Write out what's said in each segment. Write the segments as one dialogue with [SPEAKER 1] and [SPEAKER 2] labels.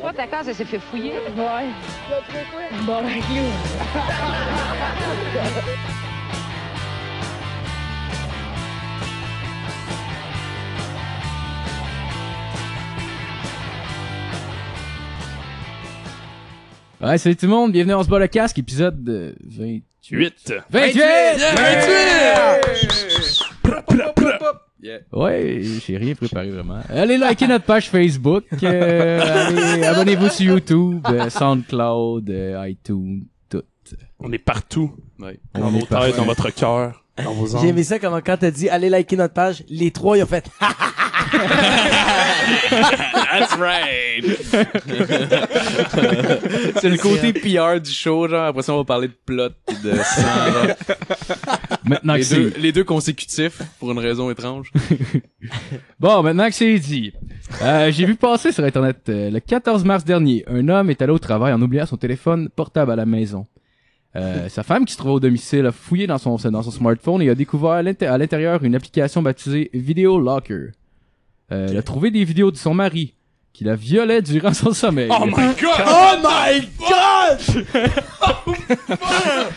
[SPEAKER 1] Toi, ta case, elle s'est fait fouiller.
[SPEAKER 2] Ouais. Bon, avec lui.
[SPEAKER 3] Ouais, salut tout le monde, bienvenue dans ce bol à casque, épisode de 28.
[SPEAKER 4] 8.
[SPEAKER 3] 28!
[SPEAKER 4] Yeah!
[SPEAKER 3] Ouais, j'ai rien préparé vraiment. Allez liker notre page Facebook, euh, allez, abonnez-vous sur YouTube, euh, SoundCloud, euh, iTunes, tout.
[SPEAKER 4] On est partout.
[SPEAKER 3] On
[SPEAKER 4] Dans
[SPEAKER 3] est
[SPEAKER 4] vos
[SPEAKER 3] partout.
[SPEAKER 4] têtes, dans votre cœur, dans vos
[SPEAKER 5] J'ai
[SPEAKER 4] âmes.
[SPEAKER 5] aimé ça comment quand t'as dit allez liker notre page, les trois ils ont fait
[SPEAKER 4] That's right.
[SPEAKER 6] C'est le côté PR du show, genre. Après ça, on va parler de plot pis de sang, genre.
[SPEAKER 3] Maintenant que
[SPEAKER 6] les, deux,
[SPEAKER 3] c'est...
[SPEAKER 6] les deux consécutifs, pour une raison étrange.
[SPEAKER 3] Bon, maintenant que c'est dit. Euh, j'ai vu passer sur Internet, euh, le 14 mars dernier, un homme est allé au travail en oubliant son téléphone portable à la maison. Euh, sa femme qui se trouvait au domicile a fouillé dans son, dans son smartphone et a découvert à l'inté- à l'intérieur une application baptisée Video Locker. Euh, Elle a trouvé des vidéos de son mari qui la violait durant son sommeil.
[SPEAKER 4] Oh my god!
[SPEAKER 5] Oh my god!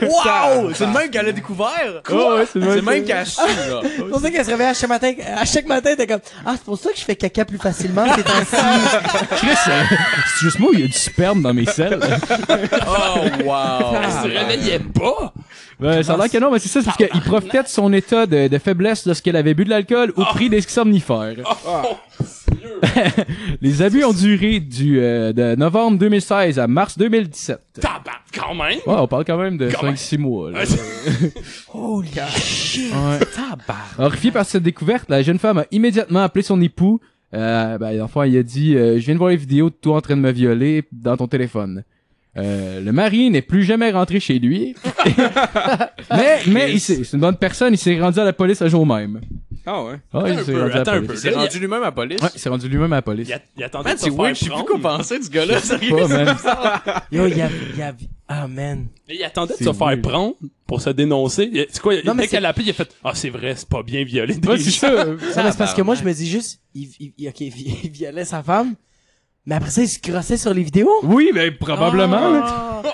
[SPEAKER 5] wow! C'est le même qu'elle a découvert!
[SPEAKER 3] Oh, ouais, c'est
[SPEAKER 6] C'est
[SPEAKER 3] vrai
[SPEAKER 6] même
[SPEAKER 3] que-
[SPEAKER 6] caché, genre.
[SPEAKER 5] C'est pour ça qu'elle se réveille à chaque matin, à chaque matin, t'es comme, ah, c'est pour ça que je fais caca plus facilement, c'est ainsi.
[SPEAKER 3] Chris, euh, c'est juste moi, il y a du sperme dans mes selles.
[SPEAKER 6] Oh,
[SPEAKER 4] Elle se
[SPEAKER 6] wow.
[SPEAKER 4] réveillait pas!
[SPEAKER 3] Ben, ça a l'air que non, mais c'est ça, c'est parce qu'il profitait de son état de, de faiblesse lorsqu'elle avait bu de l'alcool ou pris des somnifères. Les abus ont duré du euh, de novembre 2016 à mars 2017.
[SPEAKER 4] Tabac, quand même!
[SPEAKER 3] Ouais, on parle quand même de
[SPEAKER 4] Quand
[SPEAKER 3] 5-6 mois. Là.
[SPEAKER 5] Holy shit!
[SPEAKER 3] Ouais. Horrifiée par cette découverte, la jeune femme a immédiatement appelé son époux. Euh, ben, enfin, il a dit euh, Je viens de voir les vidéos de toi en train de me violer dans ton téléphone. Euh, le mari n'est plus jamais rentré chez lui. mais mais il s'est- c'est une bonne personne, il s'est rendu à la police le jour même.
[SPEAKER 6] Ah ouais.
[SPEAKER 3] Ah,
[SPEAKER 4] Attends
[SPEAKER 3] il
[SPEAKER 4] un
[SPEAKER 3] s'est
[SPEAKER 4] peu,
[SPEAKER 3] rendu à la
[SPEAKER 4] attends un
[SPEAKER 3] police.
[SPEAKER 4] peu.
[SPEAKER 6] C'est rendu lui-même à la police.
[SPEAKER 3] Ouais, il s'est rendu lui-même à la police.
[SPEAKER 4] Il, a- il attendait
[SPEAKER 6] Man,
[SPEAKER 4] de se
[SPEAKER 6] c'est
[SPEAKER 4] faire
[SPEAKER 6] weird, je sais plus
[SPEAKER 4] prendre.
[SPEAKER 6] quoi penser de ce gars-là, sérieux.
[SPEAKER 3] Pas, man.
[SPEAKER 5] Yo, y'a, y'a, ah, man.
[SPEAKER 4] Il attendait de
[SPEAKER 3] C'est
[SPEAKER 4] se faire
[SPEAKER 3] weird.
[SPEAKER 4] prendre pour se dénoncer. Il- C'est quoi?
[SPEAKER 5] Non, mais
[SPEAKER 4] dès
[SPEAKER 5] c'est-
[SPEAKER 4] qu'elle appelé, il a fait Ah, c'est vrai, c'est pas bien violé.
[SPEAKER 3] Ouais, c'est ça.
[SPEAKER 5] Non, mais c'est parce que moi, je me dis juste, il, il, il- ok, il violait sa femme, mais après ça, il se crossait sur les vidéos.
[SPEAKER 3] Oui, mais probablement. là.
[SPEAKER 4] Oh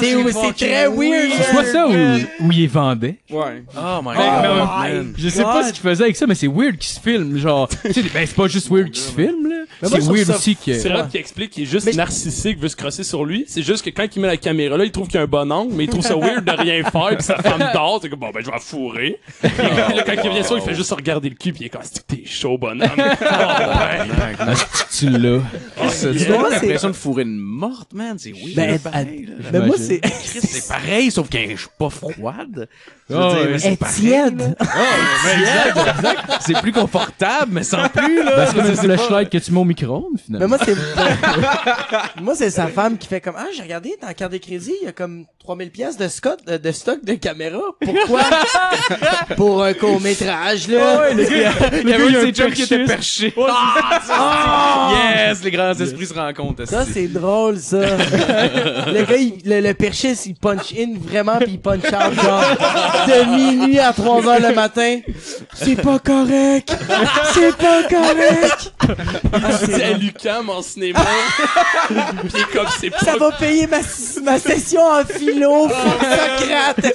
[SPEAKER 5] c'est, Ah, c'est très weird!
[SPEAKER 3] C'est soit ça
[SPEAKER 5] Oh.
[SPEAKER 3] ou, ou il est Ah. vendait.
[SPEAKER 6] Ouais. Oh my
[SPEAKER 4] Ben,
[SPEAKER 5] God.
[SPEAKER 3] Je sais pas
[SPEAKER 5] God.
[SPEAKER 3] ce qu'il faisait avec ça, mais c'est weird qu'il se filme. Genre, tu sais, ben, c'est pas juste weird qu'il se filme, là.
[SPEAKER 5] Mais moi,
[SPEAKER 3] C'est
[SPEAKER 5] je trouve
[SPEAKER 3] weird
[SPEAKER 5] ça-
[SPEAKER 3] aussi que.
[SPEAKER 4] C'est Rod qui explique qu'il est juste
[SPEAKER 5] Mais je-
[SPEAKER 4] narcissique, veut se crosser sur lui. C'est juste que quand il met la caméra là, il trouve qu'il y a un bon angle, mais il trouve ça weird de rien faire, pis sa femme dort, c'est comme bon ben je vais la fourrer. Puis là, quand il vient sur, il fait juste se regarder le cul, pis il est comme c'est que t'es chaud bonhomme. Oh, ben.
[SPEAKER 3] Ah, c'est-tu là?
[SPEAKER 6] C'est
[SPEAKER 5] Yeah.
[SPEAKER 6] yeah.
[SPEAKER 5] Moi, c'est-
[SPEAKER 6] l'impression de fourrer une morte, man. C'est weird.
[SPEAKER 5] Ben,
[SPEAKER 6] pareil, là.
[SPEAKER 5] Mais moi, c'est,
[SPEAKER 3] J'imagine.
[SPEAKER 6] Chris, c'est pareil, sauf qu'elle est pas froide. Je veux
[SPEAKER 3] Oh,
[SPEAKER 6] dire,
[SPEAKER 3] ouais.
[SPEAKER 6] Ah, c'est
[SPEAKER 5] elle
[SPEAKER 6] pareil.
[SPEAKER 5] tiède.
[SPEAKER 6] C'est plus confortable, mais sans plus, là.
[SPEAKER 3] Ben, c'est comme une flashlight que tu mets au micro-ondes,
[SPEAKER 5] Mais
[SPEAKER 3] finalement.
[SPEAKER 5] moi, c'est. moi, c'est sa femme qui fait comme Ah, j'ai regardé dans la carte de crédit, il y a comme 3000 pièces de, Scott, euh, de stock de caméra. Pourquoi Pour un court-métrage, là.
[SPEAKER 6] Il y avait
[SPEAKER 3] Le
[SPEAKER 6] un
[SPEAKER 3] gars,
[SPEAKER 6] de
[SPEAKER 3] il y a
[SPEAKER 6] ses
[SPEAKER 3] un
[SPEAKER 6] chums qui était perché. Ah! Yes, les grands esprits se rencontrent.
[SPEAKER 5] Ça,
[SPEAKER 6] esti.
[SPEAKER 5] c'est drôle, ça. le gars, il, le, le perchiste, il punch in vraiment, puis il punch out, genre, de minuit à 3 h le matin. C'est pas correct. C'est pas correct. Ah, c'est
[SPEAKER 4] C'est à
[SPEAKER 5] drôle.
[SPEAKER 4] Lucam en cinéma. Pis il est comme c'est pas
[SPEAKER 5] ça va payer ma, ma session en philo, Socrate.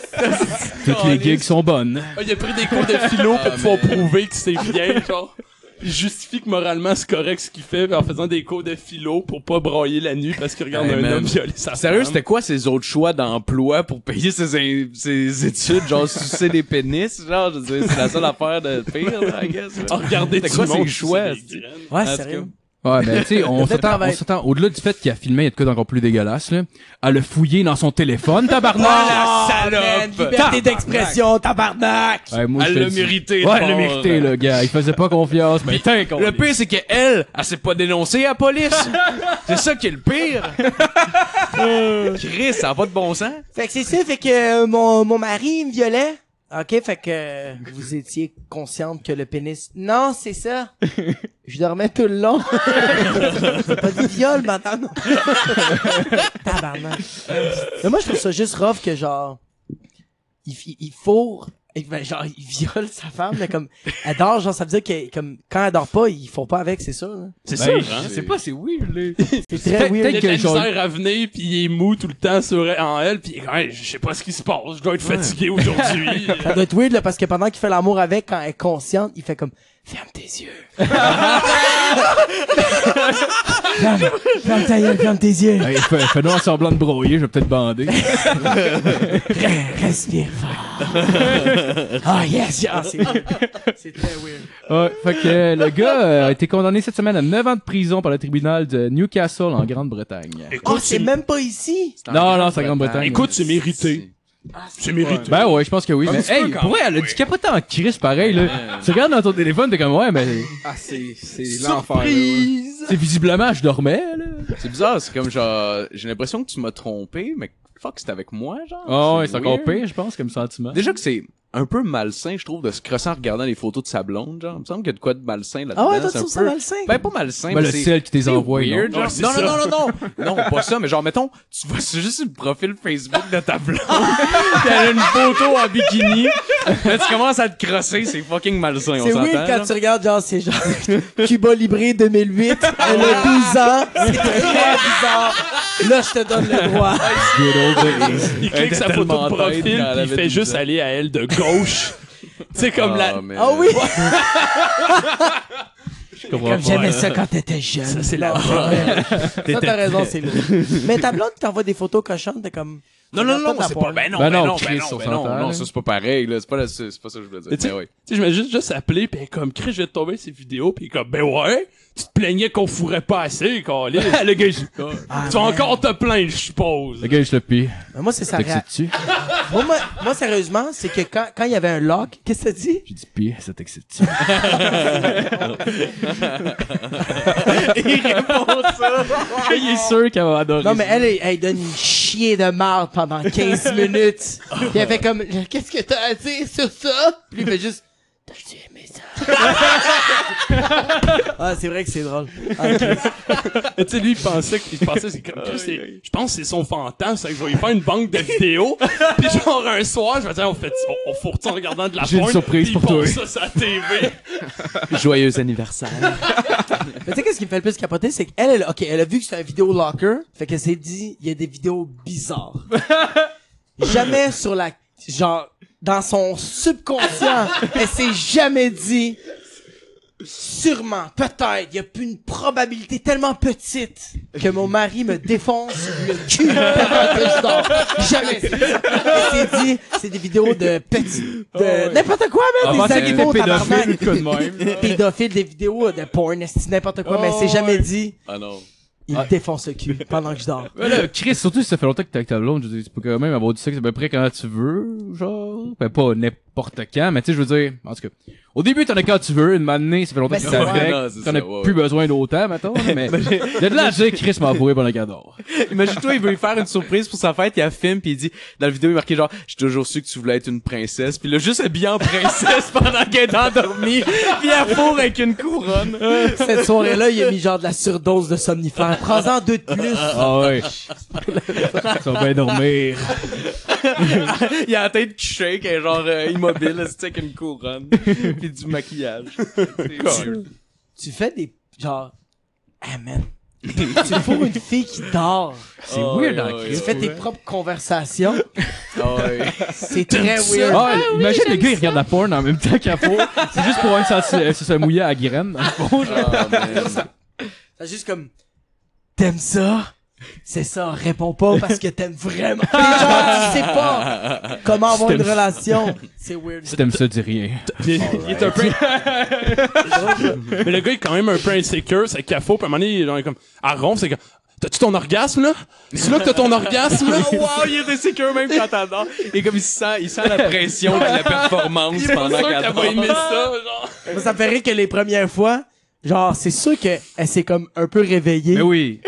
[SPEAKER 3] Toutes les gigs sont bonnes.
[SPEAKER 4] Ah, Il a pris des cours de philo pour pouvoir prouver que c'est bien, genre. Il justifie que moralement c'est correct ce qu'il fait en faisant des cours de philo pour pas broyer la nuit parce qu'il regarde
[SPEAKER 6] Hey,
[SPEAKER 4] un
[SPEAKER 6] man.
[SPEAKER 4] homme violer sa
[SPEAKER 6] Sérieux,
[SPEAKER 4] femme.
[SPEAKER 6] c'était quoi ses autres choix d'emploi pour payer ses, in- ses études, genre sucer des pénis, genre, je veux dire, c'est la seule affaire de pire, là, I guess.
[SPEAKER 4] Ah, regardez
[SPEAKER 6] C'était
[SPEAKER 4] tout
[SPEAKER 6] quoi
[SPEAKER 4] le monde
[SPEAKER 6] ses choix,
[SPEAKER 4] c'est des graines.
[SPEAKER 5] Ouais,
[SPEAKER 6] Ah,
[SPEAKER 5] sérieux.
[SPEAKER 3] Ouais, ben, tu sais, on s'attend, on
[SPEAKER 5] travail.
[SPEAKER 3] s'attend, au-delà du fait qu'il a filmé, il y a de quoi d'encore plus dégueulasse, là. À le fouiller dans son téléphone, tabarnak!
[SPEAKER 5] Ah, Man, liberté d'expression, tabarnak!
[SPEAKER 3] Ouais, moi, je
[SPEAKER 6] Elle
[SPEAKER 3] te
[SPEAKER 6] l'a
[SPEAKER 3] le dis.
[SPEAKER 6] mérité, hein.
[SPEAKER 3] Ouais, elle
[SPEAKER 6] le
[SPEAKER 3] l'a
[SPEAKER 6] pauvre.
[SPEAKER 3] mérité, euh, le gars. Il faisait pas confiance, mais putain, qu'on
[SPEAKER 6] Le pire, c'est qu'elle, elle, s'est pas dénoncée à la police. c'est ça qui est le pire. Chris, ça a pas de bon sens.
[SPEAKER 5] Fait que c'est ça, fait que euh, mon, mon mari, il me violait. OK, fait que euh, vous étiez consciente que le pénis... Non, c'est ça. Je dormais tout le long. c'est pas du viol, madame. Tabarnak. Mais moi, je trouve ça juste rough que, genre, il, il, il fourre Et ben, genre, il viole sa femme, mais comme, elle dort, genre, ça veut dire que, comme, quand elle dort pas, ils font pas avec, c'est ça, là.
[SPEAKER 4] C'est
[SPEAKER 3] Ben,
[SPEAKER 4] sûr, hein?
[SPEAKER 3] Je sais pas, c'est weird, là.
[SPEAKER 5] C'est très
[SPEAKER 3] Peut- peut-être
[SPEAKER 5] weird.
[SPEAKER 4] Il a
[SPEAKER 3] que
[SPEAKER 4] de la
[SPEAKER 3] genre-
[SPEAKER 4] misère à venir, puis il est mou tout le temps sur, en elle, puis il est comme, Hey, je sais pas ce qui se passe, je dois être fatigué aujourd'hui.
[SPEAKER 5] Ça doit être weird, là, parce que pendant qu'il fait l'amour avec, quand elle est consciente, il fait comme, ferme tes yeux. ferme, ferme ta gueule, ferme tes yeux.
[SPEAKER 3] hey, fais, fais donc un semblant de broyer, je vais peut-être bander.
[SPEAKER 5] Re- Respire fort. Ah, yes, Ah, yeah, c'est weird. C'est très weird.
[SPEAKER 3] Ouais, fait que euh, le gars euh, a été condamné cette semaine à 9 ans de prison par le tribunal de Newcastle en Grande-Bretagne.
[SPEAKER 5] Oh,
[SPEAKER 4] Écoute,
[SPEAKER 5] c'est
[SPEAKER 4] c'est
[SPEAKER 5] même pas ici.
[SPEAKER 3] Non, non, c'est en Grande-Bretagne.
[SPEAKER 4] écoute, c'est mérité. C'est mérité.
[SPEAKER 3] Ben ouais, je pense que oui.
[SPEAKER 6] Un
[SPEAKER 3] mais
[SPEAKER 6] petit peu
[SPEAKER 3] hey,
[SPEAKER 6] quand
[SPEAKER 3] pour vrai, elle a du capote en crise pareil, là. Tu regardes dans ton téléphone, t'es comme, ouais, mais
[SPEAKER 6] Ah, c'est, c'est l'enfer. là, ouais.
[SPEAKER 5] Surprise.
[SPEAKER 3] c'est visiblement, je dormais, là.
[SPEAKER 6] C'est bizarre, c'est comme genre, j'ai l'impression que tu m'as trompé, mais fuck, Ah, c'est avec moi, genre.
[SPEAKER 3] Oh, ouais, c'est encore
[SPEAKER 6] weird.
[SPEAKER 3] pire, je pense, comme sentiment.
[SPEAKER 6] Ah, Déjà que c'est un peu malsain, je trouve, de se crosser en regardant les photos de sa blonde, genre. Il me semble qu'il y a de quoi de malsain
[SPEAKER 5] Ah
[SPEAKER 6] là-dedans.
[SPEAKER 5] ouais, toi, tu
[SPEAKER 6] c'est un
[SPEAKER 5] trouves ça
[SPEAKER 6] peu-
[SPEAKER 5] malsain?
[SPEAKER 6] Ben, pas malsain,
[SPEAKER 3] Ben,
[SPEAKER 6] mais
[SPEAKER 3] le
[SPEAKER 6] c'est-
[SPEAKER 3] ciel qui t'es
[SPEAKER 6] c'est
[SPEAKER 3] envoie, non?
[SPEAKER 6] weird, genre.
[SPEAKER 4] Ouais, c'est
[SPEAKER 6] non,
[SPEAKER 4] ça.
[SPEAKER 6] non, non, non, non, non, pas ça, mais genre, mettons, tu vas sur juste le profil Facebook de ta blonde, pis elle a une photo en bikini, là, tu commences à te crosser, c'est fucking malsain, on
[SPEAKER 5] C'est
[SPEAKER 6] s'entend.
[SPEAKER 5] weird quand
[SPEAKER 6] là.
[SPEAKER 5] tu regardes, genre, c'est genre Cuba Libré 2008, elle a 12 ans, c'est très bizarre. Là, je te donne le droit.
[SPEAKER 3] Good old days.
[SPEAKER 4] Il
[SPEAKER 6] Elle
[SPEAKER 4] clique
[SPEAKER 6] était
[SPEAKER 4] sa photo
[SPEAKER 6] tellement
[SPEAKER 4] de profil,
[SPEAKER 6] tête
[SPEAKER 4] puis
[SPEAKER 6] quand elle
[SPEAKER 4] il
[SPEAKER 6] avait
[SPEAKER 4] fait
[SPEAKER 6] 12
[SPEAKER 4] juste
[SPEAKER 6] ans.
[SPEAKER 4] aller à elle de gauche. tu sais, comme la...
[SPEAKER 6] man.
[SPEAKER 5] Ah oui!
[SPEAKER 3] Je comprends
[SPEAKER 5] Comme
[SPEAKER 3] pas.
[SPEAKER 5] j'aimais ça quand t'étais jeune.
[SPEAKER 4] Ça, c'est la
[SPEAKER 5] Non, ouais. Ça, t'as raison, c'est lourd. Mais ta blonde t'envoie des photos cochonnes, t'es comme...
[SPEAKER 6] Non, non, non,
[SPEAKER 5] Pas
[SPEAKER 6] c'est
[SPEAKER 5] ta
[SPEAKER 6] pas, ben non,
[SPEAKER 3] Ben
[SPEAKER 6] ben
[SPEAKER 3] non,
[SPEAKER 6] non,
[SPEAKER 3] Chris,
[SPEAKER 6] ben non,
[SPEAKER 3] on
[SPEAKER 6] ben non,
[SPEAKER 3] s'entend, là.
[SPEAKER 6] non, ça c'est pas pareil, là, c'est pas, la- c'est pas ça que je voulais dire.
[SPEAKER 4] Mais tu sais-
[SPEAKER 6] Ben oui.
[SPEAKER 4] Tu sais, je vais juste, juste appeler, pis comme, Chris, je vais te tomber ces vidéos, pis comme, ben ouais, tu te plaignais qu'on fourrait pas assez, câlisse. le gars, il-
[SPEAKER 5] Ah,
[SPEAKER 4] tu vas encore te plaindre, je suppose.
[SPEAKER 3] Le gars, je le pire.
[SPEAKER 5] Mais moi, c'est ça.
[SPEAKER 3] Fait que c'est dessus.
[SPEAKER 5] Moi, moi, moi, sérieusement, c'est que quand quand il y avait un lock, qu'est-ce que ça dit?
[SPEAKER 3] J'ai dit pire, ça t'excite-tu? Il est sûr qu'elle va adorer.
[SPEAKER 5] Non, mais elle, elle, elle donne une chier de marde pendant 15 minutes. Puis elle fait comme, qu'est-ce que t'as à dire sur ça? Puis lui, il fait juste, t'as-tu aimé ça? ah, c'est vrai que c'est drôle. Ah, ok.
[SPEAKER 4] Tu sais, lui, il pensait, que- il pensait, c'est comme, Chris, c'est- je pense que c'est son fantasme, c'est que je vais lui faire une banque de vidéos, pis genre, un soir, je vais dire, on fait, on, on fourre ça en regardant de la
[SPEAKER 3] J'ai une
[SPEAKER 4] porn,
[SPEAKER 3] surprise
[SPEAKER 4] pis
[SPEAKER 3] pour
[SPEAKER 4] il
[SPEAKER 3] toi.
[SPEAKER 4] pose ça sur la TV.
[SPEAKER 6] Joyeux anniversaire.
[SPEAKER 5] Mais tu sais, qu'est-ce qui me fait le plus capoter, c'est qu'elle, elle, ok, elle a vu que c'est un vidéo locker, fait qu'elle s'est dit, il y a des vidéos bizarres. jamais sur la, genre, dans son subconscient, elle s'est jamais dit, sûrement, peut-être, il y a plus une probabilité tellement petite que mon mari me défonce le cul pendant que je dors. Jamais. Elle s'est dit, c'est des vidéos de petits, de n'importe quoi, même,
[SPEAKER 3] Avant,
[SPEAKER 5] Ah, des
[SPEAKER 3] c'était
[SPEAKER 5] animaux, tabarnak.
[SPEAKER 3] pédophile, quoi de même.
[SPEAKER 5] Euh,
[SPEAKER 3] là.
[SPEAKER 5] Pédophile, des vidéos euh, de porn, esti, n'importe quoi, mais elle s'est jamais dit,
[SPEAKER 6] Ah non.
[SPEAKER 5] il me défonce le cul pendant que je dors.
[SPEAKER 3] Ouais, là, Chris, surtout si ça fait longtemps que t'es avec ta blonde, je veux dire, tu peux quand même avoir du sexe à peu près quand tu veux, genre. Ben, pas n'importe quand, mais tu sais, je veux dire, en tout cas. Au début, t'en as quand tu veux, une matinée, ça fait longtemps
[SPEAKER 5] Ben,
[SPEAKER 3] que t'es
[SPEAKER 5] c'est vrai,
[SPEAKER 6] non,
[SPEAKER 3] avec,
[SPEAKER 6] c'est
[SPEAKER 3] t'en
[SPEAKER 6] ça,
[SPEAKER 3] as
[SPEAKER 6] ouais,
[SPEAKER 3] plus besoin d'autant, mettons, là, mais. De là, j'ai Chris m'a envoyé pendant qu'elle dort.
[SPEAKER 6] Imagine-toi, il veut lui faire une surprise pour sa fête, il la filme, puis il dit, dans la vidéo, il est marqué genre, j'ai toujours su que tu voulais être une princesse, puis il l'a juste habillé en princesse pendant qu'elle est endormie, puis elle fourre avec une couronne.
[SPEAKER 5] Cette soirée-là, il a mis genre de la surdose de somnifère. Prends-en deux de plus.
[SPEAKER 3] Ah ouais. Ils sont bien dormir.
[SPEAKER 6] Il a la tête qui shake, elle est genre euh, immobile, là, c'est avec une couronne, puis du maquillage. C'est weird.
[SPEAKER 5] Tu fais des, genre, amen. tu fous une fille qui dort.
[SPEAKER 3] C'est
[SPEAKER 6] Oh,
[SPEAKER 3] weird,
[SPEAKER 6] ouais,
[SPEAKER 3] hein,
[SPEAKER 6] ouais,
[SPEAKER 5] Tu
[SPEAKER 3] Chris.
[SPEAKER 5] fais tes propres conversations.
[SPEAKER 6] Ah ouais.
[SPEAKER 5] C'est très weird.
[SPEAKER 3] Ah, imagine le gars, il regarde la porn en même temps qu'à fond. C'est juste pour un ça se se mouiller euh, à la graine. dans le fond, genre.
[SPEAKER 6] Ah, man.
[SPEAKER 5] C'est juste comme, t'aimes ça? C'est ça, réponds pas parce que t'aimes vraiment. Genre, tu sais pas comment avoir une relation. C'est weird.
[SPEAKER 3] Si t'aimes ça, dis rien.
[SPEAKER 4] Il, il est un peu. mais le gars est quand même un peu insécure, c'est cafot. Puis à un moment donné, il est genre comme. À ronfle, c'est comme. T'as-tu ton orgasme, là? C'est là que t'as ton orgasme, là?
[SPEAKER 6] Wow, il était sécure même quand elle dort. Et comme il sent, il sent la pression de la performance pendant
[SPEAKER 4] sûr
[SPEAKER 6] qu'elle
[SPEAKER 4] qu'elle va
[SPEAKER 6] dort.
[SPEAKER 4] aimer ça, genre.
[SPEAKER 5] Moi, ça me fait rire que les premières fois, genre, c'est sûr qu'elle s'est comme un peu réveillée.
[SPEAKER 6] Ben
[SPEAKER 3] Mais oui.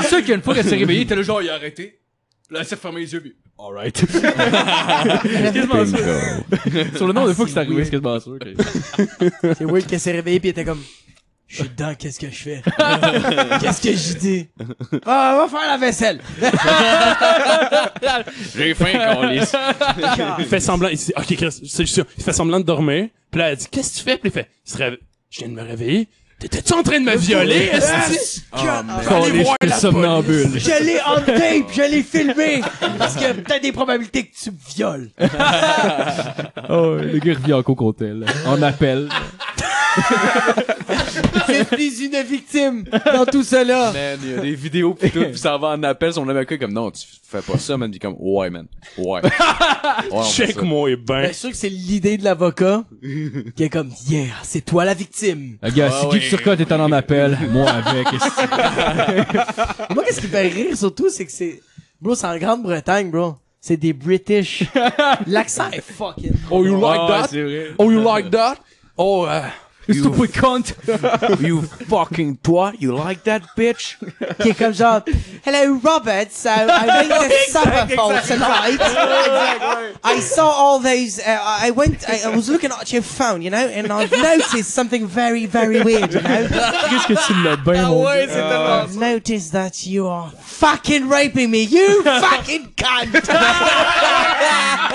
[SPEAKER 3] C'est sûr qu'une fois qu'elle s'est réveillée, t'es le genre, il a arrêté. Là, elle s'est fermée les yeux, puis. Alright. c'est quasiment sûr. Sur le nombre de fois que c'est arrivé, c'est quasiment sûr. que-
[SPEAKER 5] C'est weird qu'elle s'est réveillée pis elle était comme, Je suis dedans, qu'est-ce que je fais? qu'est-ce que j'y dis? Ah, va faire la vaisselle!
[SPEAKER 6] J'ai faim, qu'on les.
[SPEAKER 4] Il fait semblant, il dit, ok, Chris, c'est sûr. Il fait semblant de dormir. Puis là, elle dit, qu'est-ce que tu fais? Puis il fait, il se réve- je viens de me réveiller. T'étais-tu en train de me violer, esti?
[SPEAKER 3] Oh, Caliste,
[SPEAKER 4] voir
[SPEAKER 3] je suis
[SPEAKER 4] la
[SPEAKER 3] somnambule.
[SPEAKER 5] Je l'ai on tape, je l'ai filmé! Parce qu'il y a peut-être des probabilités que tu me violes.
[SPEAKER 3] Oh, le gars revient en cocotel. En appel.
[SPEAKER 5] C'est plus une victime dans tout cela.
[SPEAKER 6] Man, il y a des vidéos pis tout, pis ça va en appel, son américain est comme non, tu fais pas ça, man, pis comme ouais, man, ouais. ouais on fait ça.
[SPEAKER 4] Check-moi et
[SPEAKER 5] Je
[SPEAKER 4] ben.
[SPEAKER 5] suis sûr que c'est l'idée de l'avocat qui est comme, yeah, c'est toi la victime.
[SPEAKER 3] Le gars, si
[SPEAKER 6] Ah
[SPEAKER 3] Guy
[SPEAKER 6] ouais.
[SPEAKER 3] Turcotte est en en appel, moi avec. esti.
[SPEAKER 5] Moi, qu'est-ce qui me fait rire surtout, c'est que c'est. Bro, c'est en Grande-Bretagne, bro. C'est des British. L'accent est fucking.
[SPEAKER 4] Oh, you like
[SPEAKER 6] Ah Ouais,
[SPEAKER 4] that?
[SPEAKER 6] c'est vrai.
[SPEAKER 4] Oh, you like that? Oh, euh,
[SPEAKER 3] Stupid cunt!
[SPEAKER 6] You fucking toi, you like that bitch?
[SPEAKER 5] Qui est comme genre, Hello Robert, so I made this supper for tonight. I saw all those, uh, I went, I, I was looking at your phone, you know, and I've noticed something very, very weird, you know.
[SPEAKER 3] Qu'est-ce que tu l'as bien, mon gars?
[SPEAKER 5] I've noticed that you are fucking raping me, you fucking cunt!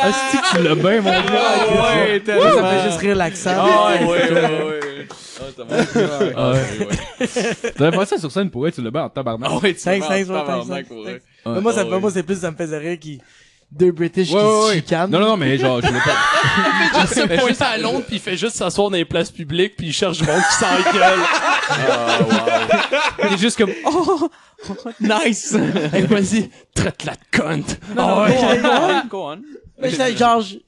[SPEAKER 3] Esti que tu l'as bien, mon gars?
[SPEAKER 6] Ah ouais, Ah
[SPEAKER 5] Ça fait juste rire l'accent.
[SPEAKER 6] ouais, ouais, ouais. Ah, t'as mon cœur. Ah, ouais, ouais.
[SPEAKER 3] T'avais pas ça sur scène pour être, tu l'as bien en tabarnak.
[SPEAKER 6] Ah, ouais, tu
[SPEAKER 5] Thanks,
[SPEAKER 6] m'en
[SPEAKER 5] thanks, bro,
[SPEAKER 6] tabarnak,
[SPEAKER 5] thanks,
[SPEAKER 6] pour
[SPEAKER 5] thanks.
[SPEAKER 6] vrai.
[SPEAKER 5] Mais moi, ça,
[SPEAKER 6] Ah, ouais.
[SPEAKER 5] moi, c'est plus, ça me faisait rire qui, deux British
[SPEAKER 3] Ouais,
[SPEAKER 5] qui
[SPEAKER 3] ouais,
[SPEAKER 5] se
[SPEAKER 3] ouais.
[SPEAKER 5] chicanent.
[SPEAKER 3] Non, non, non, mais genre, je l'ai pas.
[SPEAKER 4] juste se pointe à Londres puis il fait juste s'asseoir dans les places publiques puis il cherche du monde qui s'engueule.
[SPEAKER 6] Il est juste comme oh,
[SPEAKER 4] nice! Hey, vas-y, traite-la de conte! Oh,
[SPEAKER 5] non,
[SPEAKER 4] ouais.
[SPEAKER 5] non.
[SPEAKER 6] go on.
[SPEAKER 5] Mais c'est genre, je-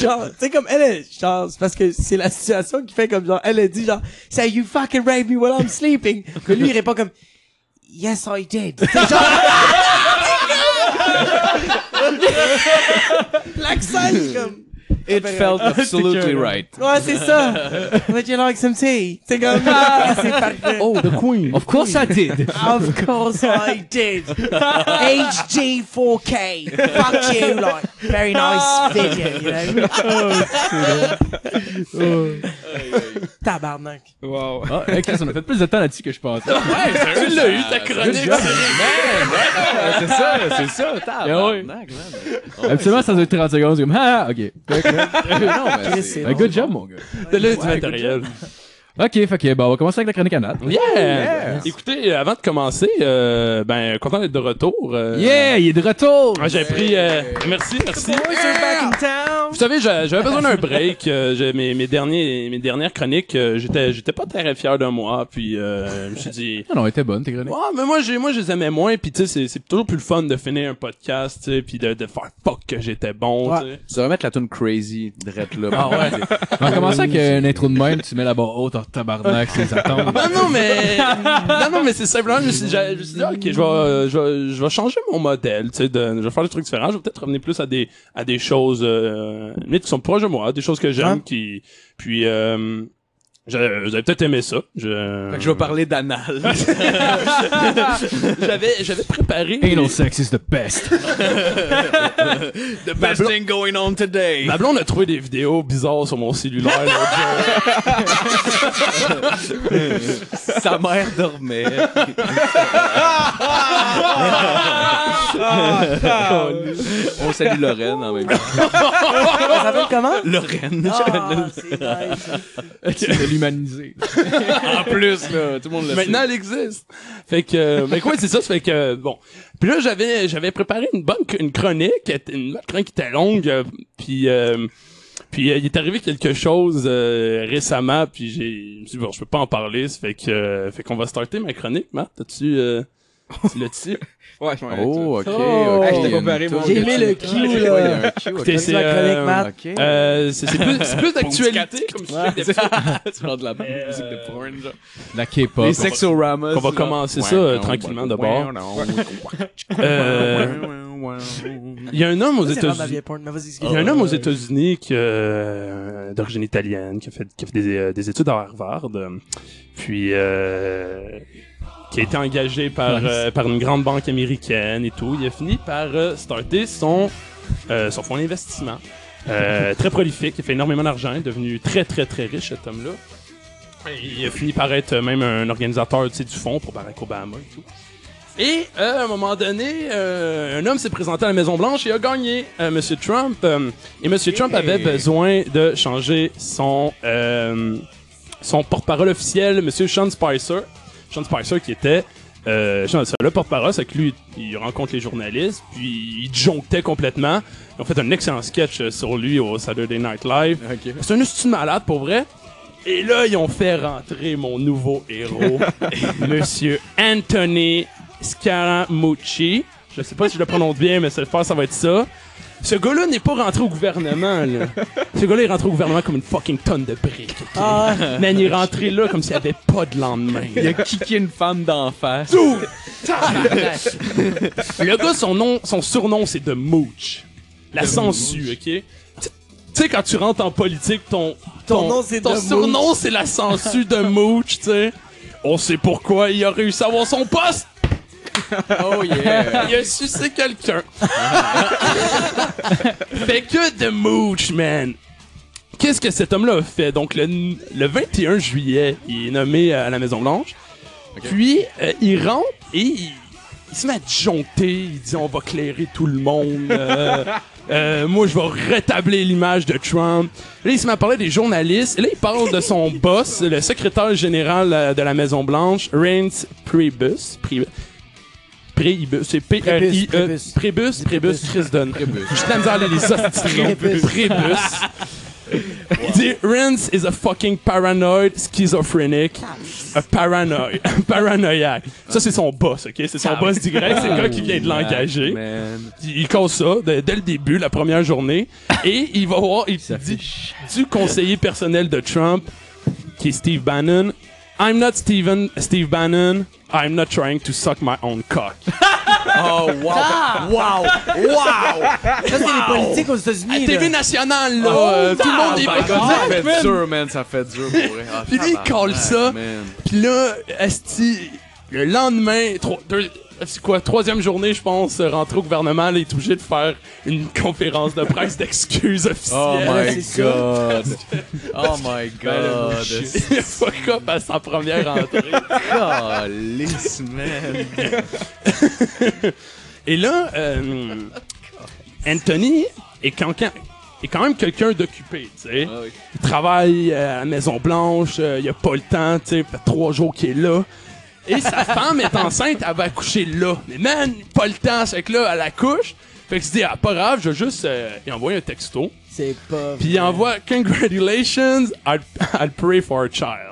[SPEAKER 5] genre, tu sais, comme elle est, genre, c'est parce que c'est la situation qui fait comme genre, elle a dit genre, say you fucking rape me while I'm sleeping. Que lui, il répond comme, yes I did. C'est genre, l'accent, il est comme,
[SPEAKER 6] It felt absolutely right.
[SPEAKER 5] ouais, c'est ça. Would you like some tea? C'est comme, ah, c'est parfait.
[SPEAKER 3] Oh, the queen! Of course I did!
[SPEAKER 5] Of course I did. HD 4K. Fuck you, like very nice video, you know. Tabarnak.
[SPEAKER 3] Ah, hey, Chris, on a fait plus de temps là-dessus que je pensais.
[SPEAKER 4] Hey, tu l'as eu ta chronique!
[SPEAKER 6] Ah, C'est ça, c'est ça,
[SPEAKER 3] tabarnak, Absolument, ça dure 30 secondes, c'est comme, ah, ah, ok.
[SPEAKER 6] Non, mais
[SPEAKER 5] Chris,
[SPEAKER 6] c'est
[SPEAKER 5] c'est
[SPEAKER 3] Un
[SPEAKER 5] bon.
[SPEAKER 3] good job, mon gars.
[SPEAKER 4] De là, du matériel.
[SPEAKER 3] Ok, fait que, bon, on va commencer avec la chronique à Nat.
[SPEAKER 4] Yeah! Écoutez, euh, avant de commencer, euh, ben, content d'être de retour. euh,
[SPEAKER 3] Yeah, il est de retour!
[SPEAKER 4] Moi, j'ai pris. euh, merci, merci. Vous savez, j'a- j'avais besoin d'un break. euh, j'ai- mes, mes, derniers, mes dernières chroniques, euh, j'étais, j'étais pas très fier de moi. Puis, euh, je me suis dit.
[SPEAKER 3] Non, non, elle était bonne, tes chroniques.
[SPEAKER 4] Ouais, mais moi, j'ai, moi, je les aimais moins. Puis, tu sais, c'est, c'est toujours plus le fun de finir un podcast, tu sais, puis de, de faire fuck que j'étais bon, tu sais.
[SPEAKER 6] Tu vas mettre la tune crazy, drette là. Ah
[SPEAKER 4] ouais.
[SPEAKER 3] On va commencer avec euh, une intro de même, tu mets la barre haute en tabarnak, c'est attentes.
[SPEAKER 4] Non, non, mais. non, non, mais c'est simplement, je me suis, j'ai- je me suis dit, ok, je vais, euh, je vais, je vais changer mon modèle, tu sais, de- je vais faire des trucs différents, je vais peut-être revenir plus à des, à des choses, euh, limite qui sont proches de moi, des choses que j'aime,
[SPEAKER 5] Hein?
[SPEAKER 4] qui, puis, euh, j'a- vous avez peut-être aimé ça. Je...
[SPEAKER 6] Fait que je vais parler d'anal.
[SPEAKER 4] j'avais, j'avais préparé.
[SPEAKER 3] Anal sex is the best.
[SPEAKER 6] The best thing going on today.
[SPEAKER 4] Ma blonde a trouvé des vidéos bizarres sur mon cellulaire l'autre jour.
[SPEAKER 6] Sa mère dormait. On salue Lorraine en même temps.
[SPEAKER 5] Ça s'appelle comment?
[SPEAKER 6] Lorraine.
[SPEAKER 5] Ah, c'est nice.
[SPEAKER 3] tu vas l'humaniser.
[SPEAKER 6] En plus, là, tout le monde le
[SPEAKER 4] Maintenant,
[SPEAKER 6] sait.
[SPEAKER 4] elle existe. Fait que, euh, mais quoi, c'est ça, ça fait que, euh, bon. Puis là, j'avais, j'avais préparé une bonne, une chronique, qui était- une bonne chronique qui était longue, euh, puis, euh, puis euh, il est arrivé quelque chose euh, récemment, puis j'ai, je me suis dit, bon, je peux pas en parler, ça fait que, euh, fait qu'on va starter ma chronique, Matt. T'as-tu, euh, tu l'as-tu?
[SPEAKER 1] Ouais, je m'en allais
[SPEAKER 6] Oh,
[SPEAKER 1] dire ça.
[SPEAKER 6] ok, ok.
[SPEAKER 1] Hey, je t'ai comparé, moi.
[SPEAKER 5] J'ai aimé le cue,
[SPEAKER 6] Ouais, il y a
[SPEAKER 5] là.
[SPEAKER 6] un cue, ok.
[SPEAKER 4] Écoutez,
[SPEAKER 5] C'est la chronique, Matt.
[SPEAKER 6] Ok.
[SPEAKER 4] euh, c'est, c'est plus, c'est plus d'actualité, comme sujet d'épisode.
[SPEAKER 6] tu prends de la musique de porn, genre.
[SPEAKER 3] La K-pop.
[SPEAKER 6] Les sexoramas.
[SPEAKER 4] On va commencer ça euh, tranquillement d'abord. Euh, Il y a un homme aux
[SPEAKER 5] Ça, C'est vraiment de la
[SPEAKER 4] États-Unis.
[SPEAKER 5] vieille porn, mais vas-y, excuse-moi.
[SPEAKER 4] Il y a un homme aux États-Unis qui, euh, d'origine italienne qui a fait, qui a fait des, euh, des études à Harvard, euh, puis euh, qui a été engagé par,
[SPEAKER 3] Nice.
[SPEAKER 4] euh, par une grande banque américaine et tout. Il a fini par euh, starter son, euh, son fonds d'investissement. Euh, très prolifique, il fait énormément d'argent, il est devenu très très très riche cet homme-là. Il a fini par être euh, même un organisateur tu sais, du fond pour Barack Obama et tout. Et euh, à un moment donné, euh, un homme s'est présenté à la Maison Blanche et a gagné euh, Monsieur Trump. euh, et Monsieur Trump avait besoin de changer son euh, son porte-parole officiel, Monsieur Sean Spicer. Sean Spicer qui était euh, Sean- le porte-parole, c'est que lui, il rencontre les journalistes, puis il jonctait complètement. Ils ont fait un excellent sketch euh, sur lui au Saturday Night Live.
[SPEAKER 6] Ok.
[SPEAKER 4] C'est un astuce malade pour vrai. Et là, ils ont fait rentrer mon nouveau héros, Monsieur Anthony Scaramucci. Je sais pas si je le prononce bien, mais cette fois, ça va être ça. Ce gars-là n'est pas rentré au gouvernement, là. Ce gars-là est rentré au gouvernement comme une fucking tonne de briques. ok?
[SPEAKER 5] Ah,
[SPEAKER 4] Man, il est rentré là comme s'il n'y avait pas de lendemain.
[SPEAKER 6] Il a kické une femme d'en face.
[SPEAKER 4] Le gars, son, nom, son surnom, c'est The Mooch. La sangsue, ok? Tu tu sais, quand tu rentres en politique, ton, ton,
[SPEAKER 5] Ton nom, c'est
[SPEAKER 4] ton
[SPEAKER 5] The
[SPEAKER 4] surnom, c'est la sangsue de Mooch, tu sais. On sait pourquoi il a réussi à avoir son poste.
[SPEAKER 6] Oh yeah.
[SPEAKER 4] Il a sucé quelqu'un. fait que The Mooch, man. Qu'est-ce que cet homme-là a fait? Donc, le, le 21 juillet, il est nommé à la Maison-Blanche. Puis, euh, il rentre et il, il se met à disjoncter. Il dit on va clairer tout le monde. Euh, euh, moi, je vais rétablir l'image de Trump. Là, il se met à parler des journalistes. Et là, il parle de son boss, le secrétaire général euh, de la Maison-Blanche, Reince Priebus. Priebus. Priebus, c'est P-R-I-E.
[SPEAKER 5] Priebus,
[SPEAKER 4] Priebus, Priebus, Priebus, Chrisdon. J'ai de la misère à lire les hosties de noms. Priebus. Il dit Rance is a fucking paranoid schizophrenic. A paranoid. Paranoïaque. Ça, c'est son boss, ok? C'est son boss direct. C'est le gars qui vient de l'engager.
[SPEAKER 6] Man.
[SPEAKER 4] Il il cause ça de- dès le début, la première journée. Et il va voir, il dit du conseiller personnel de Trump, qui est Steve Bannon. I'm not Steven, Steve Bannon. I'm not trying to suck my own cock.
[SPEAKER 6] Oh wow.
[SPEAKER 5] Ah!
[SPEAKER 6] Wow. Wow.
[SPEAKER 5] ça, c'est les politiques aux États-Unis.
[SPEAKER 4] TV
[SPEAKER 5] là.
[SPEAKER 4] nationale, là.
[SPEAKER 6] Oh,
[SPEAKER 4] euh, tout le monde est
[SPEAKER 6] my
[SPEAKER 4] pas
[SPEAKER 6] God, Ah, ça fait dur, man. Ça fait dur pour vrai. Ah,
[SPEAKER 4] Puis lui, il colle
[SPEAKER 6] tabarnak,
[SPEAKER 4] ça.
[SPEAKER 6] man.
[SPEAKER 4] Puis là, Asti, le lendemain, trois- deux- c'est quoi, troisième journée, je pense, euh, rentré au gouvernement, là, il est obligé de faire une conférence de presse d'excuses
[SPEAKER 6] Oh
[SPEAKER 4] officielles.
[SPEAKER 5] Yeah,
[SPEAKER 6] my
[SPEAKER 5] c'est ça.
[SPEAKER 6] god. Oh my god.
[SPEAKER 4] Fuck up à sa première rentrée.
[SPEAKER 6] Calice, man.
[SPEAKER 4] Et là, euh, Anthony est quand, est quand même quelqu'un d'occupé, tu sais.
[SPEAKER 6] Ah oui.
[SPEAKER 4] Il travaille euh, à la Maison Blanche, euh, il a pas le temps, tu sais, fait trois jours qu'il est là. Et sa femme est enceinte, elle va accoucher là. Mais man, pas le temps, c'est que là, elle accouche. Fait que se dit, ah, pas grave, je vais juste euh, lui envoyer un texto.
[SPEAKER 5] C'est pas.
[SPEAKER 4] Puis il envoie, congratulations, I'll, I'll pray for a child.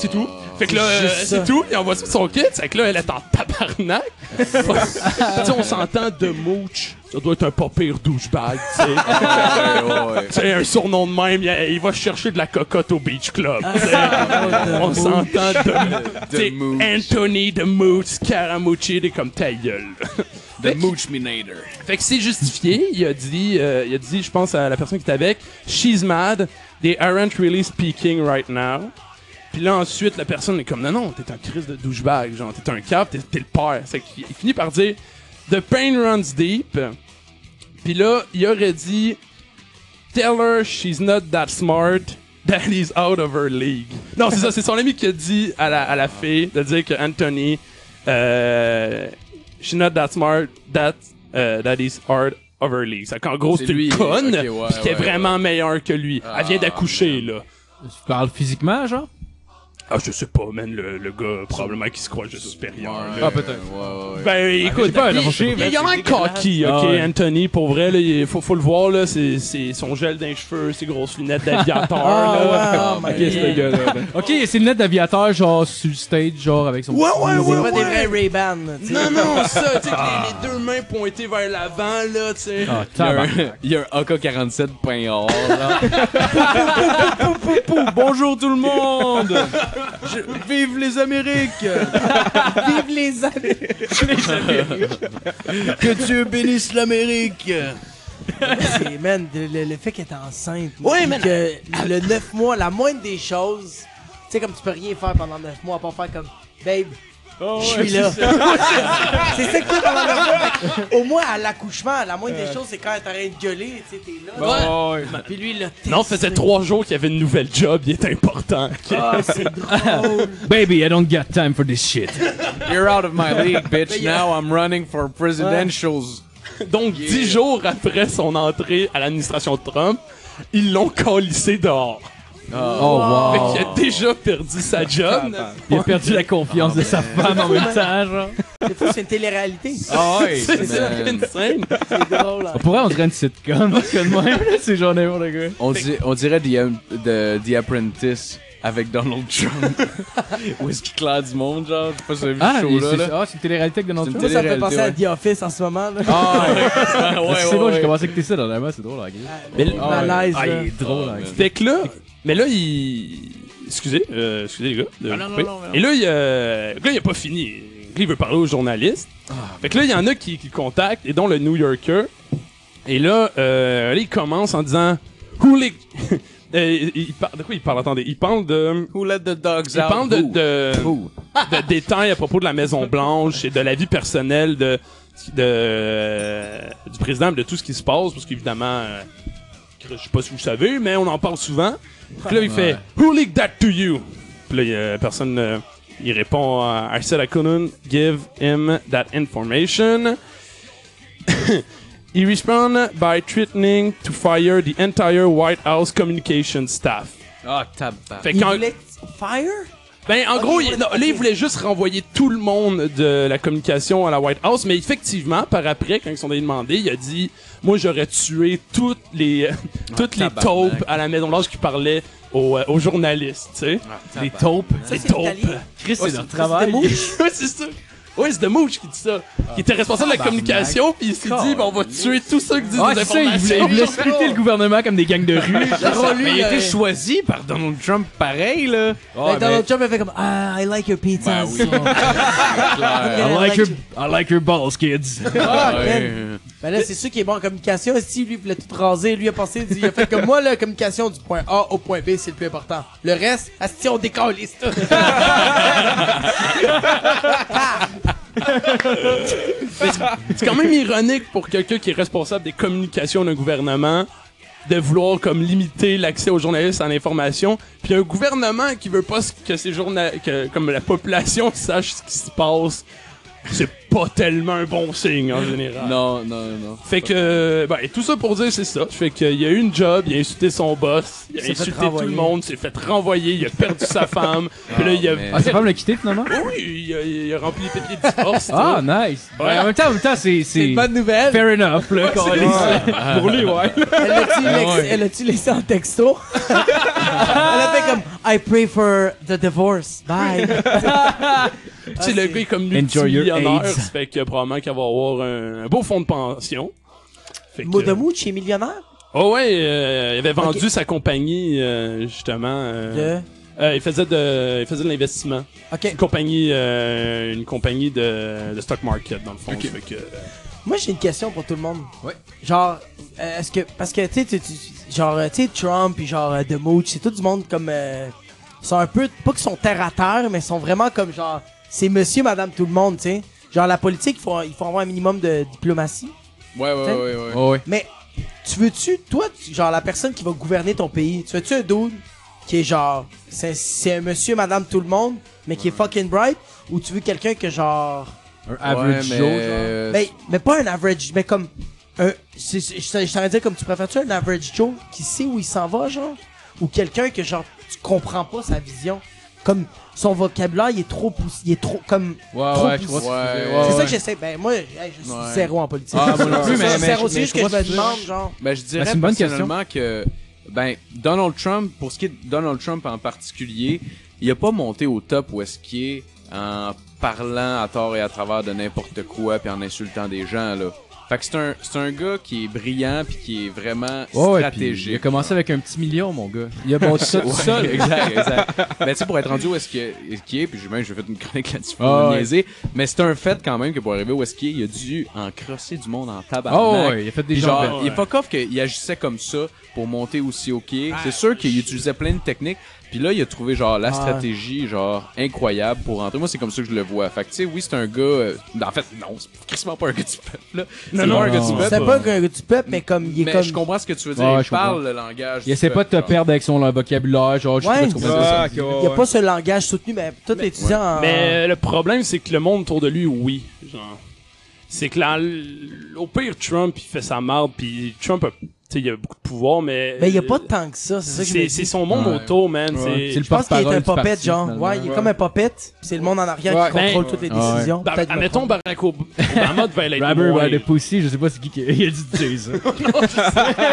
[SPEAKER 4] C'est tout. Fait que là,
[SPEAKER 5] C'est
[SPEAKER 4] euh,
[SPEAKER 5] juste ça.
[SPEAKER 4] c'est tout. Il envoie ça sur son kit. Fait que là, elle est en tabarnak. tu sais, on s'entend de mooch. Ça doit être un pas pire douchebag, tu sais.
[SPEAKER 6] Ouais, ouais.
[SPEAKER 4] C'est un surnom de même, il, il va chercher de la cocotte au Beach Club. T'sais, on s'entend de, t'sais,
[SPEAKER 6] Mooch.
[SPEAKER 4] Anthony de Mooch, Scaramucci, des comme ta gueule.
[SPEAKER 6] The Mooch Minator.
[SPEAKER 4] Fait que c'est justifié, il a dit, euh, il a dit, je pense à la personne qui était avec, she's mad, they aren't really speaking right now. Puis là, ensuite, la personne est comme, non, non, t'es un crise de douchebag, genre, t'es un cap, t'es, t'es le père. C'est qu'il il finit par dire, the pain runs deep. Puis là, il aurait dit, tell her she's not that smart, that is out of her league. Non, c'est ça, c'est son ami qui a dit à la, à la fille, de dire que Anthony, euh, she's not that smart, that, euh, that is hard of her league. C'est qu'en gros,
[SPEAKER 6] C'est
[SPEAKER 4] c'est une
[SPEAKER 6] lui,
[SPEAKER 4] conne,
[SPEAKER 6] ok, ouais,
[SPEAKER 4] puis qui est
[SPEAKER 6] ouais,
[SPEAKER 4] vraiment meilleure que lui. Elle vient
[SPEAKER 6] Ah,
[SPEAKER 4] d'accoucher, là.
[SPEAKER 3] Tu parles physiquement, genre?
[SPEAKER 4] Ah, je sais pas, man, le, le gars, probablement qui se croit juste supérieur. là.
[SPEAKER 6] Ah, peut-être. Ouais, ouais.
[SPEAKER 4] Ben, écoute,
[SPEAKER 3] pas,
[SPEAKER 4] puis,
[SPEAKER 3] non, c'est
[SPEAKER 4] il y a un cocky, euh, ok,
[SPEAKER 3] Ah ouais.
[SPEAKER 4] Anthony, pour vrai, là, il faut, faut le voir, là, c'est, c'est son gel d'un cheveu, ses grosses lunettes d'aviateur, là.
[SPEAKER 5] Ah, ouais, oh my
[SPEAKER 3] Ok, ce
[SPEAKER 5] God.
[SPEAKER 3] gars-là. ben. Ok, c'est une lettre d'aviateur, genre, sur le stage, genre, avec son.
[SPEAKER 4] Ouais, ouais,
[SPEAKER 5] C'est
[SPEAKER 4] ouais,
[SPEAKER 5] pas des
[SPEAKER 4] ouais.
[SPEAKER 5] vrais Ray-Ban. là, tu sais.
[SPEAKER 4] Non, non, ça, tu sais, avec les, les deux mains pointées vers l'avant, là, tu sais.
[SPEAKER 3] Ah,
[SPEAKER 6] Il y a
[SPEAKER 3] tabarnak.
[SPEAKER 6] un- Il y a un AK-47 peint or, là. Pou, pou, pou, pou, pou. Bonjour tout le monde! Je- Vive les Amériques!
[SPEAKER 5] Vive les années.
[SPEAKER 6] Que Dieu bénisse l'Amérique!
[SPEAKER 5] C'est, man, le, le- le fait qu'elle est enceinte. Ouais, man. Que le 9 mois, la moindre des choses, tu sais, comme tu peux rien faire pendant 9 mois à part faire comme, babe,
[SPEAKER 6] Oh,
[SPEAKER 5] je suis là. c'est ça que toi, pendant l'accouchement, au moins à l'accouchement, la moindre des choses, c'est quand t'as rien de gueuler, tu sais, t'es là.
[SPEAKER 6] Ouais.
[SPEAKER 5] Puis lui, il l'a testé.
[SPEAKER 4] Non, ça faisait trois jours qu'il y avait une nouvelle job, il est important.
[SPEAKER 5] Ah, c'est drôle.
[SPEAKER 3] Baby, I don't got time for this shit.
[SPEAKER 6] You're out of my league, bitch.
[SPEAKER 5] il y a-
[SPEAKER 6] Now I'm running for presidentials.
[SPEAKER 4] Donc, dix jours après son entrée à l'administration de Trump, ils l'ont colissé dehors.
[SPEAKER 6] Ah.
[SPEAKER 3] Oh wow.
[SPEAKER 4] Fait qu'il a déjà perdu sa job.
[SPEAKER 3] Il a perdu la confiance de sa femme en même temps, genre.
[SPEAKER 5] Des fois, c'est une télé-réalité.
[SPEAKER 6] Ah ouais.
[SPEAKER 4] C'est ça,
[SPEAKER 6] man.
[SPEAKER 4] insane.
[SPEAKER 5] C'est drôle. hein.
[SPEAKER 3] On pourrait on dirait une sitcom, parce que de même, là, c'est genre n'importe quoi.
[SPEAKER 6] On, di- on dirait The, Am- The, The Apprentice avec Donald Trump. Où est-ce qu'il claire du monde, genre? Je sais pas si vous avez vu
[SPEAKER 3] Ah,
[SPEAKER 6] ce
[SPEAKER 3] mais
[SPEAKER 6] show-là.
[SPEAKER 3] c'est
[SPEAKER 6] là.
[SPEAKER 3] ah, c'est une télé-réalité avec Donald
[SPEAKER 6] C'est une
[SPEAKER 5] Moi,
[SPEAKER 3] Trump.
[SPEAKER 5] ça me fait
[SPEAKER 6] Télé-réalité,
[SPEAKER 5] penser à
[SPEAKER 6] ouais.
[SPEAKER 5] The Office en ce moment. Là.
[SPEAKER 6] Ah, ouais. Ah, ouais,
[SPEAKER 3] c'est bon,
[SPEAKER 6] ouais,
[SPEAKER 3] j'ai
[SPEAKER 6] ouais.
[SPEAKER 3] commencé à écouter ça dernièrement, c'est drôle, la gueule.
[SPEAKER 4] Mais
[SPEAKER 5] Le malaise.
[SPEAKER 4] Ah,
[SPEAKER 5] là.
[SPEAKER 4] il est
[SPEAKER 3] Drôle, la
[SPEAKER 6] man.
[SPEAKER 3] gueule.
[SPEAKER 4] Fait que là, mais là, il. Excusez, euh, excusez les gars. de
[SPEAKER 6] Ah, non,
[SPEAKER 4] vous
[SPEAKER 6] non,
[SPEAKER 4] couper.
[SPEAKER 6] non, non.
[SPEAKER 4] Et là, il, euh, le gars, il a pas fini. Le gars, Il veut parler aux journalistes.
[SPEAKER 6] Ah,
[SPEAKER 4] fait que là, il y en a qui, qui le contactent, et dont le New Yorker. Et là, euh, là, il commence en disant Hooli. Euh, il, il par- de quoi il parle Attendez, il parle de.
[SPEAKER 6] Who let the dogs
[SPEAKER 4] Il
[SPEAKER 6] out?
[SPEAKER 4] parle de,
[SPEAKER 6] Who?
[SPEAKER 4] de,
[SPEAKER 6] Who?
[SPEAKER 4] de détails à propos de la Maison Blanche et de la vie personnelle de, de euh, du président, de tout ce qui se passe, parce qu'évidemment, euh, je sais pas si vous savez, mais on en parle souvent. Puis là, il fait Who leaked that to you? Puis là, il y a personne, euh, il répond à I said I couldn't give him that information. He respond by threatening to fire the entire White House communication staff.
[SPEAKER 6] Ah, tabac.
[SPEAKER 4] Fait
[SPEAKER 5] Il
[SPEAKER 4] qu'en-
[SPEAKER 5] voulait fire?
[SPEAKER 4] ben, en
[SPEAKER 5] Ok,
[SPEAKER 4] gros,
[SPEAKER 5] ouais,
[SPEAKER 4] il, non,
[SPEAKER 5] ok.
[SPEAKER 4] là, il voulait juste renvoyer tout le monde de la communication à la White House, mais effectivement, par après, quand ils sont allés demander, il a dit Moi, j'aurais tué toutes les, euh,
[SPEAKER 3] Ah,
[SPEAKER 4] toutes les
[SPEAKER 6] tabarnak.
[SPEAKER 4] taupes à la Maison Blanche qui parlaient aux, euh, aux journalistes, tu sais.
[SPEAKER 3] Les taupes.
[SPEAKER 5] Ça, c'est
[SPEAKER 4] taupes.
[SPEAKER 5] italien.
[SPEAKER 3] Chris, c'est leur
[SPEAKER 5] C'était
[SPEAKER 3] travail.
[SPEAKER 5] beau.
[SPEAKER 4] ouais, c'est ça. Ouais, c'est The Mouche qui dit ça.
[SPEAKER 3] Ah,
[SPEAKER 4] Qui était responsable de la communication, puis il s'est dit ben, On va tuer tous ceux qui disent
[SPEAKER 3] Ah,
[SPEAKER 4] des
[SPEAKER 3] c'est ça, il
[SPEAKER 4] informations.
[SPEAKER 3] voulait, il voulait splitter le gouvernement comme des gangs de rue.
[SPEAKER 6] Mais il a été choisi par Donald Trump pareil, là.
[SPEAKER 5] Ben, euh, Donald Trump, il fait comme Ah, I like your pizza.
[SPEAKER 6] Ben oui.
[SPEAKER 5] I
[SPEAKER 3] I like your, I like your balls, kids.
[SPEAKER 5] Ah, man.
[SPEAKER 6] Ouais.
[SPEAKER 5] Ben là, c'est sûr qu'il est bon en communication. Si lui, il voulait tout raser, lui, il a pensé, il a fait comme moi, la communication du point A au point B, c'est le plus important. Le reste, si on décolle tout.
[SPEAKER 4] C'est quand même ironique pour quelqu'un qui est responsable des communications d'un gouvernement de vouloir comme limiter l'accès aux journalistes à l'information, puis un gouvernement qui veut pas que ces journa- que comme la population sache ce qui se passe, c'est pas tellement un bon signe en
[SPEAKER 5] Ah.
[SPEAKER 4] général.
[SPEAKER 6] Non, non, non.
[SPEAKER 4] Fait que bah, et tout ça pour dire c'est ça, fait qu'il a eu une job, il a insulté son boss, il a
[SPEAKER 5] s'est fait
[SPEAKER 4] insulté tout le
[SPEAKER 5] renvoyer. monde,
[SPEAKER 4] monde, s'est fait renvoyer, il a perdu sa femme, puis là il a
[SPEAKER 6] man.
[SPEAKER 3] Ah, c'est pas me le quitter finalement?
[SPEAKER 4] oui, il a, il a rempli les papiers de divorce.
[SPEAKER 3] Ah, nice.
[SPEAKER 4] Ouais.
[SPEAKER 3] Ouais, en même temps, en même temps, c'est.
[SPEAKER 5] C'est
[SPEAKER 3] c'est
[SPEAKER 5] une bonne nouvelle.
[SPEAKER 3] Fair enough, là. qu'on
[SPEAKER 4] c'est-
[SPEAKER 3] laisse-
[SPEAKER 4] pour lui ouais.
[SPEAKER 5] Elle l'a-tu
[SPEAKER 6] Ah ouais.
[SPEAKER 5] lex- elle l'a-tu laissé en texto? Elle a fait comme I pray for the divorce. Bye.
[SPEAKER 4] Tu sais, le
[SPEAKER 5] c'est-
[SPEAKER 4] gars est comme
[SPEAKER 3] Enjoy your
[SPEAKER 4] multimillionnaire,
[SPEAKER 3] AIDS.
[SPEAKER 4] ça fait que probablement qu'il va avoir un, un beau fonds de pension. Fait que,
[SPEAKER 5] Modemou, chez millionnaire?
[SPEAKER 4] oh ouais, euh, il avait vendu
[SPEAKER 5] Ok.
[SPEAKER 4] sa compagnie, euh, justement. euh,
[SPEAKER 5] De...
[SPEAKER 4] euh, il faisait de, il faisait de l'investissement.
[SPEAKER 5] Ok.
[SPEAKER 4] Une compagnie, euh, une compagnie de, de stock market, dans le fond. ça Fait que,
[SPEAKER 5] Moi, j'ai une question pour tout le monde.
[SPEAKER 3] Ouais.
[SPEAKER 5] Genre, euh, est-ce que. Parce que, tu sais, tu- tu- genre, euh, tu sais, Trump, puis genre, euh, Demouch, c'est tout du monde comme. euh, sont un peu. Pas qu'ils sont terre à terre, mais sont vraiment comme genre. C'est monsieur, madame, tout le monde, tu sais. Genre, la politique, il faut, il faut avoir un minimum de diplomatie.
[SPEAKER 6] Ouais, ouais, ouais, ouais.
[SPEAKER 3] Oh, ouais.
[SPEAKER 5] Mais, tu veux-tu, toi, tu- genre, la personne qui va gouverner ton pays, tu veux-tu un dude qui est genre. C'est, c'est un monsieur, madame, tout le monde, mais qui est fucking bright, ou tu veux quelqu'un que genre.
[SPEAKER 3] Un average
[SPEAKER 6] Ouais,
[SPEAKER 3] Joe,
[SPEAKER 6] mais-
[SPEAKER 3] genre.
[SPEAKER 5] Mais, mais pas un average, mais comme. Un, c'est- c'est- je t'en- je t'aurais dire comme tu préfères-tu un average Joe qui sait où il s'en va, genre Ou quelqu'un que, genre, tu comprends pas sa vision Comme son vocabulaire, il est trop poussé. Il est trop. Comme.
[SPEAKER 3] Ouais,
[SPEAKER 5] trop
[SPEAKER 3] ouais, je vois
[SPEAKER 5] poussé.
[SPEAKER 3] ce que tu veux
[SPEAKER 6] Ouais.
[SPEAKER 3] dire.
[SPEAKER 5] c'est
[SPEAKER 3] Ouais,
[SPEAKER 5] ça
[SPEAKER 3] ouais.
[SPEAKER 5] que j'essaie. Ben, moi, hey, je suis
[SPEAKER 6] Ouais.
[SPEAKER 5] zéro en politique.
[SPEAKER 6] Ah, moi non plus,
[SPEAKER 5] C'est
[SPEAKER 6] mais-
[SPEAKER 5] ça,
[SPEAKER 6] mais-
[SPEAKER 5] zéro, c'est
[SPEAKER 6] mais
[SPEAKER 5] juste
[SPEAKER 6] je
[SPEAKER 5] que je
[SPEAKER 6] vois
[SPEAKER 5] me
[SPEAKER 6] ce que tu
[SPEAKER 5] demande, genre.
[SPEAKER 6] Ben, je dirais
[SPEAKER 3] Ben, c'est une bonne
[SPEAKER 6] personnellement que ben Donald Trump, pour ce qui est de Donald Trump en particulier, il a pas monté au top où est-ce qu'il est en parlant à tort et à travers de n'importe quoi puis en insultant des gens là. Fait que c'est un c'est un gars qui est brillant puis qui est vraiment
[SPEAKER 3] Ouais, ouais, puis
[SPEAKER 6] stratégique.
[SPEAKER 3] il a commencé avec un petit million, mon gars. Il a bâti ça tout
[SPEAKER 6] Ouais,
[SPEAKER 3] seul.
[SPEAKER 6] exact, exact. Mais tu sais, pour être rendu où est-ce qu'il est, qu'il est, puis j'ai même j'ai fait une chronique là-dessus pour
[SPEAKER 3] Ah
[SPEAKER 6] le
[SPEAKER 3] ouais.
[SPEAKER 6] niaiser, mais c'est un fait quand même que pour arriver où est-ce qu'il est, il a dû en crosser du monde en tabarnak.
[SPEAKER 3] Oh, ouais, il a fait des
[SPEAKER 6] Puis
[SPEAKER 3] gens.
[SPEAKER 6] genre, il est pas coffre qu'il agissait comme ça pour monter aussi ok. C'est sûr qu'il utilisait plein de techniques, Puis là, il a trouvé genre la
[SPEAKER 5] Ah.
[SPEAKER 6] stratégie genre incroyable pour rentrer. Moi, c'est comme ça que je le vois. Fait que tu sais, oui, c'est un gars. euh, en fait, non, c'est quasiment pas un gars du peuple. Là.
[SPEAKER 4] Non,
[SPEAKER 6] C'est
[SPEAKER 4] non,
[SPEAKER 6] pas un gars
[SPEAKER 4] non.
[SPEAKER 6] du
[SPEAKER 5] C'est
[SPEAKER 6] peuple.
[SPEAKER 5] pas que du peuple, mais comme il est
[SPEAKER 6] bah. Mais
[SPEAKER 5] comme.
[SPEAKER 6] je comprends ce que tu veux dire.
[SPEAKER 3] Ouais, Ah, je
[SPEAKER 6] il parle le langage.
[SPEAKER 3] Il essaie pas de te
[SPEAKER 6] perdre.
[SPEAKER 3] perdre avec son euh, vocabulaire, genre, je sais
[SPEAKER 5] Ouais.
[SPEAKER 3] pas si tu comprends ça.
[SPEAKER 1] Ah, ok, ouais,
[SPEAKER 5] Il n'y a
[SPEAKER 1] ouais.
[SPEAKER 5] pas ce langage soutenu, mais tout étudiant en.
[SPEAKER 4] Mais euh, le problème, c'est que le monde autour de lui, oui. Genre, c'est que là, l- au pire, Trump, il fait sa marde, puis Trump, a- tu sais, il a beaucoup de pouvoir, mais.
[SPEAKER 5] Mais Ben, il n'y a pas tant que ça, c'est ça
[SPEAKER 4] euh, C'est,
[SPEAKER 5] que je me
[SPEAKER 4] c'est,
[SPEAKER 5] dis.
[SPEAKER 4] son monde
[SPEAKER 6] Ouais.
[SPEAKER 4] autour,
[SPEAKER 1] Ouais.
[SPEAKER 4] man. c'est-
[SPEAKER 3] C'est le
[SPEAKER 5] Je pense qu'il est un
[SPEAKER 3] porte-parole du
[SPEAKER 5] puppet,
[SPEAKER 3] parti,
[SPEAKER 5] genre.
[SPEAKER 3] finalement.
[SPEAKER 5] Ouais, il est
[SPEAKER 1] Ouais.
[SPEAKER 5] comme un puppet, puis c'est le monde en arrière
[SPEAKER 4] Ouais.
[SPEAKER 5] qui contrôle
[SPEAKER 4] Ben,
[SPEAKER 5] toutes les
[SPEAKER 3] ouais.
[SPEAKER 5] décisions.
[SPEAKER 4] Bah,
[SPEAKER 5] Peut-être
[SPEAKER 4] admettons,
[SPEAKER 5] me trompe.
[SPEAKER 4] Barack Ob- Obama devait l'être
[SPEAKER 3] Rubber
[SPEAKER 4] moins.
[SPEAKER 3] by the pussy, je sais pas c'est qui qui il a dit de dire ça.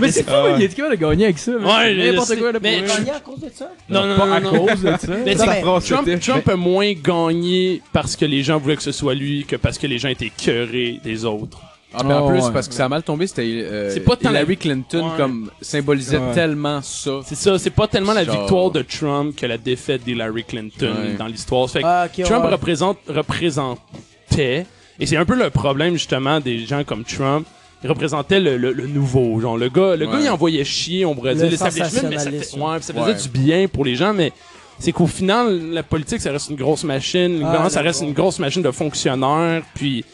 [SPEAKER 3] mais c'est fou, il est capable de gagner avec ça. man.
[SPEAKER 4] Ouais, je-
[SPEAKER 3] n'importe
[SPEAKER 4] c'est-
[SPEAKER 3] quoi. Là,
[SPEAKER 4] mais-
[SPEAKER 3] pour
[SPEAKER 5] Il
[SPEAKER 3] eux.
[SPEAKER 5] a gagné à cause de ça?
[SPEAKER 4] Non, non,
[SPEAKER 3] pas
[SPEAKER 4] non,
[SPEAKER 3] à
[SPEAKER 4] non.
[SPEAKER 3] cause de ça.
[SPEAKER 4] Mais
[SPEAKER 5] Ça
[SPEAKER 4] c'est-
[SPEAKER 5] fait-
[SPEAKER 1] phrase,
[SPEAKER 4] Trump,
[SPEAKER 1] c'était-
[SPEAKER 4] Trump a moins gagné parce que les gens voulaient que ce soit lui que parce que les gens étaient cœurés des autres.
[SPEAKER 6] Ah, mais en
[SPEAKER 3] Oh,
[SPEAKER 6] plus,
[SPEAKER 3] ouais.
[SPEAKER 6] parce que ça a mal tombé, c'était euh,
[SPEAKER 4] C'est pas tant la-
[SPEAKER 6] Hillary Clinton
[SPEAKER 4] Ouais.
[SPEAKER 6] comme symbolisait
[SPEAKER 1] Ouais.
[SPEAKER 6] tellement ça.
[SPEAKER 4] C'est ça, c'est pas tellement la
[SPEAKER 6] Genre-
[SPEAKER 4] victoire de Trump que la défaite d'Hillary Clinton
[SPEAKER 6] Ouais.
[SPEAKER 4] dans l'histoire. Fait que
[SPEAKER 5] Ah, ok,
[SPEAKER 4] Trump
[SPEAKER 5] ouais.
[SPEAKER 4] représente, représentait, et c'est un peu le problème justement des gens comme Trump, il représentait le, le- le nouveau, genre le gars, le
[SPEAKER 6] Ouais.
[SPEAKER 4] gars il envoyait chier, on pourrait
[SPEAKER 5] Le
[SPEAKER 4] dire, l'establishment, mais ça, fait-
[SPEAKER 5] sensationnalisme.
[SPEAKER 4] ouais, puis ça faisait
[SPEAKER 6] Ouais.
[SPEAKER 4] du bien pour les gens, mais c'est qu'au final, la politique, ça reste une grosse machine, le
[SPEAKER 5] Ah,
[SPEAKER 4] gouvernement, ça
[SPEAKER 5] d'accord.
[SPEAKER 4] reste une grosse machine de fonctionnaires, puis,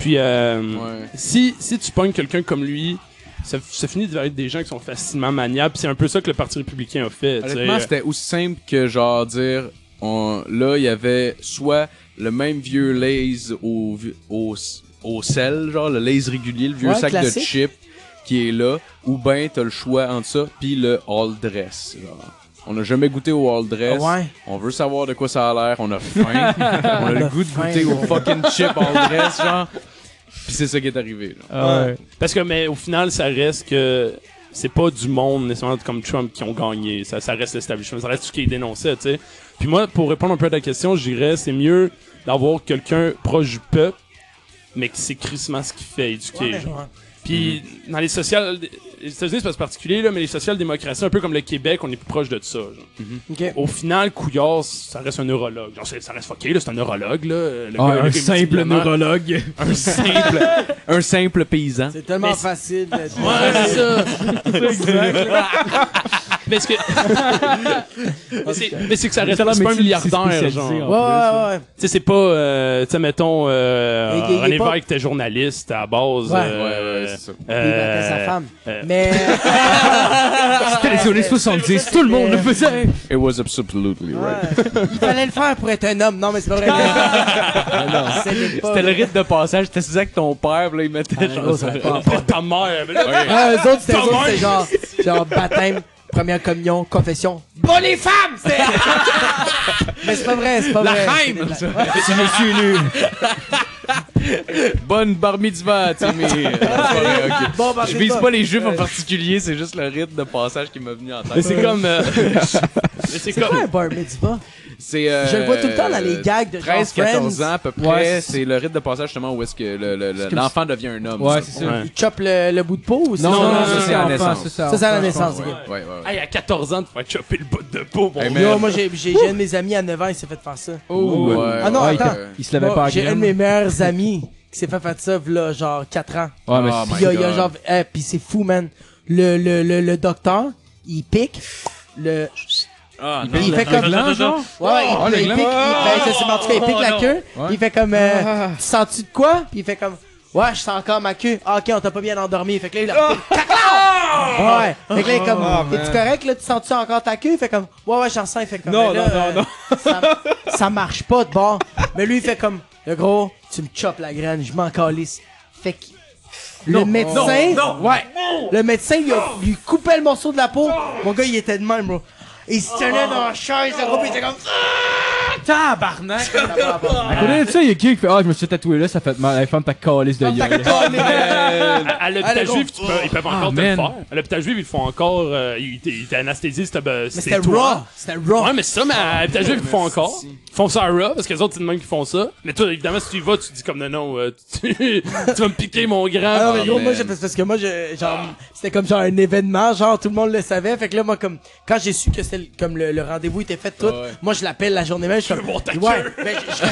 [SPEAKER 4] puis euh,
[SPEAKER 6] Ouais.
[SPEAKER 4] si, si tu pognes quelqu'un comme lui, ça, ça finit par être des gens qui sont facilement maniables, puis c'est un peu ça que le Parti républicain a fait. tu sais.
[SPEAKER 6] Honnêtement, c'était aussi simple que genre dire on, là, il y avait soit le même vieux Lays au, vi- au, s- au sel, genre le Lays régulier, le vieux
[SPEAKER 5] Ouais,
[SPEAKER 6] sac
[SPEAKER 5] classique.
[SPEAKER 6] de chips qui est là, ou ben t'as le choix entre ça puis le all dress. genre. On n'a jamais goûté au all dress.
[SPEAKER 5] Ouais.
[SPEAKER 6] On veut savoir de quoi ça a l'air. On a faim. on a
[SPEAKER 5] On
[SPEAKER 6] le
[SPEAKER 5] a
[SPEAKER 6] goût de
[SPEAKER 5] faim,
[SPEAKER 6] goûter au
[SPEAKER 5] ouais.
[SPEAKER 6] fucking chip all dress, genre. Puis c'est ça qui est arrivé. Là.
[SPEAKER 3] Ah ouais.
[SPEAKER 4] Parce que, mais au final, ça reste que c'est pas du monde nécessairement comme Trump qui ont gagné. Ça, ça reste l'establishment, ça reste tout ce qui est dénoncé, tu sais. Puis moi, pour répondre un peu à ta question, je dirais c'est mieux d'avoir quelqu'un proche du peuple, mais qui sait crissement ce qu'il fait, éduqué.
[SPEAKER 5] Ouais,
[SPEAKER 4] genre.
[SPEAKER 5] ouais. Mhm.
[SPEAKER 4] Puis dans les social... Les États-Unis, c'est pas particulier, là, mais les social-démocraties, un peu comme le Québec, on est plus proche de ça. genre.
[SPEAKER 5] Ok.
[SPEAKER 4] Au final, Couillard, ça reste un neurologue. Genre, c'est- ça reste fucké, là, c'est un neurologue. Là. Le
[SPEAKER 3] Ah,
[SPEAKER 4] gars, le
[SPEAKER 3] un
[SPEAKER 4] gars est
[SPEAKER 3] simple
[SPEAKER 4] multiplement-
[SPEAKER 3] neurologue.
[SPEAKER 4] Un simple
[SPEAKER 6] Un simple paysan.
[SPEAKER 5] C'est tellement
[SPEAKER 4] Mais c'est-
[SPEAKER 5] facile d'être.
[SPEAKER 4] Ouais, c'est ça. mais ce que. Mais c'est- mais c'est que ça reste
[SPEAKER 3] C'est un
[SPEAKER 4] c'est pas un
[SPEAKER 3] métier qui s'est
[SPEAKER 4] milliardaire,
[SPEAKER 3] spécialisé
[SPEAKER 4] genre.
[SPEAKER 3] en-
[SPEAKER 5] Ouais, ouais, ouais.
[SPEAKER 4] Tu sais, c'est pas. euh, tu sais, mettons, euh,
[SPEAKER 5] Il- il- il
[SPEAKER 4] René
[SPEAKER 5] est pas-
[SPEAKER 4] Vague était journaliste à la base.
[SPEAKER 5] Ouais.
[SPEAKER 4] euh,
[SPEAKER 6] Ouais, ouais, c'est ça.
[SPEAKER 5] Puis il battait sa
[SPEAKER 4] euh,
[SPEAKER 5] femme.
[SPEAKER 4] euh,
[SPEAKER 5] Mais.
[SPEAKER 3] C'était Ah, les années 70, tout le monde le faisait.
[SPEAKER 6] It was absolutely right.
[SPEAKER 5] Ouais. Il fallait le faire pour être un homme. Non, mais c'est pas vrai. Ah, C'était l'époque.
[SPEAKER 6] C'était le rite de passage. T'étais ça avec ton père, là, il mettait
[SPEAKER 5] Ah,
[SPEAKER 6] genre
[SPEAKER 5] gros, ça va
[SPEAKER 6] ça.
[SPEAKER 5] pas.
[SPEAKER 4] pas ta mère. mais là,
[SPEAKER 5] Ah, eux autres, c'était eux
[SPEAKER 4] Thomas.
[SPEAKER 5] autres, c'était genre, genre baptême, première communion, confession. Bon, les femmes, c'était. Mais c'est pas vrai, c'est pas vrai.
[SPEAKER 6] haine!
[SPEAKER 5] C'était de
[SPEAKER 3] C'est monsieur nu.
[SPEAKER 6] Bonne bar mitzvah, tu sais, mais. euh, c'est pas vrai, ok.
[SPEAKER 5] Bon, bah,
[SPEAKER 6] Je
[SPEAKER 5] c'est
[SPEAKER 6] vise
[SPEAKER 5] pas-
[SPEAKER 6] pas les juifs en particulier, c'est juste le rite de passage qui m'a venu en
[SPEAKER 4] Mais
[SPEAKER 6] tête.
[SPEAKER 4] c'est comme. euh, mais c'est
[SPEAKER 5] C'est quoi
[SPEAKER 4] comme.
[SPEAKER 5] un bar mitzvah?
[SPEAKER 6] C'est, euh,
[SPEAKER 5] Je le vois tout le temps dans les gags de genre
[SPEAKER 6] 13, 14
[SPEAKER 5] Friends.
[SPEAKER 6] ans à peu près,
[SPEAKER 3] Ouais, c'est-
[SPEAKER 6] c'est le rite de passage justement où est-ce que le- le- le-
[SPEAKER 3] que-
[SPEAKER 6] l'enfant devient un homme.
[SPEAKER 3] Ouais, c'est ça.
[SPEAKER 4] Ouais.
[SPEAKER 5] Il chope le, le bout de peau ou c'est-
[SPEAKER 3] Non, non, non,
[SPEAKER 6] ça,
[SPEAKER 3] ça
[SPEAKER 6] c'est
[SPEAKER 3] c'est
[SPEAKER 6] à la
[SPEAKER 3] enfant,
[SPEAKER 6] naissance.
[SPEAKER 3] ça, c'est
[SPEAKER 5] Ça, c'est à la
[SPEAKER 3] enfant, je
[SPEAKER 5] naissance,
[SPEAKER 3] pense,
[SPEAKER 5] ok.
[SPEAKER 3] ouais.
[SPEAKER 6] Ouais, ouais, ouais.
[SPEAKER 4] Hey, à 14 ans, tu vas te choper le bout de peau. Bon,
[SPEAKER 6] Hey,
[SPEAKER 5] Yo,
[SPEAKER 6] man.
[SPEAKER 5] moi, j'ai j'ai- j'ai un de mes amis à 9 ans, il s'est fait faire ça.
[SPEAKER 4] Oh,
[SPEAKER 6] Ouais,
[SPEAKER 3] Ouais.
[SPEAKER 5] Ah non,
[SPEAKER 6] ouais,
[SPEAKER 5] attends.
[SPEAKER 6] ouais.
[SPEAKER 3] Il se l'avait
[SPEAKER 5] Bon,
[SPEAKER 3] Oh, pas à
[SPEAKER 5] J'ai un de
[SPEAKER 3] graine.
[SPEAKER 5] mes meilleurs amis qui s'est fait faire ça, là, genre 4 ans.
[SPEAKER 3] Ouais, mais
[SPEAKER 6] Ah,
[SPEAKER 5] Puis
[SPEAKER 6] my
[SPEAKER 5] il y a, il y a
[SPEAKER 6] God.
[SPEAKER 5] genre. eh, puis c'est fou, man. Le, le, le, le docteur, il pique. Le.
[SPEAKER 1] Ah,
[SPEAKER 5] Puis il fait comme.
[SPEAKER 1] genre?
[SPEAKER 5] Ouais, il,
[SPEAKER 1] Ah,
[SPEAKER 3] Oh,
[SPEAKER 5] il
[SPEAKER 3] le
[SPEAKER 5] pique,
[SPEAKER 3] gland.
[SPEAKER 5] il, ben, je sais pas, en tout cas, il pique
[SPEAKER 1] Oh,
[SPEAKER 5] la queue,
[SPEAKER 3] Ouais.
[SPEAKER 5] il fait comme, euh, tu sens-tu de quoi? Puis il fait comme, ouais, je sens encore ma queue. Ah, ok, on t'a pas bien endormi. Fait que là, il
[SPEAKER 1] Ah!
[SPEAKER 5] a Ouais. Fait que là, il est comme,
[SPEAKER 1] Oh,
[SPEAKER 5] es-tu correct, là, tu sens-tu encore ta queue? Il fait comme, ouais, ouais, j'en sens. Il fait comme,
[SPEAKER 1] Non,
[SPEAKER 5] mais là,
[SPEAKER 1] non, non,
[SPEAKER 5] euh, Ça, ça marche pas de bord. Mais lui, il fait comme, le gros, tu me chopes la graine, je m'en calisse. Fait que, le médecin, ouais, le médecin, il a- lui coupait le morceau de la peau. Mon gars, il était de même, bro. Il se tenait dans la chaise, le gros, puis il était comme,
[SPEAKER 1] Tabarnak!
[SPEAKER 3] À côté de ça, il y a qui qui fait Ah, je me suis tatoué là, ça fait mal. Allez, ferme ta calice de gueule.
[SPEAKER 5] Ah,
[SPEAKER 4] À, à l'hôpital
[SPEAKER 5] Allez, go.
[SPEAKER 4] juif, tu peux- ils peuvent encore te le
[SPEAKER 3] man.
[SPEAKER 4] faire. À l'hôpital juif, ils le font encore. euh, ils ils t'anesthésisent, t'as- ben,
[SPEAKER 5] Mais
[SPEAKER 4] c'est
[SPEAKER 5] c'était
[SPEAKER 4] toi.
[SPEAKER 5] raw! C'était
[SPEAKER 3] Oh.
[SPEAKER 5] raw!
[SPEAKER 4] Ouais, mais c'est ça, mais à l'hôpital juif, ils font encore. Ils font ça à Raw, parce que les autres, c'est de même qui font ça. Mais toi, évidemment, si tu y vas, tu te dis comme non, non, euh, tu, tu vas me piquer mon
[SPEAKER 5] Ah non,
[SPEAKER 4] grand.
[SPEAKER 5] mais gros, moi,
[SPEAKER 6] man.
[SPEAKER 5] j'ai- parce parce que moi, je- genre, c'était comme genre un événement, genre, tout le monde le savait. Fait que là, moi, comme, quand j'ai su que c'était le- comme le, le rendez-vous était fait, tout,
[SPEAKER 6] ouais.
[SPEAKER 5] moi, je l'appelle la journée même, je suis comme,
[SPEAKER 4] voir ta
[SPEAKER 5] Ouais,
[SPEAKER 4] queue.
[SPEAKER 5] mais je-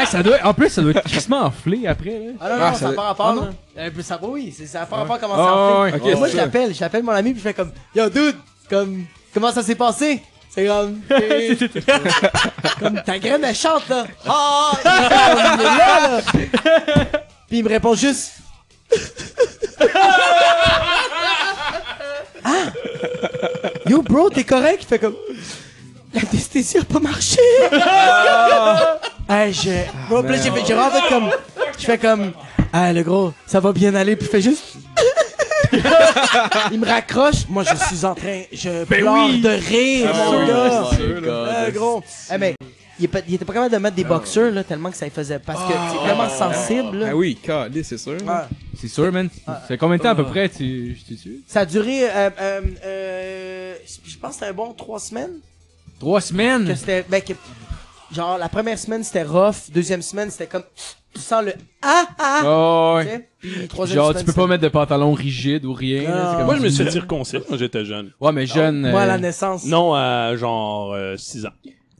[SPEAKER 3] Hey, ça doit, en plus, ça doit être crissement enflé après. Là.
[SPEAKER 5] Ah non, non,
[SPEAKER 6] Ah,
[SPEAKER 5] ça
[SPEAKER 6] ça-
[SPEAKER 5] part à part,
[SPEAKER 3] Ah,
[SPEAKER 5] là. Euh, puis ça, oui, c'est- ça part à part comment
[SPEAKER 3] Ah,
[SPEAKER 5] ça en fait.
[SPEAKER 3] ouais, ok,
[SPEAKER 5] Puis moi,
[SPEAKER 3] c'est
[SPEAKER 5] je
[SPEAKER 3] ça.
[SPEAKER 5] l'appelle, je l'appelle mon ami, puis je fais comme, yo, dude, comme, comment ça s'est passé? C'est comme, euh, comme, ta graine, elle chante, là. Ah, ah, ah, il est là, là. Puis il me répond juste, ah, yo, bro, t'es correct? Il fait comme, la anesthésie a pas marché! hey, je. Bro, puis là, j'ai fait, j'ai vraiment fait comme. Je fais comme. Ah, le gros, ça va bien aller, puis il fait juste. il me raccroche. Moi, je suis en train. Je pleure
[SPEAKER 1] oui.
[SPEAKER 5] de
[SPEAKER 6] Ah,
[SPEAKER 5] rire, mon gars! Euh,
[SPEAKER 6] Oh God.
[SPEAKER 5] gros. Eh, mais. Il, est pas- il était pas capable de mettre des boxeurs, là, tellement que ça y faisait. Parce que c'est vraiment sensible, là.
[SPEAKER 7] Ah oui, calé, c'est sûr.
[SPEAKER 5] Ah.
[SPEAKER 3] C'est sûr, man. C'est combien de temps à peu près tu, tu tues?
[SPEAKER 5] Ça a duré. euh, euh, euh, je pense que c'était un bon trois semaines.
[SPEAKER 3] Trois
[SPEAKER 5] que
[SPEAKER 3] semaines.
[SPEAKER 5] c'était ben, que- genre la première semaine c'était rough deuxième semaine c'était comme tu sens le ah ah
[SPEAKER 3] Oh,
[SPEAKER 5] tu
[SPEAKER 3] ouais.
[SPEAKER 5] sais, puis troisième
[SPEAKER 3] Genre,
[SPEAKER 5] semaine,
[SPEAKER 3] tu peux pas mettre de pantalon rigide ou rien. là, c'est comme-
[SPEAKER 4] Moi, je me suis fait circoncire quand j'étais jeune.
[SPEAKER 3] Ouais, mais jeune.
[SPEAKER 5] c'était- moi à
[SPEAKER 3] euh,
[SPEAKER 5] la naissance
[SPEAKER 4] Non, à genre 6 ans.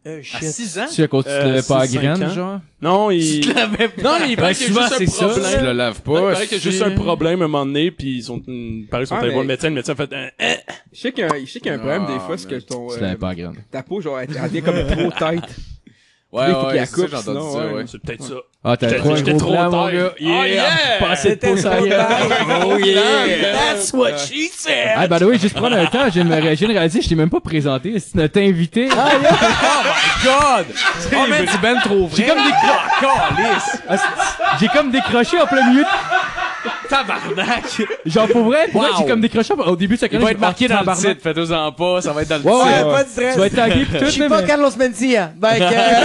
[SPEAKER 5] Euh, shit.
[SPEAKER 6] À
[SPEAKER 3] Ah,
[SPEAKER 6] 6 ans?
[SPEAKER 3] tu sais, à cause que tu te
[SPEAKER 4] Euh,
[SPEAKER 3] levais pas à
[SPEAKER 4] six, cinq
[SPEAKER 3] graines,
[SPEAKER 4] ans.
[SPEAKER 3] genre.
[SPEAKER 4] Non, il. Non, mais il paraît qu'il
[SPEAKER 3] Ben,
[SPEAKER 4] y
[SPEAKER 3] souvent,
[SPEAKER 4] a
[SPEAKER 3] c'est
[SPEAKER 4] juste
[SPEAKER 3] ça.
[SPEAKER 4] un
[SPEAKER 6] Tu
[SPEAKER 4] problème.
[SPEAKER 6] le laves
[SPEAKER 4] Non, il
[SPEAKER 6] pas.
[SPEAKER 4] paraît qu'il y a juste
[SPEAKER 6] si-
[SPEAKER 4] un problème à un moment donné, puis ils sont, hmm, pareil, ils sont
[SPEAKER 7] Ah,
[SPEAKER 4] allés voir le
[SPEAKER 7] mais-
[SPEAKER 4] médecin, le médecin a fait un, eh,
[SPEAKER 7] Je sais qu'il y a un- je sais qu'il y a un problème des
[SPEAKER 6] Ah,
[SPEAKER 7] fois, c'est que
[SPEAKER 6] man.
[SPEAKER 7] ton.
[SPEAKER 3] Tu
[SPEAKER 7] euh,
[SPEAKER 3] te levais pas à graines.
[SPEAKER 7] Ta peau, genre, elle elle devient comme trop tight.
[SPEAKER 6] Ouais,
[SPEAKER 7] Il faut qu'il la
[SPEAKER 6] ouais, c'est ça,
[SPEAKER 7] coupe,
[SPEAKER 6] j'ai entendu
[SPEAKER 7] sinon,
[SPEAKER 6] ça,
[SPEAKER 7] ouais.
[SPEAKER 6] ouais.
[SPEAKER 4] c'est peut-être ça.
[SPEAKER 3] Ah, t'as
[SPEAKER 4] J'étais
[SPEAKER 3] trop un
[SPEAKER 4] j'étais
[SPEAKER 3] gros
[SPEAKER 4] trop
[SPEAKER 3] plan, mon
[SPEAKER 4] taille.
[SPEAKER 3] gars.
[SPEAKER 4] Oh yeah!
[SPEAKER 3] Passé de pouce à graines.
[SPEAKER 7] Oh
[SPEAKER 5] that's what she said
[SPEAKER 3] Ah, bah oui, juste prendre un temps, j'ai une réalisé, je t'ai même pas présenté. C'est notre invité.
[SPEAKER 6] God! Oh, man, c'est ben trop vrai.
[SPEAKER 3] J'ai comme des Ah, J'ai comme décroché en plein milieu. Tabarnak! Genre, pour vrai, pour vrai, j'ai comme décroché au début de sa
[SPEAKER 6] Il
[SPEAKER 3] chronique.
[SPEAKER 6] va être
[SPEAKER 3] j'ai-
[SPEAKER 6] marqué
[SPEAKER 3] Ah,
[SPEAKER 6] dans le
[SPEAKER 3] tabarnak.
[SPEAKER 6] titre, faites-en pas, ça va être dans le
[SPEAKER 3] Ouais,
[SPEAKER 6] titre.
[SPEAKER 5] ouais,
[SPEAKER 3] ouais.
[SPEAKER 5] pas de
[SPEAKER 3] Tu vas
[SPEAKER 5] stress
[SPEAKER 3] être tagué pis tout,
[SPEAKER 5] je suis
[SPEAKER 3] là,
[SPEAKER 5] pas
[SPEAKER 3] mais-
[SPEAKER 5] Carlos Mencia ben que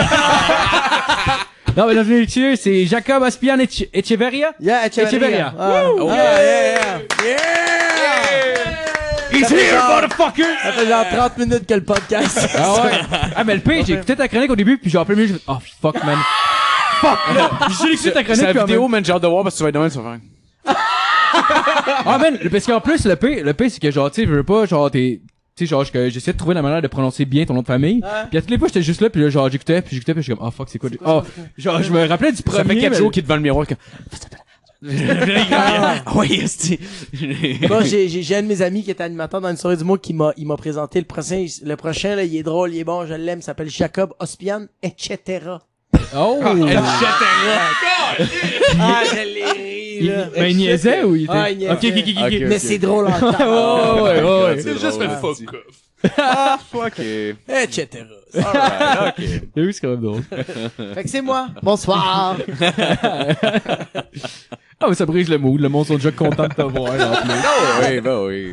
[SPEAKER 3] Non, mais dans le lecture, c'est Jacob Aspian Eche- Echeverria.
[SPEAKER 5] yeah Echeverria
[SPEAKER 3] Echeverria.
[SPEAKER 5] Ah.
[SPEAKER 6] Woo!
[SPEAKER 5] yeah yeah, yeah.
[SPEAKER 3] He's here, motherfucker!
[SPEAKER 5] ça fait genre 30 minutes que le podcast
[SPEAKER 3] Ah ouais. Ah, mais le pire, j'ai écouté ta chronique au début, puis genre, en plein milieu, j'ai fait, oh fuck, man. Fuck, man. J'ai écouté ta chronique,
[SPEAKER 6] C'est
[SPEAKER 3] puis
[SPEAKER 6] la
[SPEAKER 3] en
[SPEAKER 6] vidéo, man, j'ai hâte de voir parce que tu vas être demain, tu vas faire.
[SPEAKER 3] Ah man, le- parce qu'en plus le pire, le pire c'est que genre tu sais, je veux pas genre t'es tu sais genre que j'essaie de trouver la manière de prononcer bien ton nom de famille.
[SPEAKER 5] Ouais.
[SPEAKER 3] Puis à toutes les fois j'étais juste là puis là genre j'écoutais puis j'écoutais puis je suis comme oh fuck c'est quoi, oh genre je me rappelais du premier
[SPEAKER 6] Ça fait 4
[SPEAKER 3] mais-
[SPEAKER 6] jours qu'il est devant le miroir. que-
[SPEAKER 5] Ah.
[SPEAKER 6] Ah ouais, esti.
[SPEAKER 5] Moi, j'ai, j'ai, j'ai un de mes amis qui était animateur dans une soirée du mot qui m'a, il m'a présenté le prochain, le prochain, là, il est drôle, il est bon, je l'aime, il s'appelle Jacob Ospian, etc.
[SPEAKER 3] Oh
[SPEAKER 5] Ah, je l'ai ri,
[SPEAKER 3] Il-
[SPEAKER 5] là.
[SPEAKER 3] ben, il niaisait ou il était
[SPEAKER 5] Ah, il niaisait.
[SPEAKER 3] OK OK OK. OK.
[SPEAKER 6] Ok.
[SPEAKER 5] Mais c'est drôle en temps.
[SPEAKER 3] Oh ouais ouais. ouais.
[SPEAKER 4] C'est juste fait fuck off.
[SPEAKER 6] Fuck. it.
[SPEAKER 5] Etc.
[SPEAKER 6] Alright, ok.
[SPEAKER 3] J'ai vu, c'est quand même drôle.
[SPEAKER 5] Fait que c'est moi. Bonsoir.
[SPEAKER 3] Ah mais ça brise le mood, le monde sont déjà contents de te voir en plus.
[SPEAKER 6] Ah oui, bah oui.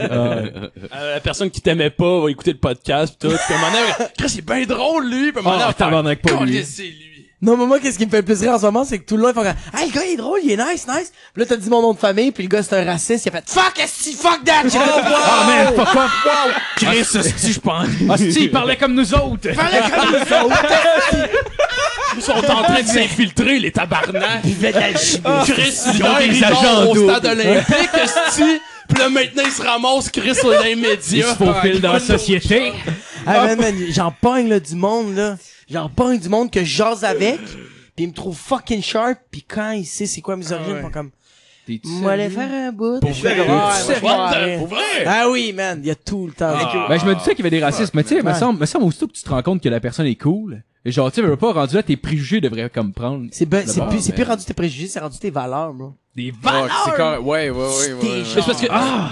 [SPEAKER 3] Ah,
[SPEAKER 4] Euh, la personne qui t'aimait pas va écouter le podcast pis tout. Puis à un moment donné, Chris, il est bien drôle, lui. Puis à
[SPEAKER 3] Oh,
[SPEAKER 4] un moment donné, on va faire,
[SPEAKER 3] tabarnak, pas lui.
[SPEAKER 4] Calisse, c'est Ah, lui.
[SPEAKER 5] non, mais moi, qu'est-ce qui me fait le plus rire en ce moment, c'est que tout le long, ils font comme, ah, le gars, il est drôle, il est nice, nice. Puis là, t'as dit mon nom de famille, puis le gars, c'est un raciste, il a fait, fuck, esti, fuck that! J'ai fait,
[SPEAKER 3] Ah,
[SPEAKER 5] wow!
[SPEAKER 3] man, fuck off.
[SPEAKER 6] Chris, esti, je pense.
[SPEAKER 3] Ah, si, il parlait comme nous autres.
[SPEAKER 5] Parlez comme nous autres!
[SPEAKER 4] Ils sont en train de s'infiltrer, les tabarnaks.
[SPEAKER 5] Il fait de l'alchimie.
[SPEAKER 4] Chris, Ah. ils ont des agents au stade olympique, esti. Puis là, maintenant, ils se ramassent, Chris, dans les
[SPEAKER 3] Ils
[SPEAKER 4] médias.
[SPEAKER 3] se faufilent dans la société.
[SPEAKER 5] Ah, man, man, j'en pogne, là, du monde, là. J'en pogne du monde que je jase avec, pis il me trouve fucking sharp, pis quand il sait c'est quoi mes origines, ils font comme, moi, aller faire un bout. Pour
[SPEAKER 4] What the- Pour vrai?
[SPEAKER 5] Ah oui, man, il y a tout le temps.
[SPEAKER 6] Ah.
[SPEAKER 3] Ben, je me disais qu'il y avait des racistes, mais tu sais, me
[SPEAKER 5] Ouais.
[SPEAKER 3] semble, me semble aussitôt que tu te rends compte que la personne est cool. et Genre, tu sais, veux pas rendu là, tes préjugés devraient comme prendre
[SPEAKER 5] C'est ben, c'est
[SPEAKER 3] D'abord,
[SPEAKER 5] plus, c'est
[SPEAKER 6] mais-
[SPEAKER 5] plus rendu tes préjugés, c'est rendu tes valeurs, bro.
[SPEAKER 3] des vagues.
[SPEAKER 6] Fuck, c'est correct. Ouais, ouais, ouais, ouais. ouais.
[SPEAKER 4] Mais c'est parce que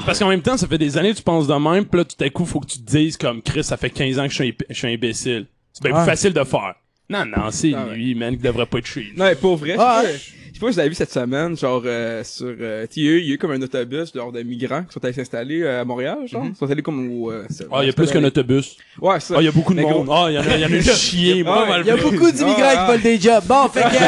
[SPEAKER 4] parce qu'en même temps, ça fait des années que tu penses de même, puis là tout à coup faut que tu te dises comme Chris, ça fait 15 ans que je suis, imp- je suis imbécile. C'est bien
[SPEAKER 5] Ouais.
[SPEAKER 4] plus facile de faire. Non non, c'est
[SPEAKER 7] Ah ouais.
[SPEAKER 4] lui man qui devrait pas être chez lui.
[SPEAKER 7] Non, mais pour vrai,
[SPEAKER 5] Ah,
[SPEAKER 7] je sais pas- je sais pas si vous avez vu cette semaine, genre, euh, sur, euh, tu sais, il y a eu- il y a eu comme un autobus, genre, de migrants qui sont allés s'installer euh, à Montréal, genre. Ils sont allés comme au, euh,
[SPEAKER 4] Mm-hmm. Ah, il y a plus qu'un autobus.
[SPEAKER 7] Ouais, ça.
[SPEAKER 4] Ah, il y a beaucoup de
[SPEAKER 7] Mais
[SPEAKER 4] monde. Ah, il y en a il y en a eu chier,
[SPEAKER 7] Ah,
[SPEAKER 4] pas
[SPEAKER 7] ouais.
[SPEAKER 4] mal
[SPEAKER 5] Il y a
[SPEAKER 4] plus.
[SPEAKER 5] beaucoup d'immigrants
[SPEAKER 7] Ah,
[SPEAKER 5] qui
[SPEAKER 7] ah.
[SPEAKER 5] volent des jobs. Bon, fait que,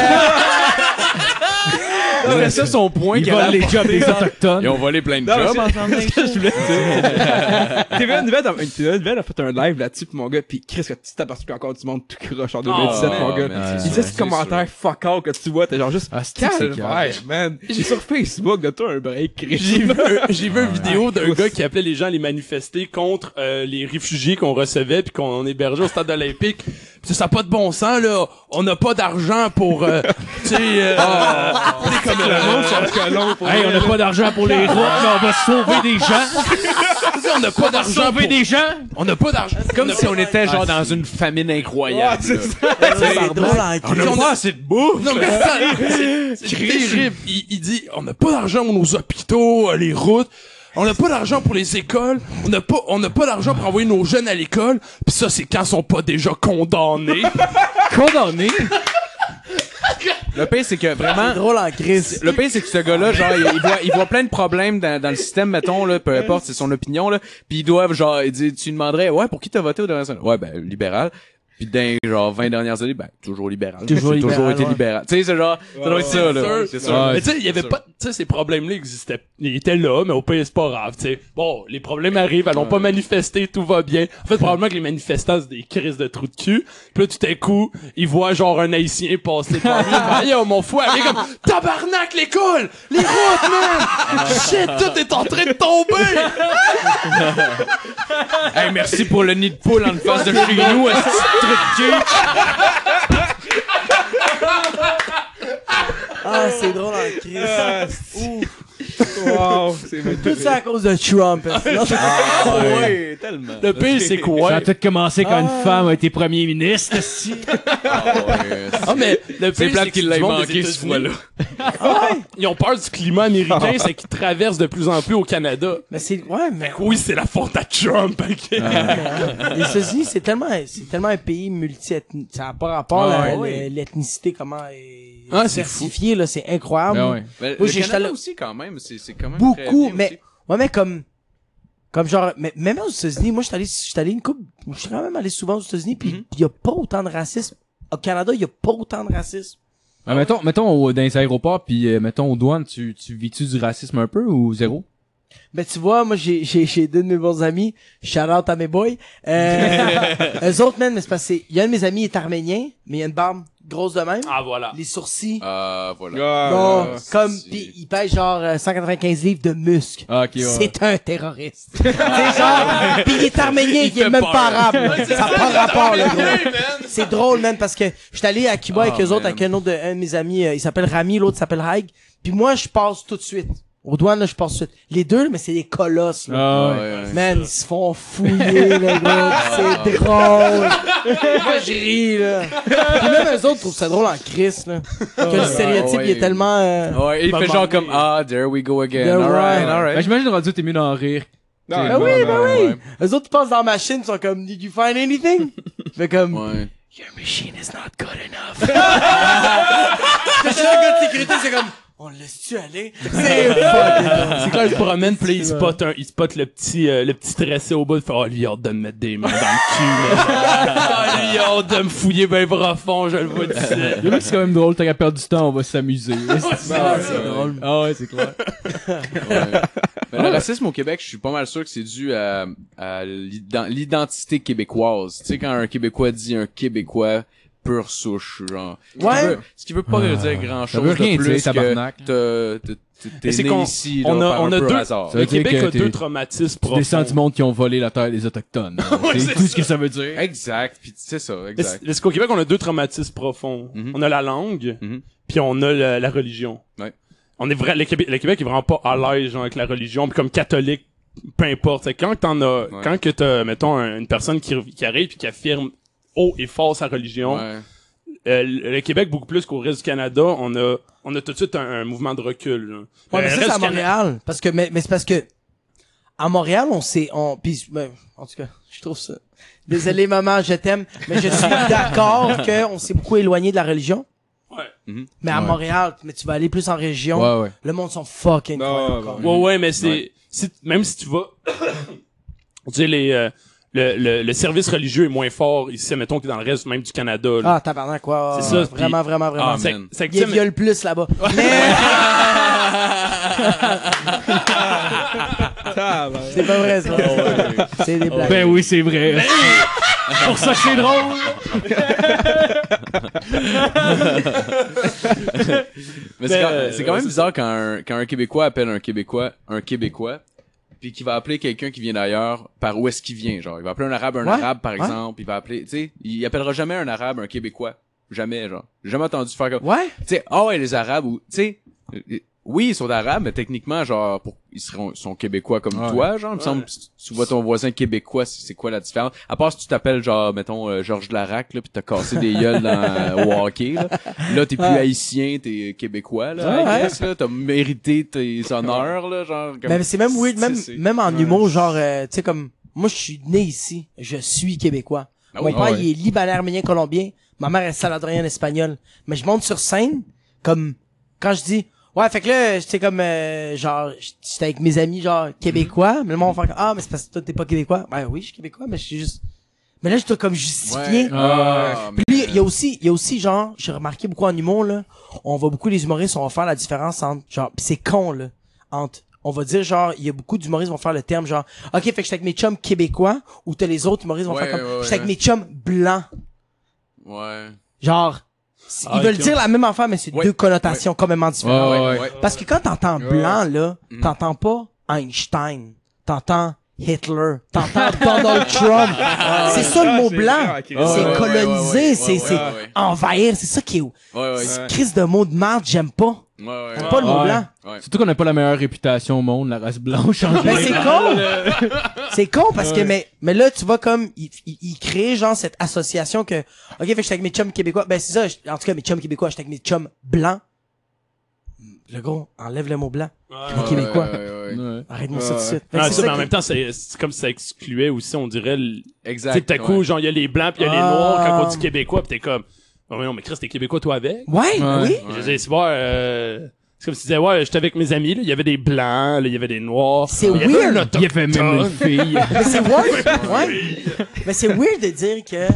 [SPEAKER 6] Non, mais ça, son point
[SPEAKER 3] Ils
[SPEAKER 6] qu'elle a
[SPEAKER 3] volent les jobs
[SPEAKER 6] apporté.
[SPEAKER 3] des autochtones.
[SPEAKER 6] Ils ont volé plein de
[SPEAKER 7] Non, mais
[SPEAKER 6] jobs. hein.
[SPEAKER 7] c'est-
[SPEAKER 6] ensemble.
[SPEAKER 7] TVA Nouvelle, a- TVA Nouvelle a fait un live là-dessus, pis mon gars, pis Chris, que tu t'as participé encore du monde tout croche
[SPEAKER 4] Ah,
[SPEAKER 7] en 2017,
[SPEAKER 6] ouais,
[SPEAKER 7] mon
[SPEAKER 6] ouais,
[SPEAKER 7] gars.
[SPEAKER 6] man,
[SPEAKER 7] Il
[SPEAKER 6] c'est
[SPEAKER 7] disait
[SPEAKER 6] sûr,
[SPEAKER 7] ce
[SPEAKER 6] c'est
[SPEAKER 7] commentaire fuck all que tu vois, t'es genre juste.
[SPEAKER 3] Ah, c'est que c'est
[SPEAKER 7] Calvaire, man. J'ai sur Facebook, donne-toi un break, Chris.
[SPEAKER 4] J'ai vu, un- j'ai vu une
[SPEAKER 3] Ouais.
[SPEAKER 4] vidéo d'un
[SPEAKER 7] Ouais.
[SPEAKER 4] gars qui appelait les gens à les manifester contre euh, les réfugiés qu'on recevait puis qu'on hébergeait au stade olympique. Puis ça n'a pas de bon sens là. On n'a pas d'argent pour. euh, tu sais. euh, t'sais, comme
[SPEAKER 7] Le monde sur le colon pour
[SPEAKER 3] Hey, on n'a pas d'argent pour les routes, mais on va sauver des gens.
[SPEAKER 4] t'sais, on n'a pas d'argent.
[SPEAKER 3] Sauver
[SPEAKER 4] pour-
[SPEAKER 3] des gens.
[SPEAKER 4] On n'a pas d'argent.
[SPEAKER 6] Comme si on était genre dans une famine incroyable. là.
[SPEAKER 5] C'est drôle en
[SPEAKER 4] On a
[SPEAKER 5] crise.
[SPEAKER 4] pas assez de bouffe! Non, mais ça, c'est- c'est terrible. Il, il dit, on n'a pas d'argent pour nos hôpitaux, euh, les routes. On n'a pas d'argent pour les écoles. On n'a pas, on n'a pas d'argent pour envoyer nos jeunes à l'école. Puis ça, c'est quand ils sont pas déjà condamnés.
[SPEAKER 3] Condamné.
[SPEAKER 6] Le pire, c'est que vraiment,
[SPEAKER 5] C'est drôle en crise.
[SPEAKER 6] Le pire, c'est que ce gars-là, genre, il, il voit, il voit plein de problèmes dans, dans le système, mettons, là, peu importe, c'est son opinion, là. Puis ils doivent, genre, il dit, tu lui demanderais, ouais, pour qui t'as voté au dernier sondage? Ouais, ben, libéral. Puis dans, genre, 20 dernières années, ben, toujours libéral.
[SPEAKER 5] Toujours
[SPEAKER 6] J'ai
[SPEAKER 5] libéral,
[SPEAKER 6] été
[SPEAKER 5] ouais.
[SPEAKER 6] libéral. Tu sais, c'est genre, ça doit être ça, là.
[SPEAKER 4] C'est
[SPEAKER 6] sûr.
[SPEAKER 4] Mais tu sais, il y avait pas, tu sais, ces problèmes-là existaient. Ils étaient là, mais au pays, c'est pas grave, tu sais. Bon, les problèmes arrivent, allons pas manifester, tout va bien. En fait, probablement que les manifestants, c'est des crises de trous de cul. Puis là, tout à coup, ils voient genre un haïtien passer par là. Yo, mon fou, avec comme, tabarnak, l'école! Les routes, man! Ah, Shit, tout est en train de tomber!
[SPEAKER 6] Hey, merci pour le nid de poule en face de chez nous, est-ce que c'est truc de cul?
[SPEAKER 5] Ah, c'est drôle en crise.
[SPEAKER 7] Wow, c'est magnifique.
[SPEAKER 5] Ah, Tout ça à cause de Trump. hein.
[SPEAKER 6] Ah, ouais, tellement.
[SPEAKER 4] Le pays, c'est quoi?
[SPEAKER 3] Ça a peut-être commencé quand une
[SPEAKER 5] Ah.
[SPEAKER 3] femme a été premier ministre. si.
[SPEAKER 4] Ah, mais le
[SPEAKER 6] C'est
[SPEAKER 4] pire,
[SPEAKER 6] plate
[SPEAKER 4] que
[SPEAKER 6] qu'il
[SPEAKER 4] du
[SPEAKER 6] l'ait
[SPEAKER 4] monde des
[SPEAKER 6] manqué ce
[SPEAKER 4] États-Unis,
[SPEAKER 6] fois-là.
[SPEAKER 4] Ils ont peur du climat américain, c'est qu'ils traversent de plus en plus au Canada.
[SPEAKER 5] Mais c'est. Ouais, mais.
[SPEAKER 4] Fait que oui, c'est la faute à Trump, ok?
[SPEAKER 5] Les États-Unis, c'est tellement, c'est tellement un pays multi-ethnique. Ça n'a pas rapport
[SPEAKER 6] Ah,
[SPEAKER 5] à la-
[SPEAKER 6] ouais.
[SPEAKER 5] l'ethnicité, comment est
[SPEAKER 6] Ah, c'est Ah
[SPEAKER 5] diversifiée, là. C'est incroyable.
[SPEAKER 3] Ben ouais.
[SPEAKER 6] Mais
[SPEAKER 5] Moi,
[SPEAKER 6] le
[SPEAKER 5] j'ai- j'étais
[SPEAKER 6] Canada
[SPEAKER 5] là-
[SPEAKER 6] aussi, quand même, c'est, c'est quand même très
[SPEAKER 5] Beaucoup,
[SPEAKER 6] bien aussi.
[SPEAKER 5] mais. Ouais, mais comme. Comme genre. Mais, même aux États-Unis, moi, je suis allé, j'étais allé une coupe. Je suis quand même allé souvent aux États-Unis,
[SPEAKER 6] Mm-hmm.
[SPEAKER 5] puis il y a pas autant de racisme. Au Canada, il y a pas autant de racisme.
[SPEAKER 3] Ah, mettons, mettons au, dans les aéroports, puis euh, mettons aux douanes, tu, tu vis-tu du racisme un peu ou zéro?
[SPEAKER 5] Ben tu vois, moi j'ai j'ai j'ai deux de mes bons amis, shout out à mes boys. Euh, eux autres man, mais c'est parce que il y a un de mes amis il est arménien, mais il a une barbe grosse de même,
[SPEAKER 4] Ah, voilà.
[SPEAKER 5] les sourcils,
[SPEAKER 6] Ah, voilà.
[SPEAKER 7] Ah,
[SPEAKER 5] bon,
[SPEAKER 6] euh,
[SPEAKER 5] comme
[SPEAKER 6] c'est-
[SPEAKER 5] pis il pèse genre euh, 195 livres de muscles.
[SPEAKER 3] Ah, ok,
[SPEAKER 5] C'est un terroriste. c'est genre pis il est arménien, il, est
[SPEAKER 6] fait
[SPEAKER 5] même
[SPEAKER 6] peur.
[SPEAKER 5] pas arabe. ça n'a pas rapport le gros. C'est drôle man parce que j'étais allé à Cuba
[SPEAKER 6] Ah,
[SPEAKER 5] avec eux autres
[SPEAKER 6] man.
[SPEAKER 5] avec un autre de, un de mes amis, euh, il s'appelle Rami, l'autre s'appelle Haig. Puis moi je passe tout de suite. Aux douanes là, je passe tout de suite. Les deux mais c'est des colosses. Là.
[SPEAKER 3] Ah, ouais.
[SPEAKER 6] ouais. Ah,
[SPEAKER 5] Man, ils se font fouiller, le gars, c'est drôle. Moi, je ris, là. Puis même eux autres trouvent ça drôle en crise, là. Que le stéréotype, il
[SPEAKER 6] Ah, ouais.
[SPEAKER 5] est tellement... euh,
[SPEAKER 6] Ouais, il fait genre comme, ah, there we go again.
[SPEAKER 5] There we-
[SPEAKER 6] alright, alright.
[SPEAKER 3] Ben, j'imagine rendu, t'es mieux d'en rire.
[SPEAKER 7] Ben
[SPEAKER 5] oui, ben
[SPEAKER 7] oui.
[SPEAKER 5] Hey,
[SPEAKER 6] Ah.
[SPEAKER 5] Eux autres, ils passent dans la machine, ils sont comme, did you find anything? Fait comme,
[SPEAKER 6] Ouais.
[SPEAKER 5] your machine is not good enough. Fait que le gars de sécurité, c'est comme, on le laisse-tu aller? C'est fucking
[SPEAKER 4] C'est quand il se promène, pis là, il spot, un, il spot le petit, euh, le petit stressé au bout, il fait, oh, lui, il a hâte de me mettre des mains dans le cul, mais- Ah, lui, il a hâte de me fouiller ben profond, je le vois d'ici.
[SPEAKER 3] Le mec, c'est quand même drôle, t'as qu'à perdre du temps, on va s'amuser.
[SPEAKER 5] drôle. C'est drôle.
[SPEAKER 3] ah ouais, c'est clair.
[SPEAKER 6] Ouais. Mais le racisme au Québec, je suis pas mal sûr que c'est dû à, à l'ident- l'identité québécoise. Tu sais, quand un Québécois dit un Québécois pure souche, genre. Ce qui
[SPEAKER 5] Ouais.
[SPEAKER 6] veut- Ce qui veut pas dire
[SPEAKER 3] Ah.
[SPEAKER 6] grand
[SPEAKER 3] veut
[SPEAKER 6] chose de
[SPEAKER 3] rien dire,
[SPEAKER 6] plus
[SPEAKER 3] tabarnak.
[SPEAKER 6] que t'as- t'as-
[SPEAKER 4] Mais
[SPEAKER 6] t'es
[SPEAKER 4] c'est
[SPEAKER 6] né
[SPEAKER 4] qu'on-
[SPEAKER 6] ici,
[SPEAKER 4] on
[SPEAKER 6] là,
[SPEAKER 4] a-
[SPEAKER 6] par
[SPEAKER 4] on
[SPEAKER 6] un
[SPEAKER 4] a
[SPEAKER 6] peu
[SPEAKER 4] deux-
[SPEAKER 6] hasard.
[SPEAKER 3] Ça
[SPEAKER 4] Le
[SPEAKER 3] veut dire
[SPEAKER 4] Québec
[SPEAKER 3] que
[SPEAKER 4] a deux
[SPEAKER 3] t'es-
[SPEAKER 4] traumatismes
[SPEAKER 3] Tu descends du
[SPEAKER 4] profonds.
[SPEAKER 3] monde qui ont volé la terre des Autochtones. c'est tout ce que ça veut dire.
[SPEAKER 6] Exact, pis c'est ça,
[SPEAKER 4] Mais c'est-
[SPEAKER 6] exact.
[SPEAKER 4] Parce qu'au Québec, on a deux traumatismes profonds.
[SPEAKER 6] Mhm.
[SPEAKER 4] On a la langue,
[SPEAKER 6] Mhm.
[SPEAKER 4] puis on a la, la religion.
[SPEAKER 6] Ouais.
[SPEAKER 4] On est vrai, le Québec, le Québec est vraiment pas à l'aise genre, avec la religion, puis comme catholique, peu importe. C'est quand t'en as,
[SPEAKER 6] Ouais.
[SPEAKER 4] quand que t'as, mettons, un- une personne qui, qui arrive puis qui affirme haut et fort sa religion,
[SPEAKER 6] Ouais.
[SPEAKER 4] euh, le le Québec beaucoup plus qu'au reste du Canada, on a, on a tout de suite un, un mouvement de recul. là.
[SPEAKER 5] Ouais,
[SPEAKER 4] Le
[SPEAKER 5] mais
[SPEAKER 4] reste
[SPEAKER 5] ça, c'est à
[SPEAKER 4] du Cana-
[SPEAKER 5] Montréal. Parce que, mais, mais c'est parce que, à Montréal, on s'est, on, pis, ben, en tout cas, je trouve ça. Désolé, maman, je t'aime, mais je suis d'accord qu'on s'est beaucoup éloigné de la religion.
[SPEAKER 4] Ouais.
[SPEAKER 6] Mhm.
[SPEAKER 5] Mais à
[SPEAKER 3] Ouais.
[SPEAKER 5] Montréal, mais tu vas aller plus en région.
[SPEAKER 3] Ouais, ouais.
[SPEAKER 5] Le monde sont fucking
[SPEAKER 7] Non,
[SPEAKER 5] croyants
[SPEAKER 6] Mhm.
[SPEAKER 7] non,
[SPEAKER 5] encore.
[SPEAKER 4] Ouais, ouais, mais c'est, si- même si tu vas, tu sais, les, euh, le, le, le service religieux est moins fort ici, mettons, que dans le reste même du Canada. là.
[SPEAKER 5] Ah, tabarnak, quoi.
[SPEAKER 4] C'est ça, puis-
[SPEAKER 5] Vraiment, vraiment, vraiment.
[SPEAKER 6] Ah,
[SPEAKER 4] C'est-
[SPEAKER 6] man.
[SPEAKER 4] c'est que,
[SPEAKER 5] Il
[SPEAKER 4] tu sais,
[SPEAKER 5] viole plus là-bas. Mais
[SPEAKER 7] Ah, ben.
[SPEAKER 5] c'est pas vrai, ça. C'est des blagues.
[SPEAKER 3] Ben oui, c'est vrai. Pour ça que c'est drôle.
[SPEAKER 6] Mais c'est
[SPEAKER 4] Ben,
[SPEAKER 6] quand, c'est quand
[SPEAKER 4] ouais,
[SPEAKER 6] même bizarre quand un, quand un Québécois appelle un Québécois un Québécois, puis qu'il va appeler quelqu'un qui vient d'ailleurs par où est-ce qu'il vient. Genre, il va appeler un Arabe un
[SPEAKER 5] Ouais,
[SPEAKER 6] Arabe, par
[SPEAKER 5] ouais.
[SPEAKER 6] exemple. Il va appeler, tu sais, il appellera jamais un Arabe un Québécois. Jamais, genre. J'ai jamais entendu faire comme...
[SPEAKER 5] Ouais?
[SPEAKER 6] Tu sais, ah ouais, les Arabes, ou, tu sais... euh, euh, Oui, ils sont arabes, mais techniquement, genre, pour, ils seront, sont québécois comme
[SPEAKER 3] Ouais.
[SPEAKER 6] toi, genre, il me semble, si tu- tu vois ton voisin québécois, c'est c'est quoi la différence? À part si tu t'appelles, genre, mettons, euh, Georges Larac, là, pis t'as cassé des gueules dans, euh, au hockey, là. Là, t'es plus haïtien, t'es québécois, là.
[SPEAKER 5] Ouais.
[SPEAKER 6] I guess, là. T'as mérité tes honneurs, là, genre, comme...
[SPEAKER 5] Mais c'est même weird, même,
[SPEAKER 6] C'est- c'est-
[SPEAKER 5] même en humour, genre, euh, tu sais, comme, moi, je suis né ici. Je suis québécois.
[SPEAKER 6] Ah
[SPEAKER 5] Mon
[SPEAKER 6] oui.
[SPEAKER 5] père,
[SPEAKER 6] Ah ouais.
[SPEAKER 5] il est libanais, arménien, colombien. Ma mère est saladrienne, espagnole. Mais je monte sur scène, comme, quand je dis, ouais, fait que là, j'étais comme, euh, genre, j'étais avec mes amis, genre, québécois. Mais le monde va faire, comme, ah, mais c'est parce que toi, t'es pas québécois. Ben oui, je suis québécois, mais je suis juste, mais là, je dois comme justifier.
[SPEAKER 6] Ouais. Ah,
[SPEAKER 5] Puis lui, il y a aussi, il y a aussi genre, j'ai remarqué beaucoup en humour là, on va beaucoup les humoristes on va faire la différence entre genre, pis c'est con là, entre on va dire genre, il y a beaucoup d'humoristes vont faire le terme genre, ok, fait que j'étais avec mes chums québécois ou t'as les autres humoristes vont
[SPEAKER 6] Ouais,
[SPEAKER 5] faire comme,
[SPEAKER 6] ouais,
[SPEAKER 5] j'étais avec
[SPEAKER 6] ouais.
[SPEAKER 5] mes chums blancs,
[SPEAKER 6] Ouais.
[SPEAKER 5] genre, c'est-
[SPEAKER 4] Ah,
[SPEAKER 5] ils veulent
[SPEAKER 4] ok.
[SPEAKER 5] dire la même affaire mais c'est
[SPEAKER 6] Ouais,
[SPEAKER 5] deux connotations complètement différentes.
[SPEAKER 3] Ouais, ouais.
[SPEAKER 5] Parce que quand t'entends blanc là,
[SPEAKER 6] Mm.
[SPEAKER 5] t'entends pas Einstein, t'entends Hitler, t'entends Donald Trump, c'est ça le mot
[SPEAKER 7] c'est
[SPEAKER 5] blanc,
[SPEAKER 7] vrai, ok.
[SPEAKER 5] c'est
[SPEAKER 7] Ouais, ouais, ouais,
[SPEAKER 6] ouais, ouais, ouais,
[SPEAKER 5] colonisé, c'est
[SPEAKER 6] ouais,
[SPEAKER 5] c'est
[SPEAKER 6] ouais, ouais.
[SPEAKER 5] envahir, c'est ça qui est
[SPEAKER 6] Ouais, ouais.
[SPEAKER 5] ce
[SPEAKER 7] Ouais.
[SPEAKER 5] crise de mot de merde, j'aime pas.
[SPEAKER 6] Ouais, ouais.
[SPEAKER 5] J'aime pas le mot
[SPEAKER 3] Ouais.
[SPEAKER 5] blanc.
[SPEAKER 6] Ouais.
[SPEAKER 3] Surtout qu'on n'a pas la meilleure réputation au monde, la race blanche en
[SPEAKER 5] Ben,
[SPEAKER 3] général.
[SPEAKER 5] c'est con! c'est con parce que, mais, mais là, tu vois, comme, il, il, il crée, genre, cette association que, ok, fait que j'étais avec mes chums québécois. Ben, c'est ça, je- en tout cas, mes chums québécois, j'étais avec mes chums blancs. Le gros, enlève le mot blanc.
[SPEAKER 4] Ouais.
[SPEAKER 5] Les Québécois.
[SPEAKER 6] Ouais, ouais, ouais, ouais.
[SPEAKER 3] Ouais.
[SPEAKER 5] Arrête-moi
[SPEAKER 7] Ouais,
[SPEAKER 5] ça tout de
[SPEAKER 7] ouais.
[SPEAKER 5] suite. Fait que
[SPEAKER 4] Non, Ah, ça,
[SPEAKER 5] c'est
[SPEAKER 4] mais
[SPEAKER 5] ça
[SPEAKER 4] en
[SPEAKER 5] qui-
[SPEAKER 4] même temps, c'est c'est comme si ça excluait aussi, on dirait, le-
[SPEAKER 6] Exact.
[SPEAKER 4] Tu sais, tout à coup,
[SPEAKER 6] ouais.
[SPEAKER 4] genre, il y a les blancs, puis il y a les
[SPEAKER 5] Ah.
[SPEAKER 4] noirs, quand on dit québécois, puis t'es comme, oh, mais non, mais Chris, t'es québécois, toi, avec?
[SPEAKER 5] Ouais,
[SPEAKER 3] Ouais.
[SPEAKER 5] oui.
[SPEAKER 4] Je disais, c'est pas, euh, c'est comme si tu disais, ouais, j'étais avec mes amis, là, il y avait des blancs, là, il y avait des noirs.
[SPEAKER 5] C'est
[SPEAKER 4] Oh, Il y avait
[SPEAKER 5] weird.
[SPEAKER 4] un auto-
[SPEAKER 3] Il y avait même une fille.
[SPEAKER 5] Mais c'est weird. ouais. Mais c'est weird de dire que,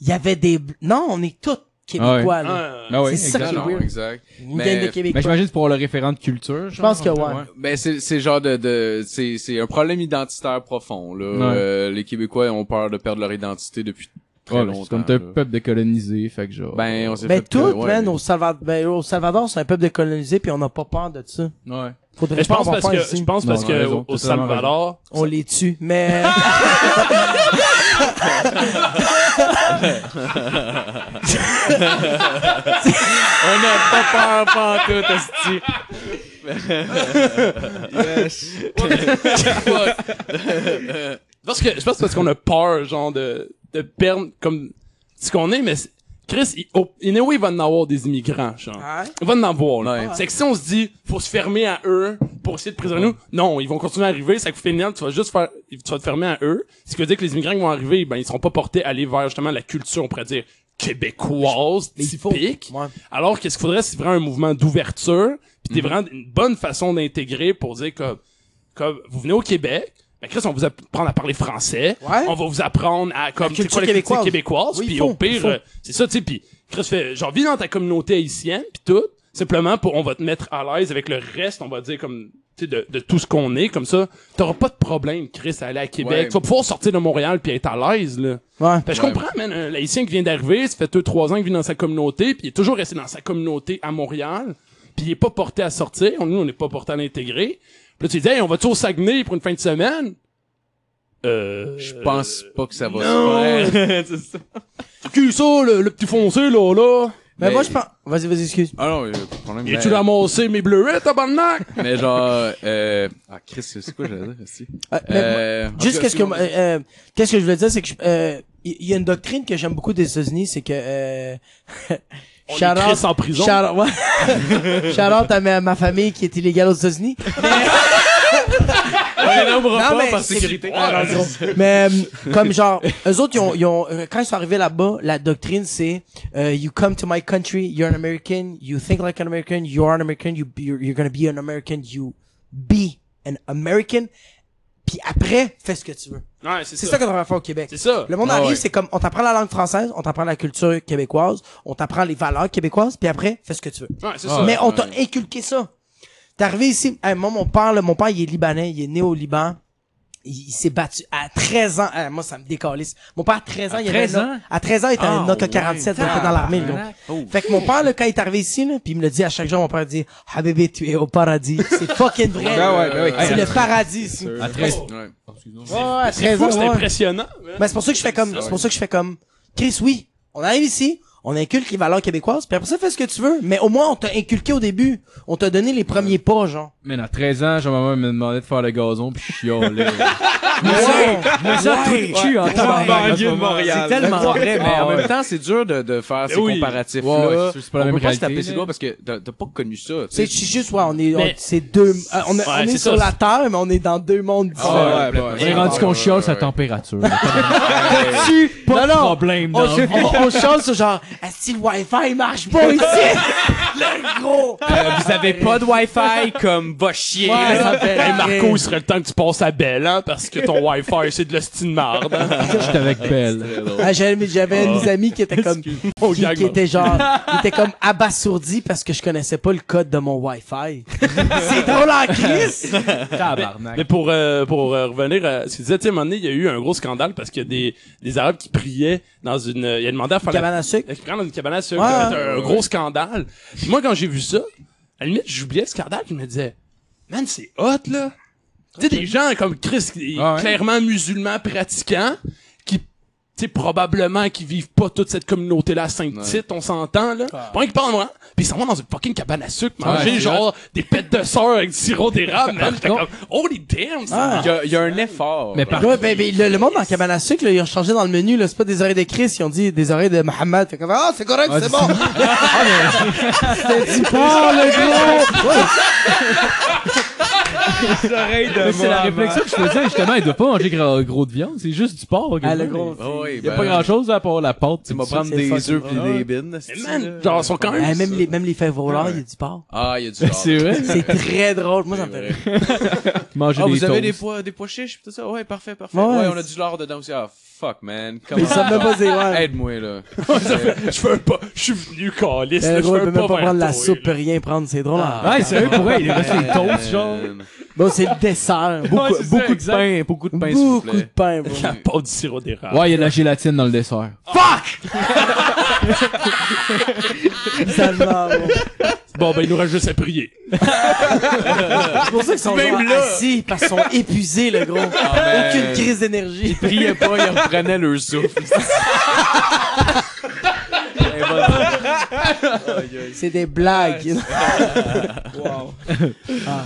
[SPEAKER 5] il y avait des, bl- non, on est tous québécois, là.
[SPEAKER 4] Ah,
[SPEAKER 3] Ben oui,
[SPEAKER 5] C'est ça
[SPEAKER 3] exact.
[SPEAKER 5] qui est
[SPEAKER 6] Non,
[SPEAKER 5] weird.
[SPEAKER 6] exact.
[SPEAKER 5] Une
[SPEAKER 6] Mais-
[SPEAKER 5] gang de
[SPEAKER 6] mais
[SPEAKER 3] Mais
[SPEAKER 5] québécois.
[SPEAKER 3] Ben, j'imagine c'est pour le référent de culture.
[SPEAKER 5] Je pense que ouais.
[SPEAKER 6] Ben c'est c'est genre de, de c'est c'est un problème identitaire profond là.
[SPEAKER 3] Ouais.
[SPEAKER 6] Euh, les Québécois ont peur de perdre leur identité depuis très
[SPEAKER 3] Ouais,
[SPEAKER 6] longtemps.
[SPEAKER 3] c'est comme t'es un
[SPEAKER 6] là.
[SPEAKER 3] peuple décolonisé, fait que genre.
[SPEAKER 6] ben on s'est
[SPEAKER 5] Ben,
[SPEAKER 6] fait
[SPEAKER 4] euh,
[SPEAKER 5] tout,
[SPEAKER 6] ouais.
[SPEAKER 5] man, au Salvador, ben, au Salvador, c'est un peuple décolonisé, puis on n'a pas peur de ça.
[SPEAKER 3] Ouais.
[SPEAKER 5] Faudrait
[SPEAKER 4] Mais je
[SPEAKER 5] pas
[SPEAKER 4] pense
[SPEAKER 5] avoir
[SPEAKER 4] parce
[SPEAKER 5] peur
[SPEAKER 4] que,
[SPEAKER 5] ici.
[SPEAKER 4] je pense
[SPEAKER 3] Non,
[SPEAKER 4] parce
[SPEAKER 3] t'as
[SPEAKER 4] que,
[SPEAKER 3] raison,
[SPEAKER 4] au- au
[SPEAKER 3] t'as totalement
[SPEAKER 4] Salvador,
[SPEAKER 5] On les tue, mais...
[SPEAKER 6] On n'a pas peur pantoute, esti.
[SPEAKER 4] je pense que, je pense parce qu'on a peur, genre, de, de perdre, comme, ce qu'on est, mais c'est- Chris, il, oh, anyway, il va en avoir des immigrants, genre.
[SPEAKER 5] Hein?
[SPEAKER 4] Il va en avoir, là.
[SPEAKER 6] Ouais.
[SPEAKER 4] C'est que si on se dit, faut se fermer à eux pour essayer de préserver nous, non, ils vont continuer à arriver, c'est que finalement, tu vas juste faire, tu vas te fermer à eux. Ce qui veut dire que les immigrants qui vont arriver, ben, ils seront pas portés à aller vers, justement, la culture, on pourrait dire, québécoise,
[SPEAKER 5] Mais il faut-
[SPEAKER 4] typique.
[SPEAKER 5] Ouais.
[SPEAKER 4] Alors qu'est-ce qu'il faudrait, c'est vraiment un mouvement d'ouverture, puis t'es vraiment une bonne façon d'intégrer pour dire que, comme vous venez au Québec, ben Chris, on va vous apprendre à parler français,
[SPEAKER 5] Ouais.
[SPEAKER 4] on va vous apprendre à comme c'est
[SPEAKER 5] culture
[SPEAKER 4] quoi la culture
[SPEAKER 5] québécoise.
[SPEAKER 4] québécoise,
[SPEAKER 5] Oui, il
[SPEAKER 4] puis
[SPEAKER 5] faut,
[SPEAKER 4] au
[SPEAKER 5] il
[SPEAKER 4] pire,
[SPEAKER 5] faut.
[SPEAKER 4] euh, c'est ça, tu sais, puis Chris fait genre vis dans ta communauté haïtienne, puis tout, simplement pour on va te mettre à l'aise avec le reste, on va dire comme tu sais, de, de tout ce qu'on est comme ça, t'auras pas de problème, Chris, à aller à Québec.
[SPEAKER 6] Ouais.
[SPEAKER 4] Tu vas pouvoir sortir de Montréal puis être à l'aise là.
[SPEAKER 5] Ouais.
[SPEAKER 4] Fait que Ben, je
[SPEAKER 6] Ouais.
[SPEAKER 4] comprends, man, un haïtien qui vient d'arriver, ça fait 2-3 ans qu'il vit dans sa communauté, puis il est toujours resté dans sa communauté à Montréal, puis il est pas porté à sortir, On- nous, on n'est pas porté à l'intégrer. Puis là, tu dis, hey, on va-tu au Saguenay pour une fin de semaine? Euh...
[SPEAKER 6] Je pense pas que ça va
[SPEAKER 4] Non!
[SPEAKER 6] se faire.
[SPEAKER 4] C'est ça. Qui ça, le, le petit foncé, là, là?
[SPEAKER 5] Mais,
[SPEAKER 6] Mais-
[SPEAKER 5] moi, je pense... Vas-y, vas-y, excuse.
[SPEAKER 6] Ah non, il y a pas de problème.
[SPEAKER 4] Et tu
[SPEAKER 6] mais,
[SPEAKER 4] ramassé mes bleuets, tabarnak?
[SPEAKER 6] mais genre euh ah Chris, c'est quoi j'allais dire esti?
[SPEAKER 5] Euh, mais moi-
[SPEAKER 6] Euh,
[SPEAKER 5] Juste
[SPEAKER 6] en tout cas,
[SPEAKER 5] qu'est-ce que...
[SPEAKER 6] excuse-moi.
[SPEAKER 5] euh, euh, qu'est-ce que je voulais dire, c'est que... je- euh, Il il y a une doctrine que j'aime beaucoup des États-Unis, c'est que... Euh...
[SPEAKER 4] On
[SPEAKER 5] shout-out-
[SPEAKER 4] est Chris en prison.
[SPEAKER 5] Shout-out ouais. Shout-out à ma, ma famille qui est illégale aux États-Unis.
[SPEAKER 6] On les nommera
[SPEAKER 5] Non,
[SPEAKER 6] pas
[SPEAKER 5] mais
[SPEAKER 6] par
[SPEAKER 5] c'est-
[SPEAKER 6] sécurité.
[SPEAKER 4] Ah,
[SPEAKER 5] Ah, Mais euh, comme genre, eux autres, ils ont, ils ont, euh, quand ils sont arrivés là-bas, la doctrine c'est euh, You come to my country, you're an American, you think like an American, you are an American, you be- you're, you're gonna be an American, you be an American. puis après, fais ce que tu veux.
[SPEAKER 4] Ouais, c'est
[SPEAKER 5] C'est
[SPEAKER 4] ça.
[SPEAKER 5] ça qu'on devrait faire au Québec.
[SPEAKER 4] C'est ça.
[SPEAKER 5] Le monde
[SPEAKER 6] Ah
[SPEAKER 5] arrive,
[SPEAKER 6] ouais.
[SPEAKER 5] c'est comme, on t'apprend la langue française, on t'apprend la culture québécoise, on t'apprend les valeurs québécoises, puis après, fais ce que tu veux.
[SPEAKER 4] Ouais, c'est
[SPEAKER 6] Ah,
[SPEAKER 4] ça.
[SPEAKER 5] Mais on t'a
[SPEAKER 6] ouais.
[SPEAKER 5] inculqué ça. T'es arrivé ici. Hey, moi, mon père, là, mon père, il est libanais, il est né au Liban. Il, il s'est battu à 13 ans. Hey, moi, ça me décalisse. Mon père, à 13 ans, il avait
[SPEAKER 3] 13
[SPEAKER 5] un-
[SPEAKER 3] ans?
[SPEAKER 5] À 13 ans, il était
[SPEAKER 6] Ah,
[SPEAKER 5] un AK
[SPEAKER 6] ouais.
[SPEAKER 5] 47, il était dans l'armée, le gars. Fait que mon père, là, quand il est arrivé ici, là, puis il me le dit à chaque jour, mon père dit, ah bébé, tu es au paradis. C'est fucking vrai.
[SPEAKER 7] Ben ouais,
[SPEAKER 5] là.
[SPEAKER 7] ben ouais.
[SPEAKER 5] C'est le paradis ici.
[SPEAKER 7] sûr.
[SPEAKER 3] À 13
[SPEAKER 6] Ah, Ouais.
[SPEAKER 5] Ouais, à
[SPEAKER 4] C'est
[SPEAKER 5] 13
[SPEAKER 4] fou, c'est
[SPEAKER 5] ans. ouais.
[SPEAKER 4] impressionnant.
[SPEAKER 5] Ben, c'est pour ça que je fais comme, c'est pour ça que je fais comme, Chris, oui, on arrive ici, on inculque les valeurs québécoises, puis après ça, fais ce que tu veux. Mais au moins, on t'a inculqué au début. On t'a donné les premiers pas, genre.
[SPEAKER 3] Mais à 13 ans, genre, maman me demandait de faire le gazon, puis je chialais. Je me sens tout le cul en
[SPEAKER 7] La
[SPEAKER 3] tabarnak.
[SPEAKER 7] banlieue de Montréal.
[SPEAKER 6] C'est tellement
[SPEAKER 3] D'accord.
[SPEAKER 6] vrai, mais
[SPEAKER 3] Ah
[SPEAKER 6] en
[SPEAKER 3] ouais.
[SPEAKER 6] même temps, c'est dur de, de faire ces
[SPEAKER 4] oui.
[SPEAKER 6] comparatifs-là.
[SPEAKER 3] Ouais, ouais, c'est- c'est pas la
[SPEAKER 6] on
[SPEAKER 3] même
[SPEAKER 6] peut pas se
[SPEAKER 3] réalité,
[SPEAKER 6] taper
[SPEAKER 3] là.
[SPEAKER 6] sur le doigt parce que t'as t'as pas connu ça. tu
[SPEAKER 5] C'est
[SPEAKER 6] sais.
[SPEAKER 5] c'est juste, ouais, on est, on-
[SPEAKER 4] Mais-
[SPEAKER 5] c'est deux, euh, on, est-
[SPEAKER 4] Ouais,
[SPEAKER 5] on est
[SPEAKER 4] c'est
[SPEAKER 5] sur
[SPEAKER 4] ça.
[SPEAKER 5] la terre, mais on est dans deux mondes différents.
[SPEAKER 7] Ah, ouais, ouais,
[SPEAKER 3] J'ai
[SPEAKER 7] ouais.
[SPEAKER 3] rendu qu'on chiale sa température. Là-dessus, pas de problème.
[SPEAKER 5] On,
[SPEAKER 3] dans le fond.
[SPEAKER 5] on, on chante sur genre, si le wifi il marche pas ici? le gros!
[SPEAKER 3] Euh,
[SPEAKER 8] vous avez pas de Wi-Fi comme va chier.
[SPEAKER 5] Ouais, ça me fait
[SPEAKER 4] Hey,
[SPEAKER 5] rire.
[SPEAKER 4] Marco, il serait le temps que tu passes à Belle, hein, parce que ton Wi-Fi, c'est de l'hostie de marde. hein.
[SPEAKER 3] J'étais avec Belle.
[SPEAKER 5] Ah, j'avais, j'avais mes amis qui étaient comme,
[SPEAKER 4] Mon
[SPEAKER 5] qui,
[SPEAKER 4] gag,
[SPEAKER 5] qui était genre, il était comme abasourdi parce que je connaissais pas le code de mon Wi-Fi. c'est drôle en crise!
[SPEAKER 4] Mais
[SPEAKER 3] Tabarnak.
[SPEAKER 4] pour, euh, pour euh, revenir à ce que tu disais, tu sais, à un moment donné, il y a eu un gros scandale parce qu'il y a des, des Arabes qui priaient dans une... euh, Il a demandé à faire la-
[SPEAKER 5] Cabane à sucre.
[SPEAKER 4] qui prend dans une cabane à sucre.
[SPEAKER 5] Ouais.
[SPEAKER 4] ça va être un gros scandale. Puis moi, quand j'ai vu ça, à la limite, j'oubliais le scandale, puis je me disais, man, c'est hot, là. Tu sais, des gens comme Chris, qui est
[SPEAKER 3] Ah ouais.
[SPEAKER 4] clairement musulmans pratiquants, qui, tu sais, probablement qui vivent pas toute cette communauté-là à Saint-Tite, on s'entend, là. Pas rien qu'ils parlent, moi. Puis ils s'en vont dans une fucking cabane à sucre, manger,
[SPEAKER 3] c'est
[SPEAKER 4] genre, des pètes de soeur avec du sirop d'érable, man. J'étais comme, holy damn, ça.
[SPEAKER 5] Ah.
[SPEAKER 6] Il y, a- il y a un effort.
[SPEAKER 3] Mais par
[SPEAKER 5] Ouais, ben, ben, le, le monde dans cabane à sucre, là, ils ont changé dans le menu, là, c'est pas des oreilles de Chris, ils ont dit des oreilles de Mohammed. Fait comme, ah, c'est correct, c'est bon! C'était du porc, Ah, le gros!
[SPEAKER 3] Mais c'est la réflexion que je faisais, justement, il doit pas manger gros, gros de viande, c'est juste du porc.
[SPEAKER 5] Ah, le
[SPEAKER 3] quasiment.
[SPEAKER 5] gros.
[SPEAKER 6] Oh, oui,
[SPEAKER 3] Il y a
[SPEAKER 6] ben,
[SPEAKER 3] pas grand chose à part la pâte.
[SPEAKER 6] Tu vas
[SPEAKER 3] prendre
[SPEAKER 6] prendre
[SPEAKER 5] C'est fucking
[SPEAKER 6] des œufs puis
[SPEAKER 5] drôle.
[SPEAKER 6] des bines. euh,
[SPEAKER 4] Mais man, genre, ils sont quand même.
[SPEAKER 5] Ah, même, les, même les fèves voleurs, il y a du porc.
[SPEAKER 6] Ah, il y a du
[SPEAKER 3] C'est vrai?
[SPEAKER 5] C'est très drôle. Moi, ça me fait rire.
[SPEAKER 3] Manger
[SPEAKER 6] Ah,
[SPEAKER 3] des
[SPEAKER 6] vous avez des
[SPEAKER 3] toasts.
[SPEAKER 6] pois, des pois chiches, tout ça? Ouais, parfait, parfait.
[SPEAKER 5] Ouais.
[SPEAKER 6] Ouais, on a du lard dedans aussi. Ah, fuck, man. Come
[SPEAKER 5] Mais
[SPEAKER 6] on.
[SPEAKER 5] ça me pas dire, ouais.
[SPEAKER 6] Aide-moi, là.
[SPEAKER 4] Je veux pas. Je suis venu, calice.
[SPEAKER 5] Le
[SPEAKER 4] là, Je
[SPEAKER 5] Euh, gros, il peut
[SPEAKER 4] veux
[SPEAKER 5] Eh, même
[SPEAKER 4] pas
[SPEAKER 5] pas prendre la
[SPEAKER 4] vers toi,
[SPEAKER 5] soupe,
[SPEAKER 4] là.
[SPEAKER 5] peut rien prendre, c'est drôle. hein.
[SPEAKER 3] Ouais, sérieux, pour vrai, il reste des toasts, genre.
[SPEAKER 6] Ah, Man.
[SPEAKER 5] Bon, c'est le dessert.
[SPEAKER 3] Ouais,
[SPEAKER 5] Beaucoup,
[SPEAKER 3] c'est ça,
[SPEAKER 5] beaucoup de
[SPEAKER 3] exact.
[SPEAKER 5] pain.
[SPEAKER 6] Beaucoup de pain, s'il vous
[SPEAKER 5] Beaucoup de
[SPEAKER 6] plaît.
[SPEAKER 5] pain, bro.
[SPEAKER 4] La pâte du sirop d'érable.
[SPEAKER 3] Ouais, il y a de la gélatine dans le dessert.
[SPEAKER 5] Bizarrement, bro.
[SPEAKER 4] Bon, ben, il nous reste juste à prier.
[SPEAKER 5] C'est pour ça qu'ils sont genre assis, parce qu'ils sont épuisés, le gros.
[SPEAKER 6] mais-
[SPEAKER 5] Aucune crise d'énergie.
[SPEAKER 6] Priez pas, ils reprenaient leur souffle. Eh, bon,
[SPEAKER 5] C'est des blagues. Ah,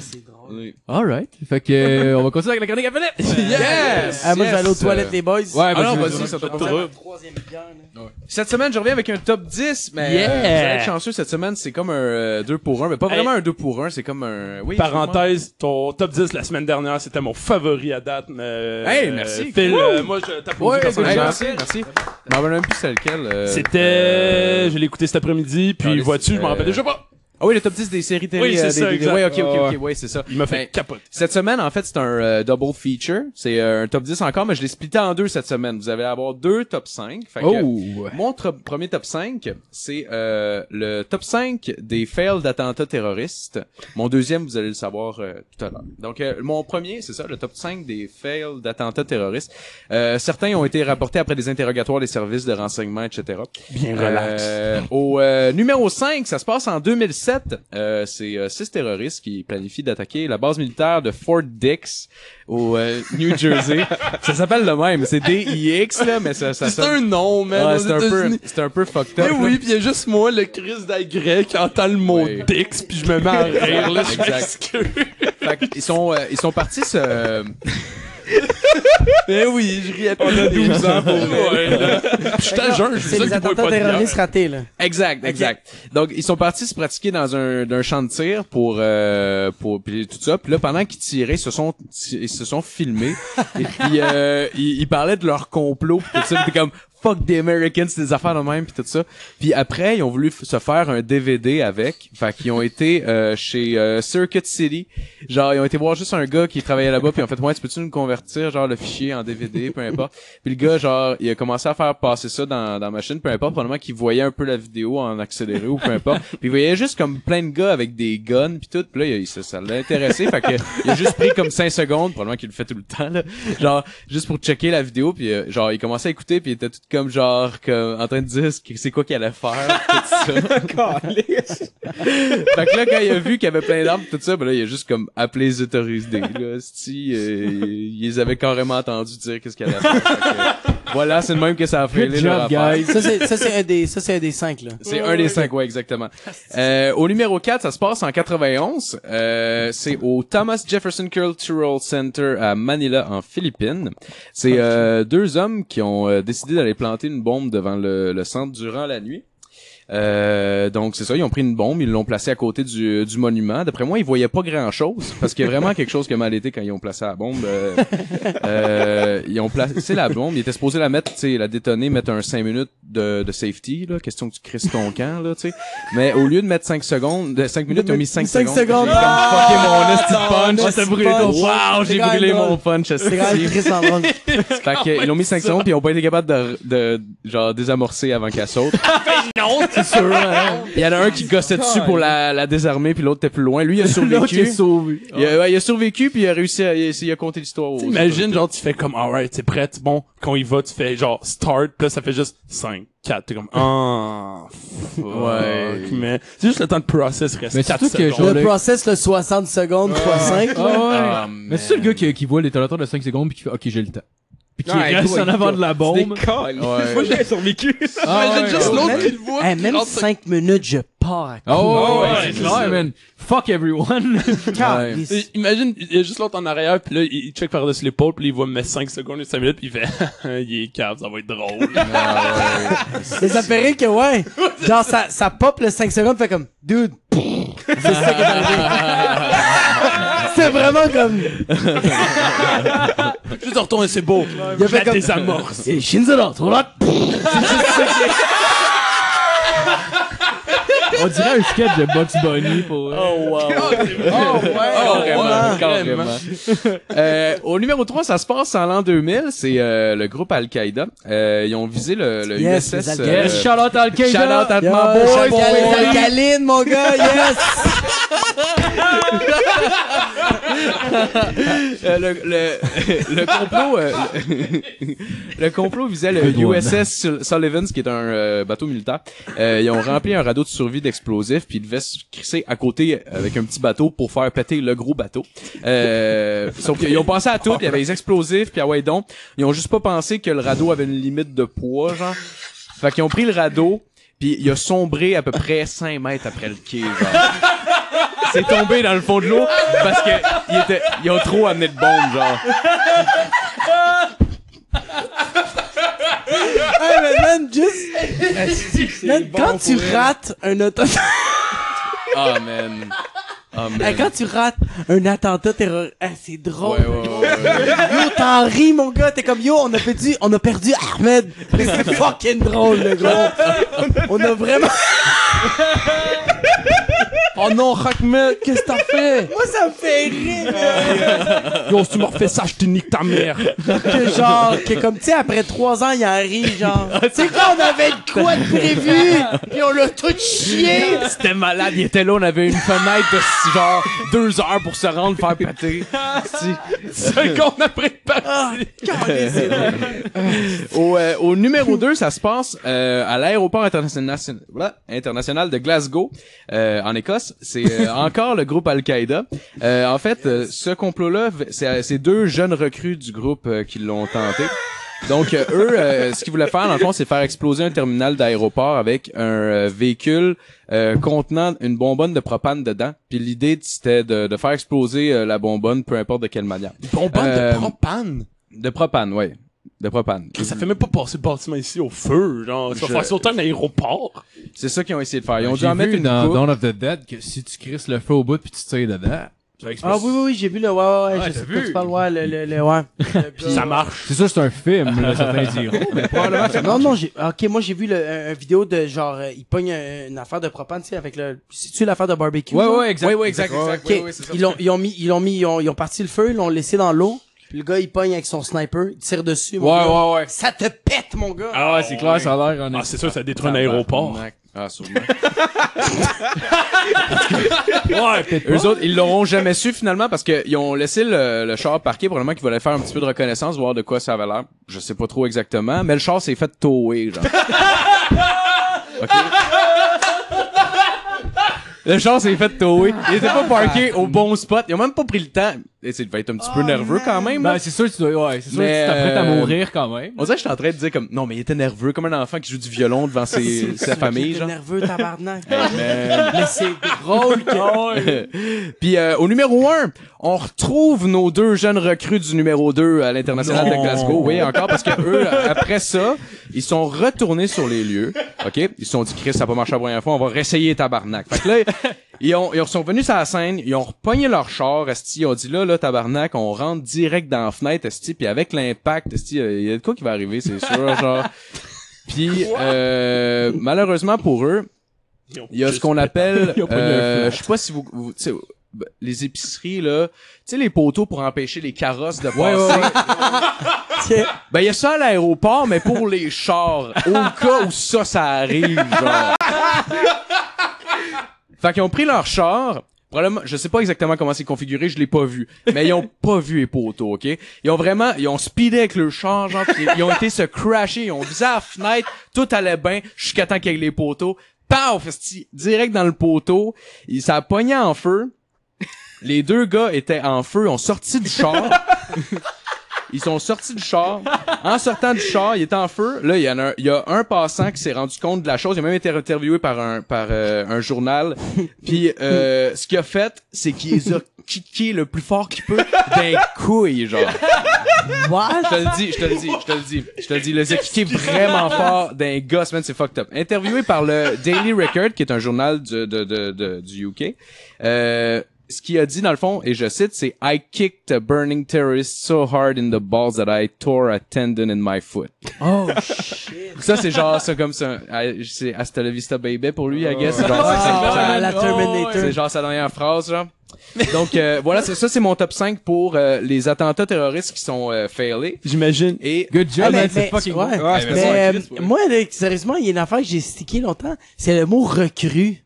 [SPEAKER 5] c'est drôle.
[SPEAKER 6] oui.
[SPEAKER 3] Alright. Fait que, euh, on va continuer avec la chronique à Philippe.
[SPEAKER 6] Yes!
[SPEAKER 5] Ah, moi, je vais aller aux
[SPEAKER 6] yes.
[SPEAKER 5] toilettes, les boys.
[SPEAKER 3] Ouais,
[SPEAKER 6] Ah non,
[SPEAKER 3] vas-y,
[SPEAKER 6] vas-y, ça t'a pas fait.
[SPEAKER 5] Troisième bière, là.
[SPEAKER 6] Cette semaine, je reviens avec un top 10, mais
[SPEAKER 4] Yeah!
[SPEAKER 6] euh, vous allez être chanceux cette semaine, c'est comme un 2 pour 1, mais pas
[SPEAKER 4] Hey.
[SPEAKER 6] vraiment un 2 pour 1, c'est comme un... Oui,
[SPEAKER 4] Parenthèse, ton top 10 la semaine dernière, c'était mon favori à date. euh,
[SPEAKER 6] Hey, merci.
[SPEAKER 4] Phil, euh, moi, je t'applaudis
[SPEAKER 6] excuse-moi. Hey,
[SPEAKER 4] personnellement.
[SPEAKER 6] merci, merci. Je m'en rappelle même plus c'est lequel. euh,
[SPEAKER 4] C'était...
[SPEAKER 6] euh,
[SPEAKER 4] Je l'ai écouté cet après-midi, puis
[SPEAKER 6] Allez,
[SPEAKER 4] vois-tu, je m'en rappelle
[SPEAKER 6] euh,
[SPEAKER 4] déjà pas.
[SPEAKER 6] Ah oui, le top 10 des séries télé.
[SPEAKER 4] Oui, c'est
[SPEAKER 6] euh, des-
[SPEAKER 4] ça,
[SPEAKER 6] des-
[SPEAKER 4] exact.
[SPEAKER 6] Ouais, ok,
[SPEAKER 4] Ouais,
[SPEAKER 6] ok,
[SPEAKER 4] ouais.
[SPEAKER 6] ok, ouais, c'est ça.
[SPEAKER 4] Il m'a fait
[SPEAKER 6] Ben,
[SPEAKER 4] capote.
[SPEAKER 6] Cette semaine, en fait, c'est un euh, double feature. C'est euh, un top 10 encore, mais je l'ai splitté en deux cette semaine. Vous allez avoir deux top 5. Fait que,
[SPEAKER 3] Oh!
[SPEAKER 6] Mon tro- premier top 5, c'est euh, le top 5 des fails d'attentats terroristes. Mon deuxième, vous allez le savoir euh, tout à l'heure. Donc, euh, mon premier, c'est ça, le top 5 des fails d'attentats terroristes. Euh, certains ont été rapportés après des interrogatoires des services de renseignement, etc.
[SPEAKER 4] Bien
[SPEAKER 6] Euh, au euh, numéro 5, ça se passe en 2007. Euh, c'est euh, six terroristes qui planifient d'attaquer la base militaire de Fort Dix au euh, New Jersey. ça s'appelle le même, c'est D-I-X, là, mais ça, ça
[SPEAKER 4] C'est
[SPEAKER 6] sonne-
[SPEAKER 4] un nom, man.
[SPEAKER 6] Ouais,
[SPEAKER 4] aux
[SPEAKER 6] c'est un peu,
[SPEAKER 4] États-Unis.
[SPEAKER 6] c'est un peu fucked
[SPEAKER 4] Mais
[SPEAKER 6] up.
[SPEAKER 4] oui, puis il y a juste moi, le Chris d'Agré, qui entend Euh, le mot
[SPEAKER 6] Oui.
[SPEAKER 4] Dix, puis je me mets à rire, là, je
[SPEAKER 6] Exact.
[SPEAKER 4] m'excuse.
[SPEAKER 6] Fait que ils sont, euh, ils sont partis se, euh,
[SPEAKER 4] Mais oui, je riais pas.
[SPEAKER 7] On a 12 ans pour
[SPEAKER 4] Ouais, là. Puis je t'ajoute, je
[SPEAKER 5] C'est
[SPEAKER 4] sais
[SPEAKER 5] les
[SPEAKER 4] que tu bois
[SPEAKER 5] attentats
[SPEAKER 4] pas de bière.
[SPEAKER 5] terroristes ratés, là.
[SPEAKER 6] Exact, exact. Donc ils sont partis se pratiquer dans un d'un champ de tir pour euh, pour puis tout ça. Puis là pendant qu'ils tiraient, ils se sont ti- ils se sont filmés et puis euh, ils, ils parlaient de leur complot. Puis tout ça, puis t'es comme fuck the Americans, c'est des affaires de même puis tout ça. Puis après, ils ont voulu f- se faire un DVD avec. Fait qu'ils ont été euh, chez euh, Circuit City. Genre, ils ont été voir juste un gars qui travaillait là-bas puis en fait, ouais, tu peux-tu nous convertir genre le fichier en DVD, peu importe. Puis le gars, genre, il a commencé à faire passer ça dans, dans la machine, peu importe, probablement qu'il voyait un peu la vidéo en accéléré ou peu importe. Puis il voyait juste comme plein de gars avec des guns puis tout. Puis là, il, ça, ça l'a intéressé. fait que il a juste pris comme 5 secondes, probablement qu'il le fait tout le temps là. Genre juste pour checker la vidéo puis euh, genre il commençait à écouter puis il était tout comme genre comme en train de dire ce que- c'est quoi qu'il allait faire tout ça. fait que là quand il a vu qu'il y avait plein d'armes tout ça, ben là il a juste comme appelé les autorités là, si ils les avaient carrément entendu dire qu'est-ce qu'il allait faire. Fait que, voilà, c'est le même que ça a fait
[SPEAKER 3] Good job, guys.
[SPEAKER 5] Ça, c'est, ça, c'est un des, ça, c'est un des cinq, là.
[SPEAKER 6] c'est un des cinq, ouais, exactement. Euh, au numéro 4, ça se passe en 91. Euh, c'est au Thomas Jefferson Cultural Center à Manila, en Philippines. C'est euh, deux hommes qui ont euh, décidé d'aller planter une bombe devant le, le centre durant la nuit. Euh, donc c'est ça, ils ont pris une bombe, ils l'ont placée à côté du, du monument. D'après moi, ils voyaient pas grand chose parce qu'il y a vraiment quelque chose qui a mal été quand ils ont placé la bombe. Euh, euh, ils ont placé la bombe, ils étaient supposés la mettre, tu sais, la détonner, mettre un 5 minutes de, de safety, là, question que tu crisses ton camp, là, tu sais. Mais au lieu de mettre 5 secondes, de 5 minutes, ils ont mis 5
[SPEAKER 5] Cinq
[SPEAKER 6] secondes.
[SPEAKER 5] secondes.
[SPEAKER 6] J'ai comme fucké mon esti
[SPEAKER 5] Ah,
[SPEAKER 6] de punch.
[SPEAKER 5] ton esti de punch.
[SPEAKER 6] Wow,
[SPEAKER 5] C'est
[SPEAKER 6] j'ai
[SPEAKER 5] quand même
[SPEAKER 6] brûlé
[SPEAKER 5] drôle.
[SPEAKER 6] mon punch. esti.
[SPEAKER 5] C'est quand même Chris en drôle.
[SPEAKER 6] Fait que, ils l'ont mis 5 secondes puis ils ont pas été capables de, de genre désamorcer avant qu'elle saute.
[SPEAKER 4] Non,
[SPEAKER 6] C'est sûr, hein. Il y en a un qui gossait dessus pour la, la désarmer puis l'autre était plus loin. Lui, il a survécu.
[SPEAKER 3] sauvé.
[SPEAKER 6] Il a, ouais, il a survécu puis il a réussi à, il a, il a conté l'histoire. aux
[SPEAKER 4] T'imagines, genre, tu fais comme, alright, t'es prête, bon, quand il va, tu fais genre, start, puis là, ça fait juste 5, 4, t'es comme, ah, fuck,
[SPEAKER 6] Ouais.
[SPEAKER 4] mais c'est juste le temps de process, reste
[SPEAKER 3] Mais
[SPEAKER 4] 4
[SPEAKER 3] surtout que,
[SPEAKER 4] secondes.
[SPEAKER 3] genre,
[SPEAKER 5] Le process, le 60 secondes, fois 5.
[SPEAKER 6] Ah,
[SPEAKER 3] Mais c'est ça le gars qui, qui voit l'étalateur de 5 secondes puis qui fait OK, j'ai le temps. Puis qui
[SPEAKER 7] Ouais,
[SPEAKER 3] reste
[SPEAKER 7] toi,
[SPEAKER 3] en avant de la bombe.
[SPEAKER 7] Décolle.
[SPEAKER 6] Ouais.
[SPEAKER 7] Moi, j'ai survécu.
[SPEAKER 3] Ah, ouais,
[SPEAKER 5] juste
[SPEAKER 3] ouais.
[SPEAKER 5] l'autre qui
[SPEAKER 7] le voit.
[SPEAKER 5] Eh, même 5 minutes, je pars à
[SPEAKER 3] Oh, ouais,
[SPEAKER 4] Ouais,
[SPEAKER 3] c'est
[SPEAKER 4] c'est
[SPEAKER 3] clair,
[SPEAKER 4] ça.
[SPEAKER 3] man. Fuck everyone.
[SPEAKER 5] Carlis.
[SPEAKER 6] ouais.
[SPEAKER 4] Et Euh, Imagine, il y a juste l'autre en arrière, puis là, il il check par-dessus l'épaule, puis là, il voit, me 5 secondes et 5 minutes, puis il fait, il est cave, ça va être drôle.
[SPEAKER 5] Mais ça fait rire que, ouais. Genre, ça, ça pop le 5 secondes, fait comme, dude. C'est ça qui est arrivé. C'est vraiment comme,
[SPEAKER 4] juste de retourner, c'est beau.
[SPEAKER 5] il
[SPEAKER 4] Je
[SPEAKER 5] a fait
[SPEAKER 4] la
[SPEAKER 5] comme,
[SPEAKER 4] désamorce.
[SPEAKER 5] et Shinzero, Torak.
[SPEAKER 3] On dirait un sketch de Bugs Bunny pour.
[SPEAKER 4] Oh, wow.
[SPEAKER 5] Oh, ouais.
[SPEAKER 6] Ah, vraiment, carrément. Euh, au numéro 3, ça se passe en l'an 2000. C'est euh, le groupe Al-Qaïda. Euh, ils ont visé le, le
[SPEAKER 5] Yes, les
[SPEAKER 6] USS.
[SPEAKER 5] Al-Qaïda.
[SPEAKER 3] Yes, shout out Al-Qaïda.
[SPEAKER 6] Shout-out à
[SPEAKER 5] Yo,
[SPEAKER 6] my boy,
[SPEAKER 5] ça galine,
[SPEAKER 6] boy.
[SPEAKER 5] ça galine, mon gars, yes.
[SPEAKER 6] Euh, le, le, le complot euh, le- le complot visait le
[SPEAKER 3] Good one.
[SPEAKER 6] USS Sul- Sullivan qui est un euh, bateau militaire Euh, ils ont rempli un radeau de survie d'explosifs puis ils devaient se crisser à côté avec un petit bateau pour faire péter le gros bateau euh, sauf qu'ils ont pensé à tout puis il y avait les explosifs puis à ouais donc ils ont juste pas pensé que le radeau avait une limite de poids genre fait qu'ils ont pris le radeau puis il a sombré à peu près 5 mètres après le quai genre c'est tombé dans le fond de l'eau parce que il était, ils ont trop amené de bombes, genre.
[SPEAKER 5] Hey, mais man, juste, man, quand tu rates un auto,
[SPEAKER 6] Ah, man. Ah, man.
[SPEAKER 5] Hey, quand tu rates un attentat terroriste, hey, c'est drôle.
[SPEAKER 6] Ouais, ouais, ouais, ouais.
[SPEAKER 5] Yo, t'en ris, mon gars. T'es comme, yo, on a perdu, on a perdu Ahmed. Mais c'est fucking drôle, le gros. On a vraiment...
[SPEAKER 6] Oh non, Ahmed, qu'est-ce que t'as fait?
[SPEAKER 5] Moi, ça me fait rire,
[SPEAKER 4] Yo, si tu me refais ça, je te nique ta mère.
[SPEAKER 5] Ah, que genre, que comme, tu sais, après trois ans, il en rit, genre. tu sais quoi, on avait de quoi de prévu, puis on l'a tout chié.
[SPEAKER 6] C'était malade, il était là, on avait une fenêtre de genre deux heures pour se rendre, faire péter.
[SPEAKER 4] Seconde après le pas.
[SPEAKER 6] au, euh, au numéro 2, ça se passe euh, à l'aéroport international, voilà, international de Glasgow, euh, en Écosse. C'est euh, encore le groupe Al-Qaïda. Euh, en fait, euh, ce complot-là, v- c'est euh, c'est deux jeunes recrues du groupe euh, qui l'ont tenté. Donc, euh, eux, euh, ce qu'ils voulaient faire, dans le fond, c'est faire exploser un terminal d'aéroport avec un euh, véhicule euh, contenant une bonbonne de propane dedans. Puis l'idée, c'était de, de faire exploser euh, la bonbonne, peu importe de quelle manière.
[SPEAKER 4] Bonbonne
[SPEAKER 6] Euh,
[SPEAKER 4] de propane.
[SPEAKER 6] De propane, oui. De propane.
[SPEAKER 4] Chris, Ça fait même pas passer le bâtiment ici au feu, genre. Ça
[SPEAKER 6] Je-
[SPEAKER 4] va faire sauter un aéroport.
[SPEAKER 6] C'est ça qu'ils ont essayé de faire. Ils ont
[SPEAKER 3] Ben,
[SPEAKER 6] dû
[SPEAKER 3] J'ai
[SPEAKER 6] en mettre
[SPEAKER 3] vu
[SPEAKER 6] une
[SPEAKER 3] dans
[SPEAKER 6] coupe.
[SPEAKER 3] Dawn of the Dead que si tu crisses le feu au bout puis tu tires dedans,
[SPEAKER 5] Ah oui, oui, oui, j'ai vu le. Ouais, ouais, ouais,
[SPEAKER 3] Ouais,
[SPEAKER 5] je
[SPEAKER 3] t'as
[SPEAKER 5] sais pas,
[SPEAKER 3] vu.
[SPEAKER 5] tu parles, ouais, le, le, le- ouais.
[SPEAKER 4] Ça marche.
[SPEAKER 3] C'est sûr, c'est un film, là, certains diront. Mais probablement que ça
[SPEAKER 5] Non, non, j'ai. ah, Ok, moi j'ai vu le, un, un vidéo de genre. euh, il pogne un- une affaire de propane, tu sais, avec le. C'est-tu l'affaire de barbecue?
[SPEAKER 3] Ouais,
[SPEAKER 5] genre?
[SPEAKER 3] ouais, exact.
[SPEAKER 6] Ouais, ouais, exact, exact.
[SPEAKER 5] Ok,
[SPEAKER 6] Ouais, ouais, c'est ça.
[SPEAKER 5] ils l'ont, ils ont mis, ils l'ont mis, ils ont, ils ont parti le feu, ils l'ont laissé dans l'eau. Puis le gars, il pogne avec son sniper, il tire dessus. mon
[SPEAKER 6] Ouais,
[SPEAKER 5] gars.
[SPEAKER 6] ouais, ouais.
[SPEAKER 5] Ça te pète, mon gars!
[SPEAKER 3] Ah ouais, c'est clair, ça a l'air en
[SPEAKER 4] Ah, c'est sûr, ça détruit un aéroport.
[SPEAKER 6] Tabarnak. Ah, sûrement.
[SPEAKER 4] Ouais, peut-être
[SPEAKER 6] Eux autres, ils l'auront jamais su finalement parce qu'ils ont laissé le, le char parqué. Probablement qu'ils voulaient faire un petit peu de reconnaissance, voir de quoi ça avait l'air. Je sais pas trop exactement, mais le char s'est fait tower, genre. OK. Le char s'est fait tower. Il était pas parqué au bon spot. Ils ont même pas pris le temps. Et c'est- il devait être un petit peu nerveux quand même. là.
[SPEAKER 3] Ben, c'est sûr que tu dois- ouais, c'est sûr
[SPEAKER 6] Mais,
[SPEAKER 3] que tu t'apprêtes à
[SPEAKER 6] euh,
[SPEAKER 3] mourir quand même.
[SPEAKER 6] On dirait que j'étais en train de dire comme, non, mais il était nerveux, comme un enfant qui joue du violon devant ses, sa famille,
[SPEAKER 5] J'étais
[SPEAKER 6] genre.
[SPEAKER 5] nerveux, tabarnak. Mais c'est drôle que.
[SPEAKER 6] Puis euh, au numéro 1, on retrouve nos deux jeunes recrues du numéro 2 à l'international de Glasgow. Oui, encore parce que eux euh, après ça, ils sont retournés sur les lieux. OK, ils se sont dit Chris, ça a pas marché la première fois, on va réessayer tabarnak. Fait que là, ils ont ils sont venus sur la scène, ils ont repogné leur char, esti, ils ont dit là là tabarnak, on rentre direct dans la fenêtre esti, puis avec l'impact esti, euh, il y a de quoi qui va arriver, c'est sûr genre. Puis euh, malheureusement pour eux, il y a ce qu'on appelle, euh, je sais pas si vous, vous- tu sais, ben, les épiceries là, tu sais les poteaux pour empêcher les carrosses de passer. ben il y a ça à l'aéroport, mais pour les chars, au cas où ça, ça arrive. Genre. fait qu'ils ont pris leur char. Probablement, je sais pas exactement comment c'est configuré, je l'ai pas vu. Mais ils ont pas vu les poteaux, ok? Ils ont vraiment, ils ont speedé avec le char, genre, pis ils ont été se crasher, ils ont visé à la fenêtre, tout allait bien, jusqu'à temps qu'il y ait les poteaux. Paf! Esti, Direct dans le poteau. Il s'est pogné en feu. Les deux gars étaient en feu, ont sorti du char. Ils sont sortis du char. En sortant du char, il était en feu. Là, il y en a un, il y a un passant qui s'est rendu compte de la chose. Il a même été interviewé par un par euh, un journal. Puis euh, ce qu'il a fait, c'est qu'il les a kickés le plus fort qu'il peut d'un couille, genre.
[SPEAKER 5] What?
[SPEAKER 6] Je te le dis, je te le dis, je te le dis, je te le dis, le Zé kické vraiment fort d'un gosse, man, c'est fucked up. Interviewé par le Daily Record, qui est un journal du, de, de, de- du UK, euh, ce qu'il a dit dans le fond, et je cite, c'est I kicked a burning terrorist so hard in the balls that I tore a tendon in my foot.
[SPEAKER 5] Oh shit.
[SPEAKER 6] Ça, c'est genre, ça comme ça, I- c'est hasta la vista baby pour lui, I guess. C'est genre, ça que ça-
[SPEAKER 5] Ah, la
[SPEAKER 6] c'est
[SPEAKER 5] Terminator.
[SPEAKER 6] genre sa dernière phrase, genre. Donc euh, voilà, c'est ça, c'est mon top 5 pour euh, les attentats terroristes qui sont euh, failés.
[SPEAKER 7] J'imagine.
[SPEAKER 6] Et
[SPEAKER 3] Good job,
[SPEAKER 5] Ah, mais-
[SPEAKER 3] man, c'est
[SPEAKER 5] mais-
[SPEAKER 3] fucking
[SPEAKER 5] ouais.
[SPEAKER 3] bon.
[SPEAKER 7] Ouais, c'est ça,
[SPEAKER 5] Mais
[SPEAKER 7] un
[SPEAKER 5] euh,
[SPEAKER 7] Chris, ouais.
[SPEAKER 5] moi, là, sérieusement, il y a une affaire que j'ai stické longtemps. C'est le mot recrue.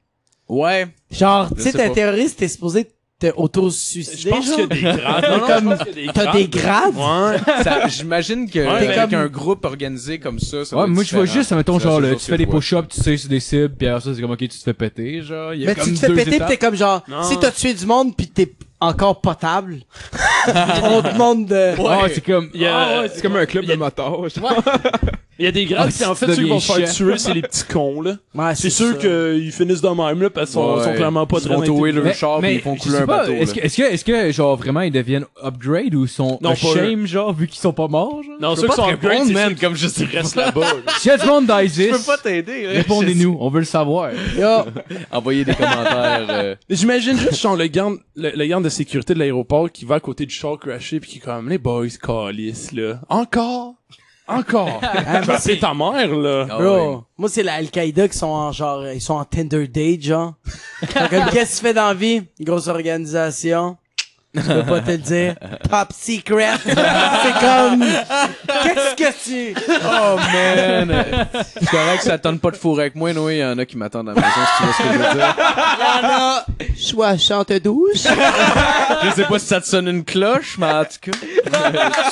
[SPEAKER 6] ouais,
[SPEAKER 5] Genre, tu
[SPEAKER 6] Je
[SPEAKER 5] sais,
[SPEAKER 6] sais
[SPEAKER 5] t'es un
[SPEAKER 6] pas.
[SPEAKER 5] terroriste, t'es supposé te
[SPEAKER 4] Je
[SPEAKER 5] auto-suicider.
[SPEAKER 4] pense qu'il y a
[SPEAKER 5] genre.
[SPEAKER 4] des grades. Non, non, je
[SPEAKER 5] Comme-
[SPEAKER 4] pense qu'il y a
[SPEAKER 5] T'as des
[SPEAKER 4] grades.
[SPEAKER 5] grades?
[SPEAKER 4] Ouais.
[SPEAKER 6] Ça- J'imagine que
[SPEAKER 4] Ouais,
[SPEAKER 6] avec
[SPEAKER 5] mais-
[SPEAKER 6] un groupe organisé comme ça, ça doit
[SPEAKER 3] Ouais,
[SPEAKER 6] être
[SPEAKER 3] moi, je vois
[SPEAKER 6] différent.
[SPEAKER 3] juste, mettons,
[SPEAKER 6] C'est la
[SPEAKER 3] genre,
[SPEAKER 6] seule
[SPEAKER 3] le-
[SPEAKER 6] chose
[SPEAKER 3] tu
[SPEAKER 6] que
[SPEAKER 3] fais des
[SPEAKER 6] je vois.
[SPEAKER 3] push-ups, tu sais, sur des cibles, puis alors ça, c'est comme, ok, tu te fais péter, genre. il y a
[SPEAKER 5] Mais
[SPEAKER 3] comme
[SPEAKER 5] tu te fais
[SPEAKER 3] deux
[SPEAKER 5] péter pis
[SPEAKER 3] étapes.
[SPEAKER 5] t'es comme genre,
[SPEAKER 4] Non.
[SPEAKER 5] si t'as tué du monde pis t'es encore potable, on te demande de...
[SPEAKER 3] Ah, c'est comme,
[SPEAKER 4] Il y a-
[SPEAKER 7] Ah ouais, c'est comme un club de motards. genre.
[SPEAKER 4] Il y a des grades,
[SPEAKER 3] Ah,
[SPEAKER 4] puis en
[SPEAKER 3] si
[SPEAKER 4] fait,
[SPEAKER 3] tu
[SPEAKER 4] ceux qui vont se
[SPEAKER 3] deviens
[SPEAKER 4] faire tuer, c'est les petits cons, là.
[SPEAKER 5] Ouais,
[SPEAKER 4] C'est sûr qu'ils finissent de même, là, parce qu'ils sont-
[SPEAKER 6] Ouais.
[SPEAKER 4] sont clairement pas
[SPEAKER 6] Ils
[SPEAKER 4] très
[SPEAKER 6] vont tower
[SPEAKER 4] intelligents.
[SPEAKER 6] le char puis ils font
[SPEAKER 3] je
[SPEAKER 6] couler
[SPEAKER 3] sais
[SPEAKER 6] un
[SPEAKER 3] pas,
[SPEAKER 6] bateau.
[SPEAKER 3] Est-ce
[SPEAKER 6] là.
[SPEAKER 3] que, est-ce que, est-ce que, genre, vraiment, ils deviennent upgrade ou sont
[SPEAKER 4] Non, pas
[SPEAKER 3] shame, genre, vu qu'ils sont pas morts, genre?
[SPEAKER 4] Non, ceux qui sont en grade, c'est ceux
[SPEAKER 6] comme je sais
[SPEAKER 4] qui restent là-bas. là.
[SPEAKER 3] Si y a du monde d'ISIS,
[SPEAKER 6] t'aider. là.
[SPEAKER 3] répondez-nous, on veut le savoir.
[SPEAKER 5] Yo,
[SPEAKER 6] Envoyez des commentaires. euh,
[SPEAKER 4] J'imagine juste genre le garde, le, le garde de sécurité de l'aéroport qui va à côté du char crashé puis qui est comme les boys calisse là. Encore Encore
[SPEAKER 5] Ah, moi,
[SPEAKER 4] C'est
[SPEAKER 5] c'est-
[SPEAKER 4] ta mère là.
[SPEAKER 6] ah
[SPEAKER 5] Bro,
[SPEAKER 6] ouais.
[SPEAKER 5] moi c'est la Al-Qaïda qui sont en genre, euh, ils sont en Tinder date, genre. Fait comme, qu'est-ce que tu fais dans la vie? Grosse organisation. Je peux pas te le dire. Top secret. c'est comme, qu'est-ce que tu...
[SPEAKER 6] Oh man. C'est correct, ça tente pas de fourrer avec moi, Noé. Il y en a qui m'attendent à la maison, si tu vois ce que je veux dire.
[SPEAKER 5] Lana, choix chante douce.
[SPEAKER 6] Je sais pas si ça te sonne une cloche, mais en tout cas.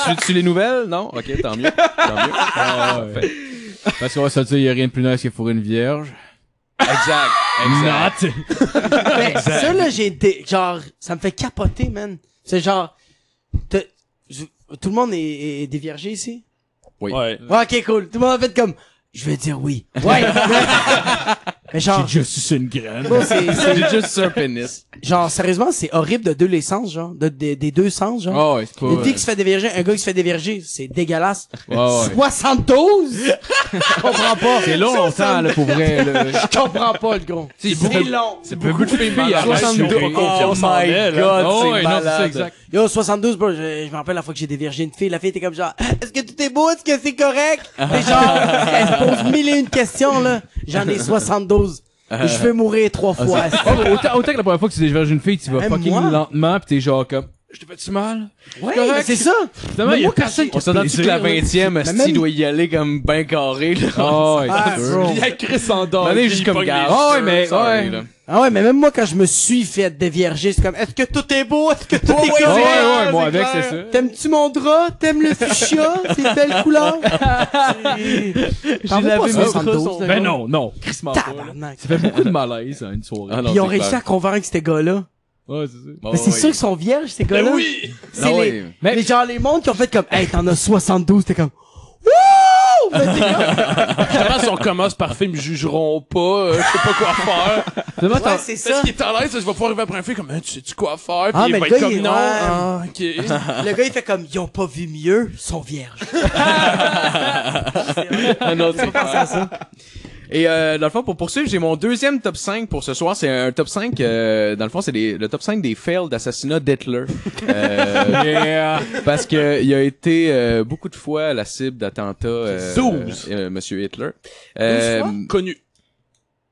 [SPEAKER 6] tu, tu les nouvelles? Non? Ok, tant mieux. Tant mieux.
[SPEAKER 3] Ah, ouais. Parce qu'on va se le dire, il y a rien de plus nice que fourrer une vierge.
[SPEAKER 6] Exact. Exact.
[SPEAKER 3] Not!
[SPEAKER 5] Mais ça, là, j'ai été, genre, ça me fait capoter, man. C'est genre, t'as- je- tout le monde est, est déviergé ici?
[SPEAKER 4] Ouais.
[SPEAKER 5] Ouais, ok, cool. Tout le monde a fait comme, je vais dire oui. Ouais. mais genre, Ah.
[SPEAKER 3] J'ai juste une graine.
[SPEAKER 5] bon, c'est, c'est-
[SPEAKER 6] C'est juste un pénis.
[SPEAKER 5] genre, sérieusement, c'est horrible de deux les sens, genre. De, de- des deux sens, genre.
[SPEAKER 6] Oh, ouais, c'est pas.
[SPEAKER 5] Une fille qui se fait déverger, un gars qui se fait déverger, c'est dégueulasse.
[SPEAKER 6] Ouais, ouais.
[SPEAKER 5] 72? Je comprends pas.
[SPEAKER 3] C'est long longtemps, là, pour vrai. là.
[SPEAKER 5] Je comprends pas, le gros.
[SPEAKER 3] Tu sais, beaucoup-
[SPEAKER 5] long.
[SPEAKER 3] C'est beaucoup de filles hein. à
[SPEAKER 4] malades.
[SPEAKER 3] 62.
[SPEAKER 4] Ils ont pas confiance en elles, hein.
[SPEAKER 3] Oh, ouais, non, c'est ça, exact.
[SPEAKER 5] Yo, 72, bro, je, je me rappelle la fois que j'ai dévergé une fille, la fille était comme genre, est-ce que tout est beau, est-ce que c'est correct? Mais genre, elle se pose mille et une questions, là. J'en ai 72. Et je vais mourir trois fois.
[SPEAKER 3] Oh, mais autant, autant que la première fois que tu déverges une fille, tu vas
[SPEAKER 5] Même
[SPEAKER 3] fucking
[SPEAKER 5] moi.
[SPEAKER 3] lentement pis t'es genre comme, je te fais-tu mal?
[SPEAKER 5] ouais,
[SPEAKER 3] correct.
[SPEAKER 5] mais c'est ça.
[SPEAKER 3] Finalement,
[SPEAKER 5] Mais
[SPEAKER 3] il y a
[SPEAKER 5] moi, quand
[SPEAKER 3] personne
[SPEAKER 5] j'ai-
[SPEAKER 3] qui
[SPEAKER 6] On s'entend que la 20e,
[SPEAKER 5] Mais même-
[SPEAKER 6] Asti doit y aller comme ben carré, là.
[SPEAKER 3] Oh, ouais,
[SPEAKER 5] Ah,
[SPEAKER 3] c'est sûr.
[SPEAKER 5] bro.
[SPEAKER 4] La Chris s'endort.
[SPEAKER 6] On est juste comme gars.
[SPEAKER 3] Ah ouais, mais,
[SPEAKER 6] Sorry,
[SPEAKER 3] ouais.
[SPEAKER 6] là.
[SPEAKER 5] Ah ouais, mais même moi, quand je me suis fait dévierger, c'est comme, est-ce que tout est beau? Est-ce que tout est
[SPEAKER 3] Ah, Ouais,
[SPEAKER 5] correct?
[SPEAKER 3] ouais, ouais, moi avec, c'est ça.
[SPEAKER 5] T'aimes-tu mon drap? T'aimes le fuchsia? C'est une belle couleur? J'ai lavé
[SPEAKER 3] mes Ben non, non, crissement pas. là.
[SPEAKER 5] Tabarnak.
[SPEAKER 3] Ça fait beaucoup de malaise, hein, une soirée.
[SPEAKER 6] Ah non,
[SPEAKER 5] Ils ont
[SPEAKER 6] c'est
[SPEAKER 5] réussi
[SPEAKER 6] clair.
[SPEAKER 5] à convaincre ce gars-là.
[SPEAKER 3] Ouais, c'est ça.
[SPEAKER 6] Bon,
[SPEAKER 5] Mais c'est
[SPEAKER 6] ouais.
[SPEAKER 5] sûr qu'ils sont vierges, ces gars-là.
[SPEAKER 4] oui!
[SPEAKER 5] C'est
[SPEAKER 6] Ah
[SPEAKER 5] les,
[SPEAKER 6] ouais.
[SPEAKER 5] mais... les genre les mondes qui ont fait comme, hey, t'en as 72, t'es comme, wouh! Mais t'es comme-
[SPEAKER 4] Justement, si on commence par fait, ils me jugeront pas, euh, je sais pas quoi faire.
[SPEAKER 3] Finalement, t'en-
[SPEAKER 5] ouais, c'est
[SPEAKER 4] Est-ce
[SPEAKER 5] ça.
[SPEAKER 4] qu'il est à l'aise? Je vais pouvoir arriver après un film comme, Hein, tu sais-tu quoi faire? Puis
[SPEAKER 5] Ah, mais
[SPEAKER 4] il va être
[SPEAKER 5] le gars,
[SPEAKER 4] comme,
[SPEAKER 5] il est-
[SPEAKER 4] non,
[SPEAKER 5] ouais.
[SPEAKER 4] ah, ok.
[SPEAKER 5] Le gars, il fait comme, ils ont pas vu mieux, ils sont vierges.
[SPEAKER 6] Ah non, c'est ça. Et euh, dans le fond, pour poursuivre, j'ai mon deuxième top 5 pour ce soir. C'est un top 5, euh, dans le fond, c'est des- le top 5 des fails d'assassinat d'Hitler. Euh, Parce que il a été euh, beaucoup de fois la cible d'attentats. Euh,
[SPEAKER 4] 12.
[SPEAKER 6] euh, Monsieur Hitler. Euh,
[SPEAKER 4] Connu.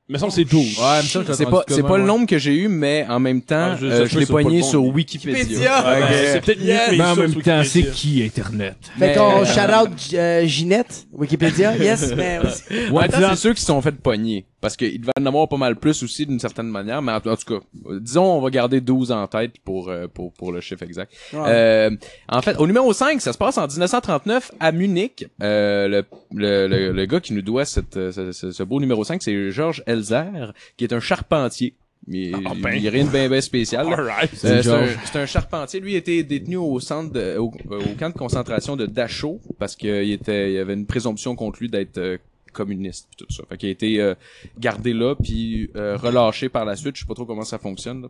[SPEAKER 4] Mais ça, c'est 12.
[SPEAKER 3] Ouais, mais ça, je l'ai
[SPEAKER 6] c'est
[SPEAKER 3] entendu
[SPEAKER 6] pas, c'est
[SPEAKER 3] comment,
[SPEAKER 6] pas le
[SPEAKER 3] ouais.
[SPEAKER 6] nombre que j'ai eu, mais en même temps,
[SPEAKER 4] Ah, je-
[SPEAKER 6] euh,
[SPEAKER 4] ça se
[SPEAKER 6] je
[SPEAKER 4] peut,
[SPEAKER 6] l'ai
[SPEAKER 4] c'est pas
[SPEAKER 6] poigné
[SPEAKER 4] le
[SPEAKER 6] sur
[SPEAKER 4] bon.
[SPEAKER 6] Wikipédia.
[SPEAKER 4] Ah, ben,
[SPEAKER 6] Ouais.
[SPEAKER 4] c'est peut-être mieux que mes
[SPEAKER 3] Mais en
[SPEAKER 4] sources
[SPEAKER 3] même temps, c'est
[SPEAKER 4] Wikipédia.
[SPEAKER 3] qui Internet?
[SPEAKER 5] Fait
[SPEAKER 6] Mais,
[SPEAKER 5] qu'on
[SPEAKER 6] euh,
[SPEAKER 5] shout-out euh, Ginette, Wikipédia, yes, mais aussi.
[SPEAKER 6] Ouais,
[SPEAKER 3] Attends,
[SPEAKER 6] c'est ceux qui se sont fait pogner. Parce qu'il devait en avoir pas mal plus aussi d'une certaine manière. Mais en, en tout cas, euh, disons, on va garder 12 en tête pour, euh, pour, pour le chiffre exact. Euh, en fait, au numéro 5, ça se passe en 1939 à Munich. Euh, le, le, le, le gars qui nous doit cette, euh, ce, ce- ce beau numéro 5, c'est Georges Elzer, qui est un charpentier. Il,
[SPEAKER 4] Ah, ben.
[SPEAKER 6] il y a rien de bien ben spécial. là.
[SPEAKER 4] Alright.
[SPEAKER 6] Euh, C'est un,
[SPEAKER 3] Georges.
[SPEAKER 6] c'est un charpentier. Lui il était détenu au centre, de- au, au camp de concentration de Dachau parce qu'il était, il y avait une présomption contre lui d'être euh, communiste pis tout ça. Fait qu'il a été euh, gardé là puis euh, relâché par la suite. Je sais pas trop comment ça fonctionne. là.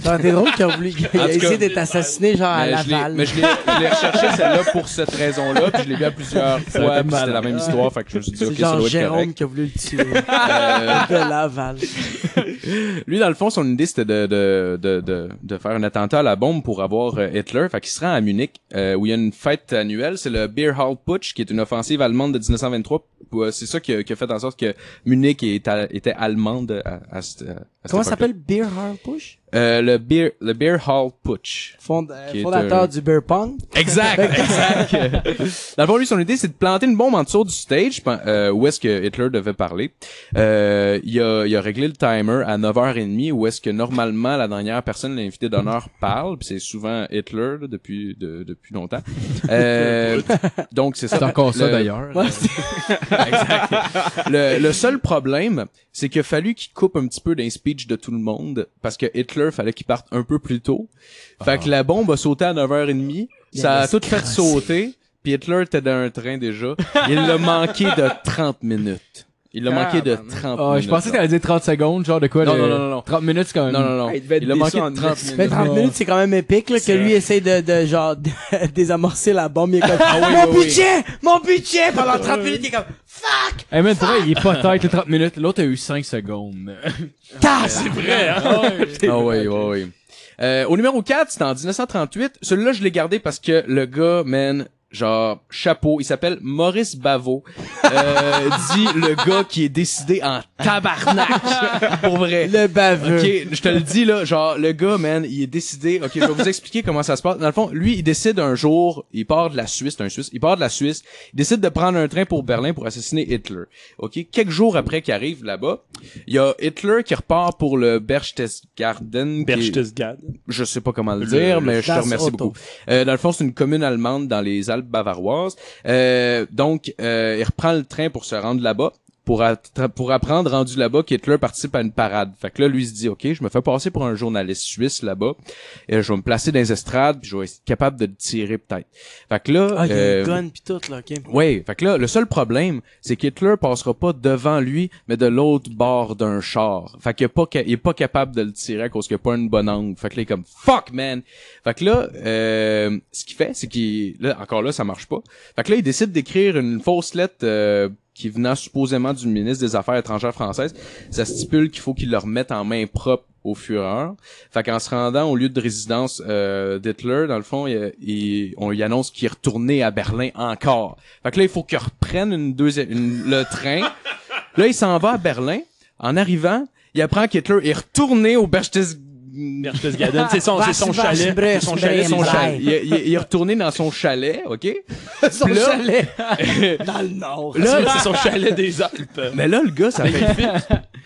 [SPEAKER 5] Ça aurait été drôle qu'ils ont voulu, il
[SPEAKER 6] En
[SPEAKER 5] a
[SPEAKER 6] tout
[SPEAKER 5] essayé
[SPEAKER 6] cas,
[SPEAKER 5] d'être assassiné, genre, à
[SPEAKER 6] mais, je l'ai,
[SPEAKER 5] Laval.
[SPEAKER 6] mais je l'ai, je l'ai recherché celle-là pour cette raison-là puis je l'ai vu à plusieurs fois
[SPEAKER 3] été
[SPEAKER 6] puis c'était la
[SPEAKER 3] malade.
[SPEAKER 6] même histoire. Fait que je me suis dit
[SPEAKER 5] C'est
[SPEAKER 6] ok ça
[SPEAKER 5] genre
[SPEAKER 6] doit être correct. Euh,
[SPEAKER 5] Jérôme qui a voulu le tuer. De Laval.
[SPEAKER 6] Lui, dans le fond, son idée, c'était de, de, de, de, de faire un attentat à la bombe pour avoir euh, Hitler. Fait qu'il se rend à Munich, euh, où il y a une fête annuelle. C'est le Beer Hall Putsch, qui est une offensive allemande de 1923. Euh, C'est ça qui a, qui a fait en sorte que Munich est à- était allemande à, à, cette- à cette
[SPEAKER 5] Comment
[SPEAKER 6] époque-là.
[SPEAKER 5] ça s'appelle Beer Hall Push?
[SPEAKER 6] Euh, le, Beer, le Beer Hall Putsch.
[SPEAKER 5] Fond- euh,
[SPEAKER 6] Qui est,
[SPEAKER 5] fondateur
[SPEAKER 6] euh,
[SPEAKER 5] du Beer Pong.
[SPEAKER 6] Exact, exact. Dans le fond, lui, son idée, c'est de planter une bombe en dessous du stage pen- euh, où est-ce que Hitler devait parler. Euh, il, a, il a réglé le timer à 9h30 où est-ce que normalement la dernière personne, l'invité d'honneur, parle. Puis c'est souvent Hitler là, depuis de- depuis longtemps. Euh, donc c'est ça.
[SPEAKER 3] C'est encore ça,
[SPEAKER 6] Le-
[SPEAKER 3] d'ailleurs.
[SPEAKER 6] le, le seul problème, c'est qu'il a fallu qu'il coupe un petit peu d'un speech de tout le monde parce que Hitler fallait qu'il parte un peu plus tôt. Fait
[SPEAKER 7] Ah.
[SPEAKER 6] que la bombe a sauté à 9h30, ça a
[SPEAKER 5] avait
[SPEAKER 6] tout fait sauter, puis Hitler était dans un train déjà. Il l'a manqué de 30 minutes. Il l'a manqué de 30
[SPEAKER 3] Ah,
[SPEAKER 6] minutes.
[SPEAKER 3] je pensais que t'allais dire 30 secondes, genre de quoi?
[SPEAKER 6] Non,
[SPEAKER 3] le-
[SPEAKER 6] non, non, non, non.
[SPEAKER 3] 30 minutes, c'est quand même.
[SPEAKER 6] Non, non, non.
[SPEAKER 7] Ah, il devait être
[SPEAKER 6] il a manqué
[SPEAKER 7] déçu en
[SPEAKER 6] de 30
[SPEAKER 7] esti.
[SPEAKER 6] minutes.
[SPEAKER 5] Mais 30
[SPEAKER 3] Ouais.
[SPEAKER 5] minutes, c'est quand même épique, là, que lui essaye de, de genre, de- désamorcer la bombe. Il est comme,
[SPEAKER 4] Ah
[SPEAKER 5] mon budget! Mon budget! Pendant 30 minutes, il est comme, fuck!
[SPEAKER 3] Eh, man, pour vrai, il est pas tête, le 30 minutes. L'autre a eu 5 secondes.
[SPEAKER 5] Tasse!
[SPEAKER 4] Vrai, hein?
[SPEAKER 6] Ah oui, oui, oui. Euh, au numéro 4, c'était en 1938. Celui-là, je l'ai gardé parce que le gars, man, genre, chapeau, il s'appelle Maurice Bavo. Euh, dit le gars qui est décidé en tabarnak. Pour vrai.
[SPEAKER 5] Le baveux.
[SPEAKER 6] Ok, je te le dis là, genre le gars, man, il est décidé. Ok, je vais vous expliquer comment ça se passe. Dans le fond, lui, il décide un jour, il part de la Suisse, c'est un Suisse, il part de la Suisse, il décide de prendre un train pour Berlin pour assassiner Hitler. Ok, quelques jours après qu'il arrive là-bas, il y a Hitler qui repart pour le Berchtesgaden. qui est-
[SPEAKER 4] Berchtesgaden.
[SPEAKER 6] je sais pas comment le dire, mais je te
[SPEAKER 5] Das
[SPEAKER 6] remercie
[SPEAKER 5] Auto.
[SPEAKER 6] beaucoup. Euh, dans le fond, c'est une commune allemande dans les Alpes bavaroises. Euh, donc, euh, il reprend le train pour se rendre là-bas. Pour- pour, attra- pour apprendre rendu là-bas qu'Hitler participe à une parade. Fait que là, lui il se dit, OK, je me fais passer pour un journaliste suisse là-bas. Et je vais me placer dans les estrades, puis je vais être capable de le tirer peut-être. Fait que là...
[SPEAKER 5] Ah, il y a
[SPEAKER 6] euh,
[SPEAKER 5] une gun pis tout, là, ok.
[SPEAKER 6] Ouais, fait que là, le seul problème, c'est qu'Hitler passera pas devant lui, mais de l'autre bord d'un char. Fait qu'il est pas, ca- il est pas capable de le tirer à cause qu'il a pas une bonne angle. Fait que là, il est comme, fuck, man! Fait que là, euh, ce qu'il fait, c'est qu'il, là, encore là, ça marche pas. Fait que là, il décide d'écrire une fausse lettre, euh, qui venant supposément du ministre des Affaires étrangères françaises, ça stipule qu'il faut qu'il le remette en main propre au Führer. Fait qu'en se rendant au lieu de résidence euh, d'Hitler, dans le fond, il- il- on lui annonce qu'il est retourné à Berlin encore. Fait que là, il faut qu'il reprenne une deuxième, une- le train. là, il s'en va à Berlin. En arrivant, il apprend qu'Hitler est retourné au Berchtes...
[SPEAKER 4] Berchtesgaden, c'est
[SPEAKER 5] Ah,
[SPEAKER 4] son, c'est son
[SPEAKER 5] Vache,
[SPEAKER 4] chalet.
[SPEAKER 5] bref,
[SPEAKER 4] C'est son chalet, son
[SPEAKER 5] bref.
[SPEAKER 4] chalet.
[SPEAKER 6] Il, il- il est retourné dans son chalet, OK?
[SPEAKER 5] Son
[SPEAKER 6] Puis là-
[SPEAKER 5] chalet. Dans le nord.
[SPEAKER 6] Là,
[SPEAKER 4] C'est son chalet des Alpes.
[SPEAKER 6] mais là, le gars, ça fait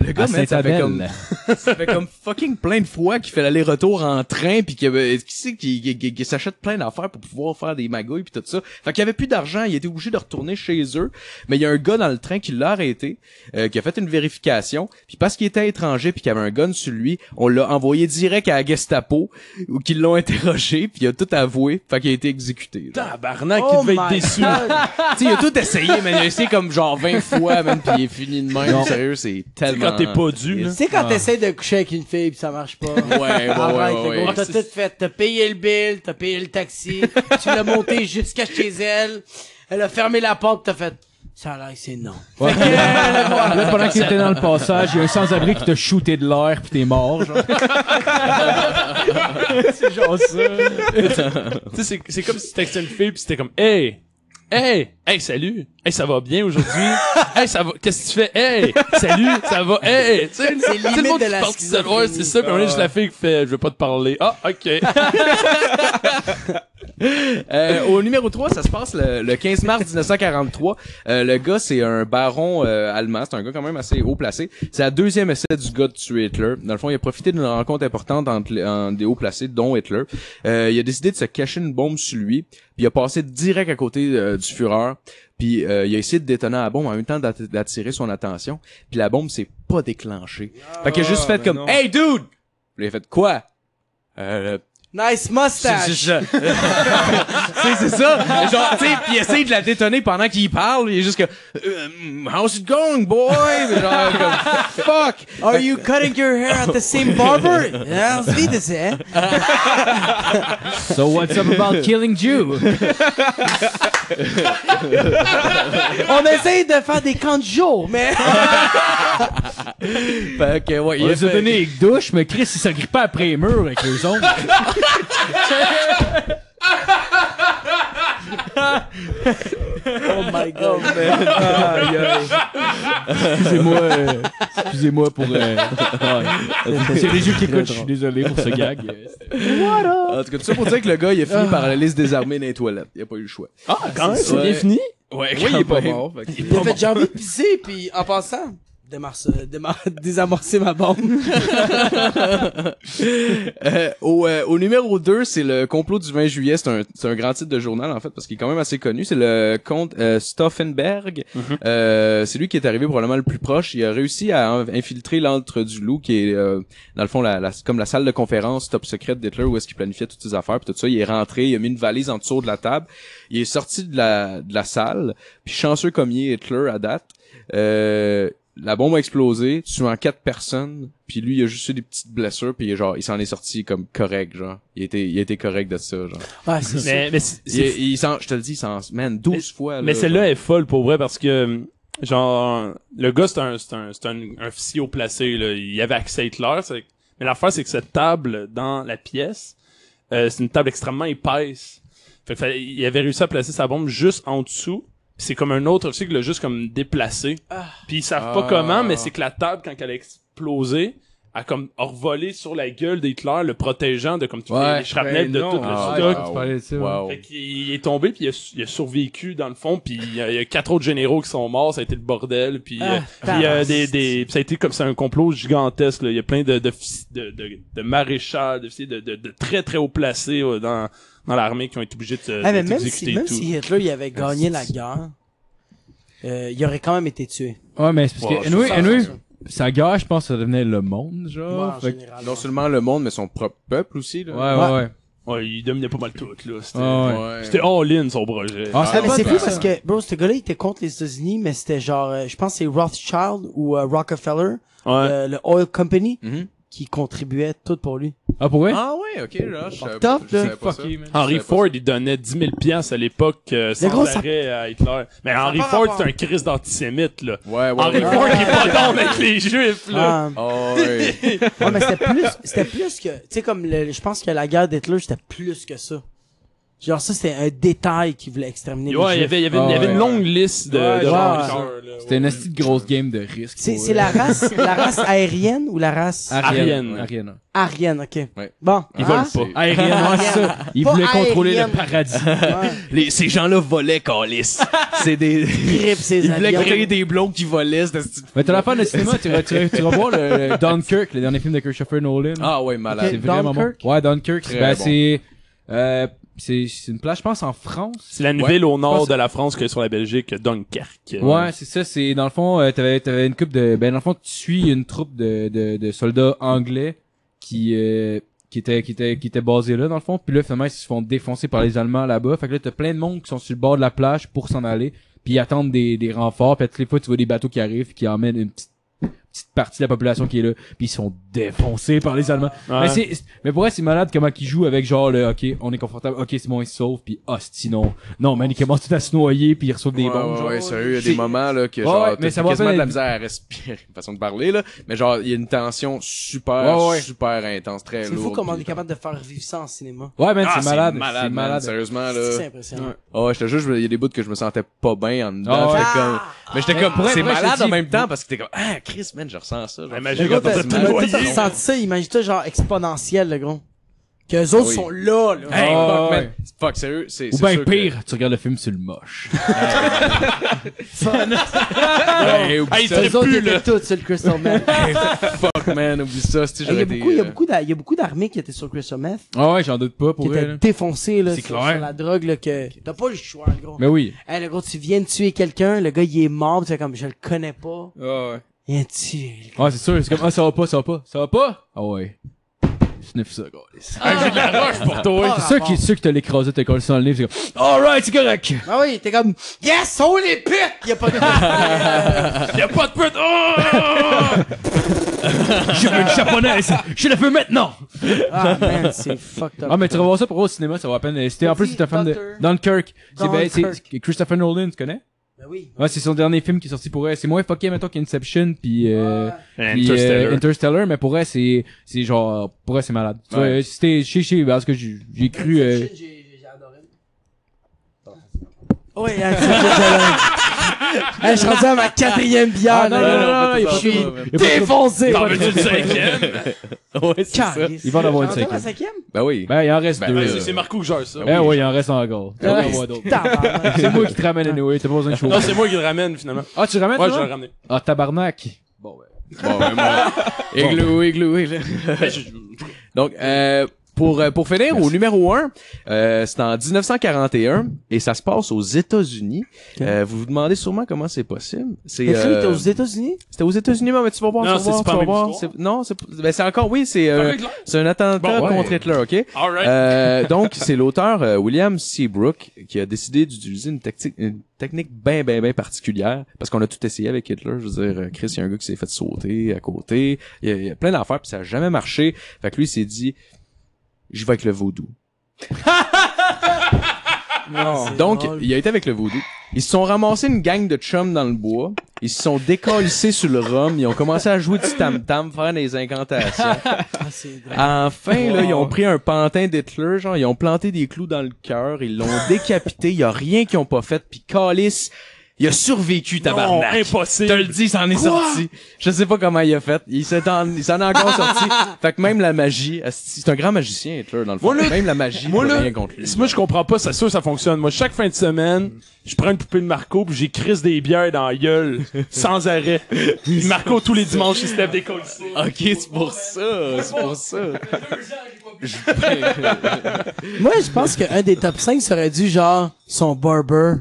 [SPEAKER 6] Le gars,
[SPEAKER 3] À
[SPEAKER 6] man, ça fait
[SPEAKER 3] Saint-Abel.
[SPEAKER 6] comme ça fait comme fucking plein de fois qu'il fait l'aller-retour en train puis qu'il euh, qui c'est qui, qui- qui- qui s'achète plein d'affaires pour pouvoir faire des magouilles puis tout ça. Fait qu'il avait plus d'argent, il était obligé de retourner chez eux, mais il y a un gars dans le train qui l'a arrêté, euh, qui a fait une vérification, puis parce qu'il était étranger puis qu'il avait un gun sur lui, on l'a envoyé direct à la Gestapo où qu'ils l'ont interrogé puis il a tout avoué, fait qu'il a été exécuté. genre.
[SPEAKER 4] Tabarnak,
[SPEAKER 5] Oh
[SPEAKER 4] il devait être déçu.
[SPEAKER 6] Tu sais, il a tout essayé, mais il a essayé comme genre 20 fois même puis il est fini de même, sérieux, c'est
[SPEAKER 4] C'est
[SPEAKER 6] tellement
[SPEAKER 4] quand t'es pas dû, là.
[SPEAKER 5] Tu sais, quand t'essayes de coucher avec une fille pis ça marche pas. Ah,
[SPEAKER 6] Ouais, ouais,
[SPEAKER 5] Arrête,
[SPEAKER 6] ouais,
[SPEAKER 5] le gros,
[SPEAKER 6] ouais.
[SPEAKER 5] T'as tout fait. T'as payé le bill, t'as payé le taxi, tu l'as monté jusqu'à chez elle, elle a fermé la porte, t'as fait. Ça a l'air que c'est non.
[SPEAKER 3] Là, pendant que t'étais dans le passage, il y a un sans-abri qui t'a shooté de l'air puis t'es mort. genre.
[SPEAKER 4] Tu sais, c'est- c'est comme si textais une fille pis c'était comme, hey! Hey! Hey, salut! Hey, ça va bien aujourd'hui? hey, ça va, qu'est-ce que tu fais? Hey! Salut! Ça va? Hey! Tu sais, tu sais,
[SPEAKER 5] limite
[SPEAKER 4] le monde
[SPEAKER 5] de
[SPEAKER 4] qui
[SPEAKER 5] la
[SPEAKER 4] pense qu'il se- Ouais, c'est ça, pis on est juste la fille qui fait, je veux pas te parler. Ah, ok.
[SPEAKER 6] Euh, au numéro 3, ça se passe le, le 15 mars 1943. Euh, le gars, c'est un baron euh, allemand. C'est un gars quand même assez haut placé. C'est la deuxième essai du gars de tuer Hitler. Dans le fond, il a profité d'une rencontre importante entre les- en- des hauts placés, dont Hitler. Euh, il a décidé de se cacher une bombe sur lui. Puis il a passé direct à côté euh, du Führer. Puis euh, il a essayé de détonner la bombe en même temps d'att- d'attirer son attention. Puis la bombe s'est pas déclenchée. Fait qu'il a juste fait
[SPEAKER 7] ben
[SPEAKER 6] comme
[SPEAKER 7] non.
[SPEAKER 6] Hey dude! Puis il a fait quoi? Euh,
[SPEAKER 5] Nice
[SPEAKER 6] c'est
[SPEAKER 5] mustache!
[SPEAKER 6] c'est- je- Tu sais, c'est ça. Genre, tu sais, puis il essaie de la détonner pendant qu'il parle. Il est juste que, euh, how's it going, boy? Mais Genre, comme, fuck.
[SPEAKER 5] Are you cutting your hair at the same barber? Ah, on se vide, c'est, hein?
[SPEAKER 3] So what's up about killing Jew?
[SPEAKER 5] On essaye de faire des camps de jour, mais.
[SPEAKER 6] Fait que, ouais,
[SPEAKER 3] Il
[SPEAKER 6] il a
[SPEAKER 3] les a
[SPEAKER 6] fait-
[SPEAKER 3] donné une douche, mais Chris, il s'agrippe pas après les murs avec les ongles.
[SPEAKER 5] Oh my god.
[SPEAKER 7] Aïe, aïe.
[SPEAKER 3] Excusez-moi, euh, excusez-moi pour. euh, ouais. C'est les yeux qui écoutent, je suis désolé pour ce gag.
[SPEAKER 6] En tout cas, tout ça pour dire que le gars, il a fini par la liste des armées dans les toilettes. Il a pas eu le choix.
[SPEAKER 4] Ah, quand même,
[SPEAKER 6] Ouais.
[SPEAKER 4] fini.
[SPEAKER 6] Ouais,
[SPEAKER 7] Oui, il est pas mort. fait que-
[SPEAKER 5] J'ai fait, j'ai envie de pisser, puis en passant, démarre, ça- démarre- désamorcer ma bombe.
[SPEAKER 6] Euh, au, euh, au numéro 2, c'est le complot du 20 juillet. C'est un, c'est un grand titre de journal, en fait, parce qu'il est quand même assez connu. C'est le comte euh, Stauffenberg. Euh, c'est lui qui est arrivé probablement le plus proche. Il a réussi à en- infiltrer l'antre du loup, qui est, euh, dans le fond, la, la- comme la salle de conférence top secrète d'Hitler, où est-ce qu'il planifiait toutes ses affaires. Puis tout ça, il est rentré, il a mis une valise en dessous de la table. Il est sorti de la, de la salle. Puis chanceux comme il est Hitler à date, euh, la bombe a explosé, tuant quatre personnes, puis lui il a juste eu des petites blessures, puis il est genre il s'en est sorti comme correct genre. Il était il était correct de ça genre.
[SPEAKER 5] Ouais, c'est ça.
[SPEAKER 4] Mais, mais c'est-
[SPEAKER 6] Il,
[SPEAKER 4] c'est
[SPEAKER 6] il s'en je te le dis, il s'en man 12 fois là.
[SPEAKER 4] Mais celle-là est folle pour vrai parce que genre le gars c'est un c'est un c'est un, un physio placé là, il avait accès à Hitler, c'est- mais l'affaire c'est que cette table dans la pièce euh, c'est une table extrêmement épaisse. Fait que fallait- il avait réussi à placer sa bombe juste en dessous. Puis C'est comme un autre aussi qui l'a juste comme déplacé. Puis ils savent pas
[SPEAKER 6] Ah.
[SPEAKER 4] comment, mais c'est que la table quand elle a explosé a comme revolé sur la gueule d'Hitler, le protégeant de comme tu
[SPEAKER 6] Ouais.
[SPEAKER 4] les shrapnel
[SPEAKER 7] Ben
[SPEAKER 4] de
[SPEAKER 7] non.
[SPEAKER 4] tout le
[SPEAKER 6] Ah,
[SPEAKER 4] stock.
[SPEAKER 6] wow.
[SPEAKER 3] Tu parlais de ça,
[SPEAKER 6] Wow.
[SPEAKER 4] Fait qu'il est tombé puis il a, su- il a survécu dans le fond puis il y, a, il y a quatre autres généraux qui sont morts ça a été le bordel puis
[SPEAKER 5] Ah,
[SPEAKER 4] euh, puis, euh,
[SPEAKER 5] tabarnak.
[SPEAKER 4] des, des puis ça a été comme c'est un complot gigantesque là. il y a plein de de fis- de, de, de maréchals de, fis- de, de, de très très haut placés euh, dans dans l'armée qui ont été obligés de se
[SPEAKER 5] Ah, mais
[SPEAKER 4] d'être
[SPEAKER 5] même
[SPEAKER 4] exécutés
[SPEAKER 5] si,
[SPEAKER 4] et
[SPEAKER 5] même
[SPEAKER 4] tout
[SPEAKER 5] si Hitler il avait gagné la guerre, euh, il aurait quand même été tué.
[SPEAKER 3] Ouais, mais c'est parce
[SPEAKER 6] Ouais,
[SPEAKER 3] que,
[SPEAKER 6] je
[SPEAKER 3] anyway,
[SPEAKER 6] sais
[SPEAKER 3] anyway, sa guerre, je pense, ça devenait le monde,
[SPEAKER 5] Moi,
[SPEAKER 3] genre.
[SPEAKER 5] en
[SPEAKER 3] Fait que-
[SPEAKER 5] général,
[SPEAKER 6] Non
[SPEAKER 5] ouais.
[SPEAKER 6] seulement le monde, mais son propre peuple aussi.
[SPEAKER 3] Ouais,
[SPEAKER 6] Là.
[SPEAKER 3] ouais, ouais.
[SPEAKER 4] Ouais, il dominait pas mal tout, là. C'était
[SPEAKER 6] Ah,
[SPEAKER 3] Ouais, ouais.
[SPEAKER 4] c'était all-in, son projet.
[SPEAKER 3] Ah,
[SPEAKER 5] Ah, mais c'est
[SPEAKER 3] pas-
[SPEAKER 5] fou parce que, bro, ce gars-là, il était contre les États-Unis, mais c'était genre, euh, je pense que c'est Rothschild ou euh, Rockefeller,
[SPEAKER 4] Ouais. Mm-hmm.
[SPEAKER 5] euh, le oil company,
[SPEAKER 6] Mhm.
[SPEAKER 5] qui contribuait tout pour lui.
[SPEAKER 3] Ah, pour vrai?
[SPEAKER 6] Ah ouais, ok, là. Je savais
[SPEAKER 5] Top,
[SPEAKER 6] pas- je
[SPEAKER 5] là.
[SPEAKER 6] savais pas ça.
[SPEAKER 3] Fucky, man.
[SPEAKER 6] Je
[SPEAKER 4] Henry
[SPEAKER 6] savais pas
[SPEAKER 4] Ford,
[SPEAKER 6] ça.
[SPEAKER 4] il donnait 10 000 piastres à l'époque euh, sans
[SPEAKER 5] gros, ça-
[SPEAKER 4] arrêt à Hitler. Mais Henry
[SPEAKER 5] part
[SPEAKER 4] Ford,
[SPEAKER 5] rapport.
[SPEAKER 4] c'est un Christ d'antisémite, là.
[SPEAKER 6] Ouais, ouais.
[SPEAKER 4] Henry
[SPEAKER 6] ouais.
[SPEAKER 4] Ford, il est pas d'homme avec les Juifs, là.
[SPEAKER 5] Ah,
[SPEAKER 6] Ah, ouais.
[SPEAKER 5] ouais, mais c'était plus, c'était plus que, tu sais, comme le- je pense que la guerre d'Hitler, c'était plus que ça. Genre, ça, c'était un détail qui voulait exterminer
[SPEAKER 4] Ouais, il
[SPEAKER 5] les
[SPEAKER 4] y
[SPEAKER 5] Juifs.
[SPEAKER 4] avait, il y avait,
[SPEAKER 3] Ah
[SPEAKER 4] il y avait
[SPEAKER 3] ouais.
[SPEAKER 4] une longue liste de,
[SPEAKER 7] Ouais,
[SPEAKER 4] de
[SPEAKER 7] ouais,
[SPEAKER 4] rancœurs, là.
[SPEAKER 3] C'était une astuce grosse game de risque.
[SPEAKER 5] C'est,
[SPEAKER 3] pour,
[SPEAKER 5] c'est
[SPEAKER 3] euh,
[SPEAKER 5] la race, la race aérienne ou la race
[SPEAKER 3] Ariane.
[SPEAKER 4] Ariane.
[SPEAKER 3] Ariane.
[SPEAKER 5] arienne, ok.
[SPEAKER 6] Ouais.
[SPEAKER 5] Bon.
[SPEAKER 6] Ils
[SPEAKER 5] hein?
[SPEAKER 6] veulent
[SPEAKER 4] ah,
[SPEAKER 6] pas.
[SPEAKER 3] Ariane, ouais, c'est ça. Ils
[SPEAKER 5] Pas
[SPEAKER 3] voulaient contrôler le
[SPEAKER 5] aérienne.
[SPEAKER 3] paradis.
[SPEAKER 5] Ah, Ouais.
[SPEAKER 8] Les- ces gens-là volaient, Calis. C'est des.
[SPEAKER 5] Grippe ses
[SPEAKER 8] Ils voulaient
[SPEAKER 5] avions.
[SPEAKER 8] créer des blondes qui volaient. c'était-
[SPEAKER 3] Mais t'as la fin de cinéma, tu vas, tu vas, tu vas voir le, le Dunkirk, le dernier film de Christopher Nolan.
[SPEAKER 6] Ah ouais, malade.
[SPEAKER 3] c'est vraiment
[SPEAKER 5] Dunkirk?
[SPEAKER 3] bon. Ouais, Dunkirk,
[SPEAKER 6] Très
[SPEAKER 3] ben
[SPEAKER 6] bon.
[SPEAKER 3] c'est euh, c'est c'est une place je pense en France.
[SPEAKER 4] C'est la
[SPEAKER 6] Ouais.
[SPEAKER 4] ville au nord
[SPEAKER 3] Pense-
[SPEAKER 4] de la France que sur la Belgique, Dunkerque.
[SPEAKER 3] Ouais, c'est ça, c'est dans le fond euh, t'avais t'avais une coupe de ben dans le fond tu suis une troupe de de, de soldats anglais qui euh, qui était qui était qui était basé là dans le fond puis là finalement ils se font défoncer par les Allemands là-bas fait que là t'as plein de monde qui sont sur le bord de la plage pour s'en aller puis ils attendent des des renforts puis à toutes les fois tu vois des bateaux qui arrivent puis qui emmènent une petite petite partie de la population qui est là puis ils sont défoncés par les Allemands
[SPEAKER 4] Ouais.
[SPEAKER 3] mais c'est mais pour vrai c'est malade comment qu'ils jouent avec genre le ok on est confortable ok c'est bon ils se sauvent puis hostie non non man ils commencent tout à se noyer puis ils reçoivent des
[SPEAKER 6] ouais,
[SPEAKER 3] bombes
[SPEAKER 6] ouais,
[SPEAKER 3] genre.
[SPEAKER 6] ouais, sérieux, il y a
[SPEAKER 3] C'est-
[SPEAKER 6] des moments là que
[SPEAKER 3] Ouais,
[SPEAKER 6] genre
[SPEAKER 3] ouais,
[SPEAKER 6] t'as
[SPEAKER 3] mais ça vaut la
[SPEAKER 6] quasiment
[SPEAKER 3] peine
[SPEAKER 6] de la
[SPEAKER 3] d'être-
[SPEAKER 6] misère à respirer, façon de parler là, mais genre il y a une tension super
[SPEAKER 3] Ouais, ouais.
[SPEAKER 6] super intense, très
[SPEAKER 5] C'est
[SPEAKER 6] lourde.
[SPEAKER 5] fou comment on
[SPEAKER 6] puis-
[SPEAKER 5] est capable de faire vivre ça en cinéma.
[SPEAKER 3] Ouais, man,
[SPEAKER 6] Ah,
[SPEAKER 3] c'est malade.
[SPEAKER 6] malade,
[SPEAKER 3] C'est
[SPEAKER 6] man,
[SPEAKER 3] malade.
[SPEAKER 6] sérieusement
[SPEAKER 5] C'est
[SPEAKER 6] Ah, là.
[SPEAKER 5] impressionnant.
[SPEAKER 6] Oh, je te jure, je me- il y a des bouts que je me sentais pas bien en
[SPEAKER 3] Ah,
[SPEAKER 6] dedans,
[SPEAKER 3] ouais.
[SPEAKER 6] j'étais comme
[SPEAKER 5] Ah.
[SPEAKER 6] mais j'étais comme
[SPEAKER 3] pour
[SPEAKER 6] c'est
[SPEAKER 3] vrai, je
[SPEAKER 6] malade
[SPEAKER 3] te
[SPEAKER 6] en
[SPEAKER 3] dis-
[SPEAKER 6] même temps parce que t'es comme ah Chris man, je ressens ça. genre.
[SPEAKER 4] Imagine
[SPEAKER 5] Le gros,
[SPEAKER 4] quand
[SPEAKER 5] t'as
[SPEAKER 4] t'as tout
[SPEAKER 5] t'as-
[SPEAKER 6] Ah,
[SPEAKER 5] t'as tout
[SPEAKER 4] noyé.
[SPEAKER 5] ressenti ça, imagine-toi genre exponentiel, le gros. Que les autres
[SPEAKER 6] Ah oui.
[SPEAKER 5] sont là, là.
[SPEAKER 6] Hey,
[SPEAKER 3] Ah,
[SPEAKER 6] fuck, man.
[SPEAKER 3] ouais.
[SPEAKER 6] Fuck, sérieux, c'est
[SPEAKER 3] Ou
[SPEAKER 6] c'est
[SPEAKER 3] bien
[SPEAKER 6] sûr que-
[SPEAKER 3] pire, tu regardes le film sur le moche.
[SPEAKER 6] Ouais, oublie
[SPEAKER 4] Hey,
[SPEAKER 6] ça.
[SPEAKER 4] t'aurais
[SPEAKER 5] Les autres
[SPEAKER 4] pu,
[SPEAKER 5] étaient
[SPEAKER 4] là.
[SPEAKER 5] tous sur le Crystal Meth. Hey,
[SPEAKER 6] Fuck, man, oublie ça, si
[SPEAKER 5] Il y
[SPEAKER 6] j'aurais
[SPEAKER 5] a
[SPEAKER 6] été,
[SPEAKER 5] beaucoup, il y a
[SPEAKER 6] euh,
[SPEAKER 5] beaucoup d'a- il y a beaucoup d'armées qui étaient sur le Crystal Meth,
[SPEAKER 3] Ah ouais, j'en doute pas pour
[SPEAKER 5] qui
[SPEAKER 3] vrai.
[SPEAKER 5] étaient
[SPEAKER 3] là.
[SPEAKER 5] défoncées, là,
[SPEAKER 3] C'est
[SPEAKER 5] sur,
[SPEAKER 3] clair.
[SPEAKER 5] sur la drogue, là, que t'as pas le choix, le gros.
[SPEAKER 3] Mais oui.
[SPEAKER 5] Hey, le gros, tu viens de tuer quelqu'un, le gars, il est mort, pis tu es comme, je le connais pas.
[SPEAKER 7] Ah, ouais.
[SPEAKER 5] Il a tué.
[SPEAKER 3] Ouais, c'est sûr. C'est comme, ah, ça va pas, ça va pas. Ça va pas? Ah ouais. Sniff ça, gars.
[SPEAKER 4] pour toi.
[SPEAKER 6] Ah,
[SPEAKER 5] Par
[SPEAKER 3] C'est sûr
[SPEAKER 5] rapport.
[SPEAKER 3] qu'il sûr que t'as l'écrasé, t'as collé ça dans le livre, c'est comme, alright, c'est correct!
[SPEAKER 5] Ah oui, t'es comme, yes, on les putes! Il y a pas de...
[SPEAKER 4] Y'a pas de pute. Oh!
[SPEAKER 3] Je veux une japonaise! Je la veux maintenant!
[SPEAKER 5] ah, man, c'est fucked up.
[SPEAKER 3] Ah, mais tu vas voir ça pour voir au cinéma, ça va à peine. C'était, en plus,
[SPEAKER 5] Vas-y,
[SPEAKER 3] c'est un fan de
[SPEAKER 5] Docteur.
[SPEAKER 3] Dunkirk. C'est, ben, c'est
[SPEAKER 5] Dunkirk.
[SPEAKER 3] c'est Christopher Nolan, tu connais?
[SPEAKER 5] Ben oui.
[SPEAKER 3] Ouais, c'est son dernier film qui est sorti pour elle. C'est moins fucké, mettons, qu'Inception, pis euh,
[SPEAKER 5] Ah,
[SPEAKER 3] Puis, euh,
[SPEAKER 4] Interstellar.
[SPEAKER 3] Interstellar, mais pour elle, c'est, c'est genre, pour elle, c'est malade. Tu vois,
[SPEAKER 6] Ouais.
[SPEAKER 3] euh, c'était, je sais, je sais, parce que j'ai j'ai cru, euh,
[SPEAKER 5] Inception, j'ai- j'ai adoré. Ah hein, Oui, Inception, j'ai adoré. Hey, Je suis rendu à ma quatrième bière.
[SPEAKER 3] Ah, non,
[SPEAKER 5] là.
[SPEAKER 3] non, non, non, non, il
[SPEAKER 5] je suis
[SPEAKER 3] y a pas de-
[SPEAKER 5] défoncé.
[SPEAKER 4] T'en veux-tu une cinquième?
[SPEAKER 6] Ouais, c'est ça.
[SPEAKER 5] Calisse.
[SPEAKER 3] Il va en avoir une
[SPEAKER 5] Rendu à ma
[SPEAKER 3] cinquième.
[SPEAKER 5] cinquième?
[SPEAKER 6] Ben oui.
[SPEAKER 3] ben, il en reste
[SPEAKER 6] Ben,
[SPEAKER 3] deux.
[SPEAKER 6] ben,
[SPEAKER 4] Ouais,
[SPEAKER 3] là.
[SPEAKER 4] c'est- C'est Marco qui gère ça.
[SPEAKER 3] Ben oui, il en reste encore. Tu vas en avoir d'autres.
[SPEAKER 5] Tabarnak.
[SPEAKER 3] C'est moi qui te ramène, anyway, t'as pas besoin de
[SPEAKER 4] Non,
[SPEAKER 3] chauffer.
[SPEAKER 4] c'est moi qui le ramène finalement.
[SPEAKER 3] Ah, tu le ramènes,
[SPEAKER 4] Ouais, je
[SPEAKER 3] toi?
[SPEAKER 4] vais le ramener.
[SPEAKER 3] Ah, tabarnak. Bon, ben.
[SPEAKER 6] Bon, ben, moi- Igloo, igloo, igloo. Donc, euh, pour, euh, pour finir, au numéro 1, c'est en 1941 et ça se passe aux États-Unis. Euh, vous vous demandez sûrement comment c'est possible. C'est,
[SPEAKER 5] Le film
[SPEAKER 6] euh,
[SPEAKER 5] était aux États-Unis?
[SPEAKER 6] c'était aux États-Unis, mais tu vas voir,
[SPEAKER 4] Non,
[SPEAKER 6] tu vas
[SPEAKER 4] c'est-
[SPEAKER 6] voir,
[SPEAKER 4] c'est
[SPEAKER 6] tu
[SPEAKER 4] pas la
[SPEAKER 6] vas
[SPEAKER 4] même
[SPEAKER 6] voir.
[SPEAKER 4] histoire.
[SPEAKER 6] C'est- Non, c'est, ben, c'est encore, oui, c'est, euh,
[SPEAKER 4] Hitler?
[SPEAKER 6] c'est un attentat
[SPEAKER 4] Bon, ouais.
[SPEAKER 6] contre Hitler, ok?
[SPEAKER 4] Alright.
[SPEAKER 6] Euh, donc, c'est l'auteur euh, William Seabrook qui a décidé d'utiliser une, tactique, une technique bien, bien, bien particulière parce qu'on a tout essayé avec Hitler. Je veux dire, euh, Chris, il y a un gars qui s'est fait sauter à côté. Il y a, il y a plein d'affaires puis ça a jamais marché. Fait que lui, il s'est dit, je vais avec le vaudou. Donc,
[SPEAKER 5] Ah
[SPEAKER 6] il a été avec le vaudou. Ils se sont ramassés une gang de chums dans le bois. Ils se sont décollissés sur le rhum. Ils ont commencé à jouer du tam-tam, faire des incantations.
[SPEAKER 5] Ah, c'est drôle.
[SPEAKER 6] Enfin, là, ils ont pris un pantin d'Hitler, genre, ils ont planté des clous dans le cœur, ils l'ont décapité, il y a rien qu'ils ont pas fait, puis Calis, il a survécu,
[SPEAKER 4] Non,
[SPEAKER 6] tabarnak. Je te
[SPEAKER 4] impossible.
[SPEAKER 6] le dis, il s'en est sorti. Je sais pas comment il a fait. Il s'est en, il s'en est encore sorti. Fait que même la magie, asti, c'est un grand magicien, Hitler, dans le fond.
[SPEAKER 4] Moi, là,
[SPEAKER 6] même la magie,
[SPEAKER 4] moi,
[SPEAKER 6] peut
[SPEAKER 4] là,
[SPEAKER 6] rien contre lui.
[SPEAKER 4] Si moi je comprends pas, c'est sûr ça fonctionne. Moi chaque fin de semaine, je prends une poupée de Marco puis j'ai crise des bières dans la gueule sans arrêt. Puis Marco tous les dimanches il se lève des cols.
[SPEAKER 6] Ok, c'est pour ça, c'est pour ça.
[SPEAKER 5] Moi, je pense qu'un des top 5 serait dû genre son barber.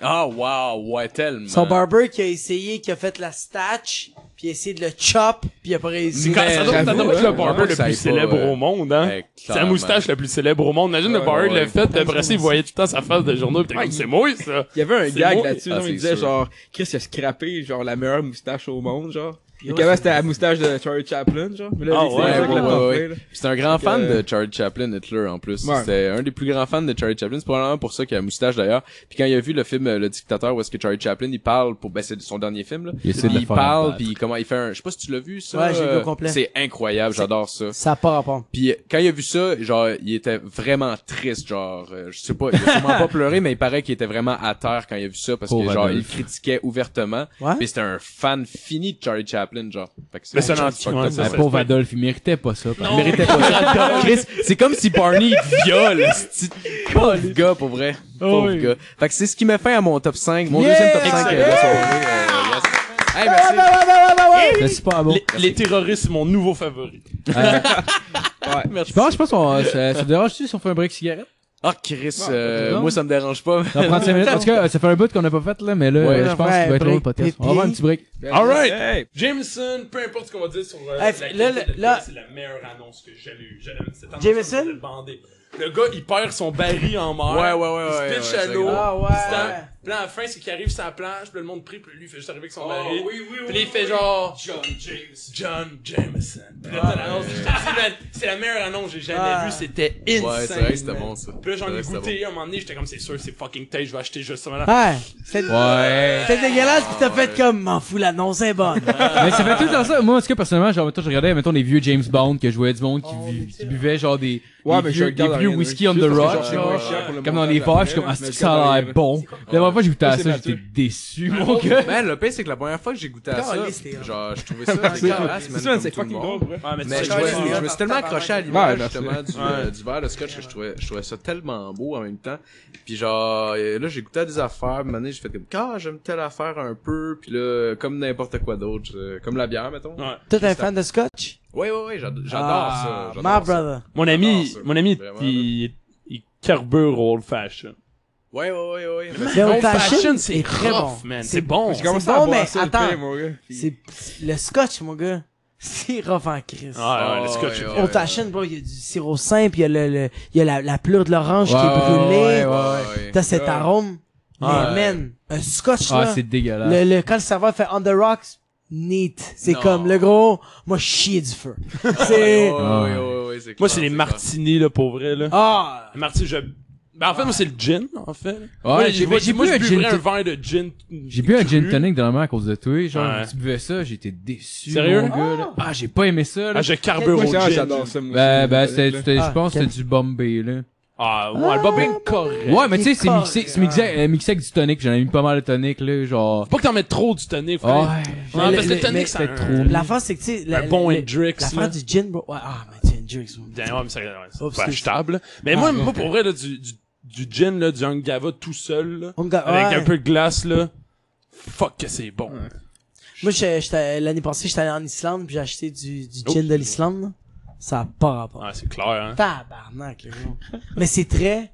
[SPEAKER 6] Ah, wow, ouais, tellement.
[SPEAKER 5] Son barber qui a essayé, qui a fait la statch, puis a essayé de le chop, puis il a pas réussi.
[SPEAKER 4] Quand ça doit ça
[SPEAKER 7] j'avoue,
[SPEAKER 4] doit être
[SPEAKER 7] ouais.
[SPEAKER 4] le barber
[SPEAKER 6] Ouais,
[SPEAKER 4] le
[SPEAKER 6] ça
[SPEAKER 4] plus
[SPEAKER 6] aille pas,
[SPEAKER 4] célèbre
[SPEAKER 6] euh,
[SPEAKER 4] au monde, hein.
[SPEAKER 6] hein. ouais,
[SPEAKER 4] C'est la
[SPEAKER 6] clairement.
[SPEAKER 4] moustache la plus célèbre au monde. Imagine le
[SPEAKER 7] Ouais,
[SPEAKER 4] barber
[SPEAKER 6] ouais.
[SPEAKER 4] le fait, puis après ça, il voyait tout le temps sa face de journaux, pis t'es comme, c'est moi, ça.
[SPEAKER 7] Il y avait un
[SPEAKER 4] C'est
[SPEAKER 7] gag
[SPEAKER 4] moi.
[SPEAKER 7] là-dessus,
[SPEAKER 6] Ah,
[SPEAKER 7] genre, il
[SPEAKER 6] c'est
[SPEAKER 7] disait
[SPEAKER 6] sûr.
[SPEAKER 7] genre, Chris il a scrappé genre la meilleure moustache au monde, genre. Et qu'avant c'était la moustache de Charlie Chaplin, genre. Mais là,
[SPEAKER 4] Ah,
[SPEAKER 7] lui, c'est
[SPEAKER 6] ouais,
[SPEAKER 7] ça qu'il
[SPEAKER 6] ouais,
[SPEAKER 7] a
[SPEAKER 6] ouais,
[SPEAKER 7] parfait,
[SPEAKER 6] ouais.
[SPEAKER 7] là.
[SPEAKER 6] C'est un grand
[SPEAKER 7] Fait
[SPEAKER 6] fan
[SPEAKER 7] que-
[SPEAKER 6] de Charlie Chaplin, Hitler, en plus.
[SPEAKER 7] Ouais.
[SPEAKER 6] C'était un des plus grands fans de Charlie Chaplin. C'est probablement pour ça qu'il a la moustache, d'ailleurs. Puis quand il a vu le film euh, Le Dictateur, où est-ce que Charlie Chaplin, il parle pour, ben, c'est son dernier film, là.
[SPEAKER 3] Il essaie de le faire
[SPEAKER 6] parle,
[SPEAKER 3] battre.
[SPEAKER 6] puis comment il fait un, je sais pas si tu l'as vu, ça.
[SPEAKER 5] Ouais, j'ai vu au
[SPEAKER 6] euh,
[SPEAKER 5] complet.
[SPEAKER 6] C'est incroyable, j'adore ça.
[SPEAKER 5] Ça part rapport.
[SPEAKER 6] Puis euh, quand il a vu ça, genre, il était vraiment triste, genre, euh, je sais pas, il a sûrement pas pleuré, mais il paraît qu'il était vraiment à terre quand il a vu ça, parce que,
[SPEAKER 3] Pauvre
[SPEAKER 6] genre, il
[SPEAKER 3] Adolphe.
[SPEAKER 6] critiquait ouvertement.
[SPEAKER 5] Ouais.
[SPEAKER 6] Puis c'était un fan fini de Charlie Chaplin, genre. Fait que
[SPEAKER 4] Mais c'est un anti-
[SPEAKER 6] fucked up,
[SPEAKER 4] ouais,
[SPEAKER 6] ça.
[SPEAKER 4] c'est
[SPEAKER 3] Le
[SPEAKER 4] ça.
[SPEAKER 3] Ben, pauvre Adolphe, il méritait pas ça. par exemple.
[SPEAKER 6] T'es pas- Chris, c'est comme si Barney il te viole, esti. Pauvre gars, pour vrai. Pauvre gars. Fait que c'est ce qui met fin à mon top 5, mon deuxième top 5 de la soirée. euh, yes. Hey, merci.
[SPEAKER 3] Mais C'est pas bon.
[SPEAKER 4] Les- Les terroristes, c'est mon nouveau favori.
[SPEAKER 3] Je pense, je pense qu'on, euh, ça, ça te dérange-tu si on fait un break cigarette?
[SPEAKER 6] Ah, Chris, euh,
[SPEAKER 3] Non.
[SPEAKER 6] moi ça me dérange pas.
[SPEAKER 3] Dans 35 minutes. En tout cas, euh, ça fait un bout qu'on n'a pas fait, là, mais là,
[SPEAKER 6] Ouais.
[SPEAKER 3] euh, je pense
[SPEAKER 5] Ouais,
[SPEAKER 3] qu'il va être long le
[SPEAKER 5] break,
[SPEAKER 3] podcast. On va avoir un petit break.
[SPEAKER 4] All right.
[SPEAKER 7] Hey,
[SPEAKER 4] Jameson, peu importe ce qu'on va dire sur euh,
[SPEAKER 5] Hey,
[SPEAKER 4] la
[SPEAKER 5] là,
[SPEAKER 4] qualité de
[SPEAKER 5] là-
[SPEAKER 4] film, c'est la meilleure annonce que j'ai jamais eue. J'ai- cette annonce,
[SPEAKER 5] Jameson?
[SPEAKER 4] elle me faisait bander. Le gars, il perd son baril en mer.
[SPEAKER 6] Ouais, ouais, ouais,
[SPEAKER 4] Il se
[SPEAKER 6] ouais,
[SPEAKER 4] pitch
[SPEAKER 6] ouais,
[SPEAKER 4] à
[SPEAKER 6] c'est
[SPEAKER 4] l'eau.
[SPEAKER 6] vrai.
[SPEAKER 5] Ah ouais.
[SPEAKER 4] il se tape. Puis là, à la fin, c'est qu'il arrive sur la plage, puis le monde prie, puis lui, il fait juste arriver avec son baril. puis là, il fait genre... John James. John Jameson. Puis là, t'as l'annonce. C'est la- C'est la meilleure annonce que j'ai jamais
[SPEAKER 5] Ah.
[SPEAKER 4] vue. C'était insane.
[SPEAKER 6] Ouais, c'est vrai que c'était bon ça.
[SPEAKER 4] Puis là, j'en ai
[SPEAKER 6] C'est vrai que
[SPEAKER 4] goûté à un moment donné, j'étais comme, c'est sûr, c'est fucking taste, je vais acheter juste ça. maintenant.
[SPEAKER 5] Ouais. C'est
[SPEAKER 3] Ouais.
[SPEAKER 5] c'est dégueulasse, pis t'as fait comme, m'en fous, l'annonce est bonne.
[SPEAKER 3] mais ça fait tout le temps ça. Moi, en tout cas, personnellement, genre, mettons, je regardais, mettons, les vieux James Bond que je voyais du monde qui, bu- qui buvait, genre, des,
[SPEAKER 7] Ouais,
[SPEAKER 3] des
[SPEAKER 7] mais je
[SPEAKER 3] vieux, des
[SPEAKER 7] regarde
[SPEAKER 3] vieux
[SPEAKER 7] rien,
[SPEAKER 3] whisky on the
[SPEAKER 7] juste parce que
[SPEAKER 3] rock,
[SPEAKER 7] genre, c'est moins
[SPEAKER 3] genre,
[SPEAKER 7] cher pour le
[SPEAKER 3] comme dans
[SPEAKER 7] montage
[SPEAKER 3] les bars, je suis
[SPEAKER 7] après,
[SPEAKER 3] comme,
[SPEAKER 7] là,
[SPEAKER 3] ah,
[SPEAKER 7] mais
[SPEAKER 3] c'est que
[SPEAKER 7] je
[SPEAKER 3] ça a
[SPEAKER 7] regarde
[SPEAKER 3] l'air
[SPEAKER 7] rien.
[SPEAKER 3] bon. La dernière fois, j'ai goûté à ça, j'étais déçu, mon gars.
[SPEAKER 6] Man, le pire, c'est que la première fois que j'ai goûté à ça,
[SPEAKER 5] Caliste, les gars.
[SPEAKER 6] genre, je trouvais ça
[SPEAKER 7] C'est
[SPEAKER 6] dégueulasse, man,
[SPEAKER 7] c'est-
[SPEAKER 6] comme
[SPEAKER 7] c'est
[SPEAKER 6] tout le
[SPEAKER 7] fucking
[SPEAKER 6] monde.
[SPEAKER 7] drôle, ouais.
[SPEAKER 4] Ouais, mais tu
[SPEAKER 6] Mais
[SPEAKER 4] sais,
[SPEAKER 6] je,
[SPEAKER 4] je
[SPEAKER 6] me
[SPEAKER 4] vois-
[SPEAKER 6] suis-
[SPEAKER 5] ouais,
[SPEAKER 6] je me suis tellement accroché à
[SPEAKER 7] Ouais,
[SPEAKER 6] l'image
[SPEAKER 7] merci.
[SPEAKER 6] justement du, euh, du verre de scotch que je trouvais, je trouvais ça tellement beau en même temps. Puis genre euh, là j'ai goûté à des affaires, puis année j'ai fait comme ah j'aime telle affaire un peu, puis là comme n'importe quoi d'autre, euh, comme la bière mettons.
[SPEAKER 4] Ouais.
[SPEAKER 5] T'es un fan de scotch?
[SPEAKER 6] Ouais ouais ouais, j'ado- j'adore
[SPEAKER 5] Ah,
[SPEAKER 6] ça. j'adore
[SPEAKER 5] My
[SPEAKER 6] ça.
[SPEAKER 5] brother.
[SPEAKER 4] Mon
[SPEAKER 6] J'adore
[SPEAKER 4] ami,
[SPEAKER 6] ça.
[SPEAKER 4] mon ami,
[SPEAKER 6] Vraiment,
[SPEAKER 4] il, il carbure au old fashion.
[SPEAKER 6] Ouais ouais ouais ouais.
[SPEAKER 5] Le
[SPEAKER 4] Old
[SPEAKER 5] old
[SPEAKER 4] fashion,
[SPEAKER 5] fashion,
[SPEAKER 4] c'est
[SPEAKER 5] c'est
[SPEAKER 4] très
[SPEAKER 5] très
[SPEAKER 4] bon,
[SPEAKER 5] bon.
[SPEAKER 4] man.
[SPEAKER 5] C'est
[SPEAKER 4] C'est bon.
[SPEAKER 7] J'ai
[SPEAKER 5] comme-
[SPEAKER 7] commencé
[SPEAKER 5] bon,
[SPEAKER 7] à boire
[SPEAKER 5] mais
[SPEAKER 7] ça, le
[SPEAKER 5] attends.
[SPEAKER 7] pire, mon gars.
[SPEAKER 5] C'est le scotch, mon gars. C'est rough en crise.
[SPEAKER 4] Ah, ouais, le scotch.
[SPEAKER 6] Ouais, ouais,
[SPEAKER 5] On t'achène, bro, il y a du sirop simple, il y a, le, le- il y a la, la pleure de l'orange qui est brûlée.
[SPEAKER 6] ouais.
[SPEAKER 5] T'as cet
[SPEAKER 7] Ouais.
[SPEAKER 5] arôme.
[SPEAKER 4] Ouais.
[SPEAKER 5] Mais man, un scotch,
[SPEAKER 3] Ah,
[SPEAKER 5] là.
[SPEAKER 3] c'est dégueulasse.
[SPEAKER 5] Le, le, quand le serveur fait on the rocks, neat. C'est
[SPEAKER 6] Non.
[SPEAKER 5] comme le gros, moi, je chier du feu. C'est,
[SPEAKER 6] Ouais, ouais, ouais, ouais, Ah, c'est
[SPEAKER 4] Moi,
[SPEAKER 6] clair,
[SPEAKER 4] c'est les
[SPEAKER 6] clair.
[SPEAKER 4] martinis, là, pour vrai, là.
[SPEAKER 5] ah,
[SPEAKER 4] Les martinis, je... Ben, en fait, moi, c'est le gin, en fait. Ouais,
[SPEAKER 3] j'ai-
[SPEAKER 4] j'ai, moi,
[SPEAKER 3] j'ai
[SPEAKER 4] moi,
[SPEAKER 3] bu
[SPEAKER 4] je
[SPEAKER 3] un gin
[SPEAKER 4] buvrais un
[SPEAKER 3] to-
[SPEAKER 4] verre de gin.
[SPEAKER 3] J'ai bu un
[SPEAKER 4] cru.
[SPEAKER 3] gin tonic dernièrement à cause de toi, genre,
[SPEAKER 4] Ouais.
[SPEAKER 3] tu buvais ça, j'étais déçu,
[SPEAKER 4] Sérieux?
[SPEAKER 3] mon gars, là. Ah, j'ai pas aimé ça, là.
[SPEAKER 4] Ah, je carbure
[SPEAKER 7] Moi,
[SPEAKER 4] au
[SPEAKER 7] c'est vrai,
[SPEAKER 4] gin.
[SPEAKER 7] j'adore ça, moi
[SPEAKER 3] Ben,
[SPEAKER 7] aussi.
[SPEAKER 3] ben, c'était, c'était-
[SPEAKER 5] Ah,
[SPEAKER 3] je pense que
[SPEAKER 5] quel-
[SPEAKER 3] c'était du Bombay, là.
[SPEAKER 4] Ah, ouais, le bobbing correct.
[SPEAKER 3] Ouais, mais tu sais,
[SPEAKER 5] Il
[SPEAKER 3] c'est mixé,
[SPEAKER 5] colle,
[SPEAKER 3] c'est mixé, euh, mixé avec du tonic, j'en ai mis pas mal de tonic, là, genre.
[SPEAKER 4] Faut pas que t'en mettes trop du tonic,
[SPEAKER 3] Ah Ouais.
[SPEAKER 4] frère. Ouais,
[SPEAKER 5] Mais
[SPEAKER 4] Ah, parce que
[SPEAKER 5] le-
[SPEAKER 4] le tonic,
[SPEAKER 5] mais
[SPEAKER 4] ça a
[SPEAKER 3] c'était
[SPEAKER 4] un-
[SPEAKER 3] trop.
[SPEAKER 5] la face, c'est que, tu sais, la-
[SPEAKER 4] Un bon
[SPEAKER 5] la-
[SPEAKER 4] Hendrix, là.
[SPEAKER 5] L'affaire du gin, bro. Ouais, ah, mais gin Hendrix, bro.
[SPEAKER 4] Damn, ouais, mais ça- ouais, c'est
[SPEAKER 5] Oups,
[SPEAKER 4] pas
[SPEAKER 5] excuse.
[SPEAKER 4] achetable. là. Mais moi, moi, pour vrai, là, du, du, du gin, là, du Angava tout seul, là,
[SPEAKER 5] On me ga-
[SPEAKER 4] avec
[SPEAKER 5] ouais.
[SPEAKER 4] un peu de glace, là, fuck que c'est bon.
[SPEAKER 5] Moi, j'étais- j'étais- l'année passée, j'étais allé en Islande, puis j'ai acheté du, du
[SPEAKER 4] Oh.
[SPEAKER 5] gin de l'Islande. là. Ça a pas rapport.
[SPEAKER 4] Ouais, c'est clair, hein.
[SPEAKER 5] Tabarnak, le gros. Mais c'est très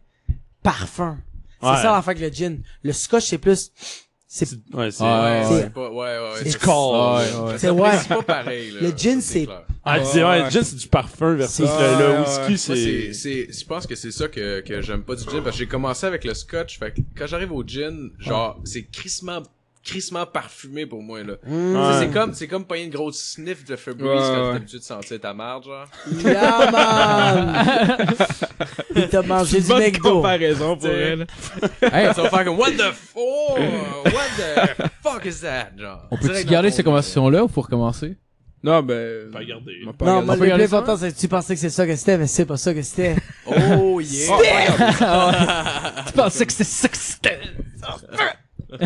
[SPEAKER 5] parfum. C'est
[SPEAKER 4] Ouais.
[SPEAKER 5] ça l'affaire avec le gin. Le scotch, c'est plus... C'est...
[SPEAKER 4] Ouais, c'est...
[SPEAKER 3] Ouais,
[SPEAKER 5] c'est-
[SPEAKER 6] C'est pas- ouais, ouais,
[SPEAKER 5] C'est
[SPEAKER 4] du
[SPEAKER 6] c'est-
[SPEAKER 4] corps.
[SPEAKER 6] ouais, ouais.
[SPEAKER 5] C'est ouais.
[SPEAKER 6] C'est pas pareil, là.
[SPEAKER 5] Le gin,
[SPEAKER 6] Ça,
[SPEAKER 5] c'est-
[SPEAKER 6] clair.
[SPEAKER 4] Ah, tu dis, ouais, le gin, c'est du parfum versus le,
[SPEAKER 5] C'est-
[SPEAKER 4] le
[SPEAKER 7] Ouais,
[SPEAKER 4] whisky,
[SPEAKER 7] ouais.
[SPEAKER 6] Moi, c'est,
[SPEAKER 4] c'est...
[SPEAKER 6] c'est, je pense que c'est ça que, que j'aime pas du gin, parce que j'ai commencé avec le scotch, fait que quand j'arrive au gin, genre, c'est crissement, crissement parfumé pour moi, là. Tu sais,
[SPEAKER 4] Ouais.
[SPEAKER 6] C'est comme, c'est comme pas une grosse sniff de Febreze
[SPEAKER 7] Ouais,
[SPEAKER 6] quand
[SPEAKER 7] ouais.
[SPEAKER 6] t'es habitué de sentir ta marde, genre.
[SPEAKER 5] Yeah, man! Il t'a mangé du
[SPEAKER 7] Bonne
[SPEAKER 5] McDo.
[SPEAKER 7] comparaison pour elle.
[SPEAKER 3] Hey,
[SPEAKER 6] Ça va faire comme, what the f- oh, what the fuck is that, genre.
[SPEAKER 3] on peut-tu garder ces conversations-là ou faut recommencer?
[SPEAKER 7] Non, ben...
[SPEAKER 4] Pas gardé.
[SPEAKER 7] on va pas
[SPEAKER 5] Non, moi,
[SPEAKER 7] regarder
[SPEAKER 3] On peut
[SPEAKER 5] le plus
[SPEAKER 3] regarder ça?
[SPEAKER 5] important, c'est que tu pensais que c'est ça que c'était, mais c'est pas ça que c'était.
[SPEAKER 6] Oh, yeah.
[SPEAKER 3] Tu pensais que c'était ça que c'était?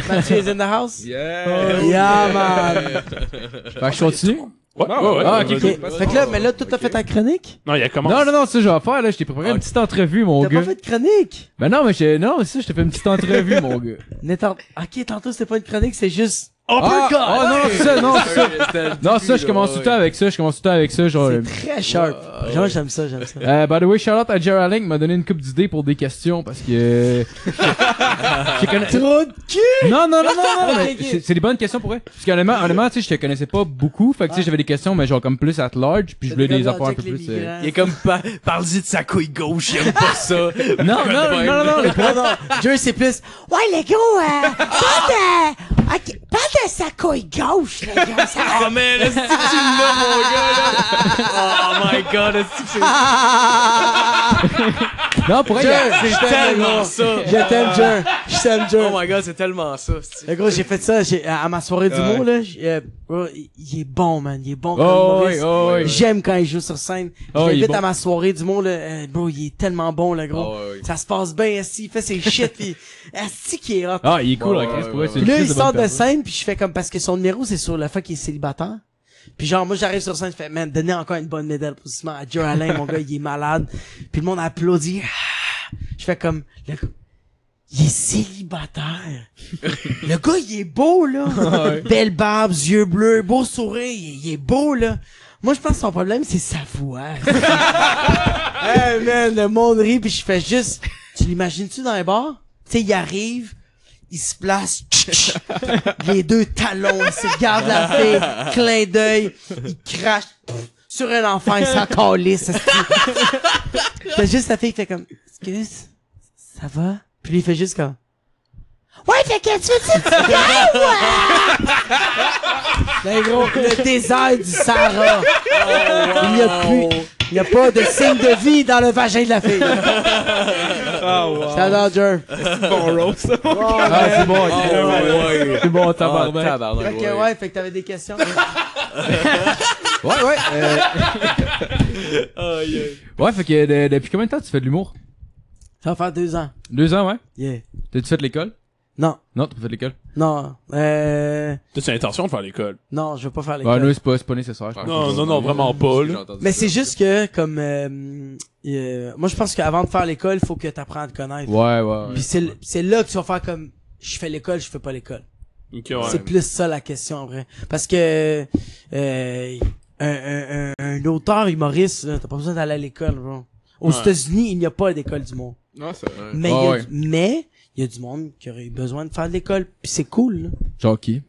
[SPEAKER 5] Mathieu is in the house?
[SPEAKER 7] ça. oh. Yeah!
[SPEAKER 5] Yeah, man!
[SPEAKER 3] Fait que je continue?
[SPEAKER 4] Ouais,
[SPEAKER 7] Ah,
[SPEAKER 4] ouais, ouais.
[SPEAKER 3] Ah,
[SPEAKER 7] ouais,
[SPEAKER 3] ok,
[SPEAKER 7] ouais,
[SPEAKER 5] Ok,
[SPEAKER 7] ouais,
[SPEAKER 5] Fait que là, mais là, tout t'as
[SPEAKER 6] Ok.
[SPEAKER 5] fait ta chronique?
[SPEAKER 4] Non, il a commencé.
[SPEAKER 3] Non, non, non, c'est ça que je vais faire, là. Je t'ai préparé une petite entrevue, mon
[SPEAKER 5] T'as
[SPEAKER 3] gars.
[SPEAKER 5] pas fait de chronique?
[SPEAKER 3] Ben non, mais j'ai, non, c'est ça, je t'ai fait une petite entrevue, mon gars.
[SPEAKER 5] Mais tant- Ok, tantôt, c'était pas une chronique, c'est juste...
[SPEAKER 3] Ah,
[SPEAKER 5] Uppercut!
[SPEAKER 3] ah, non, c'est ça, non, c'est
[SPEAKER 7] Oh,
[SPEAKER 3] ça. Non, ça, je commence tout le temps avec ça, je commence tout Oh, le temps avec ça, genre...
[SPEAKER 5] C'est très sharp. Genre, j'aime ça, j'aime ça.
[SPEAKER 3] Euh, by the way, Charlotte à Gerald Link m'a donné une coupe d'idées pour des questions parce que. Je connais-
[SPEAKER 5] Trop de cul!
[SPEAKER 3] Non, non, non, non, non,
[SPEAKER 5] Ok,
[SPEAKER 3] mais
[SPEAKER 5] ok.
[SPEAKER 3] c'est c'est des bonnes questions pour eux. Parce qu'honnêtement, honnêtement, tu sais, je te connaissais pas beaucoup. Fait que tu sais, j'avais des questions, mais genre comme plus at large, puis je voulais des affaires un peu plus. euh,
[SPEAKER 8] Il est comme, pa- parle-y de sa couille gauche, il aime pas ça.
[SPEAKER 4] hein.
[SPEAKER 3] Non, non, non, non, non, les
[SPEAKER 5] Non, non, Dieu, c'est plus. Ouais, les gars, euh, parle de. ok, parle de sa couille gauche, les gars. Ça...
[SPEAKER 3] Ah,
[SPEAKER 8] Oh man, est-ce que tu l'as, mon gars, là? Oh my god, est-ce que c'est
[SPEAKER 3] Non, pour
[SPEAKER 5] Dieu,
[SPEAKER 3] elle,
[SPEAKER 5] je t'aime,
[SPEAKER 4] Ah,
[SPEAKER 8] tellement
[SPEAKER 5] gros.
[SPEAKER 8] ça?
[SPEAKER 5] Je t'aime, Dieu. Je t'aime, Dieu.
[SPEAKER 8] Oh my god, c'est tellement ça. c'est-
[SPEAKER 5] Le gros, j'ai fait ça j'ai- à à ma soirée d'humour,
[SPEAKER 7] Ouais.
[SPEAKER 5] là. j'ai- euh, bro, il il est bon, man. Il est bon comme
[SPEAKER 3] Oh,
[SPEAKER 5] humoriste.
[SPEAKER 3] ouais, oh, ouais.
[SPEAKER 5] J'aime quand il joue sur scène. Je
[SPEAKER 3] Oh, il est
[SPEAKER 5] l'invite
[SPEAKER 3] bon. Oh,
[SPEAKER 5] à ma soirée d'humour, là. Euh, bro, il est tellement bon, le gros.
[SPEAKER 6] Ah, ouais.
[SPEAKER 5] Ça se passe bien, Esti. Il fait ses shit, pis Esti qui est hot.
[SPEAKER 3] Ah, il est cool, hein, Chris, pour
[SPEAKER 6] ouais,
[SPEAKER 3] elle,
[SPEAKER 6] ouais,
[SPEAKER 3] c'est
[SPEAKER 5] Puis
[SPEAKER 3] une
[SPEAKER 5] là,
[SPEAKER 3] crise
[SPEAKER 5] il sort
[SPEAKER 3] bonne
[SPEAKER 5] de
[SPEAKER 3] personne.
[SPEAKER 5] scène, puis je fais comme... Parce que son numéro, c'est sur la fois qu'il est célibataire. Puis genre, moi, j'arrive sur scène, je fais, man, donnez encore une bonne médaille d'applaudissement à Joe Alain, mon gars, il est malade. Puis le monde applaudit. Ah! Je fais comme... Le... gars, Il est célibataire. le gars, il est beau, là. Belle barbe, yeux bleus, beau sourire, il, il est beau, là. Moi, je pense que son problème, c'est sa voix. hey, man, le monde rit, puis je fais juste... Tu l'imagines-tu dans les bars? Tu sais, il arrive, il se place, les deux talons, il se garde la fille, clin d'œil, il crache pff, sur un enfant, il s'en calisse. esti. T'as juste la fille qui fait comme, excuse, ça va? Puis lui, il fait juste comme, ouais, fait que tu veux-tu que tu gagnes, ouais? Ben, gros, le désert du Sahara. Il n'y a plus, il n'y a pas de signe de vie dans le vagin de la fille.
[SPEAKER 7] Ah, wow.
[SPEAKER 5] Shout out, Jer.
[SPEAKER 7] C'est bon roast, ça.
[SPEAKER 3] Ah, c'est bon, c'est bon,
[SPEAKER 6] Oh, ouais.
[SPEAKER 3] c'est bon,
[SPEAKER 6] Ah,
[SPEAKER 3] tabarnak.
[SPEAKER 6] tabarnak,
[SPEAKER 5] Fait que,
[SPEAKER 6] ouais.
[SPEAKER 5] ouais, fait que t'avais des questions.
[SPEAKER 3] Ouais, ouais. euh, Ouais, fait que de- depuis combien de temps tu fais de l'humour
[SPEAKER 5] Ça va faire deux ans.
[SPEAKER 3] Deux ans, ouais.
[SPEAKER 5] Yeah.
[SPEAKER 3] T'as-tu fait de l'école
[SPEAKER 5] Non,
[SPEAKER 3] Non, t'as pas fait de l'école
[SPEAKER 5] non, euh,
[SPEAKER 4] T'as l'intention de faire l'école?
[SPEAKER 5] non, je veux pas faire
[SPEAKER 3] Ouais,
[SPEAKER 5] l'école.
[SPEAKER 3] nous, c'est pas, c'est pas nécessaire. je pense.
[SPEAKER 4] Non, non, non, vraiment pas, là.
[SPEAKER 5] mais c'est juste que, comme, euh, euh, moi je pense qu'avant de faire l'école, faut que t'apprennes à te connaître.
[SPEAKER 3] Ouais, ouais, ouais.
[SPEAKER 5] Puis c'est l- c'est là que tu vas faire comme, je fais l'école, je fais pas l'école.
[SPEAKER 4] Ok, ouais.
[SPEAKER 5] C'est plus ça la question en vrai. Parce que euh, un, un, un, un auteur humoriste, là, t'as pas besoin d'aller à l'école, bro. Aux
[SPEAKER 4] Ouais.
[SPEAKER 5] États-Unis, il n'y a pas d'école du monde.
[SPEAKER 7] Non, c'est vrai.
[SPEAKER 5] Mais il
[SPEAKER 3] Ouais,
[SPEAKER 5] y a
[SPEAKER 3] ouais.
[SPEAKER 5] du- mais il y a du monde qui aurait eu besoin de faire de l'école. Puis c'est cool. là.
[SPEAKER 3] Genre qui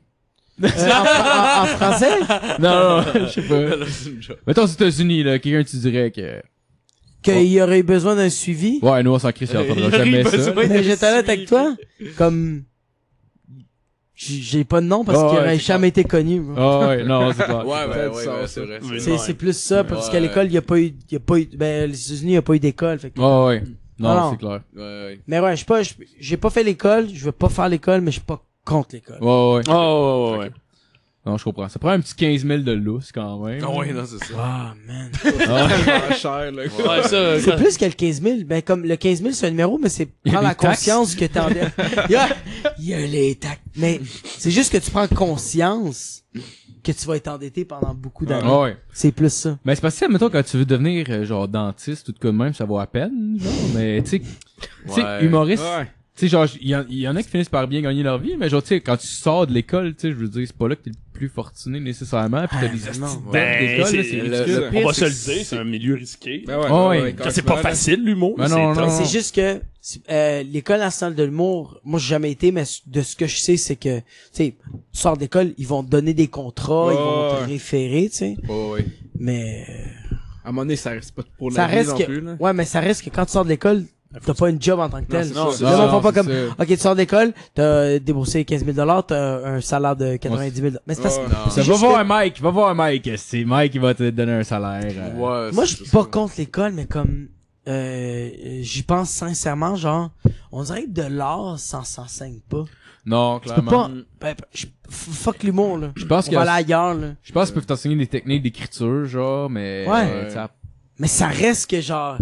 [SPEAKER 5] Euh, en, fr- en- en français,
[SPEAKER 3] Non, non, je sais pas. Mettons aux États-Unis, là, quelqu'un, tu dirais que.
[SPEAKER 5] qu'il y aurait eu besoin d'un suivi.
[SPEAKER 3] Ouais, nous, on s'en crie, on entendra jamais ça.
[SPEAKER 5] Mais j'étais là avec toi, comme j- j'ai pas de nom parce
[SPEAKER 3] Ah
[SPEAKER 5] qu'il
[SPEAKER 3] ouais,
[SPEAKER 5] aurait
[SPEAKER 3] c'est
[SPEAKER 5] jamais été connu. moi.
[SPEAKER 3] Ah ouais, non, c'est clair.
[SPEAKER 6] Ouais,
[SPEAKER 7] Ça a
[SPEAKER 6] ouais,
[SPEAKER 7] du
[SPEAKER 6] ouais,
[SPEAKER 7] sens,
[SPEAKER 6] ouais,
[SPEAKER 7] ça.
[SPEAKER 6] c'est vrai.
[SPEAKER 4] Mais
[SPEAKER 5] C'est
[SPEAKER 4] non,
[SPEAKER 5] c'est plus ça parce
[SPEAKER 6] Ouais.
[SPEAKER 5] qu'à l'école il y a pas eu, il y a pas eu, ben les États-Unis il y a pas eu d'école. Fait que-
[SPEAKER 3] Ah ouais. Non,
[SPEAKER 5] Alors.
[SPEAKER 3] c'est clair.
[SPEAKER 6] Ouais, ouais.
[SPEAKER 5] Mais ouais, je suis pas, je- j'ai pas fait l'école, je veux pas faire l'école, mais je suis pas contre l'école.
[SPEAKER 3] Ouais, ouais, ouais.
[SPEAKER 4] Oh, ouais, ouais.
[SPEAKER 3] Non, je comprends. Ça prend un petit 15 000 de lousse quand même.
[SPEAKER 6] Ah ouais, non, c'est ça.
[SPEAKER 5] Ah man.
[SPEAKER 7] Tellement cher, là.
[SPEAKER 4] Ouais, ça,
[SPEAKER 5] C'est plus que le 15 000. Ben comme le 15 000 c'est un numéro, mais c'est
[SPEAKER 3] Il y a des
[SPEAKER 5] prendre la
[SPEAKER 3] taxes.
[SPEAKER 5] conscience que t'en es. Il y a- il y a les taxes. Mais c'est juste que tu prends conscience que tu vas être endetté pendant beaucoup d'années.
[SPEAKER 3] Ah ouais.
[SPEAKER 5] C'est plus ça.
[SPEAKER 3] Mais c'est parce que, mettons, quand tu veux devenir, euh, genre, dentiste, tout de coup de même, ça vaut à peine, genre. Mais, tu sais, tu sais,
[SPEAKER 6] Ouais.
[SPEAKER 3] humoriste,
[SPEAKER 7] Ouais.
[SPEAKER 3] tu sais, genre, il y, en- il y en a qui finissent par bien gagner leur vie, mais genre, tu sais, quand tu sors de l'école, tu sais, je veux dire, c'est pas là que t'es le plus fortuné nécessairement, pis t'as des
[SPEAKER 5] Ah, mais non,
[SPEAKER 3] astuces
[SPEAKER 6] ouais.
[SPEAKER 3] de
[SPEAKER 4] Ben,
[SPEAKER 3] d'école, là,
[SPEAKER 4] c'est-
[SPEAKER 3] c'est
[SPEAKER 6] le-
[SPEAKER 3] ridicule.
[SPEAKER 6] le
[SPEAKER 4] On
[SPEAKER 6] pire,
[SPEAKER 4] va se le
[SPEAKER 6] c'est-
[SPEAKER 4] dire, c'est un milieu risqué.
[SPEAKER 7] Ben ouais,
[SPEAKER 3] Ah
[SPEAKER 7] ouais,
[SPEAKER 3] ouais.
[SPEAKER 7] ouais, quand
[SPEAKER 4] C'est
[SPEAKER 7] tu
[SPEAKER 4] pas
[SPEAKER 7] vas là-
[SPEAKER 4] facile, l'humour.
[SPEAKER 3] Ben
[SPEAKER 4] c'est
[SPEAKER 3] non,
[SPEAKER 4] tough.
[SPEAKER 3] non.
[SPEAKER 5] C'est juste que euh, l'école nationale de l'humour, moi j'ai jamais été, mais de ce que je sais, c'est que tu sais, tu sors d'école, ils vont te donner des contrats, ils vont
[SPEAKER 7] Ouais.
[SPEAKER 5] te référer, tu sais.
[SPEAKER 6] Ouais, ouais.
[SPEAKER 5] Mais
[SPEAKER 7] À un moment donné, ça reste pas pour la
[SPEAKER 5] ça
[SPEAKER 7] vie
[SPEAKER 5] reste
[SPEAKER 7] non
[SPEAKER 5] que,
[SPEAKER 7] plus, là.
[SPEAKER 5] ouais, mais ça reste que quand tu sors de l'école, t'as pas une job en tant que tel.
[SPEAKER 7] c'est
[SPEAKER 5] Non,
[SPEAKER 7] ça.
[SPEAKER 5] le monde
[SPEAKER 3] Non,
[SPEAKER 5] font pas
[SPEAKER 3] c'est
[SPEAKER 5] comme,
[SPEAKER 3] ça.
[SPEAKER 5] ok, tu sors de l'école, t'as déboursé 15 000 dollars, t'as un salaire de 90 000 Mais c'est parce que
[SPEAKER 7] Ouais,
[SPEAKER 6] Non.
[SPEAKER 3] Ça,
[SPEAKER 5] c'est
[SPEAKER 3] va
[SPEAKER 5] juste
[SPEAKER 3] voir Mike, va voir Mike. C'est Mike qui va te donner un salaire. euh.
[SPEAKER 6] Ouais,
[SPEAKER 5] Moi,
[SPEAKER 6] c'est
[SPEAKER 5] je suis
[SPEAKER 6] ça.
[SPEAKER 5] pas contre l'école, mais comme euh, j'y pense sincèrement, genre, on dirait que de l'art, ça s'enseigne pas.
[SPEAKER 3] Non,
[SPEAKER 5] Tu peux
[SPEAKER 3] clairement.
[SPEAKER 5] pas. ben, je- f- fuck l'humour, là.
[SPEAKER 3] Je pense
[SPEAKER 5] On
[SPEAKER 3] que
[SPEAKER 5] va aller ailleurs, là.
[SPEAKER 3] je pense qu'ils peuvent t'enseigner des techniques d'écriture, genre, mais
[SPEAKER 5] Ouais.
[SPEAKER 3] euh, ça-
[SPEAKER 5] Mais ça reste que, genre,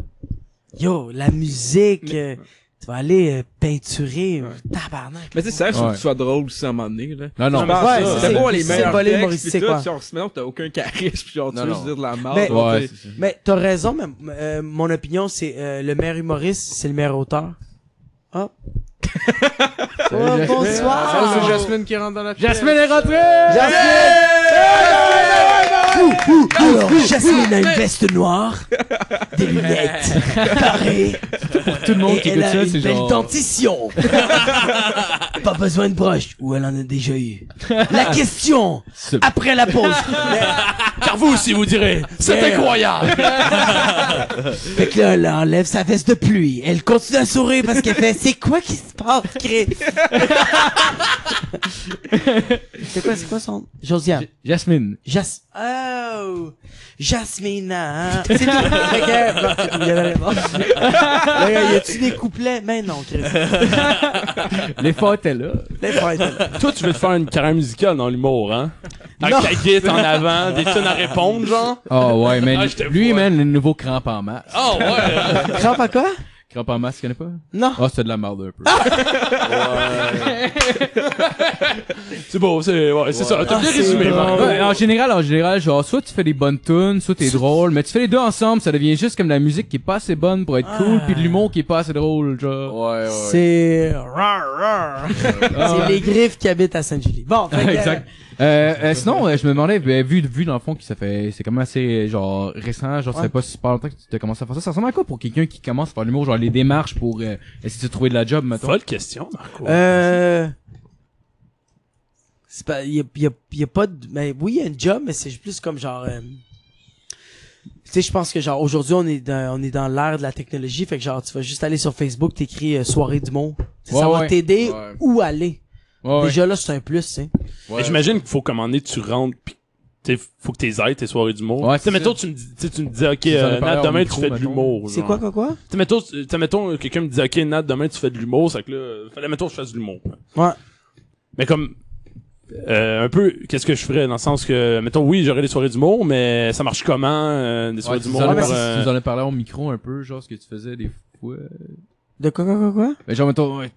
[SPEAKER 5] yo, la musique, euh, tu vas aller euh, peinturer, euh, tabarnak.
[SPEAKER 7] Mais tu sais, ça reste faut
[SPEAKER 3] Ouais.
[SPEAKER 7] que tu sois drôle aussi à un moment donné, là.
[SPEAKER 3] Non, non.
[SPEAKER 7] mais
[SPEAKER 5] Ouais,
[SPEAKER 7] ça,
[SPEAKER 5] c'est-
[SPEAKER 7] c'est
[SPEAKER 5] c'est-
[SPEAKER 7] beau les
[SPEAKER 5] c'est
[SPEAKER 7] meilleurs
[SPEAKER 5] volé
[SPEAKER 7] textes,
[SPEAKER 5] humoristique,
[SPEAKER 7] pis
[SPEAKER 5] quoi.
[SPEAKER 7] tout, genre, sinon t'as aucun charisme, pis genre, tu
[SPEAKER 6] Non,
[SPEAKER 7] veux
[SPEAKER 6] non.
[SPEAKER 7] juste dire de la merde.
[SPEAKER 5] Mais-
[SPEAKER 7] genre,
[SPEAKER 3] Ouais,
[SPEAKER 7] t'sais.
[SPEAKER 3] c'est ça.
[SPEAKER 5] Mais t'as raison, mais euh, mon opinion, c'est euh, le meilleur humoriste, c'est le meilleur auteur. Ah. Oh, bonsoir.
[SPEAKER 6] Ah, c'est Jasmine qui rentre dans la pièce.
[SPEAKER 3] Jasmine est rentrée!
[SPEAKER 5] Alors, Jasmine a une veste noire, des lunettes carrées,
[SPEAKER 3] Tout le monde
[SPEAKER 5] et
[SPEAKER 3] qui
[SPEAKER 5] elle
[SPEAKER 3] écoute
[SPEAKER 5] a
[SPEAKER 3] ça,
[SPEAKER 5] une
[SPEAKER 3] c'est
[SPEAKER 5] belle
[SPEAKER 3] genre.
[SPEAKER 5] dentition. Pas besoin de broche, ou elle en a déjà eu. La question,
[SPEAKER 3] Ce-
[SPEAKER 5] après la pause.
[SPEAKER 4] Car vous aussi, vous direz, c'est
[SPEAKER 5] Yeah.
[SPEAKER 4] incroyable!
[SPEAKER 5] Fait que là, elle enlève sa veste de pluie. Elle continue à sourire parce qu'elle fait « C'est quoi qui se passe, Chris? » C'est quoi, c'est quoi son... Josiane.
[SPEAKER 3] J- Jasmine.
[SPEAKER 5] Jas... Oh! Jasmina! C'est tout! Fait que- Non, c'est tout, il y avait raison. Là, y a-tu des couplets? Mais non, Chris.
[SPEAKER 3] L'effort était là.
[SPEAKER 5] Là, il faut être-
[SPEAKER 4] Toi, tu veux te faire une carrière musicale dans l'humour, hein?
[SPEAKER 5] Non.
[SPEAKER 4] Avec ta guitare en avant, des tonnes à répondre, genre?
[SPEAKER 3] Oh ouais, man.
[SPEAKER 4] Ah, je te
[SPEAKER 3] lui,
[SPEAKER 4] vois.
[SPEAKER 3] man, le nouveau crampe en masse.
[SPEAKER 4] Oh, ouais!
[SPEAKER 5] Crampe à quoi?
[SPEAKER 3] Crampe en masse, tu connais pas?
[SPEAKER 5] Non.
[SPEAKER 3] Ah, c'est de la merde un peu.
[SPEAKER 4] C'est beau, c'est, ouais, c'est ça. T'as bien
[SPEAKER 5] c'est
[SPEAKER 4] résumé,
[SPEAKER 5] bon.
[SPEAKER 4] Marc.
[SPEAKER 3] Ouais, ah, en général, en général, genre, soit tu fais des bonnes tunes, soit t'es drôle, mais tu fais les deux ensemble, ça devient juste comme de la musique qui est pas assez bonne pour être cool, puis de l'humour qui est pas assez drôle, genre.
[SPEAKER 6] Ouais, ouais. Ah,
[SPEAKER 5] C'est... Rar, rar. C'est les griffes qui habitent à Saint-Julie. Bon, fait que-
[SPEAKER 3] exact. Euh, euh, sinon, euh, je me demandais, ben, vu, vu dans le fond que ça fait, c'est quand même assez, euh, genre, récent, genre, ça fait
[SPEAKER 5] Ouais.
[SPEAKER 3] pas super longtemps que tu as commencé à faire ça. Ça ressemble à quoi pour quelqu'un qui commence à faire de l'humour, genre, les démarches pour euh, essayer de trouver de la job, mettons?
[SPEAKER 4] Folle question, Marco.
[SPEAKER 5] Euh... C'est pas... Y a, y a- y a pas de... Mais oui, il y a une job, mais c'est plus comme genre... euh, Tu sais, je pense que genre aujourd'hui on est dans, on est dans l'ère de la technologie, fait que genre tu vas juste aller sur Facebook, t'écris euh, soirée du monde, Tu sais, ça
[SPEAKER 3] Ouais,
[SPEAKER 5] va
[SPEAKER 3] ouais.
[SPEAKER 5] t'aider
[SPEAKER 6] Ouais.
[SPEAKER 5] où aller.
[SPEAKER 3] Ouais, ouais.
[SPEAKER 5] Déjà là c'est un plus, hein.
[SPEAKER 4] Mais j'imagine qu'il faut commander, tu rentres, pis t'sais, faut que t'es ailles tes soirées d'humour.
[SPEAKER 3] Ouais,
[SPEAKER 4] tu sais,
[SPEAKER 3] c'est
[SPEAKER 4] mettons,
[SPEAKER 3] ça.
[SPEAKER 4] tu me dis, tu sais, tu me dis, ok,
[SPEAKER 3] en as
[SPEAKER 4] euh,
[SPEAKER 3] parlé
[SPEAKER 4] Nat,
[SPEAKER 3] au
[SPEAKER 4] demain,
[SPEAKER 3] micro,
[SPEAKER 4] tu fais de
[SPEAKER 3] mettons.
[SPEAKER 4] l'humour.
[SPEAKER 5] C'est
[SPEAKER 4] genre.
[SPEAKER 5] quoi quoi quoi
[SPEAKER 4] Tu sais, mettons, tu sais, mettons, euh, quelqu'un me dit, ok, Nat, demain, tu fais de l'humour, c'est que là, euh, fallait, mettons, je fasse de l'humour.
[SPEAKER 5] Ouais.
[SPEAKER 4] Mais comme, euh, un peu, qu'est-ce que je ferais dans le sens que, mettons, oui, j'aurais des soirées d'humour, mais ça marche comment, euh, des soirées
[SPEAKER 3] Ouais, tu nous
[SPEAKER 4] d'humour?
[SPEAKER 3] en as
[SPEAKER 4] pour,
[SPEAKER 3] parlé-
[SPEAKER 4] euh,
[SPEAKER 3] tu nous en as parlé au micro un peu, genre, ce que tu faisais des fois.
[SPEAKER 5] De quoi quoi quoi quoi
[SPEAKER 3] Mais genre, mettons, ouais.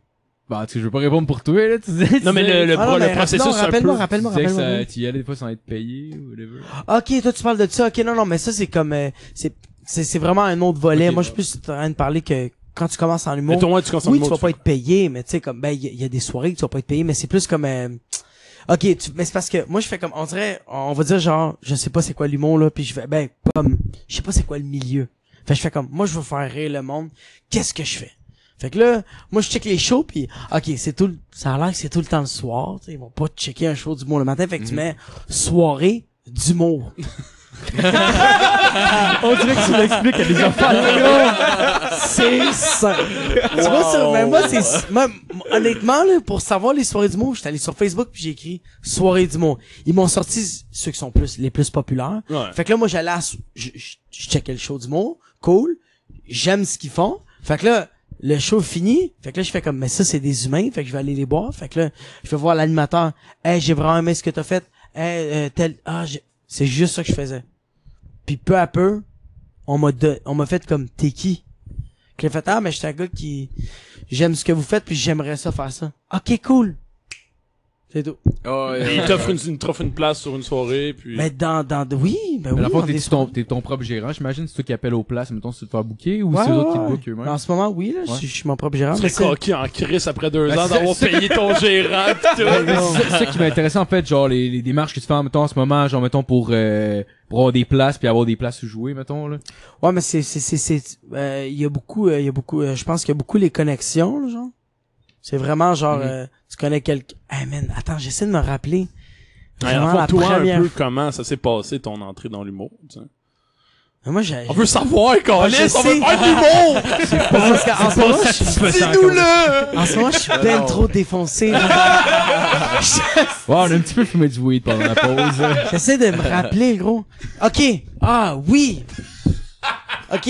[SPEAKER 3] bah, tu sais, je veux pas répondre pour toi, là, tu disais.
[SPEAKER 4] Non, mais le, le, pro- le processus, c'est un peu.
[SPEAKER 5] Ah rappelle-moi, rappelle-moi,
[SPEAKER 3] tu disais que
[SPEAKER 5] rappelle-moi. Ah
[SPEAKER 3] ça- tu y allais des fois sans être payé ou whatever.
[SPEAKER 5] OK, toi tu parles de ça. OK, non non, mais ça c'est comme euh, c'est c'est c'est vraiment un autre volet.
[SPEAKER 3] Ok.
[SPEAKER 5] Moi je suis plus en train de parler que quand tu commences en humour,
[SPEAKER 4] Mettons, ouais, tu consommes
[SPEAKER 5] Oui,
[SPEAKER 4] de
[SPEAKER 5] tu vas
[SPEAKER 4] l'humour,
[SPEAKER 5] pas être payé, mais tu sais, comme, ben, il y, a- il y a des soirées que tu vas pas être payé, mais c'est plus comme, euh, ok, tu, mais c'est parce que, moi, je fais comme, on dirait, on va dire genre, je sais pas c'est quoi l'humour, là, puis je fais, ben, comme, je sais pas c'est quoi le milieu. Fait que je fais comme, moi, je veux faire rire le monde, qu'est-ce que je fais? Fait que là, moi, je check les shows, puis ok, c'est tout, le- ça a l'air que c'est tout le temps le soir, tu sais, ils vont pas checker un show d'humour le matin, fait que tu mets soirée d'humour.
[SPEAKER 3] On dirait que tu l'expliques à des enfants.
[SPEAKER 5] C'est ça. Tu vois, ça, mais moi, c'est, moi, honnêtement, là, pour savoir les soirées du mot, j'étais allé sur Facebook puis j'ai écrit soirée du mot. Ils m'ont sorti ceux qui sont plus, les plus populaires.
[SPEAKER 4] Ouais.
[SPEAKER 5] Fait que là, moi, j'allais à, je, je, je checkais le show du mot. Cool. J'aime ce qu'ils font. Fait que là, le show fini. Fait que là, je fais comme, mais ça, c'est des humains. Fait que je vais aller les boire. Fait que là, je vais voir l'animateur. Hey, j'ai vraiment aimé ce que t'as fait. Hey, euh, tel, ah, j'ai- c'est juste ça que je faisais. Puis peu à peu, on m'a don- on m'a fait comme t'es qui que j'ai fait ah mais j'étais un gars qui j'aime ce que vous faites puis j'aimerais ça faire ça ok cool c'est tout
[SPEAKER 6] Oh,
[SPEAKER 4] Et il t'offre une, il t'offre une place sur une soirée, puis.
[SPEAKER 5] mais dans dans oui ben
[SPEAKER 3] Mais
[SPEAKER 5] oui
[SPEAKER 3] la fois,
[SPEAKER 5] dans
[SPEAKER 3] t'es
[SPEAKER 5] des-
[SPEAKER 3] ton, t'es ton propre gérant, j'imagine, c'est toi qui appelles aux places, mettons, si tu te fais booker, ou
[SPEAKER 5] Ouais,
[SPEAKER 3] c'est eux autres qui
[SPEAKER 5] ouais,
[SPEAKER 3] te bookent
[SPEAKER 5] ouais.
[SPEAKER 3] eux-mêmes.
[SPEAKER 5] en ce moment oui là
[SPEAKER 3] Ouais.
[SPEAKER 5] je, je suis mon propre gérant
[SPEAKER 4] Tu
[SPEAKER 5] mais
[SPEAKER 4] serais
[SPEAKER 5] c'est-
[SPEAKER 4] coquille en crise après deux
[SPEAKER 3] Ben,
[SPEAKER 4] ans
[SPEAKER 3] c'est-
[SPEAKER 4] d'avoir
[SPEAKER 3] c'est-
[SPEAKER 4] payé ton gérant pis tout.
[SPEAKER 3] Euh, C'est ça qui m'intéresse en fait, genre les, les démarches que tu fais en, mettons, en ce moment, genre mettons pour, euh, pour avoir des places puis avoir des places où jouer, mettons là.
[SPEAKER 5] ouais mais c'est c'est c'est c'est euh, il y a beaucoup euh, il y a beaucoup euh, je pense qu'il y a beaucoup les connexions là, genre c'est vraiment genre
[SPEAKER 3] Mhm.
[SPEAKER 5] euh, tu connais quelqu'un ah man attends j'essaie de me rappeler
[SPEAKER 4] Ouais,
[SPEAKER 5] Vraiment,
[SPEAKER 4] en fond,
[SPEAKER 5] la
[SPEAKER 4] toi,
[SPEAKER 5] première
[SPEAKER 4] un peu, comment ça s'est passé ton entrée dans l'humour? tu sais. Ah,
[SPEAKER 5] Mais moi j'ai
[SPEAKER 4] On veut savoir,
[SPEAKER 5] Ah, je
[SPEAKER 4] Carlis! On
[SPEAKER 5] sais.
[SPEAKER 4] veut pas de l'humour!
[SPEAKER 5] Parce qu'en ce moment, je suis-
[SPEAKER 4] Dis-nous-le!
[SPEAKER 5] en ce moment, je
[SPEAKER 4] Ah,
[SPEAKER 5] suis ben trop défoncé.
[SPEAKER 3] Ouais, on a un petit peu fumé du weed pendant la pause.
[SPEAKER 5] J'essaie de me rappeler, gros. OK. Ah, oui. OK.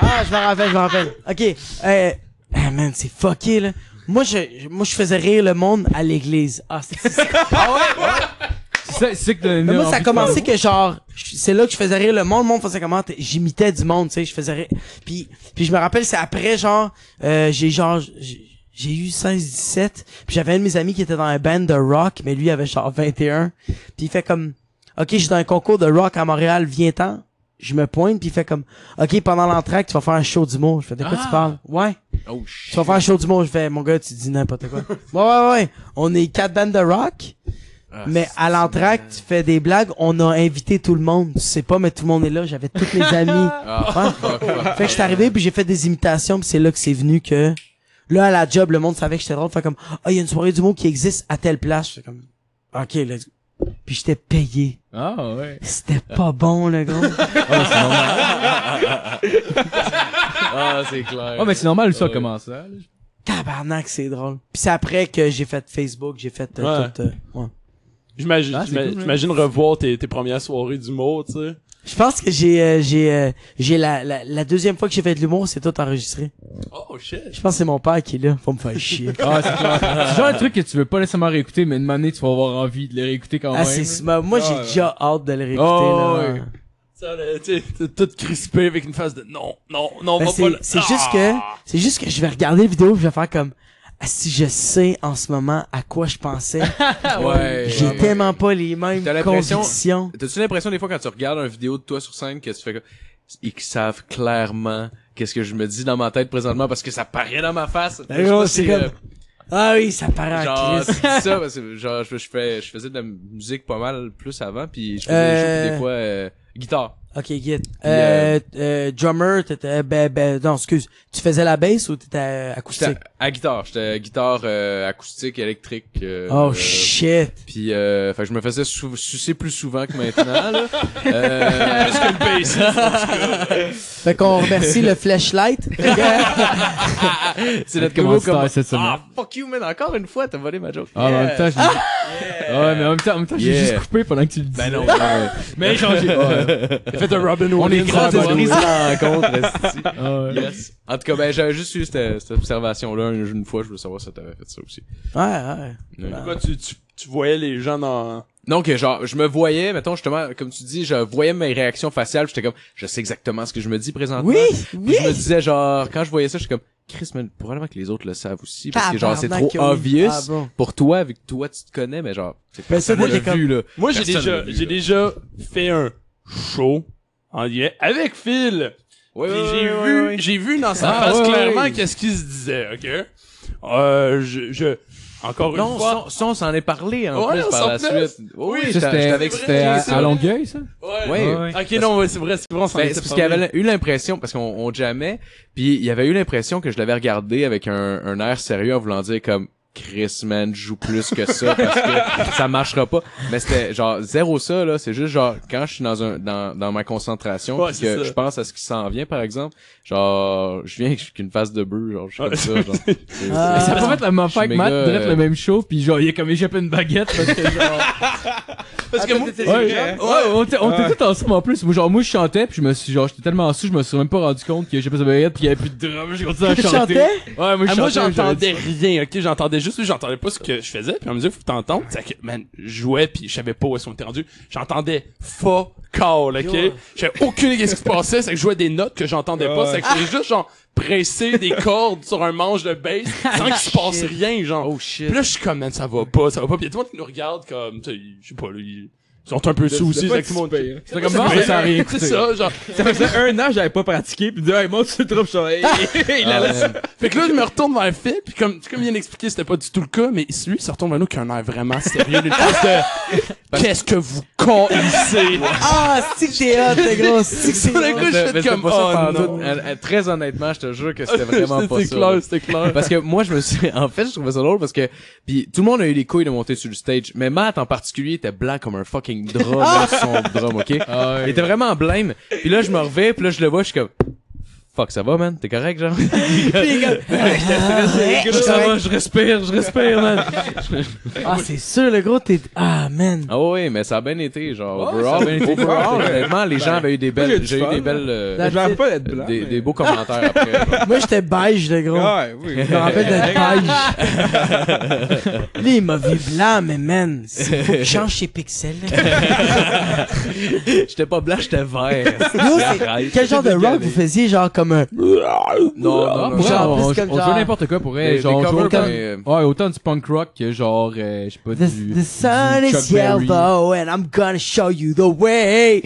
[SPEAKER 5] Ah, je m'en rappelle, je m'en rappelle. OK. Euh, ah, man, c'est fucké, là. Moi, je, moi, je faisais rire le monde à l'église. Ah, c'est- c'est-
[SPEAKER 3] c'est ça que
[SPEAKER 5] mais moi, ça a commencé que genre, je- c'est là que je faisais rire le monde. Le monde faisait comment? T'es- J'imitais du monde, tu sais, je faisais rire. Puis, puis je me rappelle, c'est après, genre, euh, j'ai genre, j'ai j'ai eu 16, 17. Puis j'avais un de mes amis qui était dans un band de rock, mais lui avait genre 21. Puis il fait comme, OK, je suis dans un concours de rock à Montréal, viens-t'en. je me pointe, puis il fait comme, OK, pendant l'entraque, tu vas faire un show d'humour. Je fais, de quoi tu parles? Ouais.
[SPEAKER 6] Oh
[SPEAKER 5] Tu vas faire un show d'humour. Je fais, mon gars, tu dis n'importe quoi. ouais, ouais, ouais. On est quatre bandes de rock.
[SPEAKER 6] Ah,
[SPEAKER 5] mais à l'entraque, tu fais des blagues. On a invité tout le monde. Tu sais pas, mais tout le monde est là. J'avais tous mes amis.
[SPEAKER 6] Ah,
[SPEAKER 5] Ouais. Fait que je suis arrivé puis j'ai fait des imitations puis c'est là que c'est venu que là à la job le monde savait que j'étais drôle fait comme ah il y a une soirée du mot qui existe à telle place J'étais comme OK let's go. puis j'étais payé
[SPEAKER 3] Ah, ouais.
[SPEAKER 5] c'était pas bon le gars
[SPEAKER 6] Ah, c'est clair.
[SPEAKER 3] Ah, mais c'est normal, ça, hein.
[SPEAKER 6] Ouais.
[SPEAKER 3] comment ça? là.
[SPEAKER 5] tabarnak c'est drôle puis c'est après que j'ai fait Facebook j'ai fait euh,
[SPEAKER 4] Ouais.
[SPEAKER 5] tout euh, ouais.
[SPEAKER 4] J'imagine,
[SPEAKER 3] Ah, c'est
[SPEAKER 4] j'ima-
[SPEAKER 3] cool, ouais.
[SPEAKER 4] j'imagine revoir tes, tes premières soirées d'humour, tu sais.
[SPEAKER 5] je pense que j'ai euh, j'ai euh, j'ai la, la la deuxième fois que j'ai fait de l'humour c'est tout enregistré
[SPEAKER 4] Oh shit.
[SPEAKER 5] je pense que c'est mon père qui est là faut me faire chier
[SPEAKER 3] Ah, c'est clair. C'est genre un truc que tu veux pas nécessairement réécouter, mais une année, tu vas avoir envie de le réécouter quand
[SPEAKER 5] ah
[SPEAKER 3] même.
[SPEAKER 5] c'est ma- moi j'ai
[SPEAKER 7] Ah, ouais.
[SPEAKER 5] déjà hâte de le réécouter
[SPEAKER 3] Oh,
[SPEAKER 6] Ah
[SPEAKER 5] là.
[SPEAKER 3] ouais.
[SPEAKER 4] Ça, là, tu sais, t'es tout crispé avec une face de non, non, non,
[SPEAKER 5] Ben,
[SPEAKER 4] on va
[SPEAKER 5] c'est-
[SPEAKER 4] pas le-
[SPEAKER 5] c'est juste
[SPEAKER 4] Ah!
[SPEAKER 5] que c'est juste que je vais regarder la vidéo puis je vais faire comme Ah, si je sais en ce moment à quoi je pensais
[SPEAKER 6] Ouais.
[SPEAKER 5] j'ai
[SPEAKER 6] ouais.
[SPEAKER 5] tellement pas les mêmes
[SPEAKER 6] T'as l'impression-
[SPEAKER 5] convictions
[SPEAKER 6] T'as-tu l'impression des fois quand tu regardes une vidéo de toi sur scène que tu fais que- ils savent clairement qu'est-ce que je me dis dans ma tête présentement parce que ça paraît dans ma face.
[SPEAKER 5] Ben
[SPEAKER 6] Je sais
[SPEAKER 5] gros,
[SPEAKER 6] pas
[SPEAKER 5] c'est
[SPEAKER 6] si,
[SPEAKER 5] comme-
[SPEAKER 6] euh,
[SPEAKER 5] ah oui ça paraît en
[SPEAKER 6] genre
[SPEAKER 5] crise.
[SPEAKER 6] tu dis ça parce que genre je, je fais je faisais de la musique pas mal plus avant puis je faisais
[SPEAKER 5] Euh.
[SPEAKER 6] des shows, puis des fois euh, guitare.
[SPEAKER 5] ok Git euh, euh, drummer t'étais ben ben non excuse tu faisais la bass ou t'étais euh,
[SPEAKER 6] J'étais
[SPEAKER 5] acoustique
[SPEAKER 6] à, à guitare, j'étais guitare euh, acoustique électrique. euh,
[SPEAKER 5] oh
[SPEAKER 6] euh,
[SPEAKER 5] shit
[SPEAKER 6] Puis euh, fait que je me faisais sou- sucer plus souvent que maintenant là. Euh,
[SPEAKER 4] Plus que le bassiste.
[SPEAKER 5] fait qu'on remercie le flashlight
[SPEAKER 6] c'est notre nouveau
[SPEAKER 3] commentaire
[SPEAKER 6] comme
[SPEAKER 3] cette semaine.
[SPEAKER 6] Ah fuck you man encore une fois t'as volé ma joke.
[SPEAKER 3] Ah, mais en
[SPEAKER 6] Yeah.
[SPEAKER 3] même temps, je l'ai- Ah Ouais, mais en même temps, en même temps, j'ai
[SPEAKER 6] Yeah.
[SPEAKER 3] juste coupé pendant que tu le dis.
[SPEAKER 6] Ben non. ouais.
[SPEAKER 3] Mais genre, j'ai- ah, ouais.
[SPEAKER 4] Faites un Robin Williams.
[SPEAKER 3] On est grands
[SPEAKER 4] à la
[SPEAKER 3] esprits.
[SPEAKER 4] bonne-
[SPEAKER 3] Ah, ouais.
[SPEAKER 6] Yes. En tout cas, ben, j'avais juste eu cette, cette observation-là une, une fois. Je voulais savoir si t'avais fait ça aussi.
[SPEAKER 5] ouais ouais
[SPEAKER 4] Pourquoi tu, tu, tu voyais les gens dans.
[SPEAKER 6] Donc, genre, je me voyais, mettons, justement, comme tu dis, je voyais mes réactions faciales. puis J'étais comme, je sais exactement ce que je me dis présentement.
[SPEAKER 5] oui
[SPEAKER 6] Puis
[SPEAKER 5] oui
[SPEAKER 6] Je me disais, genre, quand je voyais ça, j'étais comme, Chris, mais probablement que les autres le savent aussi. Parce que, genre, c'est trop
[SPEAKER 5] Tabarnak, oui.
[SPEAKER 6] obvious
[SPEAKER 5] Ah, bon.
[SPEAKER 6] pour toi, vu que toi, tu te connais, mais genre, c'est
[SPEAKER 5] Ben, ça, moi,
[SPEAKER 6] personne
[SPEAKER 5] j'ai
[SPEAKER 6] l'a vu, là.
[SPEAKER 4] Moi, j'ai
[SPEAKER 6] Personne
[SPEAKER 4] déjà,
[SPEAKER 6] l'a vu,
[SPEAKER 4] j'ai
[SPEAKER 6] là.
[SPEAKER 4] déjà fait un show en lien avec Phil.
[SPEAKER 6] Ouais,
[SPEAKER 4] Puis
[SPEAKER 6] ouais,
[SPEAKER 4] j'ai
[SPEAKER 6] ouais,
[SPEAKER 4] vu,
[SPEAKER 6] ouais, ouais.
[SPEAKER 4] j'ai vu dans sa
[SPEAKER 6] Ah,
[SPEAKER 4] face
[SPEAKER 6] ouais,
[SPEAKER 4] clairement
[SPEAKER 6] ouais.
[SPEAKER 4] qu'est-ce qu'il se disait, ok? Euh, je, je, encore une
[SPEAKER 6] Non,
[SPEAKER 4] fois.
[SPEAKER 6] ça, ça, on s'en est parlé, en
[SPEAKER 4] Ouais,
[SPEAKER 6] plus,
[SPEAKER 4] on
[SPEAKER 6] par
[SPEAKER 4] s'en
[SPEAKER 6] la
[SPEAKER 4] plaît.
[SPEAKER 6] suite. Oh,
[SPEAKER 4] Oui,
[SPEAKER 6] oui,
[SPEAKER 3] Ça,
[SPEAKER 6] j'étais j'étais
[SPEAKER 3] C'était
[SPEAKER 6] avec
[SPEAKER 3] c'était à, à Longueuil, ça?
[SPEAKER 6] Ouais.
[SPEAKER 3] Ouais.
[SPEAKER 4] Ok, non, ouais, c'est vrai, c'est vrai, on s'en
[SPEAKER 6] Ben,
[SPEAKER 4] était
[SPEAKER 6] c'est parce qu'il
[SPEAKER 4] parlé.
[SPEAKER 6] avait eu l'impression, parce qu'on on jamais, puis il avait eu l'impression que je l'avais regardé avec un, un air sérieux en voulant dire comme Chris man joue plus que ça parce que ça marchera pas. Mais c'était genre zéro ça là, c'est juste genre quand je suis dans un dans, dans ma concentration
[SPEAKER 4] Ouais,
[SPEAKER 6] puis
[SPEAKER 4] c'est
[SPEAKER 6] que
[SPEAKER 4] ça.
[SPEAKER 6] je pense à ce qui s'en vient par exemple, genre je viens avec une face de bœuf, genre je suis comme ça genre. C'est- c'est-
[SPEAKER 5] Ah.
[SPEAKER 3] Mais ça pourrait être la même affaire
[SPEAKER 6] Je
[SPEAKER 3] que
[SPEAKER 6] suis
[SPEAKER 3] Matt,
[SPEAKER 6] méga,
[SPEAKER 3] direct
[SPEAKER 6] euh,
[SPEAKER 3] le même show, pis genre, il est comme échappé une baguette, parce que genre...
[SPEAKER 4] Parce que moi,
[SPEAKER 3] Ouais, ouais, on était on était
[SPEAKER 7] Ouais.
[SPEAKER 3] tous ensemble en plus. Moi, genre, moi, je chantais, puis je me suis, genre, j'étais tellement sous, je me suis même pas rendu compte que j'ai pas sa baguette, puis il y avait plus de drum, j'ai continué à
[SPEAKER 5] Tu
[SPEAKER 3] chanter.
[SPEAKER 5] chantais?
[SPEAKER 3] Ouais, moi, je
[SPEAKER 4] Ah, moi,
[SPEAKER 3] chantais,
[SPEAKER 4] j'entendais rien, ok? J'entendais juste, j'entendais pas ce que je faisais, puis à mesure que t'entends, c'est que, man, je jouais pis je savais pas où est-ce qu'on était rendu. J'entendais fuck all, ok? J'avais aucune idée de ce qui se passait, c'est que je jouais des notes que j'entendais pas, c'est que j'ai juste, genre, pressé des cordes sur un manche de bass sans qu'il se passe rien, genre.
[SPEAKER 6] Oh shit.
[SPEAKER 4] Puis là, je suis comme, man, ça va pas, ça va pas. Puis y a tout le monde qui nous regarde comme, tu sais, je sais pas, là, ils ils sont un peu sous aussi,
[SPEAKER 7] pas
[SPEAKER 4] c'est que tout le monde.
[SPEAKER 7] si pire.
[SPEAKER 4] C'est
[SPEAKER 3] comme, bon, ça a rien
[SPEAKER 4] C'est
[SPEAKER 3] écouté.
[SPEAKER 4] ça, genre.
[SPEAKER 7] Ça faisait un an que j'avais pas pratiqué, puis il dit, hey, moi, tu te trompes, je suis genre, hey, hey, il a la-
[SPEAKER 4] Fait que là, je me retourne vers Phil, puis comme, tu sais, comme il vient d'expliquer, c'était pas du tout le cas, mais lui, il se retourne vers nous qui a un air vraiment sérieux, une espèce de Qu'est-ce que vous connaissez?
[SPEAKER 5] ah c'est que t'es hot le gros c'est que c'est
[SPEAKER 4] Tout d'un
[SPEAKER 5] drôle.
[SPEAKER 4] coup, je
[SPEAKER 6] Mais
[SPEAKER 4] suis
[SPEAKER 6] c'était
[SPEAKER 4] comme,
[SPEAKER 6] pas ça
[SPEAKER 4] oh
[SPEAKER 6] pendant
[SPEAKER 4] non.
[SPEAKER 6] tout. Euh, euh, Très honnêtement, je te jure que c'était vraiment pas ça.
[SPEAKER 4] C'était
[SPEAKER 6] là.
[SPEAKER 4] clair, c'était clair.
[SPEAKER 6] parce que moi je me suis en fait je trouvais ça drôle parce que puis tout le monde a eu les couilles de monter sur le stage mais Matt en particulier était blanc comme un fucking drap là, sur son drum OK
[SPEAKER 3] Ah
[SPEAKER 6] il
[SPEAKER 3] ouais.
[SPEAKER 6] était vraiment blême puis là je me reviens puis là je le vois je suis comme fuck ça va man t'es correct genre ça va je respire je respire man
[SPEAKER 5] ah c'est sûr le gros t'es ah man
[SPEAKER 6] ah oui mais ça a bien été genre
[SPEAKER 7] Ouais, ça a
[SPEAKER 6] overall
[SPEAKER 7] bien été.
[SPEAKER 6] overall
[SPEAKER 7] Ouais.
[SPEAKER 6] honnêtement les gens avaient eu des
[SPEAKER 7] j'ai
[SPEAKER 6] belles
[SPEAKER 7] du
[SPEAKER 6] j'ai eu
[SPEAKER 7] fun.
[SPEAKER 6] des belles euh,
[SPEAKER 5] La-
[SPEAKER 7] Je vais pas d'être blanc.
[SPEAKER 6] des,
[SPEAKER 7] mais-
[SPEAKER 6] des beaux commentaires après genre.
[SPEAKER 5] Moi, j'étais beige, le gros.
[SPEAKER 7] Ouais, oui.
[SPEAKER 5] Je me rappelle d'être beige. Ah, Lui, il m'a vu blanc, mais man, c'est- faut que je change ses pixels. là.
[SPEAKER 6] j'étais pas blanc j'étais vert
[SPEAKER 5] Yo, c'est- Quel genre de rock vous faisiez, genre comme un...
[SPEAKER 6] non non, non
[SPEAKER 3] Ah, Ouais,
[SPEAKER 5] Genre,
[SPEAKER 3] on,
[SPEAKER 5] plus comme
[SPEAKER 3] on
[SPEAKER 5] genre-
[SPEAKER 3] jouait n'importe quoi pour
[SPEAKER 6] Des-
[SPEAKER 3] elle.
[SPEAKER 6] des
[SPEAKER 3] Genre, on jouait
[SPEAKER 6] covers,
[SPEAKER 3] autant,
[SPEAKER 6] mais-
[SPEAKER 3] ouais, autant du punk rock que genre, euh, je sais pas,
[SPEAKER 5] The,
[SPEAKER 3] du...
[SPEAKER 5] the sun
[SPEAKER 3] du
[SPEAKER 5] is
[SPEAKER 3] Chuck Berry.
[SPEAKER 5] yellow and I'm gonna show you the way.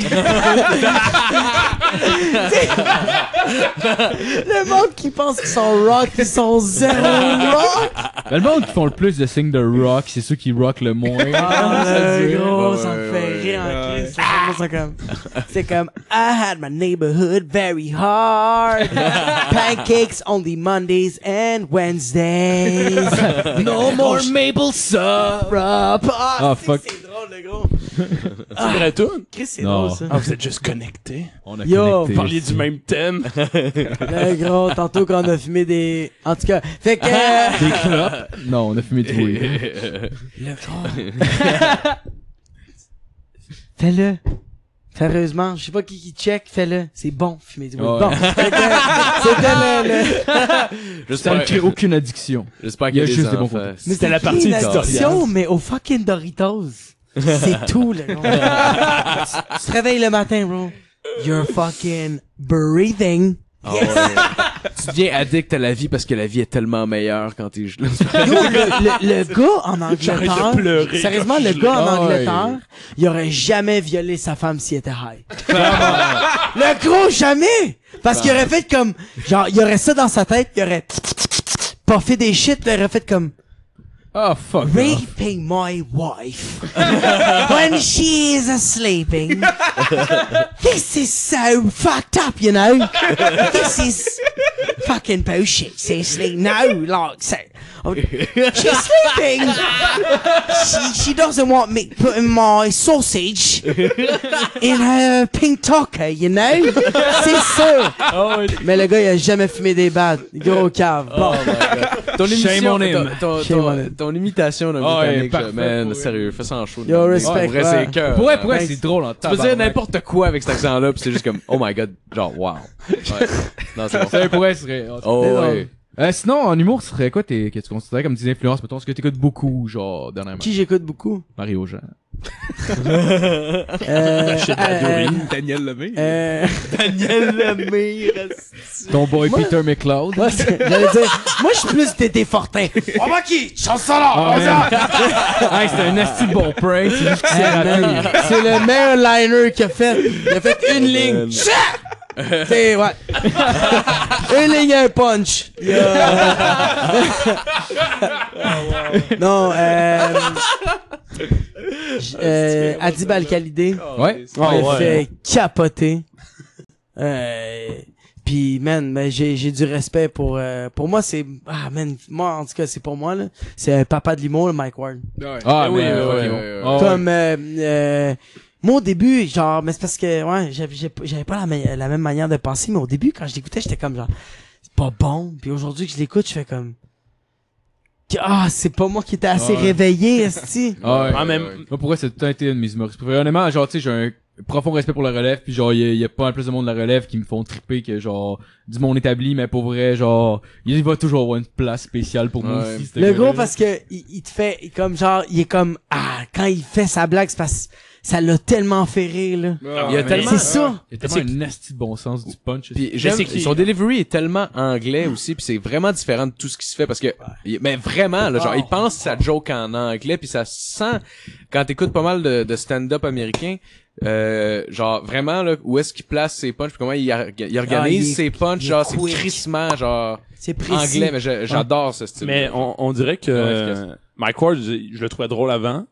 [SPEAKER 5] Le monde qui pense qu'ils sont rock, ils sont zéro rock.
[SPEAKER 3] Ben, le monde qui font le plus de signes de rock, c'est ceux qui rock le moins.
[SPEAKER 5] Ah,
[SPEAKER 3] Ça dit.
[SPEAKER 5] le gros,
[SPEAKER 6] Ouais,
[SPEAKER 5] ça me
[SPEAKER 6] ouais,
[SPEAKER 5] fait
[SPEAKER 6] ouais.
[SPEAKER 5] rire en crise. C'est comme, c'est comme, um, I had my neighborhood very hard. Pancakes only Mondays and Wednesdays.
[SPEAKER 3] No more maple syrup.
[SPEAKER 5] Rap. Ah,
[SPEAKER 3] Ah,
[SPEAKER 5] c'est-
[SPEAKER 3] fuck.
[SPEAKER 5] C'est drôle, le gros.
[SPEAKER 4] C'est vrai, toi?
[SPEAKER 5] Chris, c'est
[SPEAKER 3] Non.
[SPEAKER 5] drôle, ça.
[SPEAKER 4] Ah, vous êtes juste connectés.
[SPEAKER 3] On a
[SPEAKER 5] Yo,
[SPEAKER 4] Vous
[SPEAKER 3] connecté.
[SPEAKER 4] parliez du même thème.
[SPEAKER 5] Le gros, tantôt qu'on a fumé des... En tout cas, fait que... euh,
[SPEAKER 3] Des clopes. Non, on a fumé du weed.
[SPEAKER 5] Fais-le. Sérieusement, je sais pas qui qui check, fais-le. C'est bon, fumer du weed.
[SPEAKER 3] Ouais.
[SPEAKER 5] Bon, Fait que, euh, c'était le... le-
[SPEAKER 3] Ça ne
[SPEAKER 6] J'espère
[SPEAKER 3] crée aucune addiction.
[SPEAKER 6] j'espère
[SPEAKER 3] Il y a
[SPEAKER 6] qu'il y a
[SPEAKER 3] juste des
[SPEAKER 6] des
[SPEAKER 3] bons
[SPEAKER 6] enfants.
[SPEAKER 3] côtés.
[SPEAKER 5] Mais
[SPEAKER 4] C'était la
[SPEAKER 5] c'est
[SPEAKER 4] partie
[SPEAKER 5] une
[SPEAKER 4] éditoriale.
[SPEAKER 5] addiction, mais au fucking Doritos. C'est tout, là. gros. tu, tu te réveilles le matin, bro. You're fucking breathing.
[SPEAKER 6] Ah ouais. tu deviens addict à la vie parce que la vie est tellement meilleure quand t'es gelé.
[SPEAKER 5] Yo, le, le- le gars en Angleterre.
[SPEAKER 4] de pleurer,
[SPEAKER 5] Sérieusement,
[SPEAKER 4] là,
[SPEAKER 5] le
[SPEAKER 4] je
[SPEAKER 5] gars en
[SPEAKER 3] l'ai.
[SPEAKER 5] Angleterre, il aurait jamais violé sa femme s'il était high. le gros, jamais! Parce qu'il aurait fait comme, genre, il aurait ça dans sa tête, il aurait pas fait des shit, il aurait fait comme,
[SPEAKER 3] Ah, fuck. off.
[SPEAKER 5] raping my wife when she is sleeping. this is so fucked up, you know. this is fucking bullshit. Seriously, no, like so. oh, She's sleeping. she, she doesn't want me putting my sausage in her pink tucker, you know. C'est sûr. Mais le gars, il a jamais fumé des battes. Gros cave. Bon.
[SPEAKER 6] Ton imitation,
[SPEAKER 3] on him.
[SPEAKER 6] ton, ton,
[SPEAKER 5] Shame on
[SPEAKER 6] ton,
[SPEAKER 5] him.
[SPEAKER 6] ton imitation d'un
[SPEAKER 3] Ah ouais,
[SPEAKER 6] Britannique, là,
[SPEAKER 3] parfait
[SPEAKER 6] man,
[SPEAKER 3] pour
[SPEAKER 6] sérieux, fais ça en show.
[SPEAKER 5] Yo,
[SPEAKER 6] man.
[SPEAKER 5] respect,
[SPEAKER 6] Ouais, Pour vrai,
[SPEAKER 5] ouais.
[SPEAKER 6] c'est cœur.
[SPEAKER 3] Pourquoi, pourquoi
[SPEAKER 5] Ben,
[SPEAKER 3] c'est drôle en
[SPEAKER 6] Tu peux
[SPEAKER 3] tabarnak.
[SPEAKER 6] dire n'importe quoi avec cet accent-là, puis c'est juste comme, oh my god, genre, wow. Ouais. Non, c'est bon.
[SPEAKER 3] Ça pourrait serait. en tout cas.
[SPEAKER 6] Oh, ouais.
[SPEAKER 3] Euh, sinon, en humour, ce serait quoi tes, que tu considérais comme des influences? Mettons, ce que t'écoutes beaucoup, genre, dernièrement.
[SPEAKER 5] Qui j'écoute beaucoup?
[SPEAKER 3] Mario Jean.
[SPEAKER 5] Euh, euh,
[SPEAKER 7] Daniel Lemay.
[SPEAKER 5] euh,
[SPEAKER 3] Ton boy Peter McLeod.
[SPEAKER 5] moi, c'est- j'allais dire, moi, je suis plus Tété Fortin.
[SPEAKER 3] Ah, man. hey, c'est un asti de bon prank. C'est juste qu'il s'est raté.
[SPEAKER 5] Man, C'est le meilleur liner qu'il a fait. Il a fait une ligne. Chat! T'sais, ouais. une ligne, un punch. Il a- Ah, non, euh, j- euh, Adib Al-Khalidé.
[SPEAKER 3] Ah, Ouais.
[SPEAKER 5] On m'a fait capoter. Euh, puis man, ben, j'ai j'ai du respect pour euh, pour moi c'est ah man, moi en tout cas c'est pour moi là, c'est un papa de l'humour le Mike Ward.
[SPEAKER 3] Ah,
[SPEAKER 4] Eh oui,
[SPEAKER 3] mais,
[SPEAKER 4] ouais,
[SPEAKER 3] fuck,
[SPEAKER 4] ouais,
[SPEAKER 3] il est bon.
[SPEAKER 6] ouais, ouais.
[SPEAKER 3] Ah,
[SPEAKER 5] Comme euh, euh, moi au début, genre mais c'est parce que ouais, j'ai- j'ai- j'avais pas la, ma- la même manière de penser mais au début quand je l'écoutais, j'étais comme genre c'est pas bon. Puis aujourd'hui que je l'écoute, je fais comme ah, c'est pas moi qui étais assez
[SPEAKER 3] Ouais.
[SPEAKER 5] réveillé, esti.
[SPEAKER 3] Ah, ouais.
[SPEAKER 4] En même-
[SPEAKER 3] Moi, pour vrai, c'est tout le temps été une de mes humoristes préférés. Honnêtement, genre, tu sais, j'ai un profond respect pour la relève, puis genre, il y, a- il y a pas plus de monde de la relève qui me font triper que genre, du monde établi, mais pour vrai, genre, il va toujours avoir une place spéciale pour moi
[SPEAKER 6] Ouais.
[SPEAKER 3] aussi. ce
[SPEAKER 5] Le
[SPEAKER 3] gars-là.
[SPEAKER 5] gros parce que il, il te fait il comme genre il est comme ah quand il fait sa blague c'est parce que ça l'a tellement fait rire là.
[SPEAKER 7] Ah,
[SPEAKER 6] Il y a
[SPEAKER 7] mais-
[SPEAKER 6] tellement-
[SPEAKER 5] C'est ça.
[SPEAKER 3] Il y a tellement un asti de bon sens du punch.
[SPEAKER 6] Puis
[SPEAKER 4] Je
[SPEAKER 6] j'aime-
[SPEAKER 4] sais qui-
[SPEAKER 6] son delivery est tellement anglais
[SPEAKER 5] Mm.
[SPEAKER 6] aussi, puis c'est vraiment différent de tout ce qui se fait parce que il- mais vraiment là,
[SPEAKER 5] Oh.
[SPEAKER 6] genre il pense sa joke en anglais puis ça se sent quand t'écoutes pas mal de, de stand-up américain euh, genre vraiment là où est-ce qu'il place ses punchs puis comment il, ar- il organise
[SPEAKER 5] Ah, il est-
[SPEAKER 6] ses punchs
[SPEAKER 5] il est
[SPEAKER 6] genre c'est
[SPEAKER 5] quick.
[SPEAKER 6] crissement genre
[SPEAKER 5] C'est précis.
[SPEAKER 6] anglais mais je- j'adore ce style
[SPEAKER 4] Mais on, on dirait que
[SPEAKER 6] Ouais, efficace.
[SPEAKER 4] euh, Mike Ward, je, je le trouvais drôle avant.